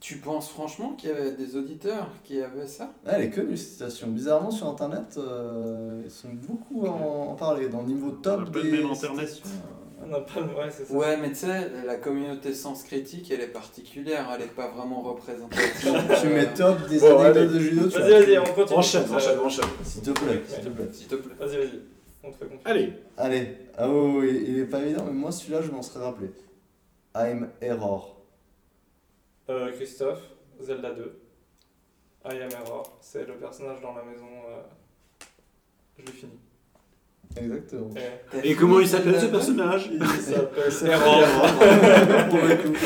Speaker 5: Tu penses franchement qu'il y avait des auditeurs qui avaient ça
Speaker 3: Ah, elle est connue cette citation. Bizarrement, sur internet, euh, ils sont beaucoup à en, en parler. Dans le niveau
Speaker 4: On
Speaker 3: top
Speaker 4: a pas
Speaker 3: des.
Speaker 4: le même internet.
Speaker 3: citations,
Speaker 6: On n'a pas le vrai, c'est ça.
Speaker 5: Ouais, mais tu sais, la communauté sens critique, elle est particulière, elle est pas vraiment représentative.
Speaker 3: euh, Tu mets top des
Speaker 4: Bon,
Speaker 3: anecdotes
Speaker 4: allez.
Speaker 3: de judo, tu
Speaker 6: Vas-y,
Speaker 3: vois.
Speaker 6: vas-y, on continue.
Speaker 4: Enchaîne,
Speaker 6: Euh,
Speaker 4: enchaîne, enchaîne.
Speaker 3: S'il te plaît, s'il te plaît.
Speaker 5: S'il te plaît.
Speaker 6: Vas-y, vas-y. On te fait confiance.
Speaker 4: Allez,
Speaker 3: Allez, ah oh, il, il est pas évident, mais moi celui-là, je m'en serais rappelé. I'm Error.
Speaker 6: Euh, Christophe, Zelda 2. I am Error. C'est le personnage dans la maison. euh, Je l'ai fini.
Speaker 3: Exactement.
Speaker 6: Et
Speaker 5: T'as
Speaker 4: Et
Speaker 5: fini
Speaker 4: comment il s'appelle ce
Speaker 5: Zelda
Speaker 4: personnage
Speaker 6: il s'appelle
Speaker 3: C'est
Speaker 6: Error.
Speaker 3: Pour le coup.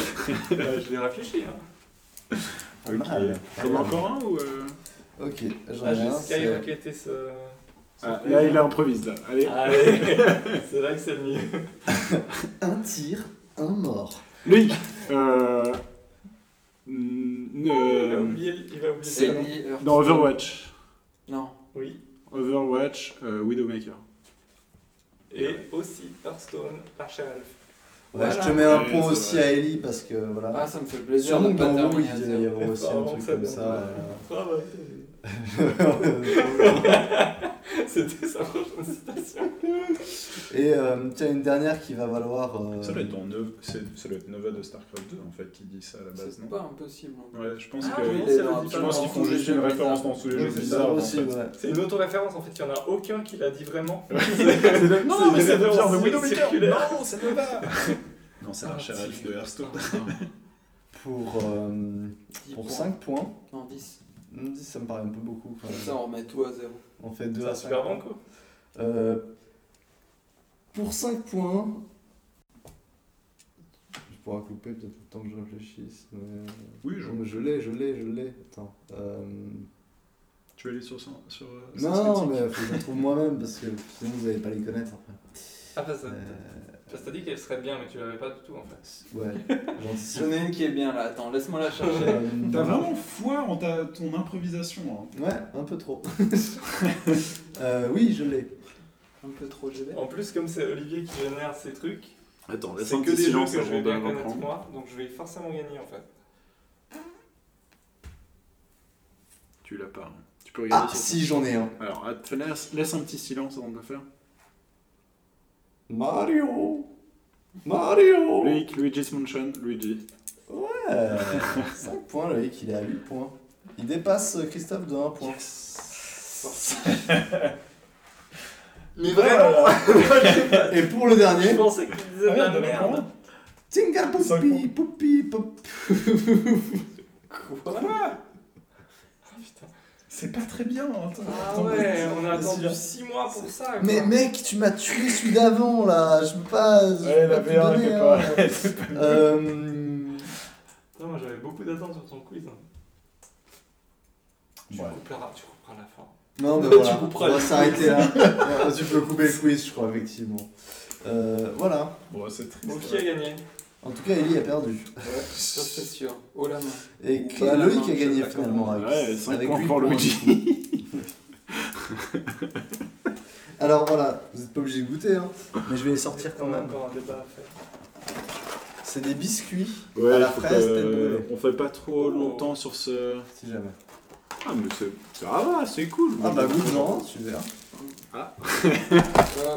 Speaker 6: Euh, je l'ai réfléchi. Hein.
Speaker 3: Pas mal.
Speaker 4: Comme encore un ou euh
Speaker 3: Ok, j'en
Speaker 6: Ah,
Speaker 3: ai
Speaker 6: j'ai
Speaker 3: un. c'est-
Speaker 6: skyrocketé ce. ce
Speaker 4: Ah,
Speaker 6: film.
Speaker 4: Là, il improvise, là. Allez.
Speaker 6: Allez, Ah c'est là que c'est le mieux.
Speaker 3: Un tir, un mort.
Speaker 4: Lui euh... mm,
Speaker 6: Il va
Speaker 4: euh,
Speaker 6: oublier. Il va oublier.
Speaker 5: C'est
Speaker 6: le nom.
Speaker 5: Ellie Heard-
Speaker 4: Dans Overwatch.
Speaker 5: Non.
Speaker 6: Oui.
Speaker 4: Overwatch, euh, Widowmaker.
Speaker 6: Et aussi Hearthstone, Archer Elf.
Speaker 3: Ouais, je
Speaker 5: Voilà.
Speaker 3: te mets un
Speaker 4: Ouais,
Speaker 3: point
Speaker 4: c'est
Speaker 3: aussi
Speaker 4: vrai.
Speaker 3: à Ellie parce que voilà.
Speaker 5: Ah, ça me fait plaisir
Speaker 3: Sûrement
Speaker 5: de
Speaker 3: que
Speaker 5: pas
Speaker 3: dans vous,
Speaker 5: terminer à
Speaker 3: il devait y
Speaker 5: zéro.
Speaker 3: avoir aussi un
Speaker 6: Apparemment,
Speaker 3: truc
Speaker 6: ça
Speaker 3: comme
Speaker 6: donne
Speaker 3: ça.
Speaker 6: Ah ouais.
Speaker 3: euh.
Speaker 6: C'était sa prochaine citation.
Speaker 3: Et Et euh, tiens, une dernière qui va valoir. euh,
Speaker 4: Ça doit être, dans Nov- c'est- ça doit être Nova de StarCraft 2 en fait qui dit ça à la base,
Speaker 5: C'est
Speaker 4: non
Speaker 5: pas impossible.
Speaker 4: Ouais, je pense
Speaker 6: Ah,
Speaker 4: que.
Speaker 6: oui,
Speaker 5: c'est
Speaker 4: je
Speaker 5: vrai,
Speaker 4: pense
Speaker 5: différent.
Speaker 4: qu'ils font juste une référence dans tous les jeux
Speaker 3: c'est
Speaker 4: bizarres. en
Speaker 3: aussi,
Speaker 4: fait.
Speaker 3: ouais.
Speaker 6: C'est une autoréférence en fait, il n'y en a aucun qui l'a dit vraiment.
Speaker 4: Non, mais
Speaker 6: c'est
Speaker 4: ça
Speaker 6: vraiment
Speaker 4: vient de
Speaker 6: si-
Speaker 4: Widowmaker
Speaker 6: circulaire.
Speaker 4: Non, ça ne va Non, c'est un
Speaker 5: Ah,
Speaker 4: sheriff de Hearthstone.
Speaker 3: Pour, euh,
Speaker 5: Dix
Speaker 3: pour
Speaker 5: points.
Speaker 3: 5 points,
Speaker 5: Non, 10.
Speaker 3: Hmm, dix, ça me paraît un peu beaucoup. quand
Speaker 5: Comme
Speaker 3: même.
Speaker 5: ça, on remet tout à zéro.
Speaker 3: On fait 2
Speaker 6: C'est un
Speaker 3: à 5.
Speaker 6: super banco.
Speaker 3: Euh, pour 5 points, je pourrais couper peut-être le temps que je réfléchisse. Mais...
Speaker 4: Oui,
Speaker 3: Non,
Speaker 4: je-
Speaker 3: mais je l'ai, je l'ai, je l'ai. Attends. euh,
Speaker 4: tu veux aller sur. ça- sur euh,
Speaker 3: Non,
Speaker 4: Assassin's
Speaker 3: non,
Speaker 4: Creed
Speaker 3: mais faut que je le trouve moi-même parce que sinon vous n'allez pas les connaître après.
Speaker 6: Ah, bah, ça.
Speaker 3: Euh,
Speaker 6: Parce que t'as dit qu'elle serait bien, mais tu l'avais pas du tout en fait.
Speaker 3: ouais, j'anticipe.
Speaker 5: J'en ai une qui est bien là, attends, laisse-moi la chercher.
Speaker 3: Euh,
Speaker 4: T'as vraiment foi en ta, ton improvisation. hein.
Speaker 3: Ouais, un peu trop. Euh, oui, je l'ai.
Speaker 5: Un peu trop GB.
Speaker 6: En plus, comme c'est Olivier qui génère ces trucs,
Speaker 7: Attends, laisse
Speaker 6: c'est
Speaker 7: un
Speaker 6: que
Speaker 7: petit
Speaker 6: des jeux
Speaker 7: silence
Speaker 6: que je vais
Speaker 7: avant de
Speaker 6: bien connaître
Speaker 7: reprendre.
Speaker 6: moi, donc je vais forcément gagner en fait.
Speaker 4: Tu l'as pas. hein. Tu peux regarder
Speaker 3: Ah,
Speaker 4: sur-
Speaker 3: si, j'en ai un.
Speaker 4: Alors, att- laisse, laisse un petit silence avant de le faire.
Speaker 3: Mario Mario
Speaker 4: Loïc, Luigi's Mansion, Oh. Luigi.
Speaker 3: 5 points, Loïc, il est à 8 points. Il dépasse euh, Christophe de 1 point.
Speaker 6: Mais vraiment
Speaker 3: Et pour le
Speaker 6: Je
Speaker 3: dernier,
Speaker 6: pensais que tu disais de la Ah, merde
Speaker 3: Tinga Poupi, Poupi, Pop.
Speaker 4: C'est pas très bien. hein, attends.
Speaker 6: Ah
Speaker 4: Attends,
Speaker 6: ouais,
Speaker 4: attends,
Speaker 6: on a
Speaker 4: laisse-
Speaker 6: attendu 6 mois pour ça quoi.
Speaker 3: Mais mec, tu m'as tué celui d'avant là, je peux pas. Je
Speaker 4: Ouais,
Speaker 3: peux
Speaker 4: la
Speaker 3: plus
Speaker 4: V1
Speaker 3: donner,
Speaker 4: était
Speaker 3: hein.
Speaker 4: pas-
Speaker 3: Euh,
Speaker 6: Non, moi j'avais beaucoup d'attentes sur ton quiz. hein. Tu
Speaker 4: Ouais.
Speaker 6: couperas, tu couperas à la fin.
Speaker 3: Non, mais
Speaker 5: Tu
Speaker 3: voilà,
Speaker 5: couperas
Speaker 3: on va
Speaker 5: le
Speaker 3: s'arrêter là. Ouais, tu peux couper le quiz, je crois, effectivement. Euh, voilà.
Speaker 4: Bon, c'est triste.
Speaker 6: Donc qui a gagné
Speaker 3: En tout cas, Ellie a perdu.
Speaker 5: Ça c'est sûr. Oh la main.
Speaker 3: Et
Speaker 5: Ou
Speaker 3: que-
Speaker 5: pas la
Speaker 3: Loïc
Speaker 5: main,
Speaker 3: a
Speaker 5: je sais
Speaker 3: gagné
Speaker 5: pas
Speaker 3: finalement
Speaker 5: comment.
Speaker 3: avec,
Speaker 4: Ouais, cinq
Speaker 3: avec
Speaker 4: points
Speaker 3: huit
Speaker 4: pour
Speaker 3: points.
Speaker 4: Luigi.
Speaker 3: Alors voilà, vous n'êtes pas obligé de goûter, hein, mais je vais les sortir quand
Speaker 6: On a
Speaker 3: même.
Speaker 6: encore un débat à faire.
Speaker 3: C'est des biscuits
Speaker 4: Ouais,
Speaker 3: à la
Speaker 4: faut
Speaker 3: fraise
Speaker 4: pas- euh,
Speaker 3: tête brûlée.
Speaker 4: on fait pas trop longtemps sur ce.
Speaker 3: Si jamais.
Speaker 4: Ah, mais c'est. Ça va, c'est cool.
Speaker 3: Ah bah goûte non, tu verras.
Speaker 5: Ouais,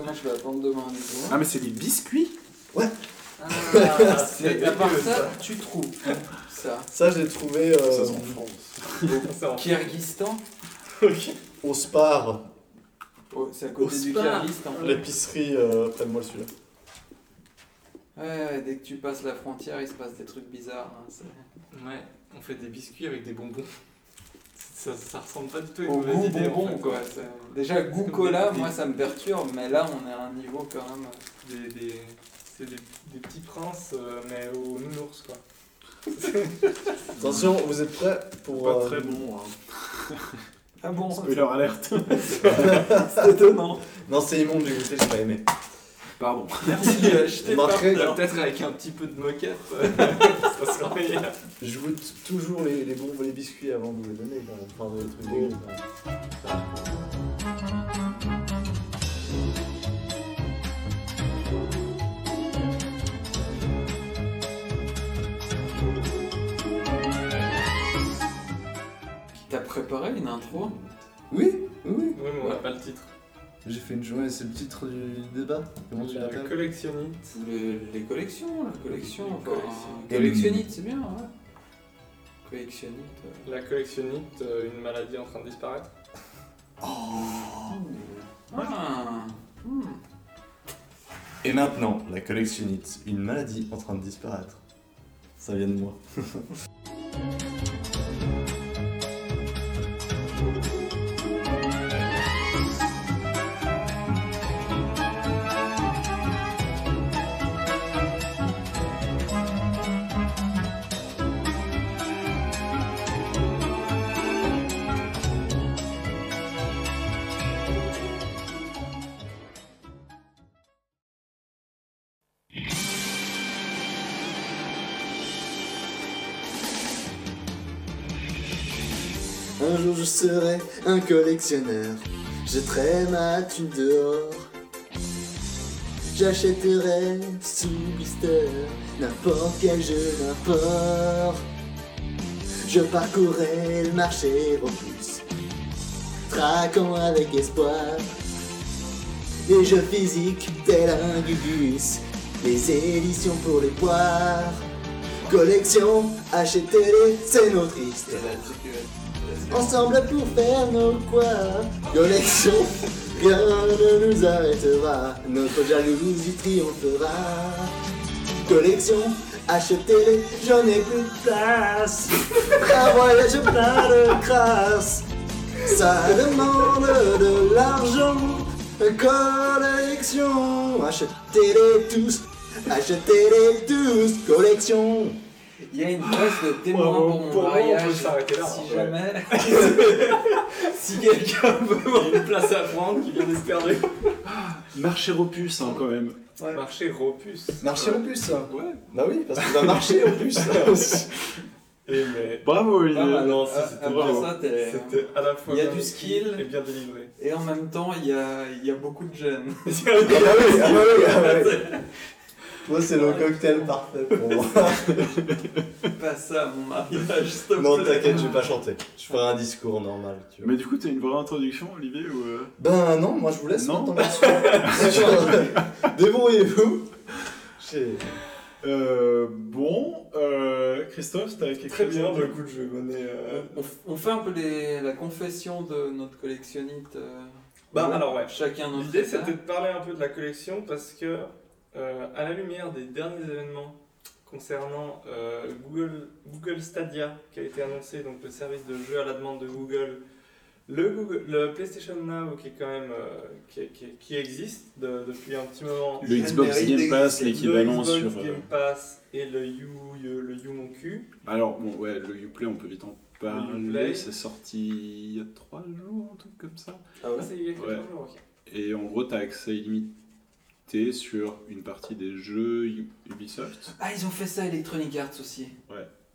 Speaker 5: moi je vais attendre demain du coup.
Speaker 4: Ah, mais c'est des biscuits
Speaker 5: Ah,
Speaker 6: c'est
Speaker 5: c'est- à part ça, tu trouves. Ça.
Speaker 3: Ça j'ai trouvé euh,
Speaker 4: Ça s'enfonce.
Speaker 6: C'est en
Speaker 5: Kyrgyzstan
Speaker 3: au Spar,
Speaker 5: Oh, C'est à
Speaker 3: Au
Speaker 5: côté du
Speaker 3: spa.
Speaker 5: Kyrgyzstan. Ouais,
Speaker 3: l'épicerie euh, près de moi celui-là.
Speaker 5: ouais, dès que tu passes la frontière, il se passe des trucs bizarres. hein, c'est-
Speaker 6: Ouais, on fait des biscuits avec des bonbons. Ça, ça ressemble pas du tout à une
Speaker 5: Au
Speaker 6: mauvaise
Speaker 5: goût
Speaker 6: idée. en
Speaker 5: bonbon
Speaker 6: fait.
Speaker 5: quoi. c'est- Déjà goût cola, moi ça me perturbe, mais là on est à un niveau quand même. euh,
Speaker 6: Des, des, c'est des, des petits princes, euh, mais au nounours quoi.
Speaker 3: Attention, vous êtes prêts pour
Speaker 4: Pas
Speaker 3: euh,
Speaker 4: très bon. hein.
Speaker 5: Ah bon
Speaker 4: Spoiler alerte.
Speaker 5: C'est étonnant.
Speaker 3: Non c'est immonde, j'ai goûté, j'ai pas aimé.
Speaker 4: Pardon.
Speaker 6: Merci, euh, je t'ai
Speaker 3: Remarquez,
Speaker 6: pas-
Speaker 3: là.
Speaker 6: peut-être avec un petit peu de moquette. euh, ça serait meilleur.
Speaker 3: Je goûte toujours les, les bons les biscuits avant de vous les donner quand même. Enfin les trucs dégueux. quoi.
Speaker 5: T'as préparé une intro
Speaker 3: Oui, oui, oui.
Speaker 6: Oui, mais on n'a pas le titre.
Speaker 3: J'ai fait une journée, c'est le titre du débat. Comment tu
Speaker 6: La
Speaker 3: l'appelles
Speaker 6: collectionnite.
Speaker 5: Le- les collections, la collection.
Speaker 6: Les
Speaker 5: enfin,
Speaker 6: collections.
Speaker 5: euh, collectionnite, c'est bien, ouais. Collectionnite. ouais.
Speaker 6: La collectionnite, euh, une maladie en train de disparaître.
Speaker 5: Ah, hmm.
Speaker 3: Et maintenant, la collectionnite, une maladie en train de disparaître. Ça vient de moi. Un jour je serai un collectionneur. Je traîne ma thune dehors. J'achèterai sous blister n'importe quel jeu d'import. Je parcourrai le marché Robus, traquant avec espoir des jeux physiques tel un gugus, des éditions pour les boire, collection, achetez-les, c'est nos tristes. Ensemble pour faire nos quoi Collection, rien ne nous arrêtera, notre jalousie triomphera. Collection, achetez-les, j'en ai plus de place. Un voyage plein de crasse, ça demande de l'argent. Collection, achetez-les tous, achetez-les tous, collection.
Speaker 5: Il y a une place de témoin
Speaker 6: Bravo.
Speaker 5: pour mon
Speaker 6: Pour moi, on peut
Speaker 5: mariage.
Speaker 6: s'arrêter là, en
Speaker 5: si
Speaker 6: vrai.
Speaker 5: jamais.
Speaker 6: Si quelqu'un veut une place à prendre, qui vient d'espérer.
Speaker 4: Marcher aux puces, hein, quand même.
Speaker 6: Marché Ropus.
Speaker 3: Marcher en puce.
Speaker 6: Ouais.
Speaker 3: Bah oui, parce qu'on va marcher en puce.
Speaker 6: Et Eh, mais.
Speaker 4: Bravo, Olivier.
Speaker 6: Ah, bah non, ça,
Speaker 5: Ah,
Speaker 6: c'était
Speaker 5: Après
Speaker 6: bravo.
Speaker 5: ça, t'es-
Speaker 6: C'était à la fois.
Speaker 5: Il y a
Speaker 6: bien
Speaker 5: du
Speaker 6: écrit
Speaker 5: skill.
Speaker 6: Et bien délivré.
Speaker 5: Et en même temps, il y a, il y a beaucoup de jeunes.
Speaker 3: Ah bah oui, ah bah oui, ah bah oui. Toi, c'est le cocktail parfait pour moi.
Speaker 5: Pas ça à mon mariage, s'il te plaît.
Speaker 3: Non, t'inquiète, je vais pas chanter. Je ferai un discours normal. Tu vois.
Speaker 4: Mais du coup, t'as une vraie introduction, Olivier ou euh,
Speaker 3: Ben non, moi je vous laisse.
Speaker 4: Non.
Speaker 3: maintenant, monsieur. Débrouillez-vous. J'ai-
Speaker 4: euh, Bon, euh, Christophe, t'as quelque
Speaker 6: Très
Speaker 4: chose
Speaker 6: bien,
Speaker 4: à
Speaker 6: bah
Speaker 4: dire
Speaker 6: écoute, je vais mener. euh,
Speaker 5: On, on fait un peu les- la confession de notre collectionnite. euh,
Speaker 6: Bah alors, ouais.
Speaker 5: Chacun notre
Speaker 6: L'idée
Speaker 5: état.
Speaker 6: c'était de parler un peu de la collection parce que, euh, à la lumière des derniers événements concernant euh, Google, Google Stadia qui a été annoncé, donc le service de jeu à la demande de Google, le, Google, le PlayStation Now qui est quand même euh, qui, qui- qui existe de- depuis un petit moment,
Speaker 4: Le Xbox Game Pass, l'équivalent
Speaker 6: le Xbox
Speaker 4: sur. euh,
Speaker 6: Game Pass et le You, le You Mon Cul.
Speaker 4: Alors, bon, ouais, le Uplay, on peut vite en
Speaker 6: Le Uplay.
Speaker 4: parler. C'est sorti il y a 3 jours, un truc comme ça.
Speaker 3: Ah ouais
Speaker 6: Ah, c'est il y a quelques
Speaker 4: Ouais.
Speaker 6: jours, ok.
Speaker 4: Et en gros, t'as accès illimité sur une partie des jeux U- Ubisoft.
Speaker 5: Ah, ils ont fait ça à Electronic Arts aussi.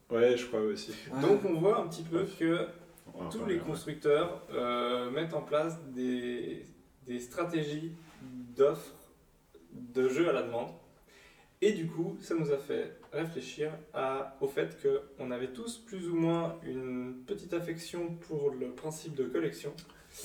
Speaker 4: Ouais, je crois aussi.
Speaker 5: Ouais.
Speaker 6: Donc on voit un petit peu que
Speaker 4: Ouais,
Speaker 6: tous
Speaker 4: ouais,
Speaker 6: les
Speaker 4: ouais.
Speaker 6: constructeurs euh, mettent en place des, des stratégies d'offres de jeux à la demande. Et du coup, ça nous a fait réfléchir à- au fait qu'on avait tous plus ou moins une petite affection pour le principe de collection,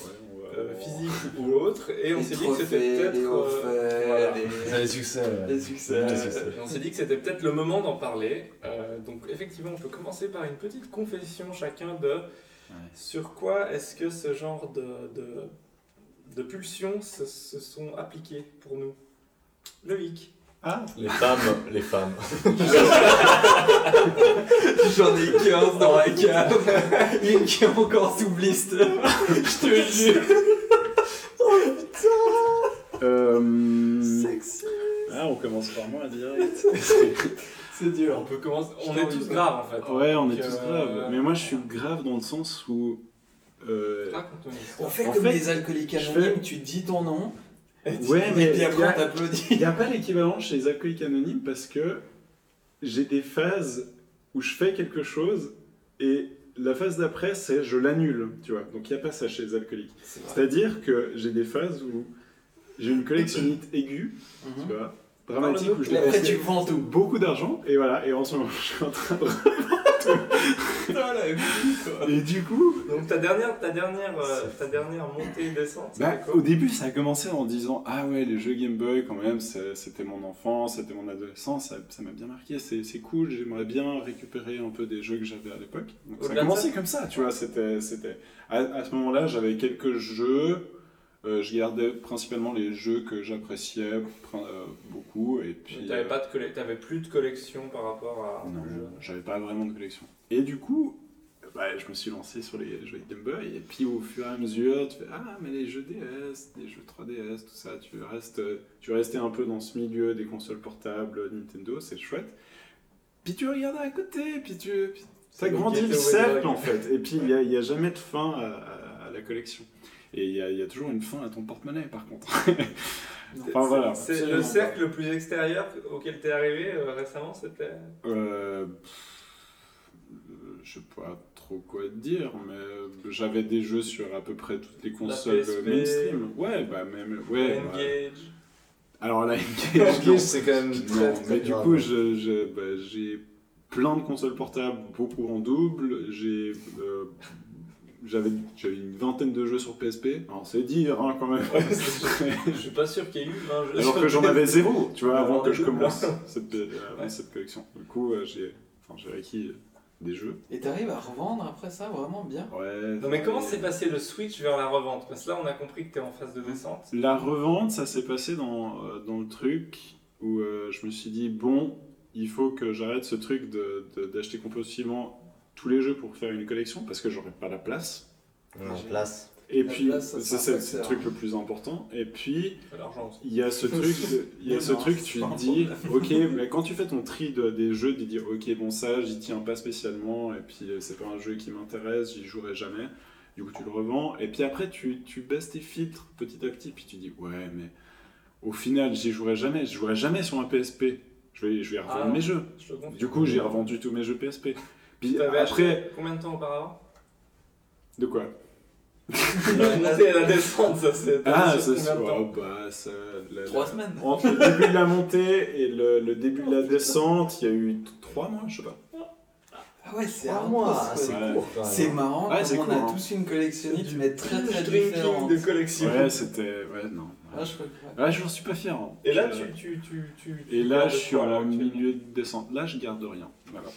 Speaker 4: Ouais, on va-
Speaker 6: euh, physique ou autre, et on
Speaker 5: Les
Speaker 6: s'est dit que c'était
Speaker 5: trophées,
Speaker 6: peut-être...
Speaker 5: les
Speaker 6: euh,
Speaker 5: offres,
Speaker 6: voilà.
Speaker 5: les-
Speaker 3: les succès.
Speaker 5: les succès.
Speaker 3: les succès.
Speaker 6: Et On s'est dit que c'était peut-être le moment d'en parler. Euh, donc effectivement, on peut commencer par une petite confession chacun de sur quoi est-ce que ce genre de, de, de pulsions se, se sont appliquées pour nous. Loïc.
Speaker 4: Ah,
Speaker 11: Les femmes, les femmes.
Speaker 5: J'en ai 15 dans la cave. Une qui est encore sous blister. Je te jure.
Speaker 4: euh, Ah, on commence par moi direct.
Speaker 5: C'est dur.
Speaker 6: On peut commencer. On
Speaker 5: Je
Speaker 6: est
Speaker 5: t'en
Speaker 6: tous
Speaker 5: veux.
Speaker 6: graves en fait.
Speaker 4: Ouais, on est
Speaker 6: Donc,
Speaker 4: tous
Speaker 6: euh,
Speaker 4: graves. Mais moi, je suis grave dans le sens où. euh,
Speaker 6: Raconte-nous.
Speaker 5: On fait
Speaker 4: En
Speaker 5: comme
Speaker 4: fait,
Speaker 5: les alcooliques
Speaker 4: je
Speaker 5: anonymes,
Speaker 4: fais-
Speaker 5: tu dis ton nom,
Speaker 4: Ouais, mais.
Speaker 5: et puis
Speaker 4: y a-
Speaker 5: après on t'applaudit.
Speaker 4: Il n'y a pas l'équivalent chez les alcooliques anonymes parce que j'ai des phases où je fais quelque chose et la phase d'après, c'est je l'annule, tu vois. Donc il n'y a pas ça chez les alcooliques. C'est-à-dire que j'ai des phases où j'ai une collectionnite aiguë, tu vois, dramatique, où Mhm. je
Speaker 5: Et après
Speaker 4: dépense
Speaker 5: tu vends tout.
Speaker 4: beaucoup d'argent, et voilà, et en ce moment, je suis en train de...
Speaker 5: Putain, la vie, quoi.
Speaker 4: Et du coup,
Speaker 6: Donc ta dernière, ta dernière, euh, ta dernière montée et descente.
Speaker 4: Bah,
Speaker 6: c'était quoi
Speaker 4: au début, ça a commencé en disant Ah ouais, les jeux Game Boy, quand même, c'est- c'était mon enfance, c'était mon adolescence, ça ça m'a bien marqué, c'est c'est cool, j'aimerais bien récupérer un peu des jeux que j'avais à l'époque. Donc ça a
Speaker 6: Au-delà de
Speaker 4: commencé comme ça, tu vois. c'était c'était à, à ce moment-là, j'avais quelques jeux, euh, je gardais principalement les jeux que j'appréciais prin- euh, beaucoup, et puis.
Speaker 6: T'avais
Speaker 4: euh,
Speaker 6: pas de colle- t'avais plus de collection par rapport à.
Speaker 4: non,
Speaker 6: au jeu.
Speaker 4: j'avais pas vraiment de collection. Et du coup, bah, je me suis lancé sur les jeux Game Boy, et puis au fur et à mesure, tu fais Ah, mais les jeux DS, les jeux 3DS, tout ça, tu restes, tu restais un peu dans ce milieu des consoles portables, Nintendo, c'est chouette. Puis tu regardais à côté, puis tu. Puis ça
Speaker 6: le
Speaker 4: grandit le
Speaker 6: gateway
Speaker 4: cercle
Speaker 6: drug.
Speaker 4: en fait, et puis il n'y a, il y a jamais de fin à, à- à la collection. Et il y, a- il y a toujours une fin à ton porte-monnaie par contre. enfin voilà.
Speaker 6: C'est le cercle le plus extérieur auquel t'es arrivé euh, récemment, c'était.
Speaker 4: Euh, euh, je sais pas trop quoi te dire, mais euh, j'avais des jeux sur à peu près toutes les consoles
Speaker 6: PSP.
Speaker 4: mainstream. Ouais, bah même. Ouais, ouais.
Speaker 6: Engage.
Speaker 4: Alors la
Speaker 3: Engage,
Speaker 4: Engage, non.
Speaker 3: c'est quand même très,
Speaker 4: Non,
Speaker 3: très
Speaker 4: mais du
Speaker 3: grave.
Speaker 4: coup, je- je- bah, j'ai plein de consoles portables, beaucoup en double. J'ai euh, j'avais j'avais une vingtaine de jeux sur PSP. Alors c'est dire hein, quand même.
Speaker 6: Je suis pas sûr qu'il y ait eu 20 jeux
Speaker 4: Alors
Speaker 6: sur
Speaker 4: que j'en
Speaker 6: PSP.
Speaker 4: avais zéro, tu vois, avant
Speaker 6: Alors,
Speaker 4: que je
Speaker 6: double.
Speaker 4: commence cette, euh, avant cette collection. Du coup, euh, j'ai enfin, j'ai acquis euh, des jeux.
Speaker 5: Et t'arrives à revendre après ça vraiment bien
Speaker 4: Ouais.
Speaker 6: Non, mais comment s'est passé le switch vers la revente Parce que là, on a compris que t'es en phase de descente.
Speaker 4: La revente, ça s'est passé dans, euh, dans le truc où euh, je me suis dit, bon, il faut que j'arrête ce truc de- de- d'acheter compulsivement tous les jeux pour faire une collection parce que j'aurais pas la place.
Speaker 3: En place.
Speaker 4: Et
Speaker 5: La
Speaker 4: puis,
Speaker 5: place, ça,
Speaker 4: c'est
Speaker 5: c'est un
Speaker 4: ça, c'est
Speaker 5: facteur.
Speaker 4: le truc le plus important. Et puis,
Speaker 6: L'argent aussi.
Speaker 4: il y a ce truc, de- il y a
Speaker 5: Mais
Speaker 4: ce
Speaker 5: non,
Speaker 4: truc
Speaker 5: c'est
Speaker 4: tu
Speaker 5: pas un
Speaker 4: te dis, ok, mais quand tu fais ton tri de- des jeux, tu dis, ok, bon, ça, j'y tiens pas spécialement, et puis euh, c'est pas un jeu qui m'intéresse, j'y jouerai jamais. Du coup, tu le revends, et puis après, tu, tu baisses tes filtres petit à petit, puis tu dis, ouais, mais au final, j'y jouerai jamais, je jouerai jamais sur un PSP. Je vais, je vais revendre
Speaker 6: Ah.
Speaker 4: mes jeux.
Speaker 6: Je te confirme.
Speaker 4: Du coup, j'ai revendu tous mes jeux PSP. Puis
Speaker 6: T'avais
Speaker 4: après,
Speaker 6: acheté combien de temps auparavant
Speaker 4: de quoi
Speaker 6: La montée et la descente, ça c'est. t'as
Speaker 4: Ah,
Speaker 6: acheté combien
Speaker 4: ça, c'est
Speaker 6: de temps
Speaker 4: oh, bah, ça, la-
Speaker 5: Trois
Speaker 4: la-
Speaker 5: semaines
Speaker 4: Entre le début de la montée et le, le début de la descente, il y a eu t- trois mois, je sais pas.
Speaker 5: Ah ouais, c'est
Speaker 3: Trois
Speaker 5: un
Speaker 3: mois,
Speaker 5: mois.
Speaker 3: ah, c'est
Speaker 4: Ouais.
Speaker 3: court. quand même.
Speaker 5: C'est marrant,
Speaker 4: Ouais,
Speaker 5: comme
Speaker 4: c'est
Speaker 5: on
Speaker 4: cool,
Speaker 5: a
Speaker 4: hein.
Speaker 5: tous une collectionniste, mais très très
Speaker 6: Binge drinking
Speaker 5: différente.
Speaker 6: de collection.
Speaker 4: Ouais, c'était. Ouais, non.
Speaker 5: Ah, je crois que-
Speaker 4: Ouais, j'en suis pas fier. hein.
Speaker 6: Et là,
Speaker 4: Je-
Speaker 6: tu, tu, tu, tu. tu
Speaker 4: Et là,
Speaker 6: gardes
Speaker 4: je suis
Speaker 6: quoi, là,
Speaker 4: en
Speaker 6: actuellement
Speaker 4: milieu de descente. Là, je garde rien. Voilà.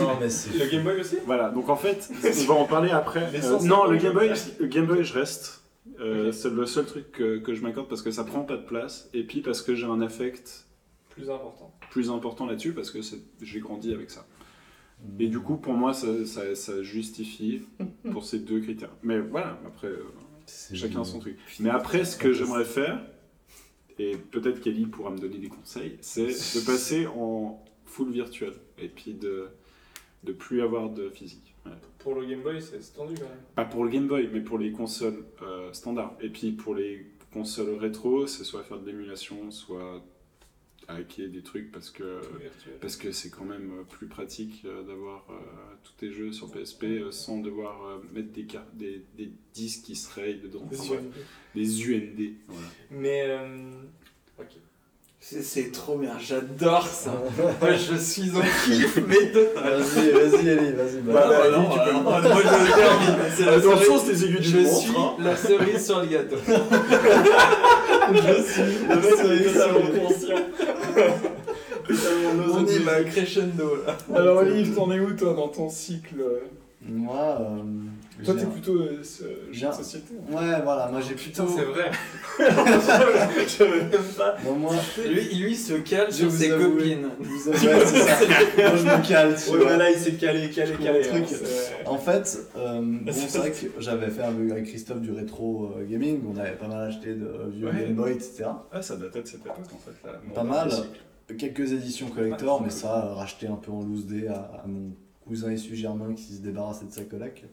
Speaker 3: Non, mais c'est.
Speaker 6: Le Game Boy aussi
Speaker 4: Voilà, donc en fait, on va en parler après.
Speaker 6: Les
Speaker 4: Euh,
Speaker 6: 150
Speaker 4: non, le Game Boy,
Speaker 6: jeux.
Speaker 4: le Game Boy, je reste. Euh,
Speaker 6: Ok.
Speaker 4: C'est le seul truc que, que je m'accorde parce que ça prend pas de place et puis parce que j'ai un affect
Speaker 6: Plus important.
Speaker 4: plus important là-dessus parce que c'est- j'ai grandi avec ça. Et du coup, pour moi, ça, ça- ça justifie pour ces deux critères. Mais voilà, après, euh,
Speaker 3: c'est-
Speaker 4: chacun son truc. Mais après, ce que j'aimerais faire, et peut-être qu'Ellie pourra me donner des conseils, c'est de passer en full virtuel et puis de de plus avoir de physique. Ouais.
Speaker 6: Pour le Game Boy, c'est c'est tendu quand même.
Speaker 4: Pas pour le Game Boy, mais pour les consoles euh, standards. Et puis pour les consoles rétro, c'est soit faire de l'émulation, soit hacker des trucs parce que
Speaker 6: Tout virtuel.
Speaker 4: parce que c'est quand même euh, plus pratique euh, d'avoir euh, tous tes jeux sur PSP euh, sans devoir euh, mettre des, car- des, des disques qui se rayent dedans. Enfin, bref, des UND. voilà.
Speaker 6: Mais. euh, Ok.
Speaker 5: C'est- C'est trop bien, j'adore ça. Moi, je suis en kiff, mais total.
Speaker 3: Vas-y, vas-y, Ellie, vas-y. bah.
Speaker 5: Bah, bah, non, alors, moi, je le termine. C'est la cerise-
Speaker 4: les aiguilles
Speaker 5: Je suis la cerise sur le gâteau.
Speaker 3: Le mec, il est sur-
Speaker 5: On est ma crescendo là.
Speaker 8: Alors, Olive, t'en es où toi dans ton cycle euh
Speaker 3: Moi. euh,
Speaker 8: Toi,
Speaker 3: j'ai
Speaker 8: t'es
Speaker 3: un-
Speaker 8: plutôt euh, ce-
Speaker 3: J'ai un-
Speaker 8: jeu de société. hein.
Speaker 3: Ouais, voilà, moi j'ai
Speaker 6: Putain,
Speaker 3: plutôt.
Speaker 5: Oh.
Speaker 6: c'est vrai. J'avais même pas.
Speaker 3: Bon, moi,
Speaker 5: Lui, lui, il se cale
Speaker 3: Je
Speaker 5: sur
Speaker 3: vous
Speaker 5: ses
Speaker 3: avoue.
Speaker 5: copines.
Speaker 3: vous avez- ouais, c'est ça. Moi, je me cale, tu
Speaker 6: Ouais,
Speaker 3: vois.
Speaker 6: bah là, il s'est calé, calé,
Speaker 3: Je
Speaker 6: calé.
Speaker 3: comprends le
Speaker 6: hein,
Speaker 3: truc.
Speaker 6: c'est-
Speaker 3: En fait, euh, bon, c'est vrai que j'avais fait avec avec Christophe du rétro euh, gaming, on avait pas mal acheté de euh, vieux
Speaker 4: Ouais.
Speaker 3: Game Boy, etc.
Speaker 4: Ah, ça datait de cette époque en fait. Ah, là.
Speaker 3: Pas mal. Quelques éditions collector, mais ça, euh, racheté un peu en loose dé à, à mon cousin issu Germain qui se débarrassait de sa colac.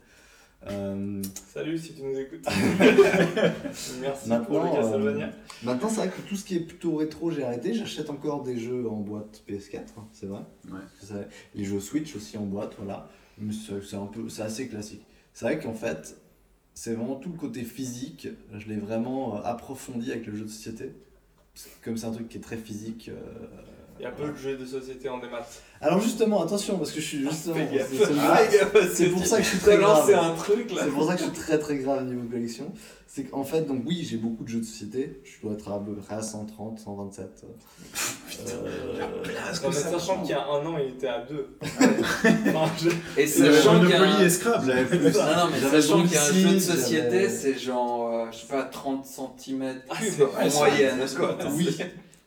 Speaker 3: Euh,
Speaker 6: Salut si tu nous écoutes. Merci pour
Speaker 3: Maintenant,
Speaker 6: le
Speaker 3: euh,
Speaker 6: Castlevania.
Speaker 3: maintenant, c'est vrai que tout ce qui est plutôt rétro, j'ai arrêté. J'achète encore des jeux en boîte PS4, hein, c'est vrai.
Speaker 4: Ouais.
Speaker 3: Parce que ça- les jeux Switch aussi en boîte, voilà. Mais c'est c'est un peu, c'est assez classique. C'est vrai qu'en fait, c'est vraiment tout le côté physique. Je l'ai vraiment euh, approfondi avec le jeu de société. Parce que Comme c'est un truc qui est très physique. euh,
Speaker 6: Il y a peu de jeux de société en démat.
Speaker 3: Alors justement, attention, parce que je suis justement.
Speaker 6: Ah, fais gaffe. Ah,
Speaker 3: c'est- c'est-
Speaker 5: Ah,
Speaker 3: C'est pour ça que je suis très grave.
Speaker 5: lancé un truc là.
Speaker 3: C'est pour ça que je suis très très grave au niveau de collection. C'est qu'en fait, donc oui, j'ai beaucoup de jeux de société. Je dois être à peu près à 130, 127. Euh,
Speaker 6: Non, mais sachant qu'il y a un an, il était à deux. Enfin, je-
Speaker 5: Et
Speaker 4: Il y avait
Speaker 5: sachant qu'il y a
Speaker 4: Monopoly
Speaker 5: un-
Speaker 4: et Scrabble.
Speaker 3: j'avais
Speaker 5: Non, non, mais
Speaker 3: j'avais
Speaker 5: sachant qu'il y a un
Speaker 3: Dixit,
Speaker 5: jeu de société,
Speaker 3: j'avais-
Speaker 5: c'est genre, euh, je sais pas, 30 cm
Speaker 6: Ah, c'est vrai,
Speaker 5: en
Speaker 6: ça.
Speaker 5: moyenne. quoi.
Speaker 3: Oui.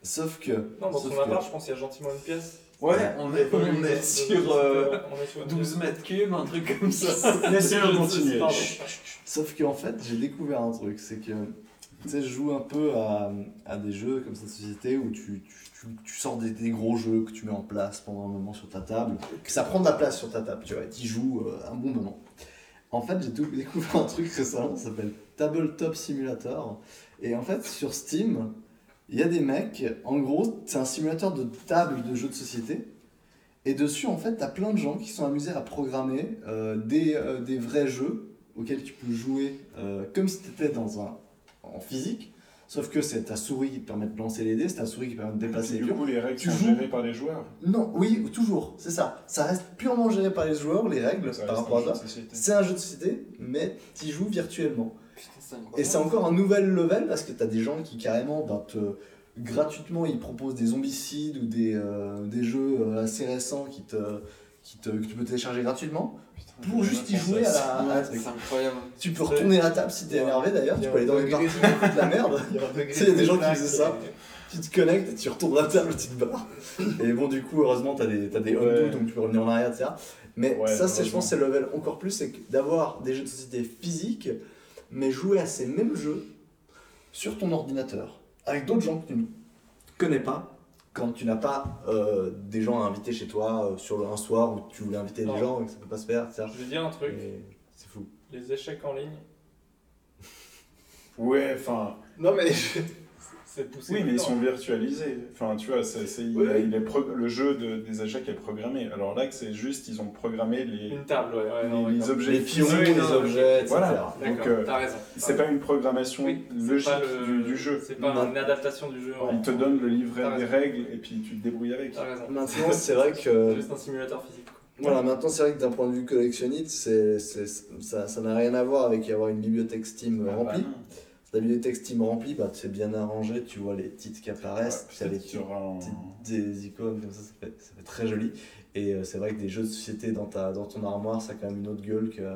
Speaker 3: Sauf que.
Speaker 6: Non, dans
Speaker 3: sauf
Speaker 6: son
Speaker 3: que-
Speaker 6: appart, je pense qu'il y a gentiment une pièce.
Speaker 5: Ouais, on est, on est sur euh,
Speaker 6: on est sur une
Speaker 5: 12 mètres cubes, un truc comme ça.
Speaker 4: Laissez-le continuer.
Speaker 6: Pardon.
Speaker 3: Sauf qu'en fait, j'ai découvert un truc, c'est que tu sais, je joue un peu à, à des jeux comme ça de société où tu, tu, tu, tu sors des, des gros jeux que tu mets en place pendant un moment sur ta table, que ça prend de la place sur ta table, tu vois, tu joues euh, un bon moment. En fait, j'ai tout- découvert un truc récemment, ça s'appelle Tabletop Simulator. Et en fait, sur Steam, il y a des mecs, en gros, c'est un simulateur de table de jeux de société. Et dessus, en fait, t'as plein de gens qui sont amusés à programmer euh, des, euh, des vrais jeux auquel tu peux jouer euh, comme si tu étais dans un, en physique, Sauf que c'est ta souris qui te permet de lancer les dés, Ah, c'est ta souris qui te permet de déplacer
Speaker 4: Puis,
Speaker 3: les
Speaker 4: du
Speaker 3: pions.
Speaker 4: coup, les règles
Speaker 3: Tu
Speaker 4: sont
Speaker 3: joues.
Speaker 4: gérées par les joueurs.
Speaker 3: Non, oui, toujours, c'est ça. Ça reste purement géré par les joueurs, les règles,
Speaker 4: Ça
Speaker 3: par
Speaker 4: reste
Speaker 3: rapport
Speaker 4: un jeu
Speaker 3: à
Speaker 4: de
Speaker 3: ça.
Speaker 4: société.
Speaker 3: C'est un jeu de société, mais tu joues virtuellement.
Speaker 5: Putain, c'est incroyable.
Speaker 3: Et c'est encore un nouvel level parce que t'as des gens qui carrément ben, te- gratuitement ils proposent des zombicides ou des, euh, des jeux euh, assez récents qui te, qui te, que tu peux télécharger gratuitement pour juste y jouer à la. à la
Speaker 5: Ouais,
Speaker 3: truc.
Speaker 5: C'est incroyable.
Speaker 3: Tu peux retourner la table si t'es énervé d'ailleurs, tu peux aller dans les parties de la merde. Tu sais, il y a des gens qui faisaient ça. Tu te connectes, et tu retournes la table, tu te barres. Et bon, du coup, heureusement, t'as des, t'as des undo,
Speaker 4: Ouais.
Speaker 3: donc tu peux revenir en arrière, etc. Mais
Speaker 4: Ouais,
Speaker 3: ça, c'est, je
Speaker 4: heureusement.
Speaker 3: pense, c'est le level encore plus, c'est que d'avoir des jeux de société physiques, mais jouer à ces mêmes jeux sur ton ordinateur, avec d'autres gens que tu ne connais pas, quand tu n'as pas euh, des gens à inviter chez toi euh, sur le- un soir où tu voulais inviter
Speaker 6: Non.
Speaker 3: des gens et que ça peut pas se faire, etc.
Speaker 6: Je vais dire un truc,
Speaker 3: Mais c'est fou.
Speaker 6: les échecs en ligne,
Speaker 4: Ouais, enfin.
Speaker 6: Non mais c'est poussé.
Speaker 4: Oui, mais
Speaker 6: dedans.
Speaker 4: ils sont virtualisés. Enfin, tu vois, c'est- c'est- il-
Speaker 6: Oui, oui.
Speaker 4: il est pro- le jeu de- des échecs est programmé. Alors là, que c'est juste, ils ont programmé les,
Speaker 6: une table, ouais. ouais, non,
Speaker 4: les
Speaker 6: d'accord.
Speaker 4: objets
Speaker 3: Les pions,
Speaker 4: physiques.
Speaker 6: oui,
Speaker 3: les
Speaker 6: non,
Speaker 3: objets, etc.
Speaker 4: Voilà. Donc,
Speaker 6: D'accord,
Speaker 4: euh,
Speaker 6: t'as raison.
Speaker 4: c'est pas une programmation
Speaker 6: Oui, c'est
Speaker 4: logique
Speaker 6: pas le-
Speaker 4: du, du jeu.
Speaker 6: C'est pas
Speaker 3: Non.
Speaker 6: une adaptation du jeu. en-
Speaker 4: Ils te donnent le livret
Speaker 6: T'as
Speaker 4: des
Speaker 6: raison.
Speaker 4: règles et puis tu te débrouilles avec.
Speaker 6: T'as raison.
Speaker 3: Maintenant, c'est vrai que. euh,
Speaker 6: C'est juste un simulateur physique. quoi.
Speaker 3: Voilà, maintenant c'est vrai que d'un point de vue collectionniste, c'est, c'est- ça, ça n'a rien à voir avec avoir une bibliothèque Steam
Speaker 4: Ah,
Speaker 3: remplie.
Speaker 4: bah non.
Speaker 3: La bibliothèque Steam remplie, bah, c'est bien arrangé, tu vois les titres qui apparaissent,
Speaker 4: Ouais,
Speaker 3: t'as les
Speaker 4: peut-être qu'il y aura un-
Speaker 3: petites- des icônes comme ça, ça fait, ça fait très joli. Et euh, c'est vrai que des jeux de société dans, ta, dans ton armoire, ça a quand même une autre gueule que. euh,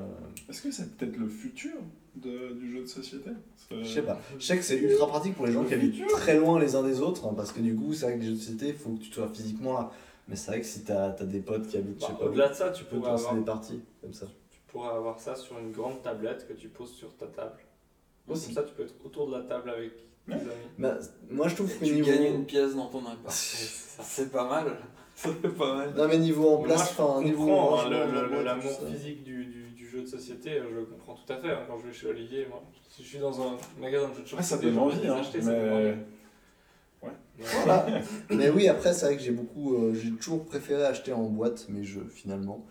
Speaker 4: Est-ce que c'est peut-être le futur de- du jeu de société C'est-
Speaker 3: Je sais pas.
Speaker 6: euh,
Speaker 3: Je sais que c'est ultra pratique pour les gens qui habitent très loin les uns des autres, hein, parce que du coup, c'est vrai que les jeux de société, il faut que tu sois physiquement là. Mais c'est vrai que si t'as, t'as des potes qui habitent, je sais
Speaker 6: Bah,
Speaker 3: pas, où,
Speaker 6: Au-delà de ça, tu
Speaker 3: tu peux te
Speaker 6: pourrais,
Speaker 3: lancer
Speaker 6: avoir,
Speaker 3: des parties comme ça.
Speaker 6: tu pourrais avoir ça sur une grande tablette que tu poses sur ta table.
Speaker 3: Aussi.
Speaker 6: Comme ça, tu peux être autour de la table avec tes
Speaker 4: Ouais.
Speaker 6: amis.
Speaker 3: Bah, moi je trouve que
Speaker 5: Tu
Speaker 3: niveau-
Speaker 5: gagnes une pièce dans ton appart.
Speaker 6: ça.
Speaker 5: C'est pas mal. C'est pas mal.
Speaker 3: Non mais niveau en
Speaker 6: Moi,
Speaker 3: place,
Speaker 6: je
Speaker 3: enfin niveau
Speaker 6: comprends, hein,
Speaker 3: rangement,
Speaker 6: le- le-
Speaker 3: rangement,
Speaker 6: le-
Speaker 3: tout
Speaker 6: l'amour
Speaker 3: ça.
Speaker 6: physique du, du, du jeu de société, euh, je le comprends tout à fait. hein, Quand je vais chez Olivier, moi, si je suis dans un magasin de jeux de société,
Speaker 4: Ah, ça donne
Speaker 6: j'ai
Speaker 4: envie,
Speaker 6: de les
Speaker 4: hein,
Speaker 6: acheter, ça donne envie.
Speaker 4: mais...
Speaker 3: Voilà. mais oui, après c'est vrai que j'ai beaucoup, euh, j'ai toujours préféré acheter en boîte mes jeux finalement,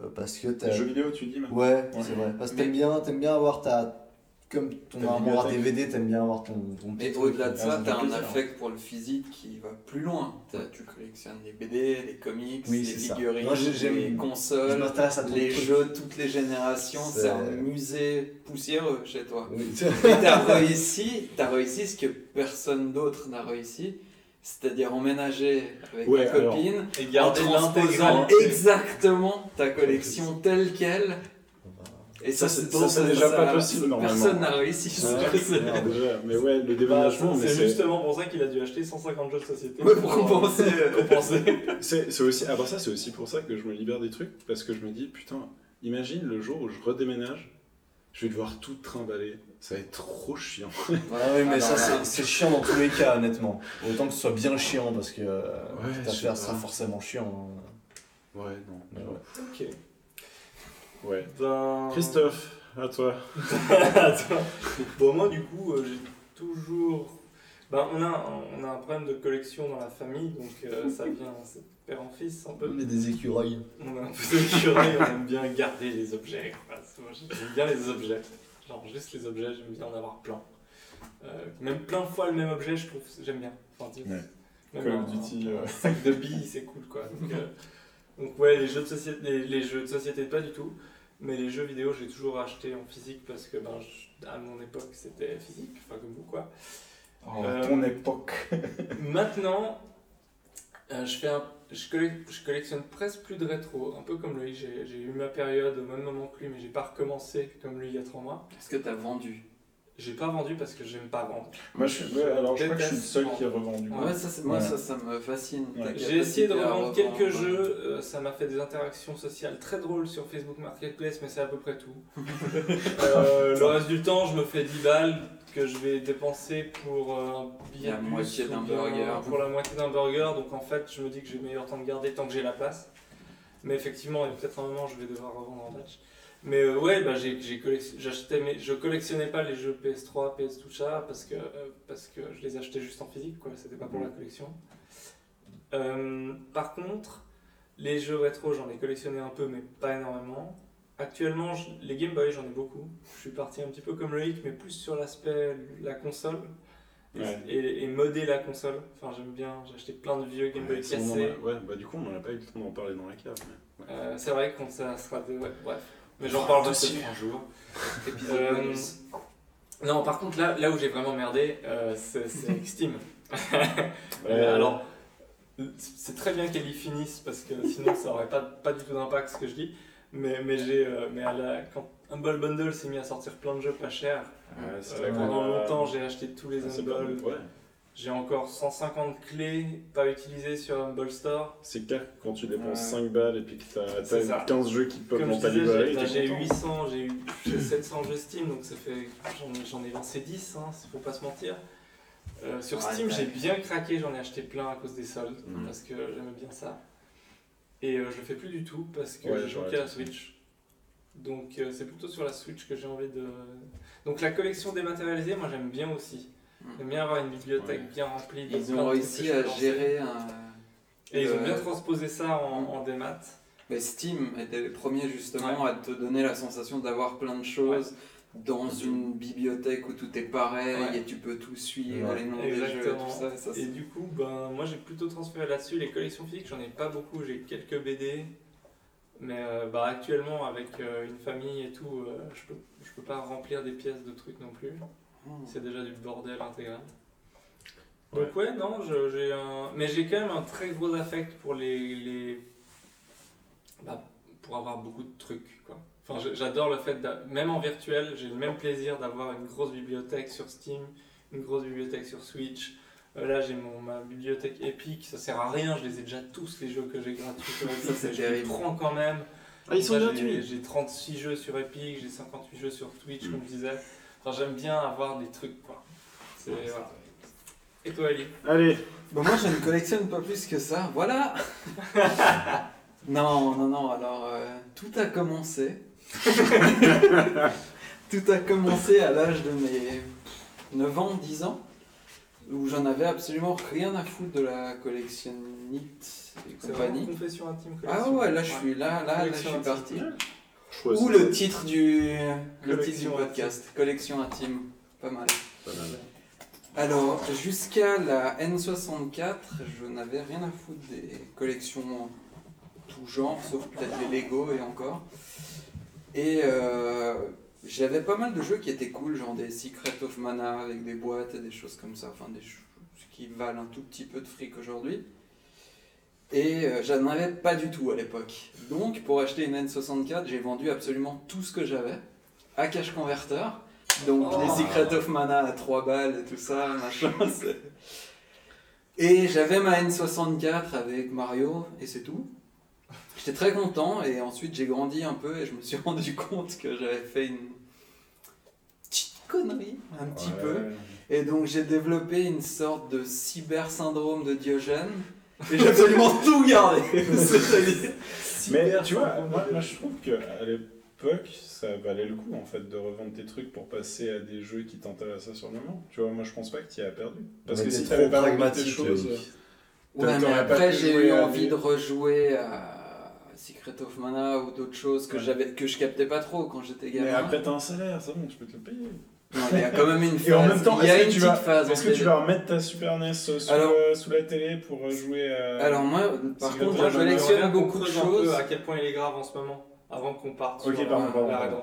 Speaker 3: euh, parce que t'as,
Speaker 4: Jeux vidéo, tu dis, mais...
Speaker 3: ouais, c'est vrai, parce que
Speaker 5: Mais-
Speaker 3: t'aimes bien, t'aimes bien avoir ta, comme ton
Speaker 4: Ta
Speaker 3: armoire
Speaker 4: bibliothèque.
Speaker 3: DVD, t'aimes bien avoir ton, ton petit
Speaker 5: Mais
Speaker 3: truc.
Speaker 5: au-delà de
Speaker 4: Ah, ça
Speaker 5: ça,
Speaker 4: fait
Speaker 5: t'as un
Speaker 4: plaisir.
Speaker 5: affect pour le physique qui va plus loin. T'as- Tu collectionnes les BD, les comics,
Speaker 3: Oui,
Speaker 5: les
Speaker 3: c'est ça.
Speaker 5: figurines,
Speaker 3: Moi, j'ai- j'aime-
Speaker 5: les
Speaker 3: Je
Speaker 5: consoles,
Speaker 3: m'intéresse à ton
Speaker 5: les
Speaker 3: truc.
Speaker 5: jeux de toutes les générations.
Speaker 3: C'est-
Speaker 5: C'est un musée poussiéreux chez toi.
Speaker 3: Oui.
Speaker 5: Et t'as réussi, t'as réussi ce que personne d'autre n'a réussi, c'est-à-dire emménager avec
Speaker 4: Ouais,
Speaker 5: ta
Speaker 4: alors,
Speaker 5: copine
Speaker 6: Et
Speaker 5: en
Speaker 6: garder
Speaker 5: transposant
Speaker 6: l'intégralité.
Speaker 5: exactement ta collection telle quelle. Et ça,
Speaker 4: Ça,
Speaker 5: c'est
Speaker 4: c'est-
Speaker 5: bon,
Speaker 4: ça, c'est déjà pas
Speaker 5: ça-
Speaker 4: possible, normalement.
Speaker 5: Personne n'a réussi. ça.
Speaker 4: Ouais, merde, déjà. Mais ouais, le
Speaker 6: Bah,
Speaker 4: déménagement, mais
Speaker 6: C'est
Speaker 4: c'est...
Speaker 6: justement pour ça qu'il a dû acheter 150 jeux de société. euh,
Speaker 5: Ouais, pour compenser. euh,
Speaker 6: compenser.
Speaker 4: C'est c'est aussi, à part ça, c'est aussi pour ça que je me libère des trucs, parce que je me dis, putain, imagine le jour où je redéménage, je vais devoir tout trimballer, ça va être trop chiant.
Speaker 3: Ah oui, mais
Speaker 5: Ah,
Speaker 3: ça
Speaker 5: non,
Speaker 3: c'est- c'est chiant dans tous les cas, honnêtement. Autant que ce soit bien chiant, parce que euh,
Speaker 4: Ouais,
Speaker 3: cette
Speaker 4: je sais
Speaker 3: affaire sera
Speaker 4: pas.
Speaker 3: forcément chiant. hein.
Speaker 4: Ouais, non. mais ouais.
Speaker 6: Ok.
Speaker 4: Ouais.
Speaker 6: Ben...
Speaker 4: Christophe, à toi.
Speaker 6: Attends. Bon, moi, du coup, euh, j'ai toujours. Ben, on, a, on a un problème de collection dans la famille, donc euh, ça vient c'est père en fils un peu.
Speaker 3: Mais des écureuils.
Speaker 6: On est un peu curieux, on aime bien garder les objets. quoi. Moi, J'aime bien les objets. Genre juste les objets, j'aime bien en avoir plein. Euh, même plein de fois le même objet, je trouve, j'aime bien. Enfin, tu vois,
Speaker 4: Ouais.
Speaker 6: même
Speaker 4: Call
Speaker 6: un-
Speaker 4: of Duty, euh,
Speaker 6: un sac de billes, c'est cool quoi. Donc, euh, donc, ouais, les jeux de société, les, les jeux de société pas du tout, mais les jeux vidéo j'ai toujours acheté en physique parce que ben je- à mon époque c'était physique, enfin comme vous quoi.
Speaker 4: oh,
Speaker 6: Euh,
Speaker 4: ton époque.
Speaker 6: Maintenant, euh, je fais un- je, collec- je collectionne presque plus de rétro, un peu comme lui. J'ai j'ai eu ma période au même moment que lui, mais j'ai pas recommencé comme lui il y a trois mois.
Speaker 5: Qu'est-ce que t'as vendu
Speaker 6: J'ai pas vendu parce que j'aime pas vendre.
Speaker 4: Moi, je suis, ouais, alors, je crois que je suis le seul
Speaker 6: déteste
Speaker 4: qui a revendu. Euh,
Speaker 6: Ouais.
Speaker 5: Ouais, ça, c'est- moi,
Speaker 4: Ouais.
Speaker 5: ça, ça me fascine.
Speaker 4: Ouais.
Speaker 5: ta
Speaker 6: J'ai essayé de
Speaker 5: capacité à
Speaker 6: revendre quelques
Speaker 5: revendre.
Speaker 6: jeux, euh, ça m'a fait des interactions sociales très drôles sur Facebook Marketplace, mais c'est à peu près tout. Euh, le reste du temps, je me fais 10 balles que je vais dépenser pour euh, un billet
Speaker 5: La
Speaker 6: de bus
Speaker 5: moitié
Speaker 6: ou
Speaker 5: d'un
Speaker 6: bien
Speaker 5: burger.
Speaker 6: Pour la moitié d'un burger, donc en fait, je me dis que j'ai le meilleur temps de garder tant que j'ai la place. Mais effectivement, il y a peut-être un moment, je vais devoir revendre en batch. Mais euh, ouais, bah, j'ai, j'ai collec- j'achetais mes- je collectionnais pas les jeux PS3, PS Toucha parce que, euh, parce que je les achetais juste en physique, quoi. C'était pas pour
Speaker 5: Mm.
Speaker 6: la collection. Euh, par contre, les jeux rétro, j'en ai collectionné un peu, mais pas énormément. Actuellement, je- les Game Boy, j'en ai beaucoup. Je suis parti un petit peu comme Loïc, mais plus sur l'aspect la console. et,
Speaker 4: Ouais.
Speaker 6: et- et modder la console. Enfin, j'aime bien, j'ai acheté plein de vieux Game Boy
Speaker 4: Ouais, ça, on en
Speaker 6: cassés.
Speaker 4: a- ouais, bah du coup, on n'en a pas eu le temps d'en parler dans la cave. mais- ouais.
Speaker 6: Euh, c'est vrai qu'on ça sera des... ouais, bref. Mais
Speaker 4: On
Speaker 6: j'en
Speaker 4: fera
Speaker 6: parle
Speaker 4: un
Speaker 6: aussi
Speaker 4: dossier.
Speaker 6: un jour.
Speaker 5: Épisode
Speaker 6: Euh,
Speaker 5: bonus.
Speaker 6: Non, par contre, là, là où j'ai vraiment merdé, euh, c'est c'est avec Steam.
Speaker 4: Ouais.
Speaker 6: Euh, Alors, c'est très bien qu'ils y finissent parce que sinon ça aurait pas, pas du tout d'impact ce que je dis. Mais, mais, j'ai, euh, mais à la, quand Humble Bundle s'est mis à sortir plein de jeux pas chers,
Speaker 4: Ouais, c'est
Speaker 6: euh,
Speaker 4: vrai qu'on
Speaker 6: pendant
Speaker 4: a-
Speaker 6: longtemps j'ai acheté tous les
Speaker 4: Ah, c'est pas
Speaker 6: Humble.
Speaker 4: mal, ouais.
Speaker 6: J'ai encore 150 clés pas utilisées sur Humble Store.
Speaker 4: C'est clair que quand tu dépenses
Speaker 6: Ouais.
Speaker 4: 5 balles et puis que t'as-
Speaker 6: C'est ça.
Speaker 4: t'as 15 jeux qui peuvent
Speaker 6: Comme je
Speaker 4: non pas
Speaker 6: disais,
Speaker 4: libérer,
Speaker 6: j'ai- j'ai
Speaker 4: t'es
Speaker 6: eu
Speaker 4: content.
Speaker 6: 800, j'ai eu j'ai 700 jeux Steam, donc ça fait j'en ai- j'en ai lancé 10, hein, faut pas se mentir. Euh, sur
Speaker 5: Ouais,
Speaker 6: Steam,
Speaker 5: t'as-
Speaker 6: j'ai bien craqué, j'en ai acheté plein à cause des soldes,
Speaker 4: Mhm.
Speaker 6: parce que j'aimais bien ça. Et euh, je le fais plus du tout parce que
Speaker 4: Ouais,
Speaker 6: j'ai
Speaker 4: j'aurais
Speaker 6: manqué la
Speaker 4: tout.
Speaker 6: Switch. Donc euh, c'est plutôt sur la Switch que j'ai envie de. Donc la collection dématérialisée, moi j'aime bien aussi.
Speaker 5: Mhm.
Speaker 6: J'aime bien avoir une bibliothèque
Speaker 4: Ouais.
Speaker 6: bien remplie. de
Speaker 5: Ils
Speaker 6: plein de
Speaker 5: ont
Speaker 6: trucs que
Speaker 5: réussi
Speaker 6: je
Speaker 5: à
Speaker 6: peux lancer.
Speaker 5: gérer un.
Speaker 6: Et ils ont
Speaker 5: le-
Speaker 6: bien transposé ça en,
Speaker 5: Mhm.
Speaker 6: en démat.
Speaker 5: Mais Steam était les premiers justement à te donner la sensation d'avoir plein de choses dans une bibliothèque où tout est pareil
Speaker 6: Ouais.
Speaker 5: et tu peux tout suivre,
Speaker 4: Ouais.
Speaker 5: les noms des jeux et
Speaker 6: Exactement.
Speaker 5: tout ça. ça,
Speaker 6: Et
Speaker 5: c'est-
Speaker 6: du coup, ben, moi j'ai plutôt transféré là-dessus. Les collections physiques, j'en ai pas beaucoup. J'ai quelques BD. Mais euh, bah, actuellement, avec euh, une famille et tout, euh, je, peux, je peux pas remplir des pièces de trucs non plus.
Speaker 5: Hmm.
Speaker 6: C'est déjà du bordel intégral. Donc, ouais, non, je- j'ai un. Mais j'ai quand même un très gros affect pour les. les- bah, pour avoir beaucoup de trucs, quoi. Enfin, je- j'adore le fait, d'a- même en virtuel, j'ai le même plaisir d'avoir une grosse bibliothèque sur Steam, une grosse bibliothèque sur Switch. Euh, là, j'ai mon, ma bibliothèque Epic, ça sert à rien, je les ai déjà tous les jeux que j'ai gratuits sur Epic,
Speaker 5: Ça, c'est
Speaker 6: mais je les
Speaker 5: terrible.
Speaker 6: prends quand même.
Speaker 4: Ah, ils sont
Speaker 6: Là, j'ai-
Speaker 4: gratuits
Speaker 6: J'ai 36 jeux sur Epic, j'ai 58 jeux sur Twitch,
Speaker 5: Mm.
Speaker 6: comme je disais. Enfin, j'aime bien avoir des trucs, quoi. C'est- voilà. Et toi, Ali
Speaker 4: Allez,
Speaker 5: Bon, Bah, moi, je ne collectionne pas plus que ça. Voilà Non, non, non, alors, euh, tout a commencé. tout a commencé à l'âge de mes 9 ans, 10 ans, où j'en avais absolument rien à foutre de la collectionnite et
Speaker 6: C'est vraiment
Speaker 5: compagnie.
Speaker 6: confession intime.
Speaker 5: Ah
Speaker 6: collection.
Speaker 5: ouais, là, je suis, là, là, là, je suis
Speaker 6: Collection
Speaker 5: parti.
Speaker 6: intime.
Speaker 4: choisis.
Speaker 5: Ou le titre du, le titre du
Speaker 6: Collection
Speaker 5: podcast, collection intime. Pas mal.
Speaker 4: Pas mal.
Speaker 5: Alors, jusqu'à la N64, je n'avais rien à foutre des collections tout genre, sauf peut-être les Lego et encore. Et euh, j'avais pas mal de jeux qui étaient cool, genre des Secret of Mana avec des boîtes et des choses comme ça, enfin des choses qui valent un tout petit peu de fric aujourd'hui. Et euh, j'en avais pas du tout à l'époque. Donc, pour acheter une N64, j'ai vendu absolument tout ce que j'avais à cash converter. Donc les Secret of Mana à 3 balles et tout ça, machin. c'est- Et j'avais ma N64 avec Mario et c'est tout. J'étais très content et ensuite j'ai grandi un peu et je me suis rendu compte que j'avais fait une petite connerie, un petit peu. Et donc j'ai développé une sorte de cyber syndrome de Diogène. Et j'ai absolument tout gardé. C'est-à-dire-
Speaker 4: Mais tu vois, moi, moi, je trouve qu'à l'époque, ça valait le coup en fait de revendre tes trucs pour passer à des jeux qui t'intéressaient sur le moment. Tu vois, moi je pense pas que tu y as perdu. Parce
Speaker 11: Ouais,
Speaker 4: que si
Speaker 11: t'es
Speaker 4: t'avais
Speaker 11: trop
Speaker 4: pas vendu tes
Speaker 11: pragmatique,
Speaker 4: choses.
Speaker 11: Loïc.
Speaker 5: Ouais, mais
Speaker 4: T'aurais pas
Speaker 5: après,
Speaker 4: pu
Speaker 5: j'ai
Speaker 4: jouer
Speaker 5: eu
Speaker 4: à
Speaker 5: envie
Speaker 4: des-
Speaker 5: de rejouer à Secret of Mana ou d'autres choses que,
Speaker 4: Ouais.
Speaker 5: j'avais, que je captais pas trop quand j'étais gamin.
Speaker 4: Mais après, t'as un salaire, c'est bon, tu peux te le payer.
Speaker 5: Non, mais il y a quand même une phase.
Speaker 4: Et en même temps,
Speaker 5: il y a
Speaker 4: est-ce
Speaker 5: une
Speaker 4: que tu
Speaker 5: petite
Speaker 4: vas-
Speaker 5: phase.
Speaker 4: Est-ce
Speaker 5: en
Speaker 4: que tu
Speaker 5: fait.
Speaker 4: vas remettre ta Super NES sous,
Speaker 5: Ah, Alors-
Speaker 4: euh, sous la télé pour euh, jouer à.
Speaker 5: Alors, moi, par contre,
Speaker 4: Secret of
Speaker 5: moi,
Speaker 4: Mana,
Speaker 5: je
Speaker 6: J'aimerais bien
Speaker 5: collectionne
Speaker 6: qu'on
Speaker 5: beaucoup de
Speaker 6: creuse un peu
Speaker 5: choses.
Speaker 6: à quel point il est grave en ce moment, avant qu'on parte
Speaker 4: Ok,
Speaker 6: sur
Speaker 4: pardon,
Speaker 6: euh,
Speaker 4: pardon,
Speaker 6: la
Speaker 4: pardon.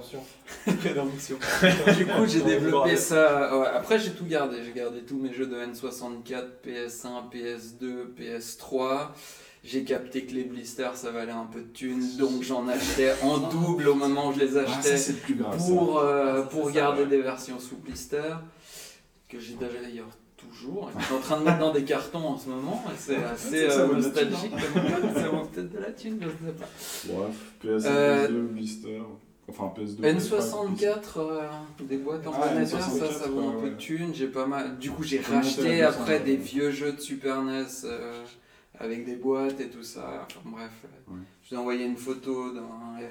Speaker 6: rédemption.
Speaker 5: Du coup, j'ai
Speaker 6: On va voir.
Speaker 5: développé ça. ouais, après, j'ai tout gardé. J'ai gardé tous mes jeux de N64, PS1, PS2, PS3. J'ai capté que les blisters, ça valait un peu de thunes, donc j'en achetais en double au moment où je les
Speaker 11: Ah,
Speaker 5: achetais.
Speaker 11: ça, c'est le plus grave. ça.
Speaker 5: pour, euh,
Speaker 6: Ah, c'est
Speaker 5: pour
Speaker 6: ça,
Speaker 5: garder
Speaker 6: ouais.
Speaker 5: des versions sous blister que j'ai d'ailleurs toujours. et que Je suis en train de mettre dans des cartons en ce moment et c'est assez
Speaker 11: Ah, Ça, ça
Speaker 5: euh,
Speaker 11: vaut de la thune, hein.
Speaker 5: nostalgique. comme ça. ça vaut peut-être de la thune, je sais pas.
Speaker 11: Bref, PS1,
Speaker 5: Euh,
Speaker 11: PS2, Blister. E Enfin, PS2. PS3,
Speaker 5: N64, euh, des boîtes en
Speaker 11: Ah,
Speaker 5: manager, ça, ça
Speaker 11: N64,
Speaker 5: vaut un
Speaker 11: ouais,
Speaker 5: peu
Speaker 11: ouais.
Speaker 5: de thune. J'ai pas mal. Du coup, j'ai
Speaker 11: Faut monter
Speaker 5: racheté
Speaker 11: la descente,
Speaker 5: après
Speaker 11: ouais.
Speaker 5: des vieux jeux de Super NES euh, avec des boîtes et tout ça. Enfin, bref, euh,
Speaker 11: Ouais.
Speaker 5: je vous ai envoyé une photo d'un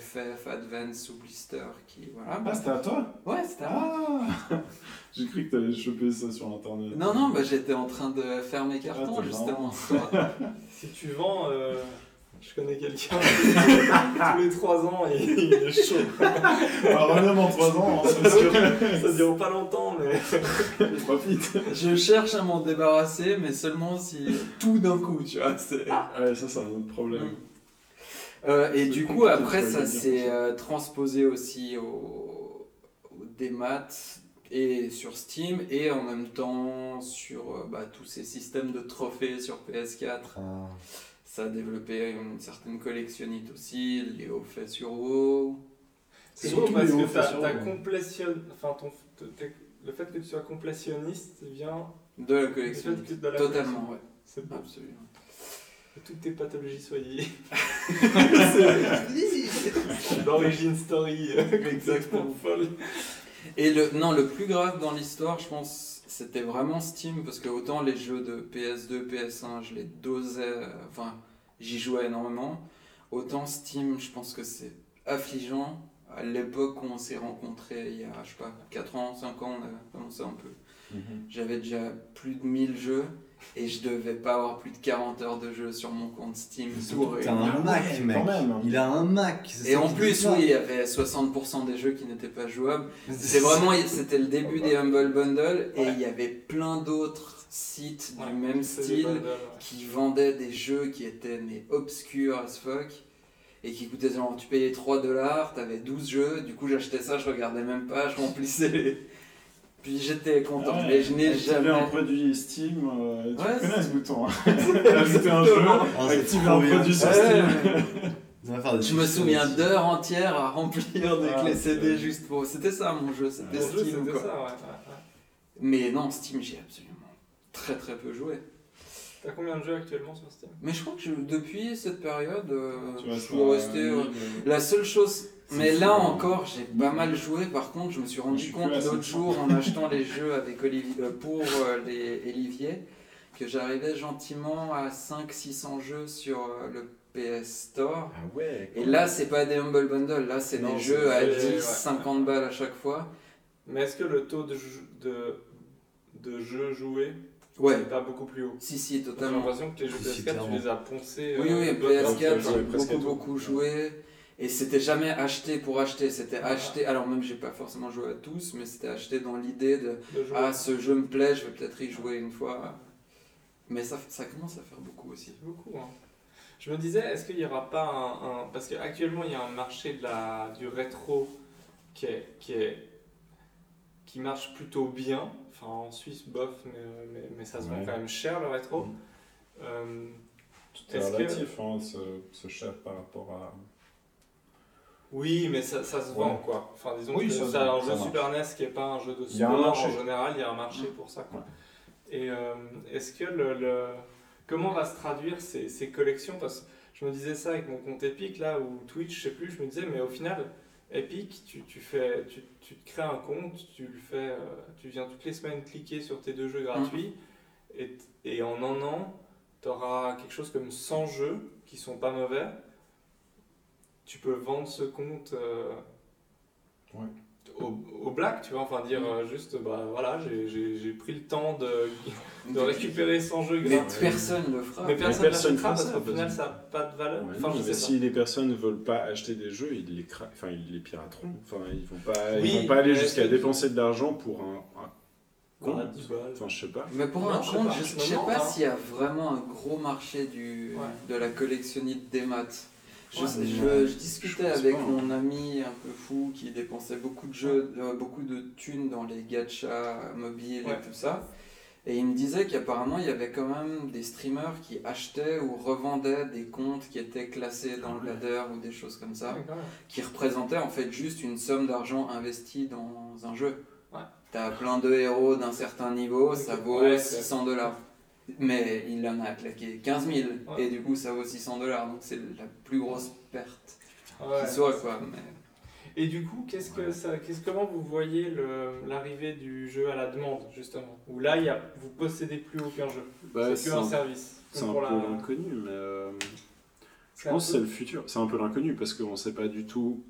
Speaker 5: FF Advance sous blister qui. Voilà.
Speaker 11: Ah, c'était à toi
Speaker 5: Ouais, c'était à moi.
Speaker 11: Ah J'ai cru que t'allais choper ça sur internet.
Speaker 5: Non, bah, non, bah, j'étais en train de faire mes
Speaker 11: Ah,
Speaker 5: cartons
Speaker 11: t'es
Speaker 5: justement.
Speaker 11: marrant.
Speaker 5: ce soir.
Speaker 6: Si tu vends euh, Je connais quelqu'un, tous les 3 ans, il, il est chaud.
Speaker 11: Alors, même en 3 ans, hein, ça dure.
Speaker 6: Ça dure pas longtemps, mais.
Speaker 11: Profite.
Speaker 5: Je cherche à m'en débarrasser, mais seulement si tout d'un coup, tu vois. c'est-
Speaker 11: Ah Ouais, ça, c'est un autre problème.
Speaker 5: Euh, et
Speaker 11: C'est
Speaker 5: du coup,
Speaker 11: compliqué de
Speaker 5: après, ça
Speaker 11: choisir.
Speaker 5: s'est euh, transposé aussi au, au démat et sur Steam et en même temps sur euh, bah, tous ces systèmes de trophées sur PS4. Ça a développé une certaine collectionnite aussi, les hauts faits sur WoW.
Speaker 6: C'est
Speaker 11: C'est
Speaker 6: drôle
Speaker 11: tous
Speaker 6: parce
Speaker 11: les hauts
Speaker 6: que ta,
Speaker 11: faciaux,
Speaker 6: ta
Speaker 11: ouais.
Speaker 6: complétion- enfin, ton, te- te- le fait que tu sois complationniste vient
Speaker 5: De la
Speaker 6: du fait
Speaker 5: collectionnite.
Speaker 6: que de la
Speaker 5: Totalement, ouais.
Speaker 6: C'est beau.
Speaker 5: Absolument.
Speaker 6: Que Toutes tes pathologies soient liées.
Speaker 3: Vas-y.
Speaker 6: L'origine story euh,
Speaker 5: Exactement.
Speaker 6: complètement folle.
Speaker 5: Et le, non, le plus grave dans l'histoire, je pense, c'était vraiment Steam, parce que autant les jeux de PS2, PS1, je les dosais, euh, enfin, j'y jouais énormément, autant Steam, je pense que c'est affligeant. À l'époque où on s'est rencontrés, il y a, je sais pas, 4 ans, 5 ans, on a commencé un peu. J'avais déjà plus de 1000 jeux, et je devais pas avoir plus de 40 heures de jeux sur mon compte Steam. tout
Speaker 3: T'as
Speaker 5: réuni.
Speaker 3: un Mac, mec.
Speaker 11: Quand même.
Speaker 3: Il a un Mac. c'est
Speaker 5: Et
Speaker 3: ça
Speaker 5: en
Speaker 3: qui
Speaker 5: plus,
Speaker 3: dépasse.
Speaker 5: oui, il y avait 60% des jeux qui n'étaient pas jouables. C'était vraiment, c'était le début des Humble Bundle et il y avait plein d'autres sites du même
Speaker 6: C'est
Speaker 5: style
Speaker 6: des-
Speaker 5: qui vendaient des jeux qui étaient mais obscurs as fuck et qui coûtaient genre tu payais 3 dollars, t'avais 12 jeux, du coup j'achetais ça, je regardais même pas, je remplissais les... Puis j'étais content,
Speaker 11: Ah Ouais,
Speaker 5: mais je n'ai
Speaker 11: activer
Speaker 5: jamais...
Speaker 11: un produit Steam, euh, tu
Speaker 5: Ouais,
Speaker 11: connais
Speaker 5: c'est-
Speaker 11: ce bouton. hein. Ajouter un jeu,
Speaker 5: Exactement.
Speaker 3: Ah, c'est
Speaker 11: activer
Speaker 3: trop
Speaker 11: un
Speaker 3: bien.
Speaker 11: produit sur
Speaker 5: Ouais,
Speaker 11: Steam.
Speaker 5: ouais.
Speaker 3: On va faire des Ah
Speaker 5: Je me
Speaker 3: systèmes
Speaker 5: souviens
Speaker 3: aussi.
Speaker 5: d'heures entières à remplir des
Speaker 6: Ah,
Speaker 5: clés
Speaker 6: c'est-
Speaker 5: CD juste pour... C'était ça mon jeu, c'était
Speaker 6: Des jeux,
Speaker 5: Steam
Speaker 6: c'était
Speaker 5: quoi.
Speaker 6: ça, ouais. ouais, ouais.
Speaker 5: Mais non, Steam, j'ai absolument très très peu joué.
Speaker 6: T'as combien de jeux actuellement sur Steam
Speaker 5: Mais je crois que je- depuis cette période, euh,
Speaker 11: Tu
Speaker 5: je
Speaker 11: restes
Speaker 5: suis
Speaker 11: un-
Speaker 5: resté. euh, La seule chose. Mais là encore, j'ai pas mal joué. Par contre, je me suis
Speaker 11: Je
Speaker 5: rendu
Speaker 11: suis
Speaker 5: compte
Speaker 11: plus à
Speaker 5: l'autre
Speaker 11: ce
Speaker 5: jour en achetant les jeux avec Olivier, euh, pour euh, les Olivier que j'arrivais gentiment à 500-600 jeux sur euh, le PS Store.
Speaker 7: Ah ouais.
Speaker 5: Et là, c'est pas des Humble Bundle, là, c'est
Speaker 6: Non,
Speaker 5: des
Speaker 6: c'est-
Speaker 5: jeux à
Speaker 6: c'est-
Speaker 5: 10,
Speaker 6: ouais.
Speaker 5: 50 balles à chaque fois.
Speaker 6: Mais est-ce que le taux de, jou- de, de jeux joués
Speaker 5: Ouais,
Speaker 6: n'est pas beaucoup plus haut
Speaker 5: si, si,
Speaker 6: J'ai
Speaker 5: totalement.
Speaker 6: l'impression que les jeux
Speaker 3: Si, si,
Speaker 6: PS4, tu
Speaker 3: clairement.
Speaker 6: les as poncés.
Speaker 5: Oui,
Speaker 6: euh,
Speaker 5: oui,
Speaker 6: d'autres
Speaker 5: PS4,
Speaker 6: personnes.
Speaker 5: j'ai
Speaker 11: presque
Speaker 5: beaucoup,
Speaker 11: tout.
Speaker 5: beaucoup joué. Et c'était jamais acheté pour acheter, c'était acheté. Alors, même, j'ai pas forcément joué à tous, mais c'était acheté dans l'idée de
Speaker 6: De jouer.
Speaker 5: Ah, ce jeu me plaît, je vais peut-être y jouer une fois. Mais ça, ça commence à faire beaucoup aussi.
Speaker 6: C'est beaucoup. hein. Je me disais, est-ce qu'il n'y aura pas un, un- Parce qu'actuellement, il y a un marché de la... du rétro qui, est... qui, est... qui marche plutôt bien. Enfin, en Suisse, bof, mais, euh, mais, mais ça se vend
Speaker 11: Ouais.
Speaker 6: quand même cher le rétro. Euh,
Speaker 11: C'est
Speaker 6: est-ce que-
Speaker 11: relatif, hein, ce, ce cher par rapport à.
Speaker 6: Oui, mais ça, ça se vend
Speaker 11: Ouais.
Speaker 6: quoi. Enfin, disons
Speaker 11: Oui,
Speaker 6: que
Speaker 11: ça se
Speaker 6: ça,
Speaker 11: vend,
Speaker 6: un
Speaker 11: ça
Speaker 6: jeu
Speaker 11: marche.
Speaker 6: Super NES qui n'est pas un jeu de
Speaker 11: Il y a un
Speaker 6: sport, en
Speaker 11: marché.
Speaker 6: général, il y a un marché pour ça. quoi.
Speaker 11: Ouais.
Speaker 6: Et euh, est-ce que le, le- Comment va se traduire ces, ces collections Parce que je me disais ça avec mon compte Epic, là, ou Twitch, je sais plus, je me disais, mais au final, Epic, tu, tu fais, tu, tu te crées un compte, tu le fais, euh, tu viens toutes les semaines cliquer sur tes deux jeux gratuits, et, et en un an, tu auras quelque chose comme 100 jeux qui sont pas mauvais. Tu peux vendre ce compte euh,
Speaker 11: Ouais.
Speaker 6: au, au black, tu vois, enfin dire euh, juste, bah voilà, j'ai- j'ai j'ai pris le temps de, de récupérer 100 jeux
Speaker 5: Mais
Speaker 6: gratuits.
Speaker 5: Ah, personne ne le fera.
Speaker 6: Mais personne ne
Speaker 11: personne
Speaker 6: l'achètera
Speaker 11: fait
Speaker 6: parce
Speaker 11: ça,
Speaker 6: qu'au final,
Speaker 11: parce que-
Speaker 6: ça n'a pas de valeur.
Speaker 11: Ouais,
Speaker 6: enfin,
Speaker 11: non,
Speaker 6: je
Speaker 11: mais
Speaker 6: sais
Speaker 11: si les personnes ne veulent pas acheter des jeux, ils les, cra- enfin, ils les pirateront. Enfin, ils vont pas, ils
Speaker 6: Oui,
Speaker 11: vont pas aller
Speaker 6: mais
Speaker 11: jusqu'à
Speaker 6: est-ce que-
Speaker 11: dépenser de l'argent pour un, un
Speaker 6: pas.
Speaker 11: compte.
Speaker 6: Bah, dix balles.
Speaker 11: Enfin, je sais pas.
Speaker 5: Mais pour
Speaker 6: Non,
Speaker 5: un
Speaker 6: je sais
Speaker 5: compte,
Speaker 6: pas,
Speaker 5: je
Speaker 6: je me
Speaker 5: je sais
Speaker 6: demande,
Speaker 5: pas
Speaker 6: hein.
Speaker 5: s'il y a vraiment un gros marché du,
Speaker 6: Ouais.
Speaker 5: de la collectionnite des maths. Je,
Speaker 6: Ouais.
Speaker 5: sais- je- je discutais
Speaker 11: pense
Speaker 5: avec
Speaker 11: pas, hein.
Speaker 5: mon ami un peu fou qui dépensait beaucoup de jeux, euh, beaucoup de thunes dans les gachas mobiles
Speaker 6: Ouais.
Speaker 5: et tout ça. Et il me disait qu'apparemment il y avait quand même des streamers qui achetaient ou revendaient des comptes qui étaient classés dans
Speaker 6: Ah
Speaker 5: le ladder ou des choses comme ça,
Speaker 6: Ouais, quand même.
Speaker 5: qui représentaient en fait juste une somme d'argent investie dans un jeu.
Speaker 6: Ouais.
Speaker 5: T'as plein de héros d'un certain niveau, ça
Speaker 6: Ok.
Speaker 5: vaut
Speaker 6: Ouais, c'est-
Speaker 5: 600 dollars. Mais il en a claqué 15 000
Speaker 6: Ouais.
Speaker 5: et du coup ça vaut 600 dollars, donc c'est la plus grosse perte
Speaker 6: Ouais.
Speaker 5: qui soit quoi. mais-
Speaker 6: Et du coup, qu'est-ce que ça, qu'est-ce, comment vous voyez le- l'arrivée du jeu à la demande, justement Où là, il y a, vous possédez plus aucun jeu.
Speaker 4: Bah,
Speaker 6: c'est
Speaker 4: c'est
Speaker 6: que un
Speaker 4: un,
Speaker 6: service.
Speaker 4: c'est
Speaker 6: Comme
Speaker 4: un
Speaker 6: pour
Speaker 4: peu
Speaker 6: la-
Speaker 4: l'inconnu, mais euh,
Speaker 6: c'est
Speaker 4: je
Speaker 6: un
Speaker 4: pense que c'est
Speaker 6: peu-
Speaker 4: le futur. C'est un peu l'inconnu parce qu'on ne sait pas du tout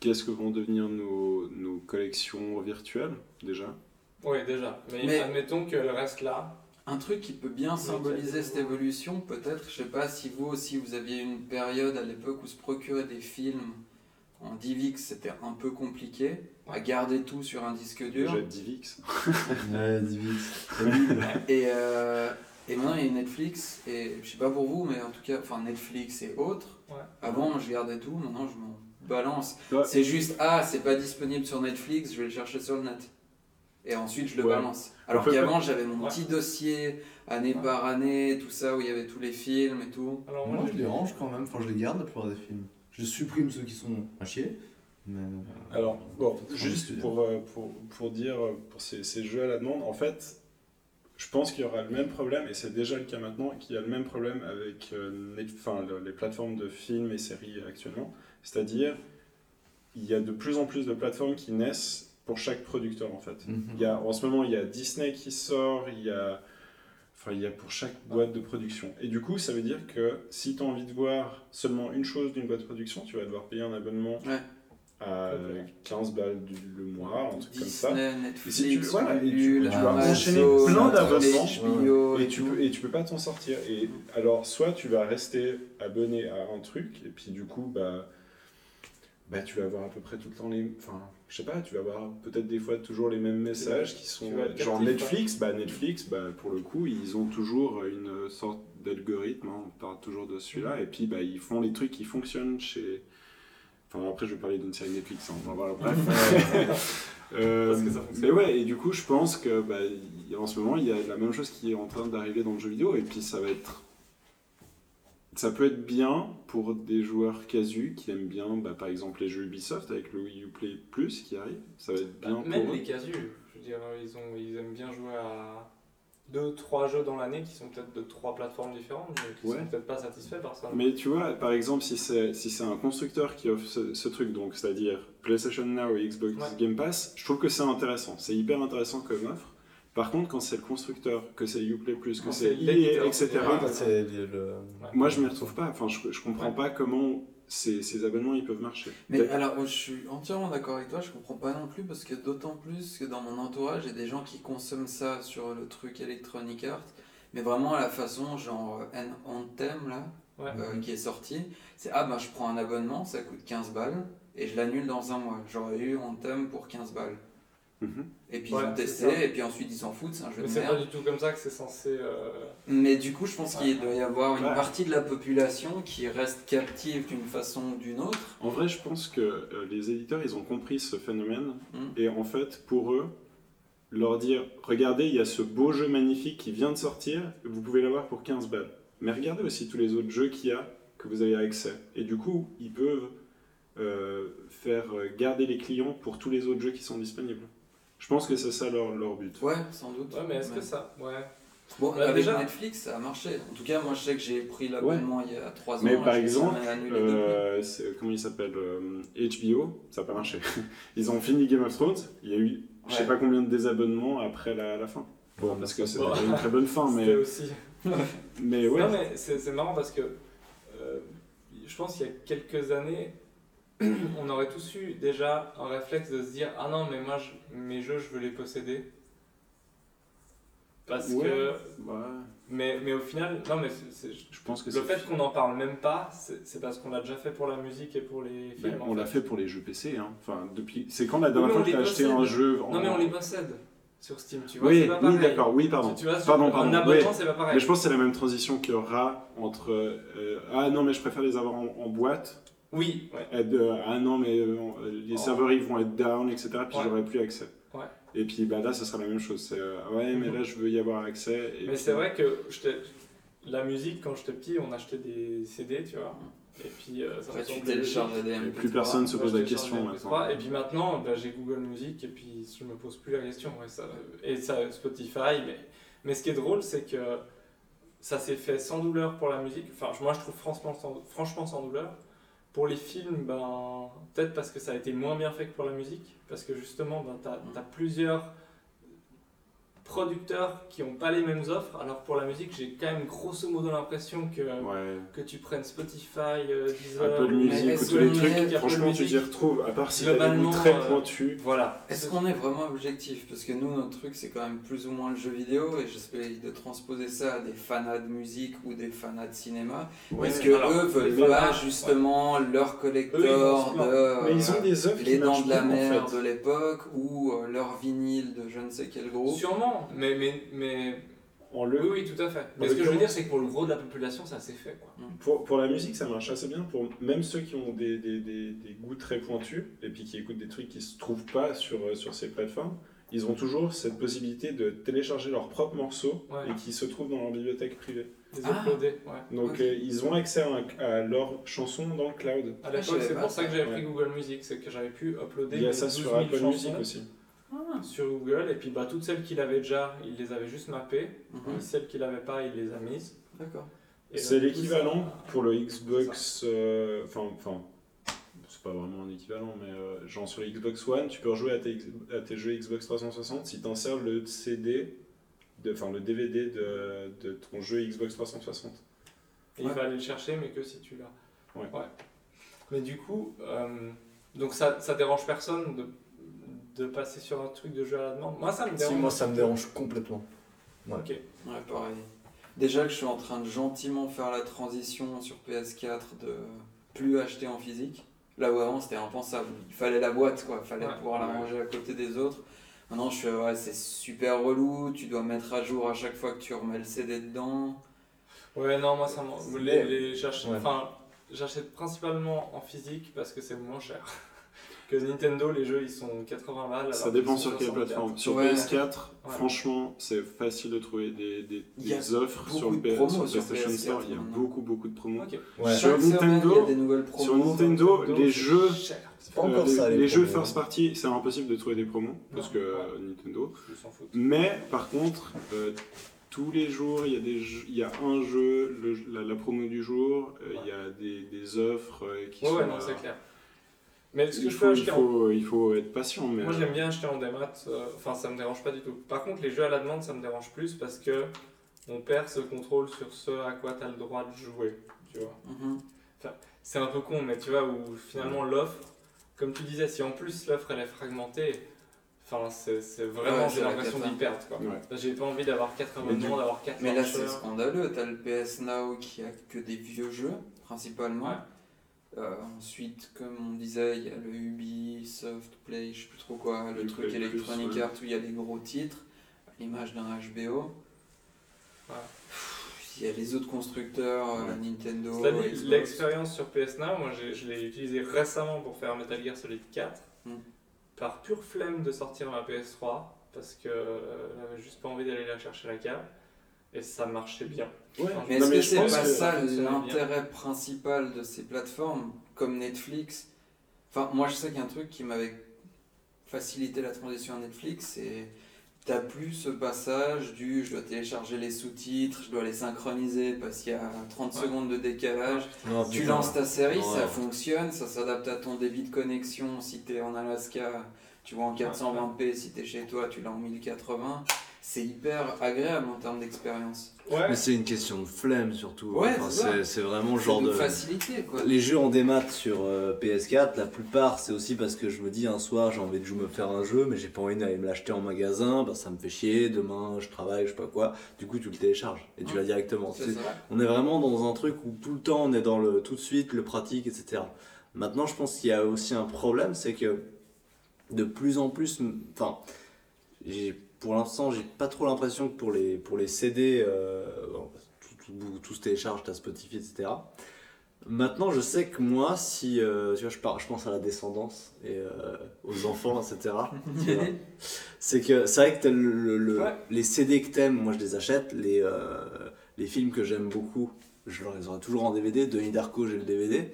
Speaker 4: qu'est-ce que vont devenir nos, nos collections virtuelles déjà.
Speaker 6: Oui, déjà. Mais,
Speaker 5: Mais-
Speaker 6: admettons que le reste là.
Speaker 5: Un truc qui peut bien symboliser cette évolution, peut-être, je sais pas si vous aussi vous aviez une période à l'époque où se procurer des films en DivX c'était un peu compliqué, à garder tout sur un disque dur.
Speaker 4: Déjà Divix.
Speaker 3: Ouais, Divix.
Speaker 5: Et, euh, et maintenant il y a Netflix, et je sais pas pour vous, mais en tout cas, enfin Netflix et autres.
Speaker 6: Ouais.
Speaker 5: Avant je gardais tout, maintenant je m'en balance.
Speaker 11: Ouais.
Speaker 5: C'est juste, ah, c'est pas disponible sur Netflix, je vais le chercher sur le net. Et ensuite je le
Speaker 11: Ouais.
Speaker 5: balance. Alors
Speaker 11: peut
Speaker 5: qu'avant j'avais mon
Speaker 6: Ouais.
Speaker 5: petit dossier, année par année, tout ça, où il y avait tous les films et tout.
Speaker 6: Alors
Speaker 3: Moi,
Speaker 6: moi,
Speaker 3: je les range quand même, enfin, je les garde la plupart des films. Je supprime ceux qui sont à chier, mais. euh,
Speaker 4: Alors, bon,
Speaker 3: Faut
Speaker 4: juste
Speaker 3: juste
Speaker 4: pour, euh, pour, pour dire, euh, pour ces, ces jeux à la demande, en fait, je pense qu'il y aura le même problème, et c'est déjà le cas maintenant, qu'il y a le même problème avec euh, Net- enfin, le- les plateformes de films et séries actuellement. C'est-à-dire, il y a de plus en plus de plateformes qui naissent pour chaque producteur, en fait. Il y a, en ce moment, il y a Disney qui sort, il y a, enfin, il y a pour chaque boîte de production. Et du coup, ça veut dire que si tu as envie de voir seulement une chose d'une boîte de production, tu vas devoir payer un abonnement
Speaker 5: Ouais.
Speaker 4: à 15 balles du- le mois, un truc comme ça.
Speaker 5: Disney,
Speaker 4: Et
Speaker 5: Netflix,
Speaker 4: si tu- voilà, et tu-
Speaker 5: Ulule,
Speaker 4: tu vas
Speaker 5: Amazon,
Speaker 4: enchaîner plein d'abonnements.
Speaker 5: HBO,
Speaker 4: Et tu, peux, et tu peux pas t'en sortir. Et alors, soit tu vas rester abonné à un truc, et puis du coup, bah, bah tu vas avoir à peu près tout le temps les. Enfin, je sais pas, tu vas avoir peut-être des fois toujours les mêmes messages qui sont.
Speaker 6: Tu vas être
Speaker 4: Genre
Speaker 6: captif,
Speaker 4: Netflix, bah Netflix,
Speaker 11: Netflix, bah, pour le coup, ils ont toujours une sorte d'algorithme, hein, on parle toujours de celui-là, et puis bah, ils font les trucs qui fonctionnent chez... Enfin, après, je vais parler d'une série Netflix, hein, on va voir, bref. Euh,
Speaker 6: Parce que ça fonctionne.
Speaker 11: mais ouais, et du coup, je pense que bah, il- en ce moment, il y a la même chose qui est en train d'arriver dans le jeu vidéo, et puis ça va être... Ça peut être bien pour des joueurs casus qui aiment bien, bah, par exemple, les jeux Ubisoft avec le Wii U Play Plus qui arrive. Ça va être bien
Speaker 6: Bah, même
Speaker 11: pour eux.
Speaker 6: les casus, je veux dire, ils, ont, ils aiment bien jouer à 2-3 jeux dans l'année qui sont peut-être de 3 plateformes différentes, mais qui
Speaker 11: Ouais.
Speaker 6: sont peut-être pas satisfaits par ça.
Speaker 11: Mais tu vois, par exemple, si c'est si c'est un constructeur qui offre ce, ce truc, donc c'est-à-dire PlayStation Now et Xbox
Speaker 6: Ouais.
Speaker 11: Game Pass, je trouve que c'est intéressant. C'est hyper intéressant comme offre. Par contre, quand c'est le constructeur, que c'est Uplay Plus, que
Speaker 6: Quand
Speaker 11: c'est E
Speaker 6: c'est
Speaker 11: EA,
Speaker 6: l'éditeur.
Speaker 11: etc.
Speaker 6: Ouais,
Speaker 3: quand c'est le- le-
Speaker 11: Moi, je m'y retrouve pas. Enfin, je, je comprends pas comment ces, ces abonnements ils peuvent marcher.
Speaker 5: Mais alors, je suis entièrement d'accord avec toi, je comprends pas non plus, parce que d'autant plus que dans mon entourage, il y a des gens qui consomment ça sur le truc Electronic Arts, mais vraiment à la façon genre euh, An- Anthem, là,
Speaker 6: Ouais.
Speaker 5: euh, qui est sorti, c'est ah bah je prends un abonnement, ça coûte 15 balles, et je l'annule dans un mois. J'aurais eu Anthem pour 15 balles.
Speaker 11: Mhm.
Speaker 5: Et puis
Speaker 6: Ouais,
Speaker 5: ils ont
Speaker 6: c'est
Speaker 5: testé,
Speaker 6: ça.
Speaker 5: et puis ensuite ils s'en foutent, c'est un jeu
Speaker 6: Mais
Speaker 5: de
Speaker 6: c'est pas
Speaker 5: merde.
Speaker 6: du tout comme ça que c'est censé. euh,
Speaker 5: Mais du coup, je pense qu'il
Speaker 6: Ouais.
Speaker 5: doit y avoir une
Speaker 11: Ouais.
Speaker 5: partie de la population qui reste captive d'une façon ou d'une autre.
Speaker 11: En vrai, je pense que euh, les éditeurs, ils ont compris ce phénomène.
Speaker 5: Mm.
Speaker 11: Et en fait, pour eux, leur dire Regardez, il y a ce beau jeu magnifique qui vient de sortir, vous pouvez l'avoir pour 15 balles. Mais regardez aussi tous les autres jeux qu'il y a, que vous avez accès. Et du coup, ils peuvent euh, faire euh, garder les clients pour tous les autres jeux qui sont disponibles. Je pense que c'est ça leur, leur but.
Speaker 5: Ouais, sans doute.
Speaker 6: Ouais, mais est-ce
Speaker 5: Ouais.
Speaker 6: que ça. Ouais.
Speaker 5: Bon,
Speaker 6: Bah,
Speaker 5: avec
Speaker 6: déjà-
Speaker 5: Netflix, ça a marché. En tout cas, moi, je sais que j'ai pris l'abonnement il y a 3 ans.
Speaker 11: Mais
Speaker 5: et
Speaker 11: par
Speaker 5: je me suis
Speaker 11: exemple,
Speaker 5: jamais annulé
Speaker 11: Euh, c'est- comment il s'appelle euh, HBO, ça n'a pas marché. Ils ont fini Game of Thrones, il y a eu je sais
Speaker 5: Ouais.
Speaker 11: pas combien de désabonnements après la, la fin. Bon, parce que c'était une très bonne fin,
Speaker 6: C'était
Speaker 11: mais,
Speaker 6: aussi.
Speaker 11: mais ouais.
Speaker 6: Non, mais c'est c'est marrant parce que euh, je pense qu'il y a quelques années, on aurait tous eu déjà un réflexe de se dire Ah non, mais moi, je- mes jeux, je veux les posséder. Parce
Speaker 11: Ouais.
Speaker 6: que.
Speaker 11: Ouais,
Speaker 6: Mais, mais au final, non, mais c'est- c'est-
Speaker 11: bah, je pense que
Speaker 6: le
Speaker 11: c'est-
Speaker 6: fait qu'on n'en parle même pas, c'est c'est parce qu'on l'a déjà fait pour la musique et pour les
Speaker 11: Ben,
Speaker 6: films. en
Speaker 11: on l'a fait pour les jeux PC. Hein. Enfin, depuis... C'est quand la dernière
Speaker 6: mais
Speaker 11: fois
Speaker 6: on
Speaker 11: que tu as
Speaker 6: les
Speaker 11: acheté
Speaker 6: possède.
Speaker 11: un jeu en-
Speaker 6: Non, mais on les possède sur Steam, tu vois.
Speaker 11: Oui,
Speaker 6: c'est pas
Speaker 11: oui
Speaker 6: pareil.
Speaker 11: d'accord, oui,
Speaker 6: Tu-
Speaker 11: pardon.
Speaker 6: Tu, vois, sur-
Speaker 11: Pardon, pardon,
Speaker 6: Un abonnement,
Speaker 11: oui.
Speaker 6: c'est pas pareil.
Speaker 11: Mais je pense que c'est la même transition qu'il y aura entre euh, ah non, mais je préfère les avoir en, en boîte,
Speaker 6: Oui, ouais.
Speaker 11: et de, ah non, mais euh, les
Speaker 6: Oh.
Speaker 11: serveurs ils vont être down, etc. Puis
Speaker 6: Ouais.
Speaker 11: j'aurai plus accès.
Speaker 6: Ouais.
Speaker 11: Et puis bah, là, ça sera la même chose. C'est euh, ouais, mais
Speaker 6: Mhm.
Speaker 11: là, je veux y avoir accès. et
Speaker 6: Mais
Speaker 11: puis-
Speaker 6: c'est vrai que j'étais- la musique, quand j'étais petit, on achetait des CD, tu vois.
Speaker 11: Mm.
Speaker 6: Et puis euh, ça
Speaker 5: Après, tu
Speaker 6: ressemblait logique.
Speaker 5: télécharges des
Speaker 11: Et
Speaker 5: MP3.
Speaker 11: plus personne se
Speaker 6: Ouais,
Speaker 11: pose
Speaker 6: je
Speaker 11: la
Speaker 6: télécharge
Speaker 11: question
Speaker 6: des MP3,
Speaker 11: maintenant.
Speaker 6: Et puis maintenant, bah, j'ai Google Music et puis je me pose plus la question. ouais, ça, euh, et ça, Spotify. Mais, mais ce qui est drôle, c'est que ça s'est fait sans douleur pour la musique. Enfin, moi, je trouve franchement sans, franchement sans douleur. Pour les films, ben, peut-être parce que ça a été moins bien fait que pour la musique. Parce que justement, ben, tu as, plusieurs producteurs qui n'ont pas les mêmes offres. Alors pour la musique, j'ai quand même grosso modo l'impression que,
Speaker 11: Ouais.
Speaker 6: que tu prennes Spotify, euh, Deezer, E
Speaker 11: Apple Music ou tous les trucs, franchement, tu t'y retrouves, à part si t'as des goûts
Speaker 6: Globalement,
Speaker 11: très
Speaker 6: euh,
Speaker 11: pointus.
Speaker 6: Voilà.
Speaker 5: Est-ce qu'on est vraiment objectif Parce que nous, notre truc, c'est quand même plus ou moins le jeu vidéo, et j'essaie de transposer ça à des fanats de musique ou des fanats de cinéma.
Speaker 11: Ouais,
Speaker 5: Est-ce que
Speaker 11: alors,
Speaker 5: eux veulent
Speaker 11: mais-
Speaker 5: pas justement leur
Speaker 11: Eux, ils vont
Speaker 5: collector
Speaker 11: se
Speaker 5: de
Speaker 11: plaindre. Mais ils ont des œuvres qui
Speaker 5: euh, les dents
Speaker 11: marchent
Speaker 5: de la
Speaker 11: bien, en
Speaker 5: mer
Speaker 11: fait.
Speaker 5: de l'époque ou euh, leur vinyle de je ne sais quel groupe
Speaker 6: Sûrement, mais, mais, mais...
Speaker 11: En le-
Speaker 6: Oui, oui, tout à fait.
Speaker 11: En
Speaker 6: Mais ce que je veux
Speaker 11: l'occurrence-
Speaker 6: dire, c'est que pour le gros de la population, ça s'est fait. Quoi.
Speaker 11: Pour, pour la musique, ça marche assez bien. Pour même ceux qui ont des, des, des, des goûts très pointus et puis qui écoutent des trucs qui se trouvent pas sur, euh, sur ces plateformes, ils ont toujours cette possibilité de télécharger leurs propres morceaux
Speaker 6: Ouais.
Speaker 11: et qui se trouvent dans leur bibliothèque privée.
Speaker 6: Les uploader, ouais.
Speaker 11: Donc
Speaker 6: Ok.
Speaker 11: euh, ils ont accès à, un- à leurs chansons dans le cloud.
Speaker 6: À l'époque, c'est pour ça que j'avais pris
Speaker 11: Ouais.
Speaker 6: Google Music, c'est que j'avais pu uploader
Speaker 11: Il y a
Speaker 6: mes
Speaker 11: ça
Speaker 6: 12
Speaker 11: sur
Speaker 6: 000
Speaker 11: Apple
Speaker 6: chansons
Speaker 11: Music aussi.
Speaker 6: sur Google, et puis bah, toutes celles qu'il avait déjà, il les avait juste mappées,
Speaker 5: Mhm.
Speaker 6: et celles qu'il n'avait pas, il les a mises.
Speaker 5: D'accord.
Speaker 6: Et
Speaker 11: C'est
Speaker 6: donc, du coup,
Speaker 11: l'équivalent
Speaker 6: ça-
Speaker 11: pour le Xbox. euh, Enfin, enfin, c'est pas vraiment un équivalent, mais euh, genre sur le Xbox One, tu peux rejouer à tes, à tes jeux Xbox 360 si tu insères le CD, de- enfin le DVD de, de ton jeu Xbox 360.
Speaker 6: Et il va aller le chercher, mais que si tu l'as.
Speaker 11: Ouais.
Speaker 6: Mais du coup, euh, donc ça, ça dérange personne de, de passer sur un truc de jeu à la demande. Moi, ça me dérange.
Speaker 14: Si, moi, ça me dérange complètement. Ouais.
Speaker 6: Ok.
Speaker 5: Ouais, pareil. Déjà que je suis en train de gentiment faire la transition sur PS4 de plus acheter en physique. Là où avant c'était impensable. Il fallait la boîte quoi, il fallait
Speaker 6: Ouais.
Speaker 5: pouvoir la
Speaker 6: Ouais.
Speaker 5: ranger à côté des autres. Maintenant je suis ouais, c'est super relou, tu dois mettre à jour à chaque fois que tu remets le CD dedans.
Speaker 6: Ouais, non, moi, ça m'en-
Speaker 5: C'est-
Speaker 6: les, les- j'ach-
Speaker 5: Ouais.
Speaker 6: enfin, J'achète principalement en physique parce que c'est moins cher. que Nintendo, les jeux, ils sont 80 balles. alors
Speaker 4: Ça
Speaker 6: qu'ils
Speaker 4: dépend
Speaker 6: sont
Speaker 4: sur quelle
Speaker 6: 64.
Speaker 4: plateforme. Sur
Speaker 6: Ouais.
Speaker 4: PS4,
Speaker 6: Ouais.
Speaker 4: franchement, c'est facile de trouver des, des-
Speaker 5: Il y a
Speaker 4: des offres
Speaker 5: beaucoup
Speaker 4: sur, le
Speaker 5: de
Speaker 4: PS,
Speaker 5: promos
Speaker 4: sur
Speaker 5: sur
Speaker 4: PlayStation
Speaker 5: PS4
Speaker 4: Store. Il y a
Speaker 5: maintenant.
Speaker 4: beaucoup, beaucoup de promos.
Speaker 6: Ok.
Speaker 14: Ouais.
Speaker 4: Sur
Speaker 5: Chaque semaine, il y a
Speaker 4: Nintendo,
Speaker 5: des nouvelles promos.
Speaker 4: sur Nintendo,
Speaker 5: Nintendo,
Speaker 4: les jeux,
Speaker 6: cher.
Speaker 14: pas encore
Speaker 4: les,
Speaker 14: ça, les
Speaker 4: Euh, les jeux
Speaker 14: promos.
Speaker 4: first party, c'est impossible de trouver des promos parce que euh, Nintendo.
Speaker 6: Ils s'en foutent.
Speaker 4: Mais par contre, euh, tous les jours, il y a des, jeux- il y a un jeu, le- la, la promo du jour, euh, il y a des, des offres euh, qui
Speaker 6: Ouais,
Speaker 4: sont.
Speaker 6: ouais, non,
Speaker 4: là.
Speaker 6: c'est clair. Mais ce que
Speaker 4: il,
Speaker 6: je
Speaker 4: faut,
Speaker 6: peux
Speaker 4: il,
Speaker 6: acheter en
Speaker 4: faut, il faut être patient, mais
Speaker 6: Moi
Speaker 4: euh,
Speaker 6: j'aime bien acheter en démat, euh, enfin ça me dérange pas du tout. Par contre les jeux à la demande ça me dérange plus parce que on perd ce contrôle sur ce à quoi t'as le droit de jouer, tu vois.
Speaker 5: Mhm.
Speaker 6: Enfin, c'est un peu con mais tu vois où finalement l'offre, comme tu disais, si en plus l'offre elle est fragmentée, enfin c'est c'est vraiment
Speaker 5: Ouais,
Speaker 6: j'ai
Speaker 5: c'est la
Speaker 6: l'impression
Speaker 5: cata.
Speaker 6: d'y perdre quoi.
Speaker 4: Ouais.
Speaker 6: J'ai pas envie d'avoir 4
Speaker 4: Mais du-
Speaker 6: abonnements, d'avoir 4
Speaker 5: Mais là, c'est scandaleux. T'as le PS Now qui a que des vieux jeux, principalement.
Speaker 6: Ouais.
Speaker 5: Euh, ensuite, comme on disait, il y a le Ubisoft Play, je sais plus trop quoi, le
Speaker 4: Uplay
Speaker 5: truc
Speaker 4: Plus,
Speaker 5: Electronic
Speaker 4: ouais.
Speaker 5: Arts où il y a les gros titres, à l'image d'un HBO.
Speaker 6: Ouais.
Speaker 5: Pff, Il y a les autres constructeurs, euh, Nintendo,
Speaker 6: Cela dit,
Speaker 5: Xbox.
Speaker 6: L'expérience sur PS Now, moi j'ai- je l'ai utilisée récemment pour faire Metal Gear Solid 4,
Speaker 5: Mm.
Speaker 6: par pure flemme de sortir ma PS3, parce que euh, j'avais juste pas envie d'aller la chercher à la cave, et ça marchait bien.
Speaker 11: Ouais.
Speaker 6: Enfin,
Speaker 5: Mais
Speaker 11: Non,
Speaker 5: est-ce
Speaker 11: mais
Speaker 5: que
Speaker 11: je
Speaker 5: c'est
Speaker 11: pense
Speaker 5: pas
Speaker 11: que
Speaker 5: ça euh,
Speaker 6: fonctionnait bien.
Speaker 5: l'intérêt principal de ces plateformes comme Netflix Enfin, moi je sais qu'il y a un truc qui m'avait facilité la transition à Netflix, c'est t'as plus ce passage du je dois télécharger les sous-titres, je dois les synchroniser parce qu'il y a 30
Speaker 6: Ouais.
Speaker 5: secondes de décalage.
Speaker 14: Non,
Speaker 5: Tu
Speaker 14: putain.
Speaker 5: lances ta série, ça
Speaker 14: Ouais.
Speaker 5: fonctionne, ça s'adapte à ton débit de connexion. Si t'es en Alaska, tu vois en 420p. Si t'es chez toi, tu l'as en 1080. C'est hyper agréable en termes d'expérience.
Speaker 6: Ouais,
Speaker 3: Mais c'est une question de flemme surtout.
Speaker 5: Ouais,
Speaker 3: Enfin,
Speaker 5: c'est ça.
Speaker 3: c'est c'est vraiment le
Speaker 5: C'est
Speaker 3: genre
Speaker 5: de
Speaker 3: de.
Speaker 5: facilité quoi.
Speaker 3: Les jeux en démat sur euh, PS4, la plupart c'est aussi parce que je me dis un soir j'ai envie de jouer me faire un jeu mais j'ai pas envie d'aller me l'acheter en magasin, bah, ça me fait chier, demain je travaille, je sais pas quoi, du coup tu le télécharges et tu l'as directement.
Speaker 5: C'est
Speaker 3: C'est-
Speaker 5: ça.
Speaker 3: On est vraiment dans un truc où tout le temps on est dans le tout de suite, le pratique, etc. Maintenant je pense qu'il y a aussi un problème, c'est que de plus en plus, enfin, j'ai- pour l'instant j'ai pas trop l'impression que pour les, pour les CD, euh, bon, tout, tout- tout se télécharge, t'as Spotify, etc. Maintenant, je sais que moi, si euh, tu vois, je, par- je pense à la descendance et euh, aux enfants, etc. tu vois. c'est que c'est vrai que t'as le- le- le-
Speaker 6: Ouais.
Speaker 3: les CD que t'aimes, moi je les achète. Les, euh, les films que j'aime beaucoup, je les aurai toujours en DVD. Denis Darko, j'ai le DVD.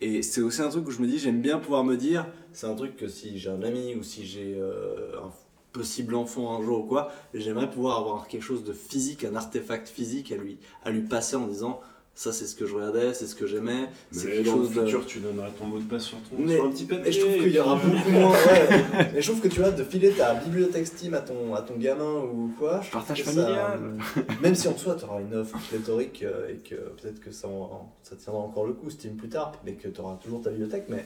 Speaker 3: Et c'est aussi un truc où je me dis, j'aime bien pouvoir me dire, c'est un truc que si j'ai un ami ou si j'ai euh, un possible enfant un jour ou quoi, j'aimerais pouvoir avoir quelque chose de physique, un artefact physique à lui, à lui passer en disant
Speaker 15: ça c'est ce que je regardais, c'est ce que j'aimais. C'est
Speaker 11: Mais dans le futur, tu donneras ton mot de passe sur ton
Speaker 3: Mais,
Speaker 11: sur un petit papier.
Speaker 3: mais je trouve qu'il y aura beaucoup moins. Ouais, mais je trouve que tu vois, de filer ta bibliothèque Steam à ton, à ton gamin ou quoi. Je
Speaker 4: Partage
Speaker 3: trouve que
Speaker 4: familial.
Speaker 3: ça- même si en soi, tu auras une offre pléthorique euh, et que peut-être que ça, en- ça tiendra encore le coup, Steam plus tard, mais que tu auras toujours ta bibliothèque. Mais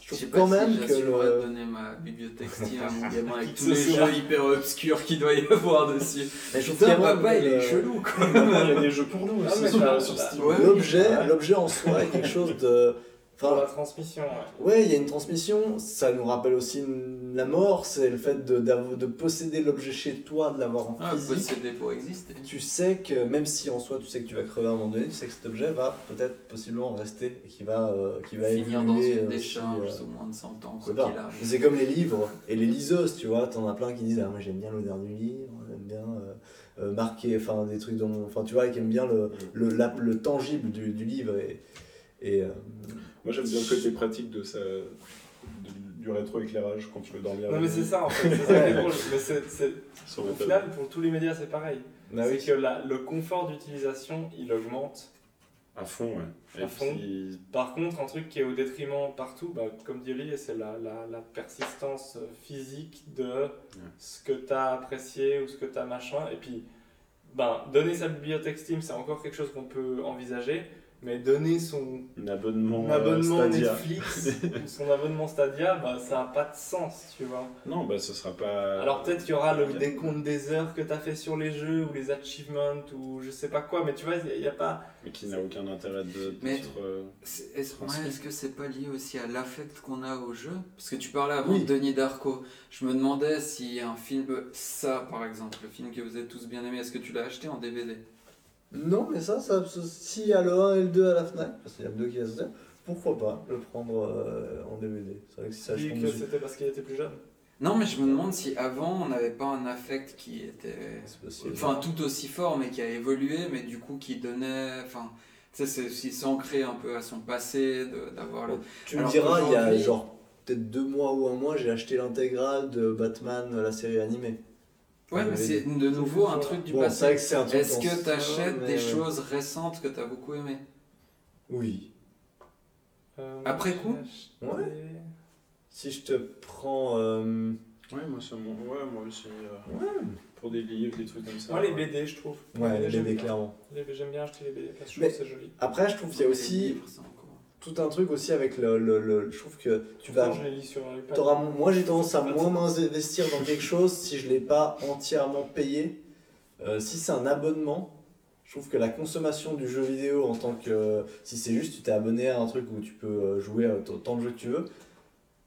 Speaker 3: je
Speaker 5: Je sais
Speaker 3: trouve
Speaker 5: pas
Speaker 3: quand même
Speaker 5: si
Speaker 3: que
Speaker 5: j'assumerais de
Speaker 3: le.
Speaker 5: donner ma bibliothèque Steam à mon gamin avec tous
Speaker 3: Ce
Speaker 5: les
Speaker 3: soir.
Speaker 5: jeux hyper obscurs qu'il doit y avoir dessus.
Speaker 3: Mais je
Speaker 5: Putain,
Speaker 3: trouve vraiment
Speaker 5: papa,
Speaker 3: que
Speaker 5: il est
Speaker 3: le-
Speaker 5: chelou quoi.
Speaker 11: Maintenant, il y a des jeux pour nous
Speaker 5: Ah,
Speaker 11: aussi
Speaker 5: mais
Speaker 11: sur-
Speaker 5: bah,
Speaker 11: sur
Speaker 5: bah,
Speaker 11: Steam.
Speaker 5: ouais.
Speaker 3: L'objet l'objet en soi est quelque chose de.
Speaker 6: Pour
Speaker 3: Enfin,
Speaker 6: la transmission, ouais.
Speaker 3: Ouais, il y a une transmission, ça nous rappelle aussi une- la mort, c'est le fait de, d'av- de posséder l'objet chez toi, de l'avoir en
Speaker 5: Ah,
Speaker 3: physique.
Speaker 5: posséder pour exister.
Speaker 3: Tu sais que, même si en soi tu sais que tu vas crever à un moment donné, tu sais que cet objet va peut-être possiblement rester et qui va, euh, qui va
Speaker 5: Finir dans
Speaker 3: évoluer,
Speaker 5: une
Speaker 3: euh,
Speaker 5: décharge
Speaker 3: si, euh,
Speaker 5: sous moins de 100 ans,
Speaker 3: je
Speaker 5: quoi
Speaker 3: sais pas.
Speaker 5: qu'il arrive.
Speaker 3: C'est comme les livres et les liseuses, tu vois, t'en as plein qui disent Ah, moi j'aime bien l'odeur du livre, j'aime bien euh, euh, marquer, enfin des trucs dans mon- Enfin, tu vois, qui aiment bien le, le, la- le tangible du, du livre et. et euh,
Speaker 11: Moi, j'aime bien le côté pratique de sa... de- du rétroéclairage quand tu veux dormir.
Speaker 6: Non mais c'est ça en fait, c'est ça qui est drôle. Mais c'est, c'est-
Speaker 11: Sur
Speaker 6: au
Speaker 11: le
Speaker 6: final, pour tous les médias, c'est pareil.
Speaker 3: Bah
Speaker 6: c'est
Speaker 3: oui.
Speaker 6: que la- le confort d'utilisation, il augmente
Speaker 11: À fond, ouais.
Speaker 6: à
Speaker 11: Et
Speaker 6: fond.
Speaker 11: puis,
Speaker 6: Par contre, un truc qui est au détriment partout, bah, comme dit Olivier, c'est la, la- la persistance physique de ce que tu as apprécié ou ce que tu as machin. Et puis, ben, donner sa bibliothèque Steam, c'est encore quelque chose qu'on peut envisager. Mais donner son
Speaker 11: un abonnement,
Speaker 6: son
Speaker 11: euh,
Speaker 6: abonnement
Speaker 11: Stadia.
Speaker 6: Netflix ou son abonnement Stadia, bah, ça n'a pas de sens, tu vois.
Speaker 11: Non, bah ce sera pas.
Speaker 6: Alors peut-être qu'il y aura le
Speaker 11: Ok.
Speaker 6: décompte des heures que t'as fait sur les jeux ou les achievements ou je sais pas quoi, mais tu vois, il n'y a, pas.
Speaker 11: Mais qui n'a aucun intérêt de.
Speaker 5: Mais-
Speaker 11: d'être, euh,
Speaker 5: C'est- Est-ce ouais,
Speaker 11: transmis.
Speaker 5: est-ce que c'est pas lié aussi à l'affect qu'on a au jeu Parce que tu parlais avant
Speaker 3: Oui.
Speaker 5: de Denis Darko. Je me demandais si un film, euh, ça par exemple, le film que vous avez tous bien aimé, est-ce que tu l'as acheté en DVD
Speaker 3: Non, mais ça, ça si il y a le 1 et le 2 à la Fnac, parce qu'il y a le 2 qui va sortir, pourquoi pas le prendre euh, en DVD C'est vrai que si ça je
Speaker 6: dit
Speaker 3: tombe
Speaker 6: que
Speaker 3: dessus.
Speaker 6: c'était parce qu'il était plus jeune.
Speaker 5: Non, mais je
Speaker 3: Euh,
Speaker 5: me demande si avant on n'avait pas un affect qui était.
Speaker 3: C'est possible.
Speaker 5: Enfin, tout aussi fort, mais qui a évolué, mais du coup qui donnait. Enfin, tu sais, c'est aussi s'ancrer un peu à son passé, de- d'avoir le.
Speaker 3: Tu me
Speaker 5: Alors
Speaker 3: diras, il y a
Speaker 5: qu'aujourd'hui-
Speaker 3: genre peut-être deux mois ou un mois, j'ai acheté l'intégrale de Batman, euh, la série animée.
Speaker 5: Ouais,
Speaker 3: En
Speaker 5: mais c'est
Speaker 3: DVD.
Speaker 5: de nouveau un truc du
Speaker 3: Bon, c'est
Speaker 5: passé.
Speaker 3: vrai que c'est un truc
Speaker 5: Est-ce
Speaker 3: dans
Speaker 5: que
Speaker 3: ce-
Speaker 5: tu achètes
Speaker 3: mais
Speaker 5: des
Speaker 3: ouais.
Speaker 5: choses récentes que tu as beaucoup aimées
Speaker 3: Oui.
Speaker 6: Euh,
Speaker 5: Après
Speaker 6: j'ai
Speaker 5: coup
Speaker 6: acheté-
Speaker 3: Ouais. Si je te prends. euh,
Speaker 11: Ouais, moi, c'est mon- ouais, moi aussi. euh, Pour des livres, des trucs comme ça.
Speaker 6: Moi, les
Speaker 11: ouais.
Speaker 6: BD, je trouve.
Speaker 3: Ouais, les
Speaker 6: j'aime
Speaker 3: BD,
Speaker 6: bien.
Speaker 3: clairement.
Speaker 6: Les BD, J'aime bien acheter les BD parce que je
Speaker 3: Mais-
Speaker 6: trouve que c'est joli.
Speaker 3: Après, je trouve qu'il y a
Speaker 5: Les
Speaker 3: aussi
Speaker 5: livres, ça, encore.
Speaker 3: tout un truc aussi avec le. le, le- je trouve que tu vas.
Speaker 6: Pourtant, je les lis sur iPad.
Speaker 3: T'auras- moi j'ai tendance à moins m'investir dans quelque chose si je l'ai pas entièrement payé. Euh, si c'est un abonnement, je trouve que la consommation du jeu vidéo en tant que. Si c'est juste tu t'es abonné à un truc où tu peux euh, jouer à autant de jeux que tu veux,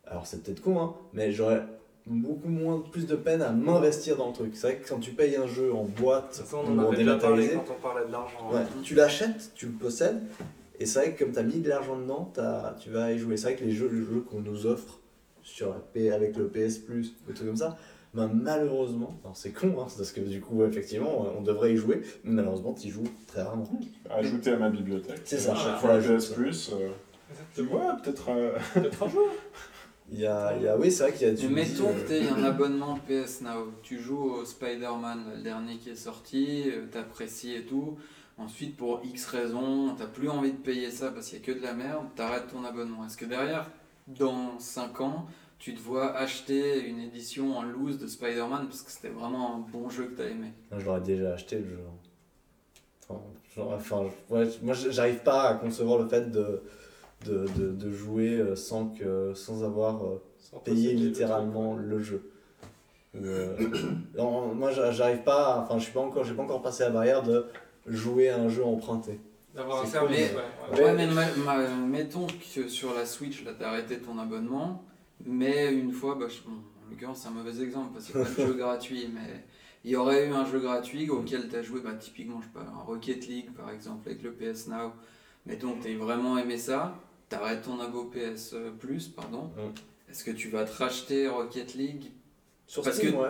Speaker 3: alors c'est peut-être con, hein, mais j'aurais beaucoup moins, plus de peine à m'investir dans le truc. C'est vrai que quand tu payes un jeu en boîte,
Speaker 6: Ça, on
Speaker 3: ou en
Speaker 6: en avait déjà parlé
Speaker 3: dématérialisé,
Speaker 6: quand on parlait de l'argent.
Speaker 3: Ouais, tu l'achètes, tu le possèdes, et c'est vrai que comme tu as mis de l'argent dedans, t'as- tu vas y jouer. C'est vrai que les jeux, les jeux qu'on nous offre sur la P, avec le PS Plus, des trucs comme ça, ben malheureusement, alors c'est con, hein, c'est parce que du coup, effectivement, on devrait y jouer, mais malheureusement, tu y joues très rarement.
Speaker 11: Ajouter à ma bibliothèque.
Speaker 3: C'est ça,
Speaker 11: À
Speaker 3: voilà.
Speaker 11: chaque fois,
Speaker 3: Voilà,
Speaker 11: PS Plus. euh, Tu vois, peut-être. euh,
Speaker 6: Peut-être un jour.
Speaker 3: Il y a, il y a- oui, c'est vrai qu'il y a
Speaker 5: Mais
Speaker 3: du. euh,
Speaker 5: mettons que tu un abonnement PS Now, tu joues au Spider-Man, le dernier qui est sorti, euh, t'apprécies et tout. Ensuite, pour X raisons, t'as plus envie de payer ça parce qu'il y a que de la merde, t'arrêtes ton abonnement. Est-ce que derrière, dans 5 ans, tu te vois acheter une édition en loose de Spider-Man parce que c'était vraiment un bon jeu que t'as aimé
Speaker 3: Je l'aurais déjà acheté le jeu. hein. Enfin, genre, enfin, ouais, moi, j'arrive pas à concevoir le fait de, de, de, de jouer euh, sans, que, sans avoir. euh,
Speaker 6: Sans
Speaker 3: payer
Speaker 6: posséder le
Speaker 3: littéralement le jeu. Euh, non, moi j'a- j'arrive pas, à- enfin je suis pas encore, j'ai pas encore passé la barrière de jouer à un jeu emprunté.
Speaker 6: truc. D'avoir un
Speaker 3: C'est
Speaker 6: service,
Speaker 5: cool.
Speaker 6: ouais, ouais.
Speaker 5: Ouais, mais ma- ma- mettons que sur la Switch, là, t'as arrêté ton abonnement, mais une fois, bah, je- bon, en l'occurrence, c'est un mauvais exemple parce qu'il n'y a pas de jeu gratuit, mais il y aurait eu un jeu gratuit auquel t'as joué, bah, typiquement, je sais pas, un Rocket League par exemple, avec le PS Now. Mettons que t'as vraiment aimé ça, t'arrêtes ton abo PS Plus, pardon.
Speaker 3: Ouais.
Speaker 5: Est-ce que tu vas te racheter Rocket League
Speaker 3: Sur
Speaker 5: Parce
Speaker 3: Steam,
Speaker 5: que-
Speaker 3: ouais.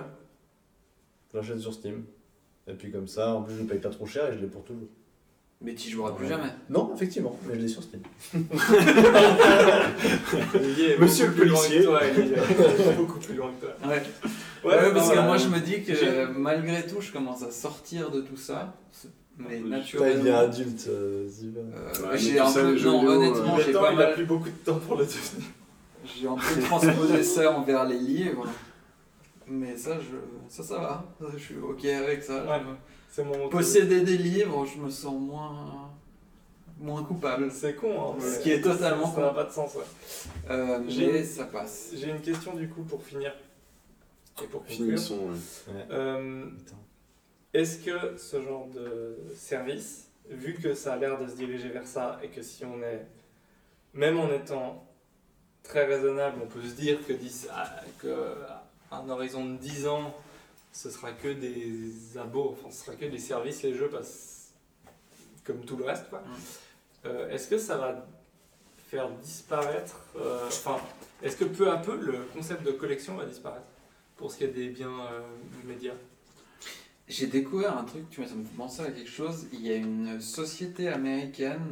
Speaker 3: Je l'achète sur Steam. Et puis comme ça, en plus je le paye pas trop cher et je l'ai pour toujours.
Speaker 5: Mais tu joueras plus
Speaker 3: Ouais.
Speaker 5: jamais.
Speaker 3: Non, effectivement, mais je l'ai sur Steam.
Speaker 6: Olivier est
Speaker 11: Monsieur
Speaker 6: beaucoup
Speaker 11: le
Speaker 6: plus loin
Speaker 11: policier.
Speaker 6: que toi, Olivier. beaucoup plus loin que toi.
Speaker 5: Ouais.
Speaker 6: Ouais,
Speaker 5: Ouais, parce
Speaker 6: non,
Speaker 5: que
Speaker 6: voilà.
Speaker 5: moi je me dis que
Speaker 6: J'ai-
Speaker 5: euh, malgré tout, je commence à sortir de tout ça. C'est Mais
Speaker 3: Putain, il devient
Speaker 5: naturellement.
Speaker 3: adulte. euh, c'est pas-
Speaker 5: Euh, j'ai un peu. Non, honnêtement, j'ai pas
Speaker 6: il a
Speaker 5: mal.
Speaker 6: plus beaucoup de temps pour le devenir.
Speaker 5: J'ai un peu transposé ça envers les livres. Mais ça, je, ça, ça va. Ça, Je suis ok avec ça.
Speaker 6: Ouais, c'est
Speaker 5: Je-
Speaker 6: mon
Speaker 5: Posséder des livres, je me sens moins, moins coupable.
Speaker 6: C'est con, hein,
Speaker 5: Ce
Speaker 6: mais
Speaker 5: qui est totalement
Speaker 6: ça
Speaker 5: con.
Speaker 6: n'a pas de sens. Ouais.
Speaker 5: Euh,
Speaker 6: J'ai-
Speaker 5: mais ça passe.
Speaker 6: J'ai une question du coup pour finir. Et pour conclure.
Speaker 11: Finissons. ouais.
Speaker 6: Euh, Est-ce que ce genre de service, vu que ça a l'air de se diriger vers ça, et que si on est, même en étant très raisonnable, on peut se dire que, 10 à- que à un horizon de 10 ans, ce sera que des abos, enfin, ce sera que des services, les jeux passent comme tout le reste. quoi. Euh, Est-ce que ça va faire disparaître, euh, enfin, est-ce que peu à peu le concept de collection va disparaître pour ce qui est des biens euh, médias
Speaker 5: J'ai découvert un truc, tu vois, ça me fait penser à quelque chose. Il y a une société américaine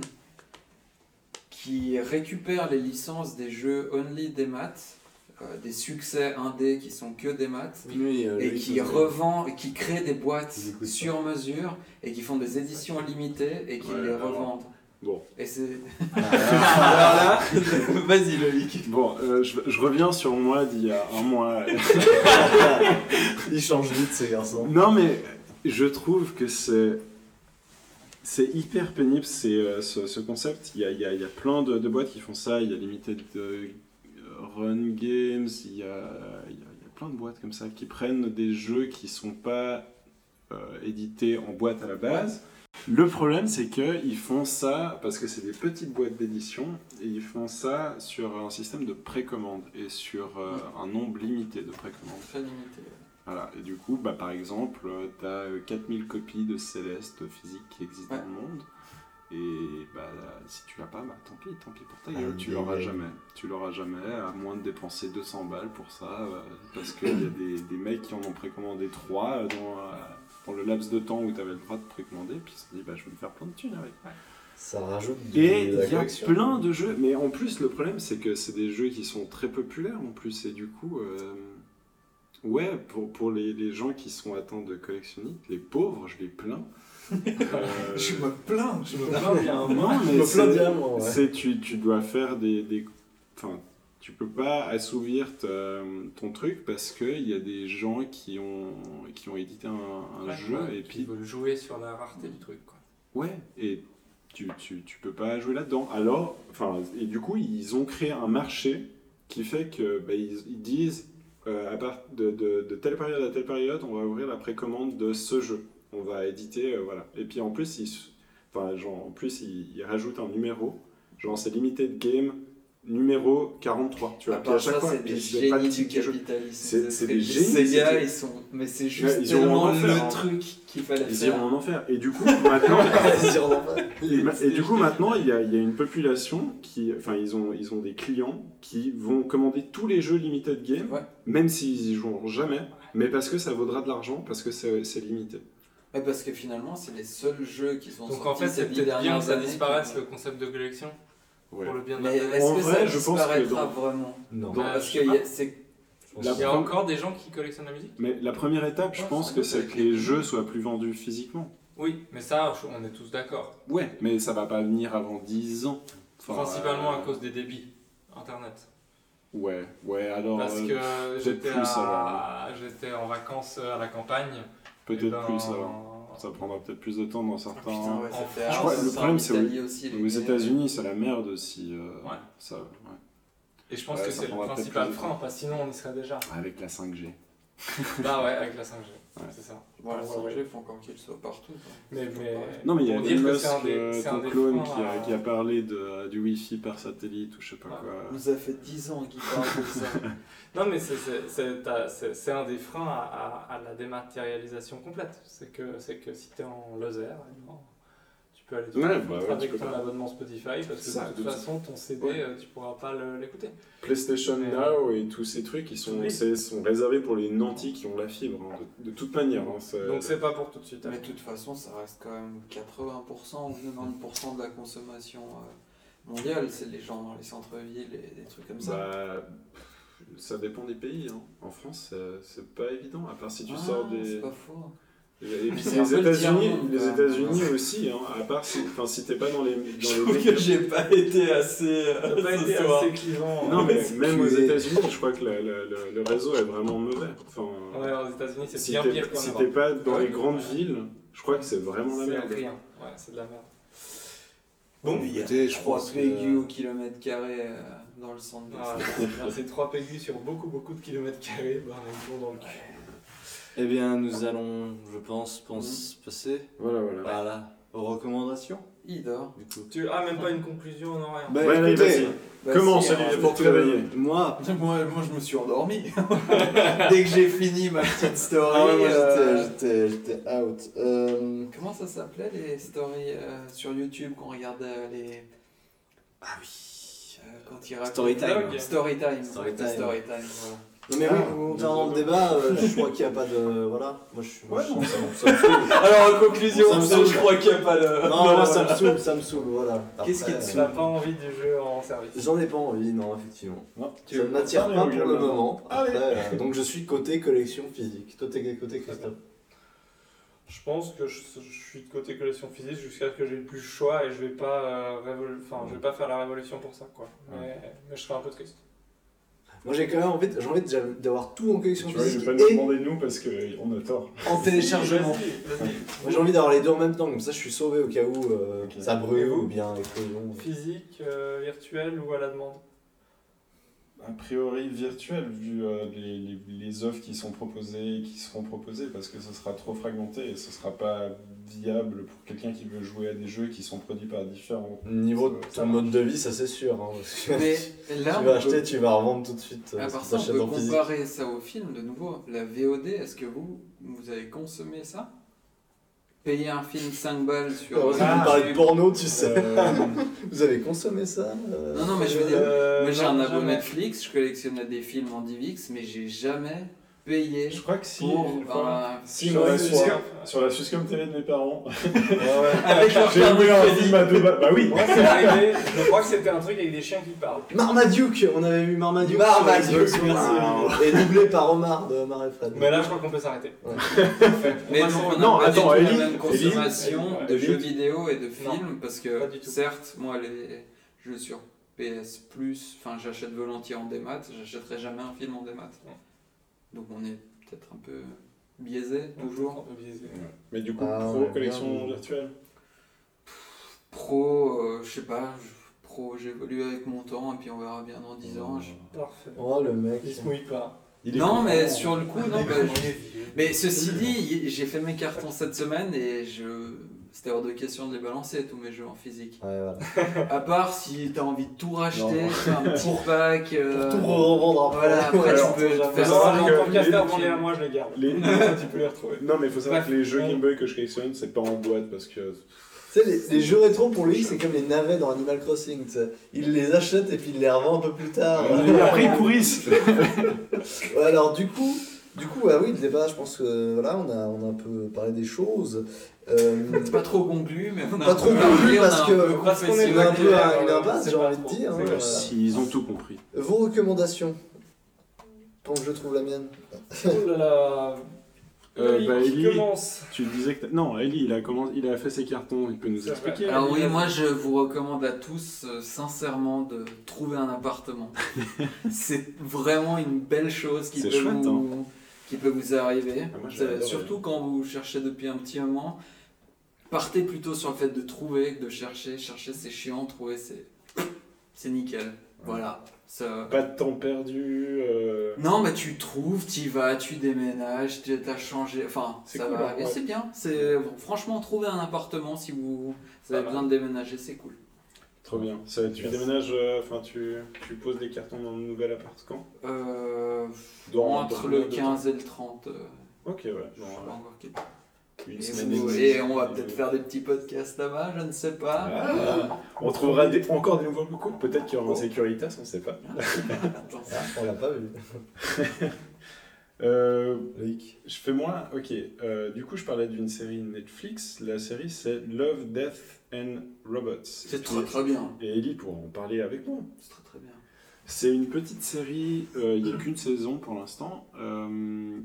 Speaker 5: qui récupère les licences des jeux only des maths, euh, des succès indés qui sont que des maths,
Speaker 16: Oui, euh,
Speaker 5: et
Speaker 16: Loïc
Speaker 5: qui
Speaker 16: nous a-
Speaker 5: revend, et qui crée des boîtes
Speaker 16: Ils écoutent
Speaker 5: sur mesure et qui font des éditions limitées et qui
Speaker 11: Ouais,
Speaker 5: les
Speaker 11: alors.
Speaker 5: revendent.
Speaker 11: Bon.
Speaker 5: Et c'est. Alors là,
Speaker 11: là.
Speaker 5: vas-y Loïc.
Speaker 11: Bon, euh, je, je reviens sur moi d'il y a un mois.
Speaker 3: Il change vite, ces garçons.
Speaker 11: Non, mais je trouve que c'est. C'est hyper pénible c'est, euh, ce, ce concept. Il y a, il y a- il y a plein de, de boîtes qui font ça. Il y a Limited euh, Run Games, il y, a, il y a- il y a plein de boîtes comme ça qui prennent des jeux qui sont pas euh, édités en boîte à la base. Le problème, c'est qu'ils font ça parce que c'est des petites boîtes d'édition et ils font ça sur un système de précommande et sur euh, un nombre limité de précommandes.
Speaker 5: Très limité.
Speaker 11: Voilà, et du coup, bah, par exemple, tu as 4000 copies de Céleste physique qui existent dans le monde. Et bah, si tu l'as pas, bah, tant pis, tant pis pour ta
Speaker 3: Ah,
Speaker 11: gueule, tu
Speaker 3: mais-
Speaker 11: l'auras jamais. Tu l'auras jamais, à moins de dépenser 200 balles pour ça, euh, parce qu'il y a des, des mecs qui en ont précommandé 3 dans, euh, dans le laps de temps où tu avais le droit de précommander, puis ils se sont dit, bah, je vais me faire plein de thunes avec.
Speaker 3: Ça rajoute
Speaker 11: Et
Speaker 3: de la
Speaker 11: il y a
Speaker 3: collection.
Speaker 11: plein de jeux, mais en plus le problème c'est que c'est des jeux qui sont très populaires en plus, et du coup, euh, ouais, pour, pour les, les gens qui sont atteints de collectionnite, les pauvres, je les plains. Euh,
Speaker 5: Je me plains, je me
Speaker 3: plains, il y a un
Speaker 11: Non,
Speaker 3: moment, je me
Speaker 11: mais
Speaker 3: plains
Speaker 11: c'est-
Speaker 3: diamant, ouais.
Speaker 11: c'est- tu, tu dois faire des. des- Enfin, tu peux pas assouvir ta- ton truc parce qu'il y a des gens qui ont, qui ont édité un, un
Speaker 6: Ouais,
Speaker 11: jeu
Speaker 6: ouais,
Speaker 11: et
Speaker 6: qui
Speaker 11: puis
Speaker 6: veulent jouer sur la rareté du truc. Quoi.
Speaker 11: Ouais, et tu, tu, tu peux pas jouer là-dedans. Alors, enfin, et du coup, ils ont créé un marché qui fait que bah, ils, ils disent euh, à part de, de, de telle période à telle période, on va ouvrir la précommande de ce jeu. On va éditer, euh, voilà. Et puis en plus, ils, s- enfin, genre, en plus, ils, ils rajoutent un numéro. Genre, c'est limited game numéro 43. Tu vois,
Speaker 5: À
Speaker 11: puis à
Speaker 5: part
Speaker 11: chaque
Speaker 5: ça,
Speaker 11: fois,
Speaker 5: c'est
Speaker 11: ils
Speaker 5: des
Speaker 11: faisaient pas de
Speaker 5: génies du
Speaker 11: ticket jeu.
Speaker 5: capitalisme.
Speaker 11: C'est c'est des
Speaker 5: Ces
Speaker 11: génies.
Speaker 5: gars,
Speaker 11: c'était-
Speaker 5: ils sont. Mais c'est
Speaker 11: Ouais,
Speaker 5: juste
Speaker 11: ils iront en
Speaker 5: tellement
Speaker 11: enfer, hein.
Speaker 5: le truc qu'il fallait
Speaker 11: Ils
Speaker 5: faire.
Speaker 11: iront en enfer. Et du coup, maintenant,
Speaker 3: Ils iront en enfer.
Speaker 11: et, ma- et du coup, maintenant, il y, a, il y a une population qui, enfin, ils ont, ils ont des clients qui vont commander tous les jeux limited game, même s'ils y joueront jamais, mais parce que ça vaudra de l'argent, parce que c'est c'est limité.
Speaker 5: Ouais, parce que finalement, c'est les seuls jeux qui sont
Speaker 6: Donc
Speaker 5: sortis
Speaker 6: en fait,
Speaker 5: ces
Speaker 6: c'est
Speaker 5: dix
Speaker 6: peut-être bien
Speaker 5: dernières
Speaker 6: que ça
Speaker 5: années.
Speaker 6: disparaisse le concept de collection
Speaker 11: Ouais.
Speaker 6: pour le bien de la
Speaker 5: Mais
Speaker 6: planète.
Speaker 5: est-ce
Speaker 11: En
Speaker 5: que
Speaker 11: vrai,
Speaker 5: ça
Speaker 11: je pense que
Speaker 5: disparaîtra
Speaker 11: dans-
Speaker 5: vraiment
Speaker 11: Non.
Speaker 6: Dans-
Speaker 5: Parce
Speaker 6: je
Speaker 5: que
Speaker 6: sais
Speaker 5: y a-
Speaker 6: pas.
Speaker 5: c'est.
Speaker 11: La
Speaker 6: Il y a
Speaker 11: prom-
Speaker 6: encore des gens qui collectionnent la musique
Speaker 11: Mais la première étape, je pense que c'est que les jeux soient plus vendus physiquement.
Speaker 6: Oui, mais ça, je- on est tous d'accord.
Speaker 11: Ouais, mais ça va pas venir avant 10 ans. Enfin,
Speaker 6: Principalement à
Speaker 11: euh,
Speaker 6: cause des débits Internet.
Speaker 11: Ouais, ouais, alors.
Speaker 6: Parce que
Speaker 11: euh, peut-être
Speaker 6: j'étais
Speaker 11: plus, alors.
Speaker 6: à- j'étais en vacances euh, à la campagne.
Speaker 11: Peut-être
Speaker 6: Et ben,
Speaker 11: plus, alors. Ça prendra peut-être plus de temps dans certains.
Speaker 5: putain, ouais, ça fait
Speaker 11: je
Speaker 5: un
Speaker 11: crois
Speaker 5: an,
Speaker 11: le
Speaker 5: ça,
Speaker 11: problème,
Speaker 5: en
Speaker 11: c'est
Speaker 5: Italie
Speaker 11: aux,
Speaker 5: aussi,
Speaker 11: aux
Speaker 5: les-
Speaker 11: États-Unis, c'est la merde aussi. euh,
Speaker 6: Ouais.
Speaker 11: Ça, ouais.
Speaker 6: Et je pense
Speaker 11: Ouais,
Speaker 6: que
Speaker 11: ça
Speaker 6: c'est le
Speaker 11: prendra peut-être
Speaker 6: principal
Speaker 11: plus de
Speaker 6: frein,
Speaker 11: temps.
Speaker 6: parce que sinon on y serait déjà.
Speaker 11: Avec la 5G.
Speaker 6: Bah ouais, avec la 5G, c'est ça.
Speaker 5: Voilà,
Speaker 6: Ouais,
Speaker 5: ça,
Speaker 6: ouais.
Speaker 5: il faut encore qu'il soit partout. quoi.
Speaker 6: Mais-
Speaker 5: Faut
Speaker 6: mais-
Speaker 5: pas-
Speaker 11: Non, mais il y a
Speaker 6: Pour
Speaker 11: Elon
Speaker 6: dire que
Speaker 11: Musk,
Speaker 6: c'est un des-
Speaker 11: euh,
Speaker 6: c'est un
Speaker 11: ton
Speaker 6: des
Speaker 11: clone,
Speaker 6: freins
Speaker 11: qui a,
Speaker 6: à-
Speaker 11: qui a parlé de, euh, du Wi-Fi par satellite ou je sais pas quoi.
Speaker 5: nous a fait 10 ans qu'il parle de ça.
Speaker 6: Non, mais c'est- c'est- c'est t'as- c'est- c'est un des freins à, à- à la dématérialisation complète. C'est que, c'est que si t'es en Lozère, eh ben, tu peux aller te
Speaker 11: Ouais,
Speaker 6: faire
Speaker 11: bah
Speaker 6: foutre
Speaker 11: ouais, tu
Speaker 6: avec
Speaker 11: peux
Speaker 6: ton
Speaker 11: pas.
Speaker 6: abonnement Spotify parce que
Speaker 11: Ça,
Speaker 6: de
Speaker 11: de
Speaker 6: toute
Speaker 11: toute-
Speaker 6: façon, ton CD,
Speaker 11: Ouais.
Speaker 6: euh, tu pourras pas le- l'écouter.
Speaker 11: PlayStation
Speaker 6: Mais-
Speaker 11: Now et tous ces trucs, ils sont,
Speaker 6: Oui.
Speaker 11: c'est- sont réservés pour les nantis qui ont la fibre, hein, de, de toute manière. hein, c'est-
Speaker 6: Donc c'est pas pour tout de suite. hein.
Speaker 5: Mais de toute façon, ça reste quand même 80% ou 90% de la consommation euh, mondiale. C'est les gens dans les centres-villes et des trucs comme ça.
Speaker 11: Bah, pff, ça dépend des pays. hein. En France, c'est- c'est pas évident, à part si tu
Speaker 5: Ah,
Speaker 11: sors des.
Speaker 5: C'est pas faux.
Speaker 11: Et puis
Speaker 5: C'est un
Speaker 11: les
Speaker 5: peu le
Speaker 11: États-Unis,
Speaker 5: tiers-monde,
Speaker 11: les
Speaker 5: quoi.
Speaker 11: États-Unis aussi, hein, à part si, enfin, si t'es pas dans les. Dans les
Speaker 5: Je trouve que
Speaker 11: méga-
Speaker 5: j'ai pas été assez.
Speaker 17: T'as
Speaker 5: euh,
Speaker 17: pas
Speaker 5: ce
Speaker 17: été
Speaker 5: soir.
Speaker 17: assez clivant.
Speaker 6: hein.
Speaker 11: Non, mais
Speaker 17: Ouais,
Speaker 11: même aux
Speaker 17: culé.
Speaker 11: États-Unis, je crois que la- la- la- le réseau est vraiment mauvais. Enfin,
Speaker 17: Ouais, aux États-Unis, c'est
Speaker 11: si
Speaker 17: bien
Speaker 11: t'es-
Speaker 17: pire qu'en
Speaker 11: Si
Speaker 17: Europe.
Speaker 11: t'es pas dans
Speaker 17: Ouais.
Speaker 11: les grandes villes, je crois que c'est vraiment la
Speaker 17: C'est
Speaker 11: merde.
Speaker 17: rien. Ouais, c'est de la merde.
Speaker 5: Bon,
Speaker 11: Mais
Speaker 5: il y a
Speaker 11: écoutez, je
Speaker 5: 3
Speaker 11: pense que-
Speaker 5: PQ au kilomètre carré euh, dans le centre de
Speaker 17: Ah, ouais, c'est 3 PQ sur beaucoup, beaucoup de kilomètres carrés. Bah, on est bon dans le cul.
Speaker 18: Eh bien, nous allons, je pense, pense
Speaker 3: Mhm.
Speaker 18: passer
Speaker 11: voilà, voilà.
Speaker 18: aux recommandations.
Speaker 5: Il dort.
Speaker 18: Du coup.
Speaker 17: Tu... Ah, même pas une conclusion, non, rien.
Speaker 18: Bah,
Speaker 5: Ouais, allez,
Speaker 18: écoutez,
Speaker 5: vas-y. Bah, Commence, si, Olivier, alors, pour je te vais- réveiller.
Speaker 18: Moi,
Speaker 5: moi, moi, je me suis endormi. Dès que j'ai fini ma petite story.
Speaker 18: Ah ouais, moi,
Speaker 5: euh,
Speaker 18: j'étais- j'étais j'étais out. Euh,
Speaker 5: Comment ça s'appelait les stories euh, sur YouTube qu'on regardait euh, les. Euh,
Speaker 18: Ah oui.
Speaker 5: quand ils racontent-
Speaker 18: Story time.
Speaker 5: Story time.
Speaker 18: Story time.
Speaker 5: Story time, voilà.
Speaker 18: Non,
Speaker 3: Ah,
Speaker 18: mais oui, on est en débat, euh, je crois qu'il n'y a pas de. Voilà, moi je suis. moi, je- ça me saoule.
Speaker 11: Bah,
Speaker 5: Alors, en conclusion,
Speaker 18: Ça me
Speaker 5: je
Speaker 18: saoule.
Speaker 5: crois qu'il y a pas de-
Speaker 18: Non,
Speaker 5: Voilà,
Speaker 18: moi ça me
Speaker 5: voilà.
Speaker 18: saoule, ça me saoule, voilà.
Speaker 5: Qu'est-ce qui te
Speaker 18: Après,
Speaker 5: saoule
Speaker 18: euh,
Speaker 17: T'as pas envie du jeu en service.
Speaker 18: J'en ai pas envie, non, effectivement.
Speaker 17: tu
Speaker 18: Ça ne
Speaker 17: veux
Speaker 18: m'attire
Speaker 17: pas,
Speaker 18: pas
Speaker 17: mais
Speaker 18: pour
Speaker 17: oui,
Speaker 18: le
Speaker 17: non.
Speaker 18: moment.
Speaker 17: Allez.
Speaker 18: Après, euh, donc je suis côté collection physique. Toi, t'es côté Christophe.
Speaker 17: Je pense que je, je suis de côté collection physique jusqu'à ce que j'ai plus le choix et je vais pas, euh, révol- enfin, je vais pas faire la révolution pour ça, quoi. Mais, mais je serais un peu triste.
Speaker 3: Moi j'ai quand même envie, de- j'ai envie de- d'avoir tout en collection
Speaker 11: Tu vois, il
Speaker 3: physique
Speaker 11: veut pas nous
Speaker 3: et
Speaker 11: demander nous parce qu'on a tort.
Speaker 3: en téléchargement. Moi, J'ai envie d'avoir les deux en même temps, comme ça je suis sauvé au cas où euh, ça
Speaker 17: Et
Speaker 3: brûle
Speaker 17: vous
Speaker 3: ou bien explosion.
Speaker 17: Physique, euh, virtuel ou à la demande
Speaker 11: A priori virtuel, vu euh, les, les, les offres qui sont proposées et qui seront proposées, parce que ce sera trop fragmenté et ce sera pas viable pour quelqu'un qui veut jouer à des jeux qui sont produits par différents.
Speaker 3: Niveau de
Speaker 11: Ça
Speaker 3: ton
Speaker 11: marche.
Speaker 3: mode de vie, ça c'est sûr. hein, parce que
Speaker 5: Mais là,
Speaker 3: tu vas
Speaker 5: on peut-
Speaker 3: acheter, tu vas revendre tout de suite. euh,
Speaker 5: À
Speaker 3: si
Speaker 5: part ça, on
Speaker 3: t'achètes
Speaker 5: peut
Speaker 3: en physique.
Speaker 5: comparer ça au film de nouveau. La VOD, est-ce que vous, vous avez consommé ça Payer un film 5 balles sur. euh,
Speaker 3: Heureusement que vous parlez Ah, de porno, tu sais.
Speaker 11: Euh,
Speaker 3: Vous avez consommé ça euh,
Speaker 5: Non, non, mais je veux dire,
Speaker 3: euh,
Speaker 5: moi j'ai
Speaker 3: non,
Speaker 5: un abo
Speaker 3: jamais.
Speaker 5: Netflix, je collectionne des films en DivX, mais j'ai jamais payé.
Speaker 11: Je crois que si.
Speaker 5: Pour, bah,
Speaker 11: voilà.
Speaker 5: un-
Speaker 11: Si,
Speaker 5: Je
Speaker 11: sur,
Speaker 5: crois
Speaker 11: la
Speaker 5: que-
Speaker 11: Swisscom- sur la Swisscom TV de mes parents.
Speaker 5: Avec leur
Speaker 11: J'ai
Speaker 5: carte
Speaker 11: loué
Speaker 5: de
Speaker 11: un
Speaker 5: crédit.
Speaker 11: film à deux balles. Bah oui.
Speaker 17: Moi, c'est arrivé, je crois que c'était un truc avec des chiens qui parlent.
Speaker 3: Marmaduke, on avait vu Marmaduke.
Speaker 17: Marmaduke,
Speaker 3: sur Xbox One.
Speaker 17: merci, Olivier.
Speaker 3: Et doublé par Omar de Omar et Fred.
Speaker 17: Mais là, je crois qu'on peut s'arrêter.
Speaker 3: Ouais.
Speaker 5: Mais non, on n'a pas du tout la même consommation de
Speaker 17: Ellie.
Speaker 5: jeux vidéo et de films
Speaker 17: Non,
Speaker 5: parce que certes, moi les jeux sur PS Plus, enfin j'achète volontiers en démat, j'achèterai jamais un film en démat. Donc on est peut-être un peu biaisé toujours.
Speaker 11: Mais du
Speaker 5: coup,
Speaker 11: pro collection virtuelle.
Speaker 5: Pro, euh, je sais pas, je- pro, j'évolue avec mon temps et puis on verra bien dans 10 ans. je-
Speaker 17: Parfait.
Speaker 3: Oh le mec.
Speaker 17: Il se mouille pas.
Speaker 5: non, mais sur le coup, non. bah, je-
Speaker 17: vieux.
Speaker 5: Mais ceci dit, j'ai fait mes cartons cette semaine et je. C'était hors de question de les balancer, tous mes jeux en physique. à part si t'as envie de tout racheter,
Speaker 3: Non.
Speaker 5: faire un petit pack. euh,
Speaker 3: tout revendre après.
Speaker 5: Voilà, après
Speaker 11: Alors,
Speaker 5: tu peux
Speaker 11: faut
Speaker 5: te faire
Speaker 11: savoir
Speaker 5: ça.
Speaker 11: que
Speaker 5: en tant qu'acheteur,
Speaker 11: les-
Speaker 5: vends-les à moi.
Speaker 17: je les garde.
Speaker 11: Les-
Speaker 17: tu peux les retrouver.
Speaker 11: Non, mais il faut savoir
Speaker 17: Bref.
Speaker 11: que les jeux Game Boy que je collectionne, c'est pas en boîte parce que.
Speaker 3: Tu sais, les, les jeux rétro pour lui, c'est comme les navets dans Animal Crossing. tu sais. Il les achète et puis il les revend un peu plus tard.
Speaker 11: Et Ah, après, ils pourrissent.
Speaker 3: Ouais, alors du coup, du coup, ah oui, le débat, je pense que voilà, on a, on a un peu parlé des choses. Euh,
Speaker 5: C'est pas trop conclu, mais on a
Speaker 3: pas
Speaker 5: un
Speaker 3: trop
Speaker 5: peu
Speaker 3: conclu
Speaker 5: parlé, on a
Speaker 3: parce
Speaker 5: un
Speaker 3: que
Speaker 5: peu
Speaker 3: parce qu'on
Speaker 5: confessé
Speaker 3: est Euh, un
Speaker 5: nos
Speaker 3: peu à
Speaker 5: galères,
Speaker 3: une
Speaker 5: euh,
Speaker 3: impasse,
Speaker 5: c'est
Speaker 3: j'ai
Speaker 5: pas
Speaker 3: envie de
Speaker 5: trop.
Speaker 3: dire. hein,
Speaker 4: Comme
Speaker 3: voilà.
Speaker 4: si ils ont tout compris.
Speaker 3: Vos recommandations Tant que je trouve la mienne.
Speaker 17: Oh là là.
Speaker 4: Euh,
Speaker 17: Loïc,
Speaker 4: bah, Ellie,
Speaker 17: commence.
Speaker 4: tu disais que t'as- non, Ellie, il a commencé, il a fait ses cartons, il peut nous
Speaker 17: C'est vrai.
Speaker 4: expliquer.
Speaker 5: Alors oui,
Speaker 4: Ellie.
Speaker 5: moi je vous recommande à tous euh, sincèrement de trouver un appartement. c'est vraiment une belle chose qui
Speaker 4: C'est
Speaker 5: peut,
Speaker 4: chouette, hein.
Speaker 5: vous, qui peut vous arriver.
Speaker 4: Ah, moi,
Speaker 5: Ça-
Speaker 4: j'adore,
Speaker 5: surtout quand vous cherchez depuis un petit moment. Partez plutôt sur le fait de trouver que de chercher. Chercher c'est chiant, trouver c'est c'est nickel. Voilà. Ça-
Speaker 11: Pas de temps perdu. euh,
Speaker 5: Non, mais tu trouves, tu vas, tu déménages, tu as changé. Enfin,
Speaker 11: C'est
Speaker 5: ça
Speaker 11: cool,
Speaker 5: va.
Speaker 11: hein,
Speaker 5: Et
Speaker 11: ouais.
Speaker 5: c'est bien. C'est franchement trouver un appartement si vous, vous avez
Speaker 11: Pas
Speaker 5: besoin de déménager, c'est cool.
Speaker 11: Trop bien. Ça, tu déménages, euh, enfin tu, tu poses des cartons dans le nouvel appart quand
Speaker 5: Euh,
Speaker 11: Dans-
Speaker 5: entre
Speaker 11: dans
Speaker 5: le
Speaker 11: le-
Speaker 5: 15 et le 30. euh,
Speaker 11: Ok, ouais.
Speaker 5: je sais pas encore quel-
Speaker 11: Une
Speaker 5: Et
Speaker 11: semaine et
Speaker 5: vous-
Speaker 11: demie. euh,
Speaker 5: Et on va peut-être faire des petits podcasts là-bas, je ne sais pas.
Speaker 11: Ah, on trouvera des- encore des nouveaux locaux. Peut-être qu'il y
Speaker 5: Oh.
Speaker 11: aura un Securitas, on sait pas.
Speaker 3: Ah, On l'a pas vu.
Speaker 11: Euh, je fais moins. Ok. euh, du coup, je parlais d'une série Netflix. La série, c'est Love, Death and Robots.
Speaker 5: C'est très, très bien.
Speaker 11: Et Ellie pourra en parler avec moi.
Speaker 5: C'est très très bien.
Speaker 4: C'est une petite série, euh, il n'y a qu'une saison pour l'instant. euh,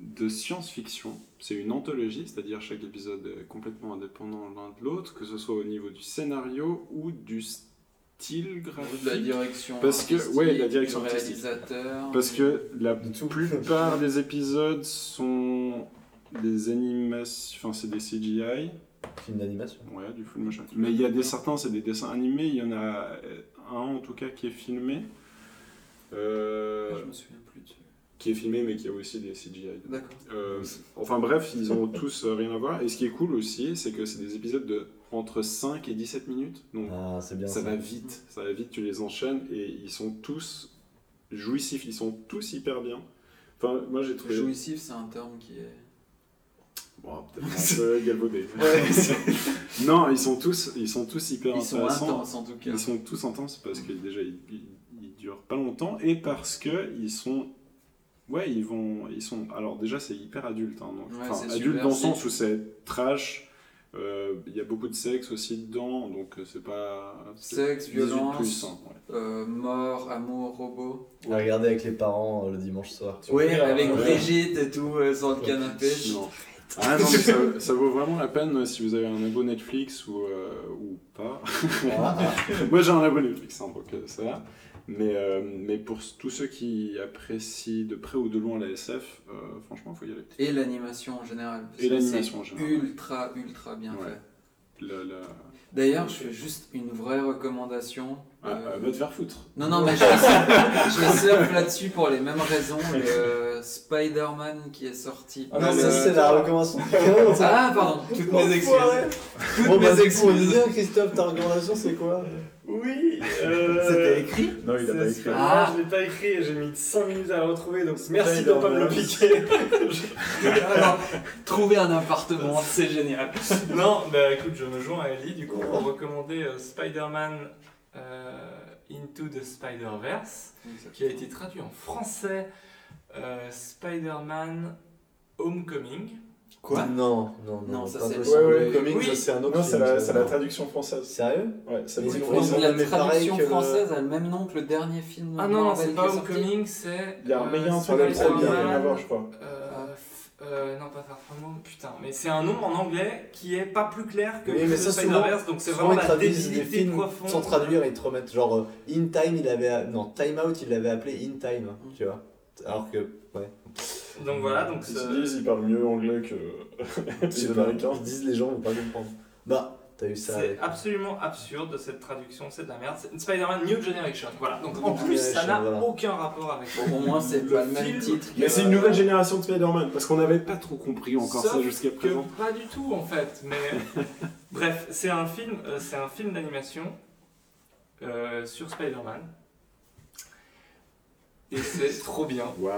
Speaker 11: de science-fiction. C'est une anthologie, c'est-à-dire chaque épisode est complètement indépendant l'un de l'autre, que ce soit au niveau du scénario ou du style graphique.
Speaker 5: De la direction.
Speaker 11: Parce que,
Speaker 5: artistique,
Speaker 11: ouais, la direction
Speaker 5: du
Speaker 11: artistique.
Speaker 5: réalisateur.
Speaker 11: Parce que la plupart des épisodes sont des animations, enfin c'est des CGI.
Speaker 3: Film d'animation.
Speaker 11: Ouais, du full motion. Mais il y a des certains, c'est des dessins animés. Il y en a euh, un en tout cas qui est filmé. Euh,
Speaker 5: Ah, Je me souviens plus de
Speaker 11: qui est filmé mais qui a aussi des CGI.
Speaker 5: D'accord.
Speaker 11: Euh, enfin bref, ils ont tous euh, rien à voir. Et ce qui est cool aussi, c'est que c'est des épisodes de entre 5 et 17 minutes. Donc
Speaker 3: Ah, c'est bien
Speaker 11: ça,
Speaker 3: ça.
Speaker 11: va vite, ça va vite, tu les enchaînes et ils sont tous jouissifs, ils sont tous hyper bien. Enfin, moi j'ai trouvé.
Speaker 5: Jouissif, c'est un terme qui est.
Speaker 11: Bon, peut-être un peu galvaudé.
Speaker 5: Ouais, c'est-
Speaker 11: non, ils sont tous, ils sont tous hyper
Speaker 5: Ils sont
Speaker 11: intéressants.
Speaker 5: intenses, en tout cas. Mm.
Speaker 11: Ils sont tous intenses parce que déjà ils, ils- ils durent pas longtemps et parce que ils sont, ouais, ils vont, ils sont. Alors déjà c'est hyper adulte, hein, donc-
Speaker 5: Ouais,
Speaker 11: enfin
Speaker 5: c'est
Speaker 11: adulte dans le sens
Speaker 5: subversif.
Speaker 11: où c'est trash. euh, Il y a beaucoup de sexe aussi dedans, donc euh, c'est pas c'est
Speaker 5: Sexe,
Speaker 11: 18
Speaker 5: violence,
Speaker 11: plus, hein, ouais.
Speaker 5: euh, mort, amour, robot.
Speaker 3: On regarder avec les parents euh, le dimanche soir.
Speaker 5: Oui,
Speaker 3: Ouais.
Speaker 5: avec
Speaker 3: Ouais.
Speaker 5: Brigitte et tout, euh, sur le
Speaker 3: Ouais.
Speaker 5: canapé.
Speaker 11: Non. Ah non, mais ça, ça vaut vraiment la peine euh, si vous avez un abo Netflix ou, euh, ou pas.
Speaker 3: Ah,
Speaker 11: Moi j'ai un abo Netflix, hein, donc euh, ça va. Mais, euh, mais pour s- tous ceux qui apprécient de près ou de loin la SF, euh, franchement, faut y aller.
Speaker 5: Et l'animation en général. parce
Speaker 11: Et
Speaker 5: que
Speaker 11: l'animation
Speaker 5: c'est
Speaker 11: en général.
Speaker 5: Ultra, ultra bien
Speaker 11: Ouais.
Speaker 5: fait.
Speaker 11: La-
Speaker 6: Euh,
Speaker 11: la-
Speaker 5: D'ailleurs, je fais juste une vraie recommandation.
Speaker 11: Ah, euh, va te faire foutre.
Speaker 5: Non, non, mais je je les surfe là-dessus pour les mêmes raisons. Le Spider-Man qui est sorti.
Speaker 3: Ah non, mais ça, c'est la recommandation du chaos, ça.
Speaker 5: euh, Ah, pardon, toutes mes
Speaker 3: Enfoiré.
Speaker 5: excuses. Toutes
Speaker 3: Bon, bah,
Speaker 5: mes
Speaker 3: du coup, on dit
Speaker 5: excuses.
Speaker 3: bien, Christophe, ta recommandation, c'est quoi
Speaker 6: Oui euh,
Speaker 3: C'était écrit
Speaker 6: Non, il
Speaker 3: a pas écrit.
Speaker 6: Ah, je l'ai pas écrit et j'ai mis 5 minutes à le retrouver, donc merci de
Speaker 5: Spider-Man.
Speaker 6: pas me le piquer.
Speaker 5: Alors, Ah, trouver un appartement, c'est génial.
Speaker 6: non, bah écoute, je me joins à Ellie du coup pour recommander euh, Spider-Man euh, Into the Spider-Verse qui a été traduit en français euh, Spider-Man Homecoming.
Speaker 3: Quoi Non, non, non,
Speaker 6: Non, ça,
Speaker 3: pas
Speaker 6: c'est-
Speaker 3: possible.
Speaker 6: Ouais, ouais,
Speaker 3: Homecoming,
Speaker 6: oui.
Speaker 3: ça, c'est un autre
Speaker 11: Non,
Speaker 3: film,
Speaker 11: c'est
Speaker 3: ça.
Speaker 11: la- c'est la traduction française.
Speaker 3: Sérieux
Speaker 11: Ouais, ça
Speaker 3: Mais
Speaker 11: dit-
Speaker 3: ils font-
Speaker 11: ils
Speaker 3: ils ont
Speaker 5: La
Speaker 3: nommé pareil
Speaker 5: traduction
Speaker 3: que le-
Speaker 5: française a le même nom que le dernier film.
Speaker 6: Ah non, non,
Speaker 5: Marvel
Speaker 6: c'est
Speaker 5: qui
Speaker 6: pas
Speaker 5: est sorti.
Speaker 6: Homecoming, c'est.
Speaker 5: Il y a un
Speaker 6: euh,
Speaker 5: meilleur sur la
Speaker 6: Spider-Man,
Speaker 5: liste, il y a rien à voir,
Speaker 11: je crois.
Speaker 6: euh,
Speaker 3: Ah.
Speaker 6: f- euh, non, pas Far From Home, putain. Mais c'est un nom en anglais qui est pas plus clair que
Speaker 3: Oui,
Speaker 6: le
Speaker 3: mais ça, souvent,
Speaker 6: Spider-Verse, donc c'est
Speaker 3: souvent,
Speaker 6: vraiment
Speaker 3: ils
Speaker 6: la
Speaker 3: traduisent des
Speaker 6: débilité
Speaker 3: films
Speaker 6: profonde.
Speaker 3: sans traduire, ils te remettent genre euh, In Time, il avait non Time Out, il l'avait appelé In Time, tu vois. Alors que ouais.
Speaker 6: Donc voilà, donc
Speaker 11: Ils
Speaker 6: ça-
Speaker 11: se disent, ils parlent mieux anglais que
Speaker 3: Je
Speaker 11: les
Speaker 3: sais pas,
Speaker 11: Américains.
Speaker 3: ils disent les gens vont pas comprendre. Bah, t'as eu ça.
Speaker 6: C'est
Speaker 3: avec-
Speaker 6: absolument absurde cette traduction, c'est de la merde. C'est Spider-Man New Generation, voilà. Donc en plus,
Speaker 3: Generation,
Speaker 6: ça n'a
Speaker 3: voilà.
Speaker 6: aucun rapport avec
Speaker 5: Au moins, c'est pas le même titre euh,
Speaker 11: Mais c'est une nouvelle génération de Spider-Man, parce qu'on n'avait pas trop compris encore ça
Speaker 6: Sauf
Speaker 11: jusqu'à
Speaker 6: que
Speaker 11: présent.
Speaker 6: Pas du tout en fait, mais bref, c'est un film, euh, c'est un film d'animation euh, sur Spider-Man. Et c'est trop bien.
Speaker 11: Waouh.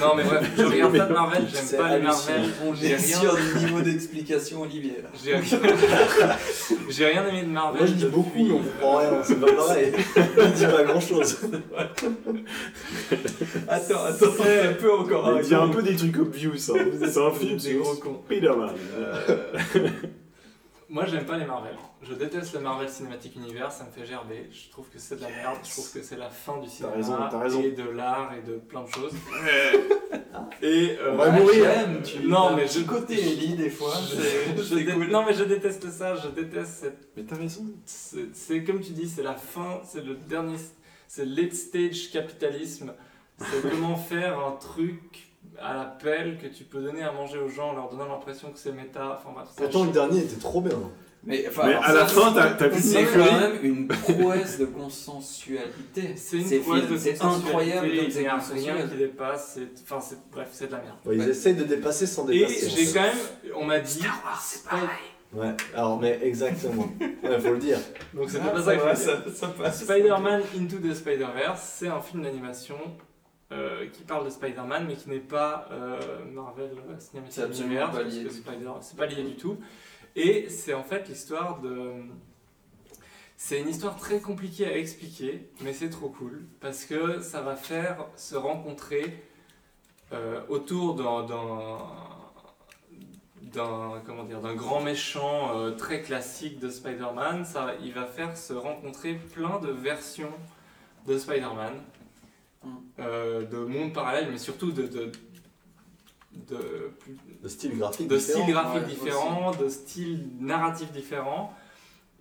Speaker 6: Non mais bref, je regarde pas de Marvel,
Speaker 5: C'est
Speaker 6: j'aime pas les
Speaker 5: hallucinant.
Speaker 6: Marvel,
Speaker 5: On
Speaker 6: j'ai
Speaker 5: est
Speaker 6: rien.
Speaker 5: sur du niveau d'explication, Olivier. là.
Speaker 6: J'ai rien... j'ai rien aimé de Marvel.
Speaker 3: Moi
Speaker 6: euh,
Speaker 3: je dis beaucoup, mais on comprend rien, c'est pas pareil. Il dit pas grand chose.
Speaker 5: Attends, attends, un peu encore.
Speaker 11: Il dit un peu des trucs obvious, hein. c'est un film
Speaker 6: Ah, Des gros
Speaker 11: sur Spider-Man.
Speaker 6: Moi, j'aime pas les Marvel. Je déteste le Marvel Cinematic Universe, ça me fait gerber. Je trouve que c'est de la merde, je trouve que c'est la fin du cinéma
Speaker 11: raison, t'as raison.
Speaker 6: et de l'art et de plein de choses. et euh,
Speaker 5: On va
Speaker 6: ah,
Speaker 5: mourir.
Speaker 6: j'aime, tu- Non, mais je
Speaker 5: côté Ellie, des fois. c'est-
Speaker 6: je
Speaker 5: c'est
Speaker 6: dé-
Speaker 5: cool.
Speaker 6: Non, mais je déteste ça, je déteste cette.
Speaker 11: Mais t'as raison.
Speaker 6: C'est c'est comme tu dis, c'est la fin, c'est le dernier. C'est le late stage capitalisme. C'est comment faire un truc à la pelle que tu peux donner à manger aux gens en leur donnant l'impression que c'est méta. Enfin bref, ça
Speaker 3: Pourtant le dernier était trop bien.
Speaker 5: Mais, enfin,
Speaker 11: Mais
Speaker 5: alors,
Speaker 11: à la
Speaker 5: ça,
Speaker 11: fin, t'as- t'as vu
Speaker 5: C'est
Speaker 11: que
Speaker 5: quand même une prouesse de consensualité.
Speaker 6: C'est une
Speaker 5: Ces
Speaker 6: prouesse
Speaker 5: films,
Speaker 6: de
Speaker 5: C'est
Speaker 6: consensualité,
Speaker 5: incroyable comme
Speaker 6: il
Speaker 5: c'est
Speaker 6: n'y a rien qui
Speaker 5: consensuel.
Speaker 6: dépasse. c'est- Enfin, c'est- bref, c'est de la merde.
Speaker 3: Bon, ils essayent de dépasser sans
Speaker 6: Et
Speaker 3: dépasser. en
Speaker 6: j'ai
Speaker 3: fait.
Speaker 6: quand même, on m'a dit. c'est pareil.
Speaker 3: Ouais, alors mais exactement. Ouais, faut le dire.
Speaker 6: Donc c'est
Speaker 5: Ah,
Speaker 6: pas ça que
Speaker 5: ouais,
Speaker 6: je veux dire.
Speaker 5: ça- ça passe.
Speaker 6: Spider-Man Into the Spider-Verse, c'est un film d'animation euh, qui parle de Spider-Man mais qui n'est pas euh, Marvel Cinematic
Speaker 5: C'est absolument
Speaker 6: Universe,
Speaker 5: pas
Speaker 6: parce
Speaker 5: lié
Speaker 6: que
Speaker 5: du
Speaker 6: Spider- C'est pas lié du tout. Et c'est en fait l'histoire de. C'est une histoire très compliquée à expliquer, mais c'est trop cool parce que ça va faire se rencontrer euh, autour d'un- d'un d'un comment dire d'un grand méchant euh, très classique de Spider-Man. Ça, il va faire se rencontrer plein de versions de Spider-Man, euh, de mondes parallèles, mais surtout de, de- de, plus-
Speaker 18: De style graphique
Speaker 6: de
Speaker 18: différent.
Speaker 6: style graphique
Speaker 18: Ouais,
Speaker 6: différent, de style narratif différent.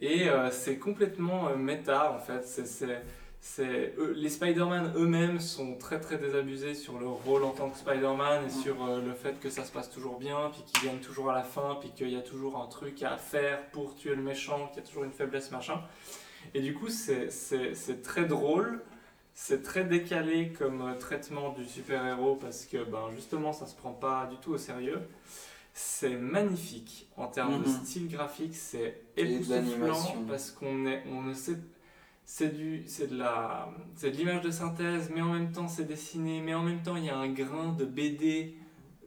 Speaker 6: Et euh, c'est complètement euh, méta en fait. C'est, c'est- c'est- eux- les Spider-Man eux-mêmes sont très très désabusés sur leur rôle en tant que Spider-Man et sur euh, le fait que ça se passe toujours bien, puis qu'ils gagnent toujours à la fin, puis qu'il y a toujours un truc à faire pour tuer le méchant, qu'il y a toujours une faiblesse machin. Et du coup, c'est, c'est- c'est très drôle. C'est très décalé comme euh, traitement du super-héros parce que ben, justement ça se prend pas du tout au sérieux. C'est magnifique en termes de
Speaker 5: Mhm.
Speaker 6: style graphique, c'est
Speaker 5: Et de
Speaker 6: époustouflant
Speaker 5: l'animation.
Speaker 6: parce qu'on est, on ne sait, c'est du, c'est de la, c'est de l'image de synthèse, mais en même temps c'est dessiné, mais en même temps il y a un grain de BD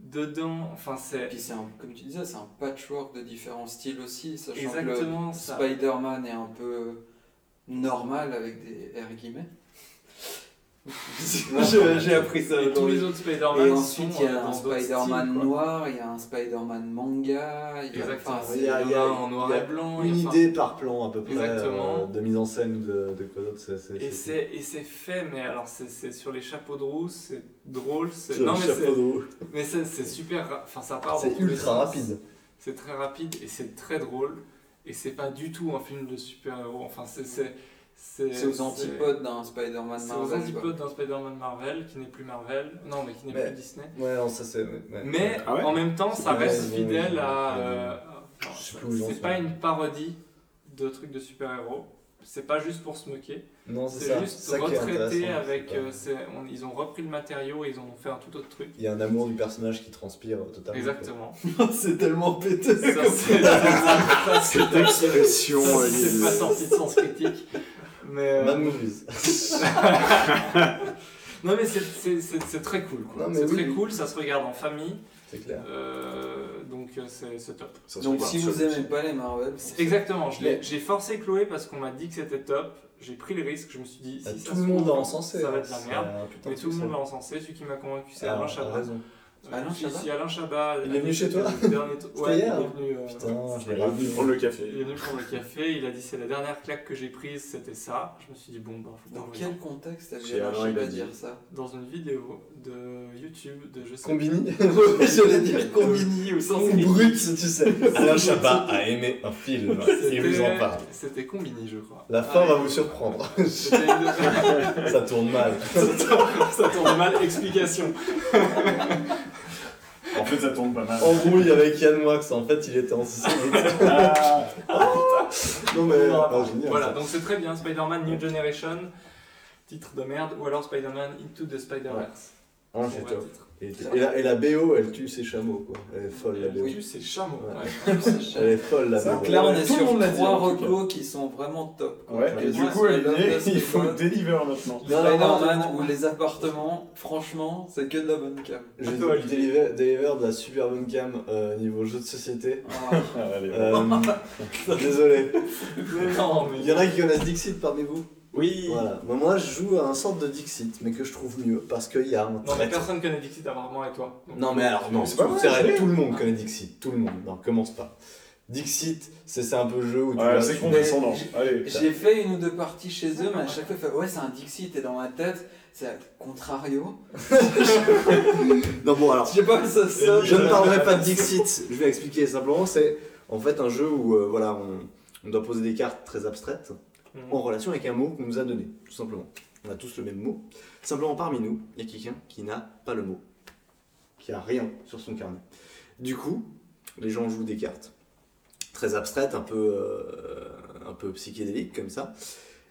Speaker 6: dedans. Enfin c'est.
Speaker 5: Puis c'est un- comme tu disais, c'est un patchwork de différents styles aussi, sachant
Speaker 6: Exactement,
Speaker 5: que le
Speaker 6: ça.
Speaker 5: Spider-Man est un peu normal avec des R guillemets. J'ai j'ai appris ça.
Speaker 6: Et tous
Speaker 5: aujourd'hui.
Speaker 6: les autres Spider-Man
Speaker 5: Et ensuite,
Speaker 6: sont,
Speaker 5: il y
Speaker 6: euh,
Speaker 5: a
Speaker 6: dans
Speaker 5: un
Speaker 6: d'autres
Speaker 5: Spider-Man
Speaker 6: styles, quoi.
Speaker 5: noir, il y a un Spider-Man manga, il y a
Speaker 6: Exactement.
Speaker 5: enfin,
Speaker 6: Il y a-
Speaker 5: c'est-
Speaker 6: il y a- en noir
Speaker 3: Il y a
Speaker 6: et blanc,
Speaker 3: Une
Speaker 6: et enfin-
Speaker 3: idée par plan à peu près
Speaker 6: Exactement.
Speaker 3: euh, de mise en scène ou de, de quoi d'autre. c'est- c'est-
Speaker 6: Et
Speaker 3: c'est-
Speaker 6: c'est, et c'est fait, mais alors c'est, c'est sur les chapeaux de roue, c'est drôle, c'est...
Speaker 3: Sur les
Speaker 6: mais
Speaker 3: chapeaux
Speaker 6: c'est-
Speaker 3: de roue.
Speaker 6: Mais c'est, c'est super, ra- enfin ça part dans
Speaker 3: C'est
Speaker 6: tous les
Speaker 3: ultra
Speaker 6: sens.
Speaker 3: rapide.
Speaker 6: C'est très rapide et c'est très drôle, et c'est pas du tout un film de super-héros, enfin c'est... C'est, c'est-
Speaker 5: C'est aux
Speaker 6: c'est-
Speaker 5: antipodes d'un Spider-Man
Speaker 6: C'est
Speaker 5: Marvel,
Speaker 6: aux
Speaker 5: quoi.
Speaker 6: antipodes d'un Spider-Man Marvel, qui n'est plus Marvel, non mais qui n'est
Speaker 3: Mais-
Speaker 6: plus Disney.
Speaker 3: Ouais, non, ça c'est. ouais, ouais.
Speaker 6: Mais en même temps, ça
Speaker 3: Ouais,
Speaker 6: reste
Speaker 3: ouais,
Speaker 6: fidèle
Speaker 3: ouais.
Speaker 6: à. euh, enfin,
Speaker 3: sais plus où j'en suis.
Speaker 6: c'est pas une parodie de trucs de super-héros. C'est pas juste pour se moquer.
Speaker 3: Non, c'est
Speaker 6: C'est
Speaker 3: ça.
Speaker 6: juste
Speaker 3: Ça qui est
Speaker 6: retraité
Speaker 3: intéressant,
Speaker 6: avec.
Speaker 3: c'est pas-
Speaker 6: euh, c'est- on- ils ont repris le matériau et ils en ont fait un tout autre truc.
Speaker 3: Il y a un amour du personnage qui transpire euh, totalement.
Speaker 6: Exactement.
Speaker 3: c'est tellement pété.
Speaker 6: Ça, c'est- ça, c'est-
Speaker 3: Cette expression,
Speaker 6: ça,
Speaker 3: elle
Speaker 6: C'est
Speaker 3: est-
Speaker 6: pas sorti de sens critique. Mais. euh,
Speaker 3: Mad Movies.
Speaker 6: non, mais c'est- c'est c'est- c'est très cool. quoi.
Speaker 3: Non, mais
Speaker 6: C'est
Speaker 3: oui,
Speaker 6: très
Speaker 3: oui.
Speaker 6: cool, ça se regarde en famille.
Speaker 3: C'est clair.
Speaker 6: Euh, donc euh, c'est c'est top.
Speaker 5: Ça se Donc, regarde si sur vous le aimez petit. pas les Marvel,
Speaker 6: C'est- Exactement, je l'ai-
Speaker 5: Mais-
Speaker 6: j'ai forcé Chloé parce qu'on m'a dit que c'était top. J'ai pris le risque, je me suis dit, si
Speaker 3: Bah,
Speaker 6: ça
Speaker 3: tout
Speaker 6: se
Speaker 3: le monde a
Speaker 6: trouve,
Speaker 3: encensé,
Speaker 6: ça va
Speaker 3: hein,
Speaker 6: être de la
Speaker 3: c'est
Speaker 6: merde.
Speaker 3: un putain
Speaker 6: Mais
Speaker 3: de
Speaker 6: tout le monde
Speaker 3: succès.
Speaker 6: l'a encensé. Celui qui m'a convaincu, c'est
Speaker 3: Ah,
Speaker 6: Alain
Speaker 3: t'as
Speaker 6: Chabat.
Speaker 3: raison.
Speaker 6: Euh,
Speaker 3: Alain
Speaker 6: si,
Speaker 3: Chabat
Speaker 6: si, Alain Chabat.
Speaker 3: Il est venu chez toi
Speaker 6: le dernier t-
Speaker 3: C'était
Speaker 6: Ouais,
Speaker 3: hier
Speaker 6: il est venu. euh,
Speaker 3: Putain, je l'ai
Speaker 6: il est venu
Speaker 3: raté. Prendre le café.
Speaker 6: Il est venu prendre le café. Il a dit, c'est la dernière claque que j'ai prise, c'était ça. Je me suis dit, bon, bah, faut
Speaker 5: Dans
Speaker 6: qu'on
Speaker 5: quel
Speaker 6: regarde.
Speaker 5: contexte avait Alain Chabat dire ça
Speaker 6: Dans une vidéo de YouTube de je sais
Speaker 3: Combini
Speaker 6: Oui,
Speaker 3: J'allais dire
Speaker 6: Combini ou sans
Speaker 3: Ou Brut, tu sais.
Speaker 6: Alain
Speaker 3: Chabat a aimé un film.
Speaker 6: C'était- C'était Combini, je crois.
Speaker 3: La fin va vous surprendre.
Speaker 6: C'était une-
Speaker 3: Ça tourne mal.
Speaker 6: ça tourne mal, explication.
Speaker 3: En fait, ça tombe pas mal. Embrouille avec Yann Moix, en fait, il était en Sicile.
Speaker 11: Ah.
Speaker 3: non, mais. ah, génial,
Speaker 6: voilà,
Speaker 3: ça.
Speaker 6: donc c'est très bien. Spider-Man New Generation, titre de merde, ou alors Spider-man Into the Spider-Verse.
Speaker 3: Hein,
Speaker 6: Son
Speaker 3: c'est
Speaker 6: vrai
Speaker 3: top.
Speaker 6: titre.
Speaker 3: Et, et la, et la BO, elle tue ses chameaux, quoi. Elle est folle, la BO.
Speaker 6: Elle tue ses chameaux.
Speaker 3: Ouais.
Speaker 6: Elle tue ses chameaux.
Speaker 3: Elle est folle, la BO.
Speaker 5: Donc là, on est
Speaker 3: Tout le
Speaker 5: sur
Speaker 3: monde l'a dit,
Speaker 5: trois
Speaker 3: en tout cas.
Speaker 5: recos qui sont vraiment top. quoi.
Speaker 3: Ouais,
Speaker 5: Donc,
Speaker 3: et
Speaker 5: les
Speaker 3: du
Speaker 5: trois
Speaker 3: coup, elle
Speaker 5: Spider-Man,
Speaker 3: est- il faut
Speaker 5: Spider-Man.
Speaker 3: deliver maintenant.
Speaker 5: Spider-Man ou les appartements, franchement, c'est que de la bonne cam.
Speaker 3: J'ai vu Deliver, Deliver de la super bonne cam euh, niveau jeu de société.
Speaker 5: Ah.
Speaker 3: Euh, désolé.
Speaker 6: non,
Speaker 3: Il y en a qui connaissent Dixit parmi vous Oui. Voilà. Bah, moi, je joue à un sorte de Dixit, mais que je trouve mieux parce qu'il y a un
Speaker 6: Non, mais
Speaker 3: traître.
Speaker 6: personne connaît Dixit à part moi et toi. Donc,
Speaker 3: Non mais alors non, c'est
Speaker 6: vrai,
Speaker 3: vrai,
Speaker 6: c'est-
Speaker 3: tout le monde connaît Dixit, tout le monde. Non, commence pas. Dixit, c'est c'est un peu jeu où tu
Speaker 11: Ouais,
Speaker 3: vas-
Speaker 11: c'est
Speaker 3: tu-
Speaker 11: condescendant. Allez,
Speaker 5: J'ai fait une ou deux parties chez eux, mais à chaque fois, il fait, ouais, c'est un Dixit, et dans ma tête, c'est à contrario.
Speaker 3: Non bon alors.
Speaker 5: Je sais pas, ça sonne.
Speaker 3: Je ne parlerai pas de Dixit. Je vais expliquer simplement. C'est en fait un jeu où euh, voilà on, on doit poser des cartes très abstraites
Speaker 6: Mm.
Speaker 3: en relation avec un mot qu'on nous a donné, tout simplement. On a tous le même mot. Simplement parmi nous, il y a quelqu'un qui n'a pas le mot, qui a rien sur son carnet. Du coup, les gens jouent des cartes très abstraites, un peu euh, un peu psychédéliques comme ça.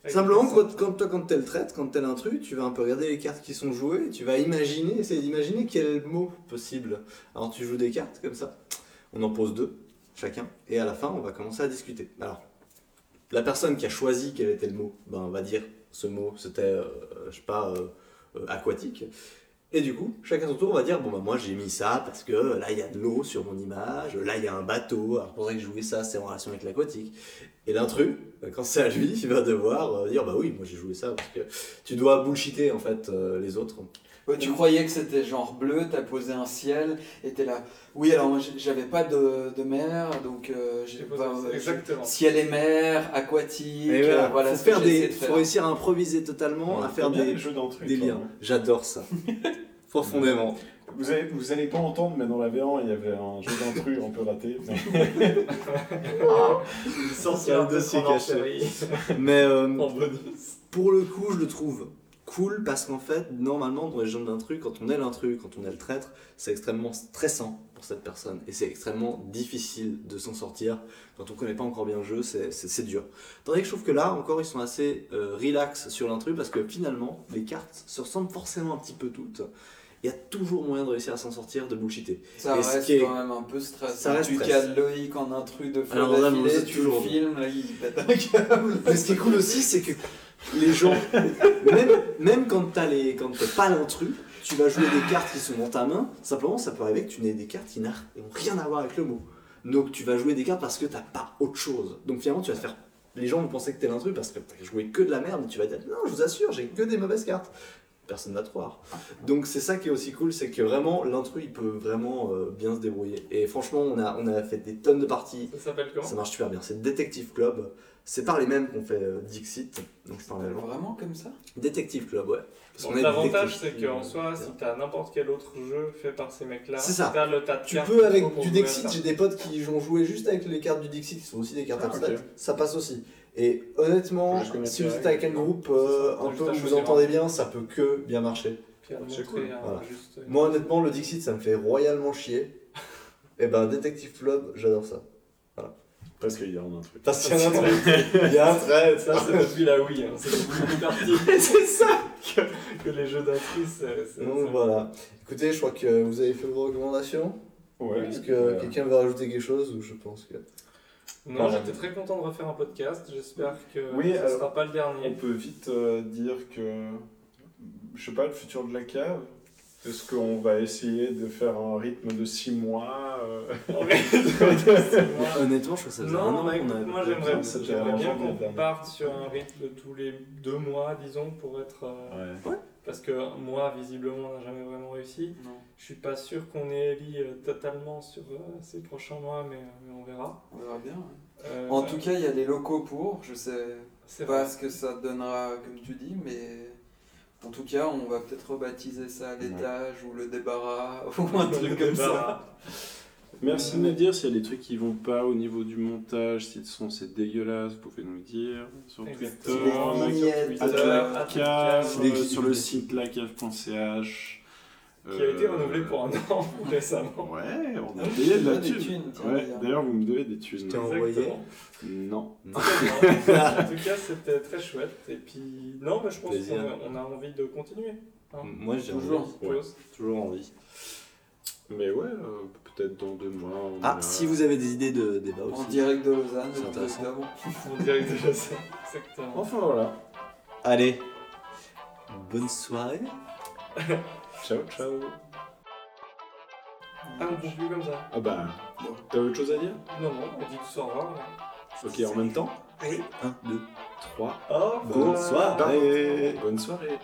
Speaker 3: Simplement, quand, quand toi, quand tel traite, quand tel intrus, tu vas un peu regarder les cartes qui sont jouées, tu vas imaginer, essayer d'imaginer quel mot possible. Alors, tu joues des cartes comme ça, on en pose deux, chacun, et à la fin, on va commencer à discuter. Alors, la personne qui a choisi quel était le mot, ben, on va dire ce mot, c'était, euh, je sais pas, euh, euh, aquatique. Et du coup, chacun son tour, on va dire, bon, bah, moi, j'ai mis ça parce que là, il y a de l'eau sur mon image, là, il y a un bateau, alors, pour ça que je jouais ça, c'est en relation avec l'aquatique. Et l'intrus, euh, quand c'est à lui, il va devoir euh, dire, bah oui, moi, j'ai joué ça parce que tu dois bullshiter, en fait, euh, les autres.
Speaker 5: Ouais, tu croyais que c'était genre bleu, t'as posé un ciel, et t'es là. Oui, alors moi j'ai- j'avais pas de, de mer, donc euh, j'ai
Speaker 6: posé
Speaker 5: pas.
Speaker 6: un ciel, exactement.
Speaker 5: Ciel et mer, aquatique,
Speaker 3: Et
Speaker 5: euh,
Speaker 3: voilà,
Speaker 5: voilà
Speaker 3: faut,
Speaker 5: ce que
Speaker 3: faire
Speaker 5: j'ai
Speaker 3: des,
Speaker 5: essayé de
Speaker 3: faut
Speaker 5: faire.
Speaker 3: réussir à improviser totalement, à faire
Speaker 5: bien
Speaker 3: des,
Speaker 5: les jeux d'entrée,
Speaker 3: des
Speaker 5: toi,
Speaker 3: liens.
Speaker 5: hein.
Speaker 3: J'adore ça. Profondément.
Speaker 11: Vous allez, vous allez pas entendre, mais dans la V1, il y avait un jeu d'intrus un peu raté.
Speaker 3: Il sort sur un dossier caché. Mais euh, pour le coup, je le trouve cool parce qu'en fait, normalement, dans les jeux d'intrus, quand on est l'intrus, quand on est le traître, c'est extrêmement stressant pour cette personne et c'est extrêmement difficile de s'en sortir. Quand on connaît pas encore bien le jeu, c'est- c'est c'est dur. Tandis que je trouve que là, encore, ils sont assez euh, relax sur l'intrus parce que finalement, les cartes se ressemblent forcément un petit peu toutes. Il y a toujours moyen de réussir à s'en sortir, de bullshiter.
Speaker 5: Ça
Speaker 3: Et ce
Speaker 5: reste
Speaker 3: qui est-
Speaker 5: quand même un peu
Speaker 3: ça
Speaker 5: stressant.
Speaker 3: reste
Speaker 5: Tu
Speaker 3: stress.
Speaker 5: cales Loïc en intrus de fois
Speaker 3: Alors là, vous
Speaker 5: d'affilée,
Speaker 3: êtes
Speaker 5: tu le
Speaker 3: toujours-
Speaker 5: filmes, là, il pète un câble.
Speaker 3: Mais ce qui est cool aussi, c'est que les gens, même, même quand t'as les, quand t'es pas l'intrus, tu vas jouer des cartes qui sont dans ta main. Simplement, ça peut arriver que tu n'aies des cartes qui n'ont rien à voir avec le mot. Donc tu vas jouer des cartes parce que t'as pas autre chose. Donc finalement, tu vas te faire. Les gens vont penser que t'es l'intrus parce que t'as joué que de la merde. Tu vas dire non, je vous assure, j'ai que des mauvaises cartes. Personne va te croire. Donc c'est ça qui est aussi cool, c'est que vraiment l'intrus il peut vraiment euh, bien se débrouiller. Et franchement, on a, on a fait des tonnes de parties.
Speaker 6: Ça s'appelle comment
Speaker 3: Ça marche super bien. C'est Detective Club. C'est par les mêmes qu'on fait euh, Dixit. Donc je parle allemand.
Speaker 5: Vraiment comme ça
Speaker 3: Detective Club, ouais. Parce
Speaker 6: Bon,
Speaker 3: qu'on est
Speaker 6: L'avantage, c'est
Speaker 3: détective.
Speaker 6: qu'en soi, si t'as n'importe quel autre jeu fait par ces mecs-là,
Speaker 3: C'est ça.
Speaker 6: t'as le tas de
Speaker 3: Tu
Speaker 6: cartes
Speaker 3: peux
Speaker 6: qu'il
Speaker 3: avec
Speaker 6: faut pour
Speaker 3: du
Speaker 6: jouer à
Speaker 3: Dixit,
Speaker 6: ça.
Speaker 3: j'ai des potes qui ont joué juste avec les cartes du Dixit, qui sont aussi des cartes
Speaker 19: Ah,
Speaker 3: abstraites,
Speaker 19: ok.
Speaker 3: ça passe aussi. Et honnêtement,
Speaker 19: Je connais
Speaker 3: si
Speaker 19: pas
Speaker 3: vous
Speaker 19: la
Speaker 3: êtes avec un
Speaker 19: règle.
Speaker 3: groupe euh,
Speaker 19: C'est ça,
Speaker 3: un
Speaker 19: juste
Speaker 3: peu
Speaker 19: à
Speaker 3: où vous
Speaker 19: choisir un.
Speaker 3: entendez bien, ça peut que bien marcher.
Speaker 6: Puis à le montrer, hein,
Speaker 3: Voilà.
Speaker 6: juste, euh,
Speaker 3: Moi honnêtement, le Dixit, ça me fait royalement chier. Et ben Detective Club, j'adore ça. Voilà.
Speaker 11: Parce qu'il y a un intrus.
Speaker 3: Parce qu'il y a un truc. Il y a un trait.
Speaker 6: Ça, c'est depuis la Wii. hein. C'est depuis une partie.
Speaker 3: C'est ça
Speaker 6: que, que les jeux d'intrus, c'est. c'est-
Speaker 3: Donc
Speaker 11: bah,
Speaker 3: voilà. Écoutez, je crois que vous avez fait vos recommandations.
Speaker 11: Ouais.
Speaker 3: Est-ce que quelqu'un veut rajouter quelque chose ou je pense que.
Speaker 6: Non, j'étais très content de refaire un podcast. J'espère que
Speaker 11: Oui,
Speaker 6: ce
Speaker 11: alors,
Speaker 6: sera pas le dernier.
Speaker 11: On peut vite euh, dire que, je sais pas, le futur de la cave, est-ce qu'on va essayer de faire un rythme de 6 mois euh,
Speaker 3: Honnêtement, je trouve ça faisait un
Speaker 6: Non,
Speaker 3: an
Speaker 6: bah,
Speaker 3: qu'on
Speaker 6: écoute,
Speaker 3: avait
Speaker 6: moi
Speaker 3: pas
Speaker 6: j'aimerais
Speaker 3: fait ça.
Speaker 6: j'aimerais bien
Speaker 11: C'était avant
Speaker 6: qu'on
Speaker 11: le
Speaker 6: parte sur un rythme de tous les deux mois, disons, pour être. euh, Parce que moi, visiblement, on n'a jamais vraiment réussi. Je suis pas sûr qu'on ait éli euh, totalement sur euh, ces prochains mois, mais, euh, mais on verra.
Speaker 5: On verra bien.
Speaker 6: Euh,
Speaker 5: en tout cas, il y a les locaux pour. Je sais
Speaker 6: C'est
Speaker 5: pas
Speaker 6: vrai.
Speaker 5: ce que ça donnera, comme tu dis, mais en tout cas, on va peut-être rebaptiser ça l'étage ou le débarras ou un truc comme ça.
Speaker 20: Merci de nous dire s'il y a des trucs qui vont pas au niveau du montage, si le son c'est dégueulasse, vous pouvez nous le dire sur Twitter,
Speaker 11: Exactement.
Speaker 20: sur
Speaker 11: Vignettes,
Speaker 20: Twitter,
Speaker 11: euh,
Speaker 20: cave,
Speaker 11: des-
Speaker 20: sur le site lacave.ch.
Speaker 6: Qui a été renouvelé pour un an récemment.
Speaker 20: euh, Ouais, on a
Speaker 6: Ah,
Speaker 20: payé de la
Speaker 6: des
Speaker 20: thune.
Speaker 6: thunes, tiens,
Speaker 20: Ouais,
Speaker 6: d'ailleurs.
Speaker 20: D'ailleurs, vous me devez des thunes.
Speaker 6: t'ai envoyé. Exactement.
Speaker 20: Non.
Speaker 6: en tout cas, c'était très chouette. Et puis, non, mais je pense qu'on
Speaker 3: Plaisir.
Speaker 6: a- on a envie de continuer. hein.
Speaker 3: Moi j'ai
Speaker 6: toujours.
Speaker 3: envie.
Speaker 6: je suppose.
Speaker 3: Toujours envie.
Speaker 11: Mais ouais, euh, peut-être dans deux mois. on
Speaker 3: Ah,
Speaker 11: verra.
Speaker 3: si vous avez des idées de débat aussi.
Speaker 5: En direct de Lausanne,
Speaker 3: C'est intéressant.
Speaker 6: On dirait que déjà ça. Exactement.
Speaker 11: Enfin voilà.
Speaker 3: Allez, bonne soirée.
Speaker 11: Ciao, ciao.
Speaker 6: Ah, on conclut comme ça.
Speaker 11: Ah bah, t'as autre chose à dire
Speaker 6: Non, non, on dit tout au revoir. là.
Speaker 11: Ok, en même temps
Speaker 6: Oui.
Speaker 3: 1, 2,
Speaker 11: 3.
Speaker 6: Au revoir.
Speaker 11: Bonne soirée. Bonne soirée.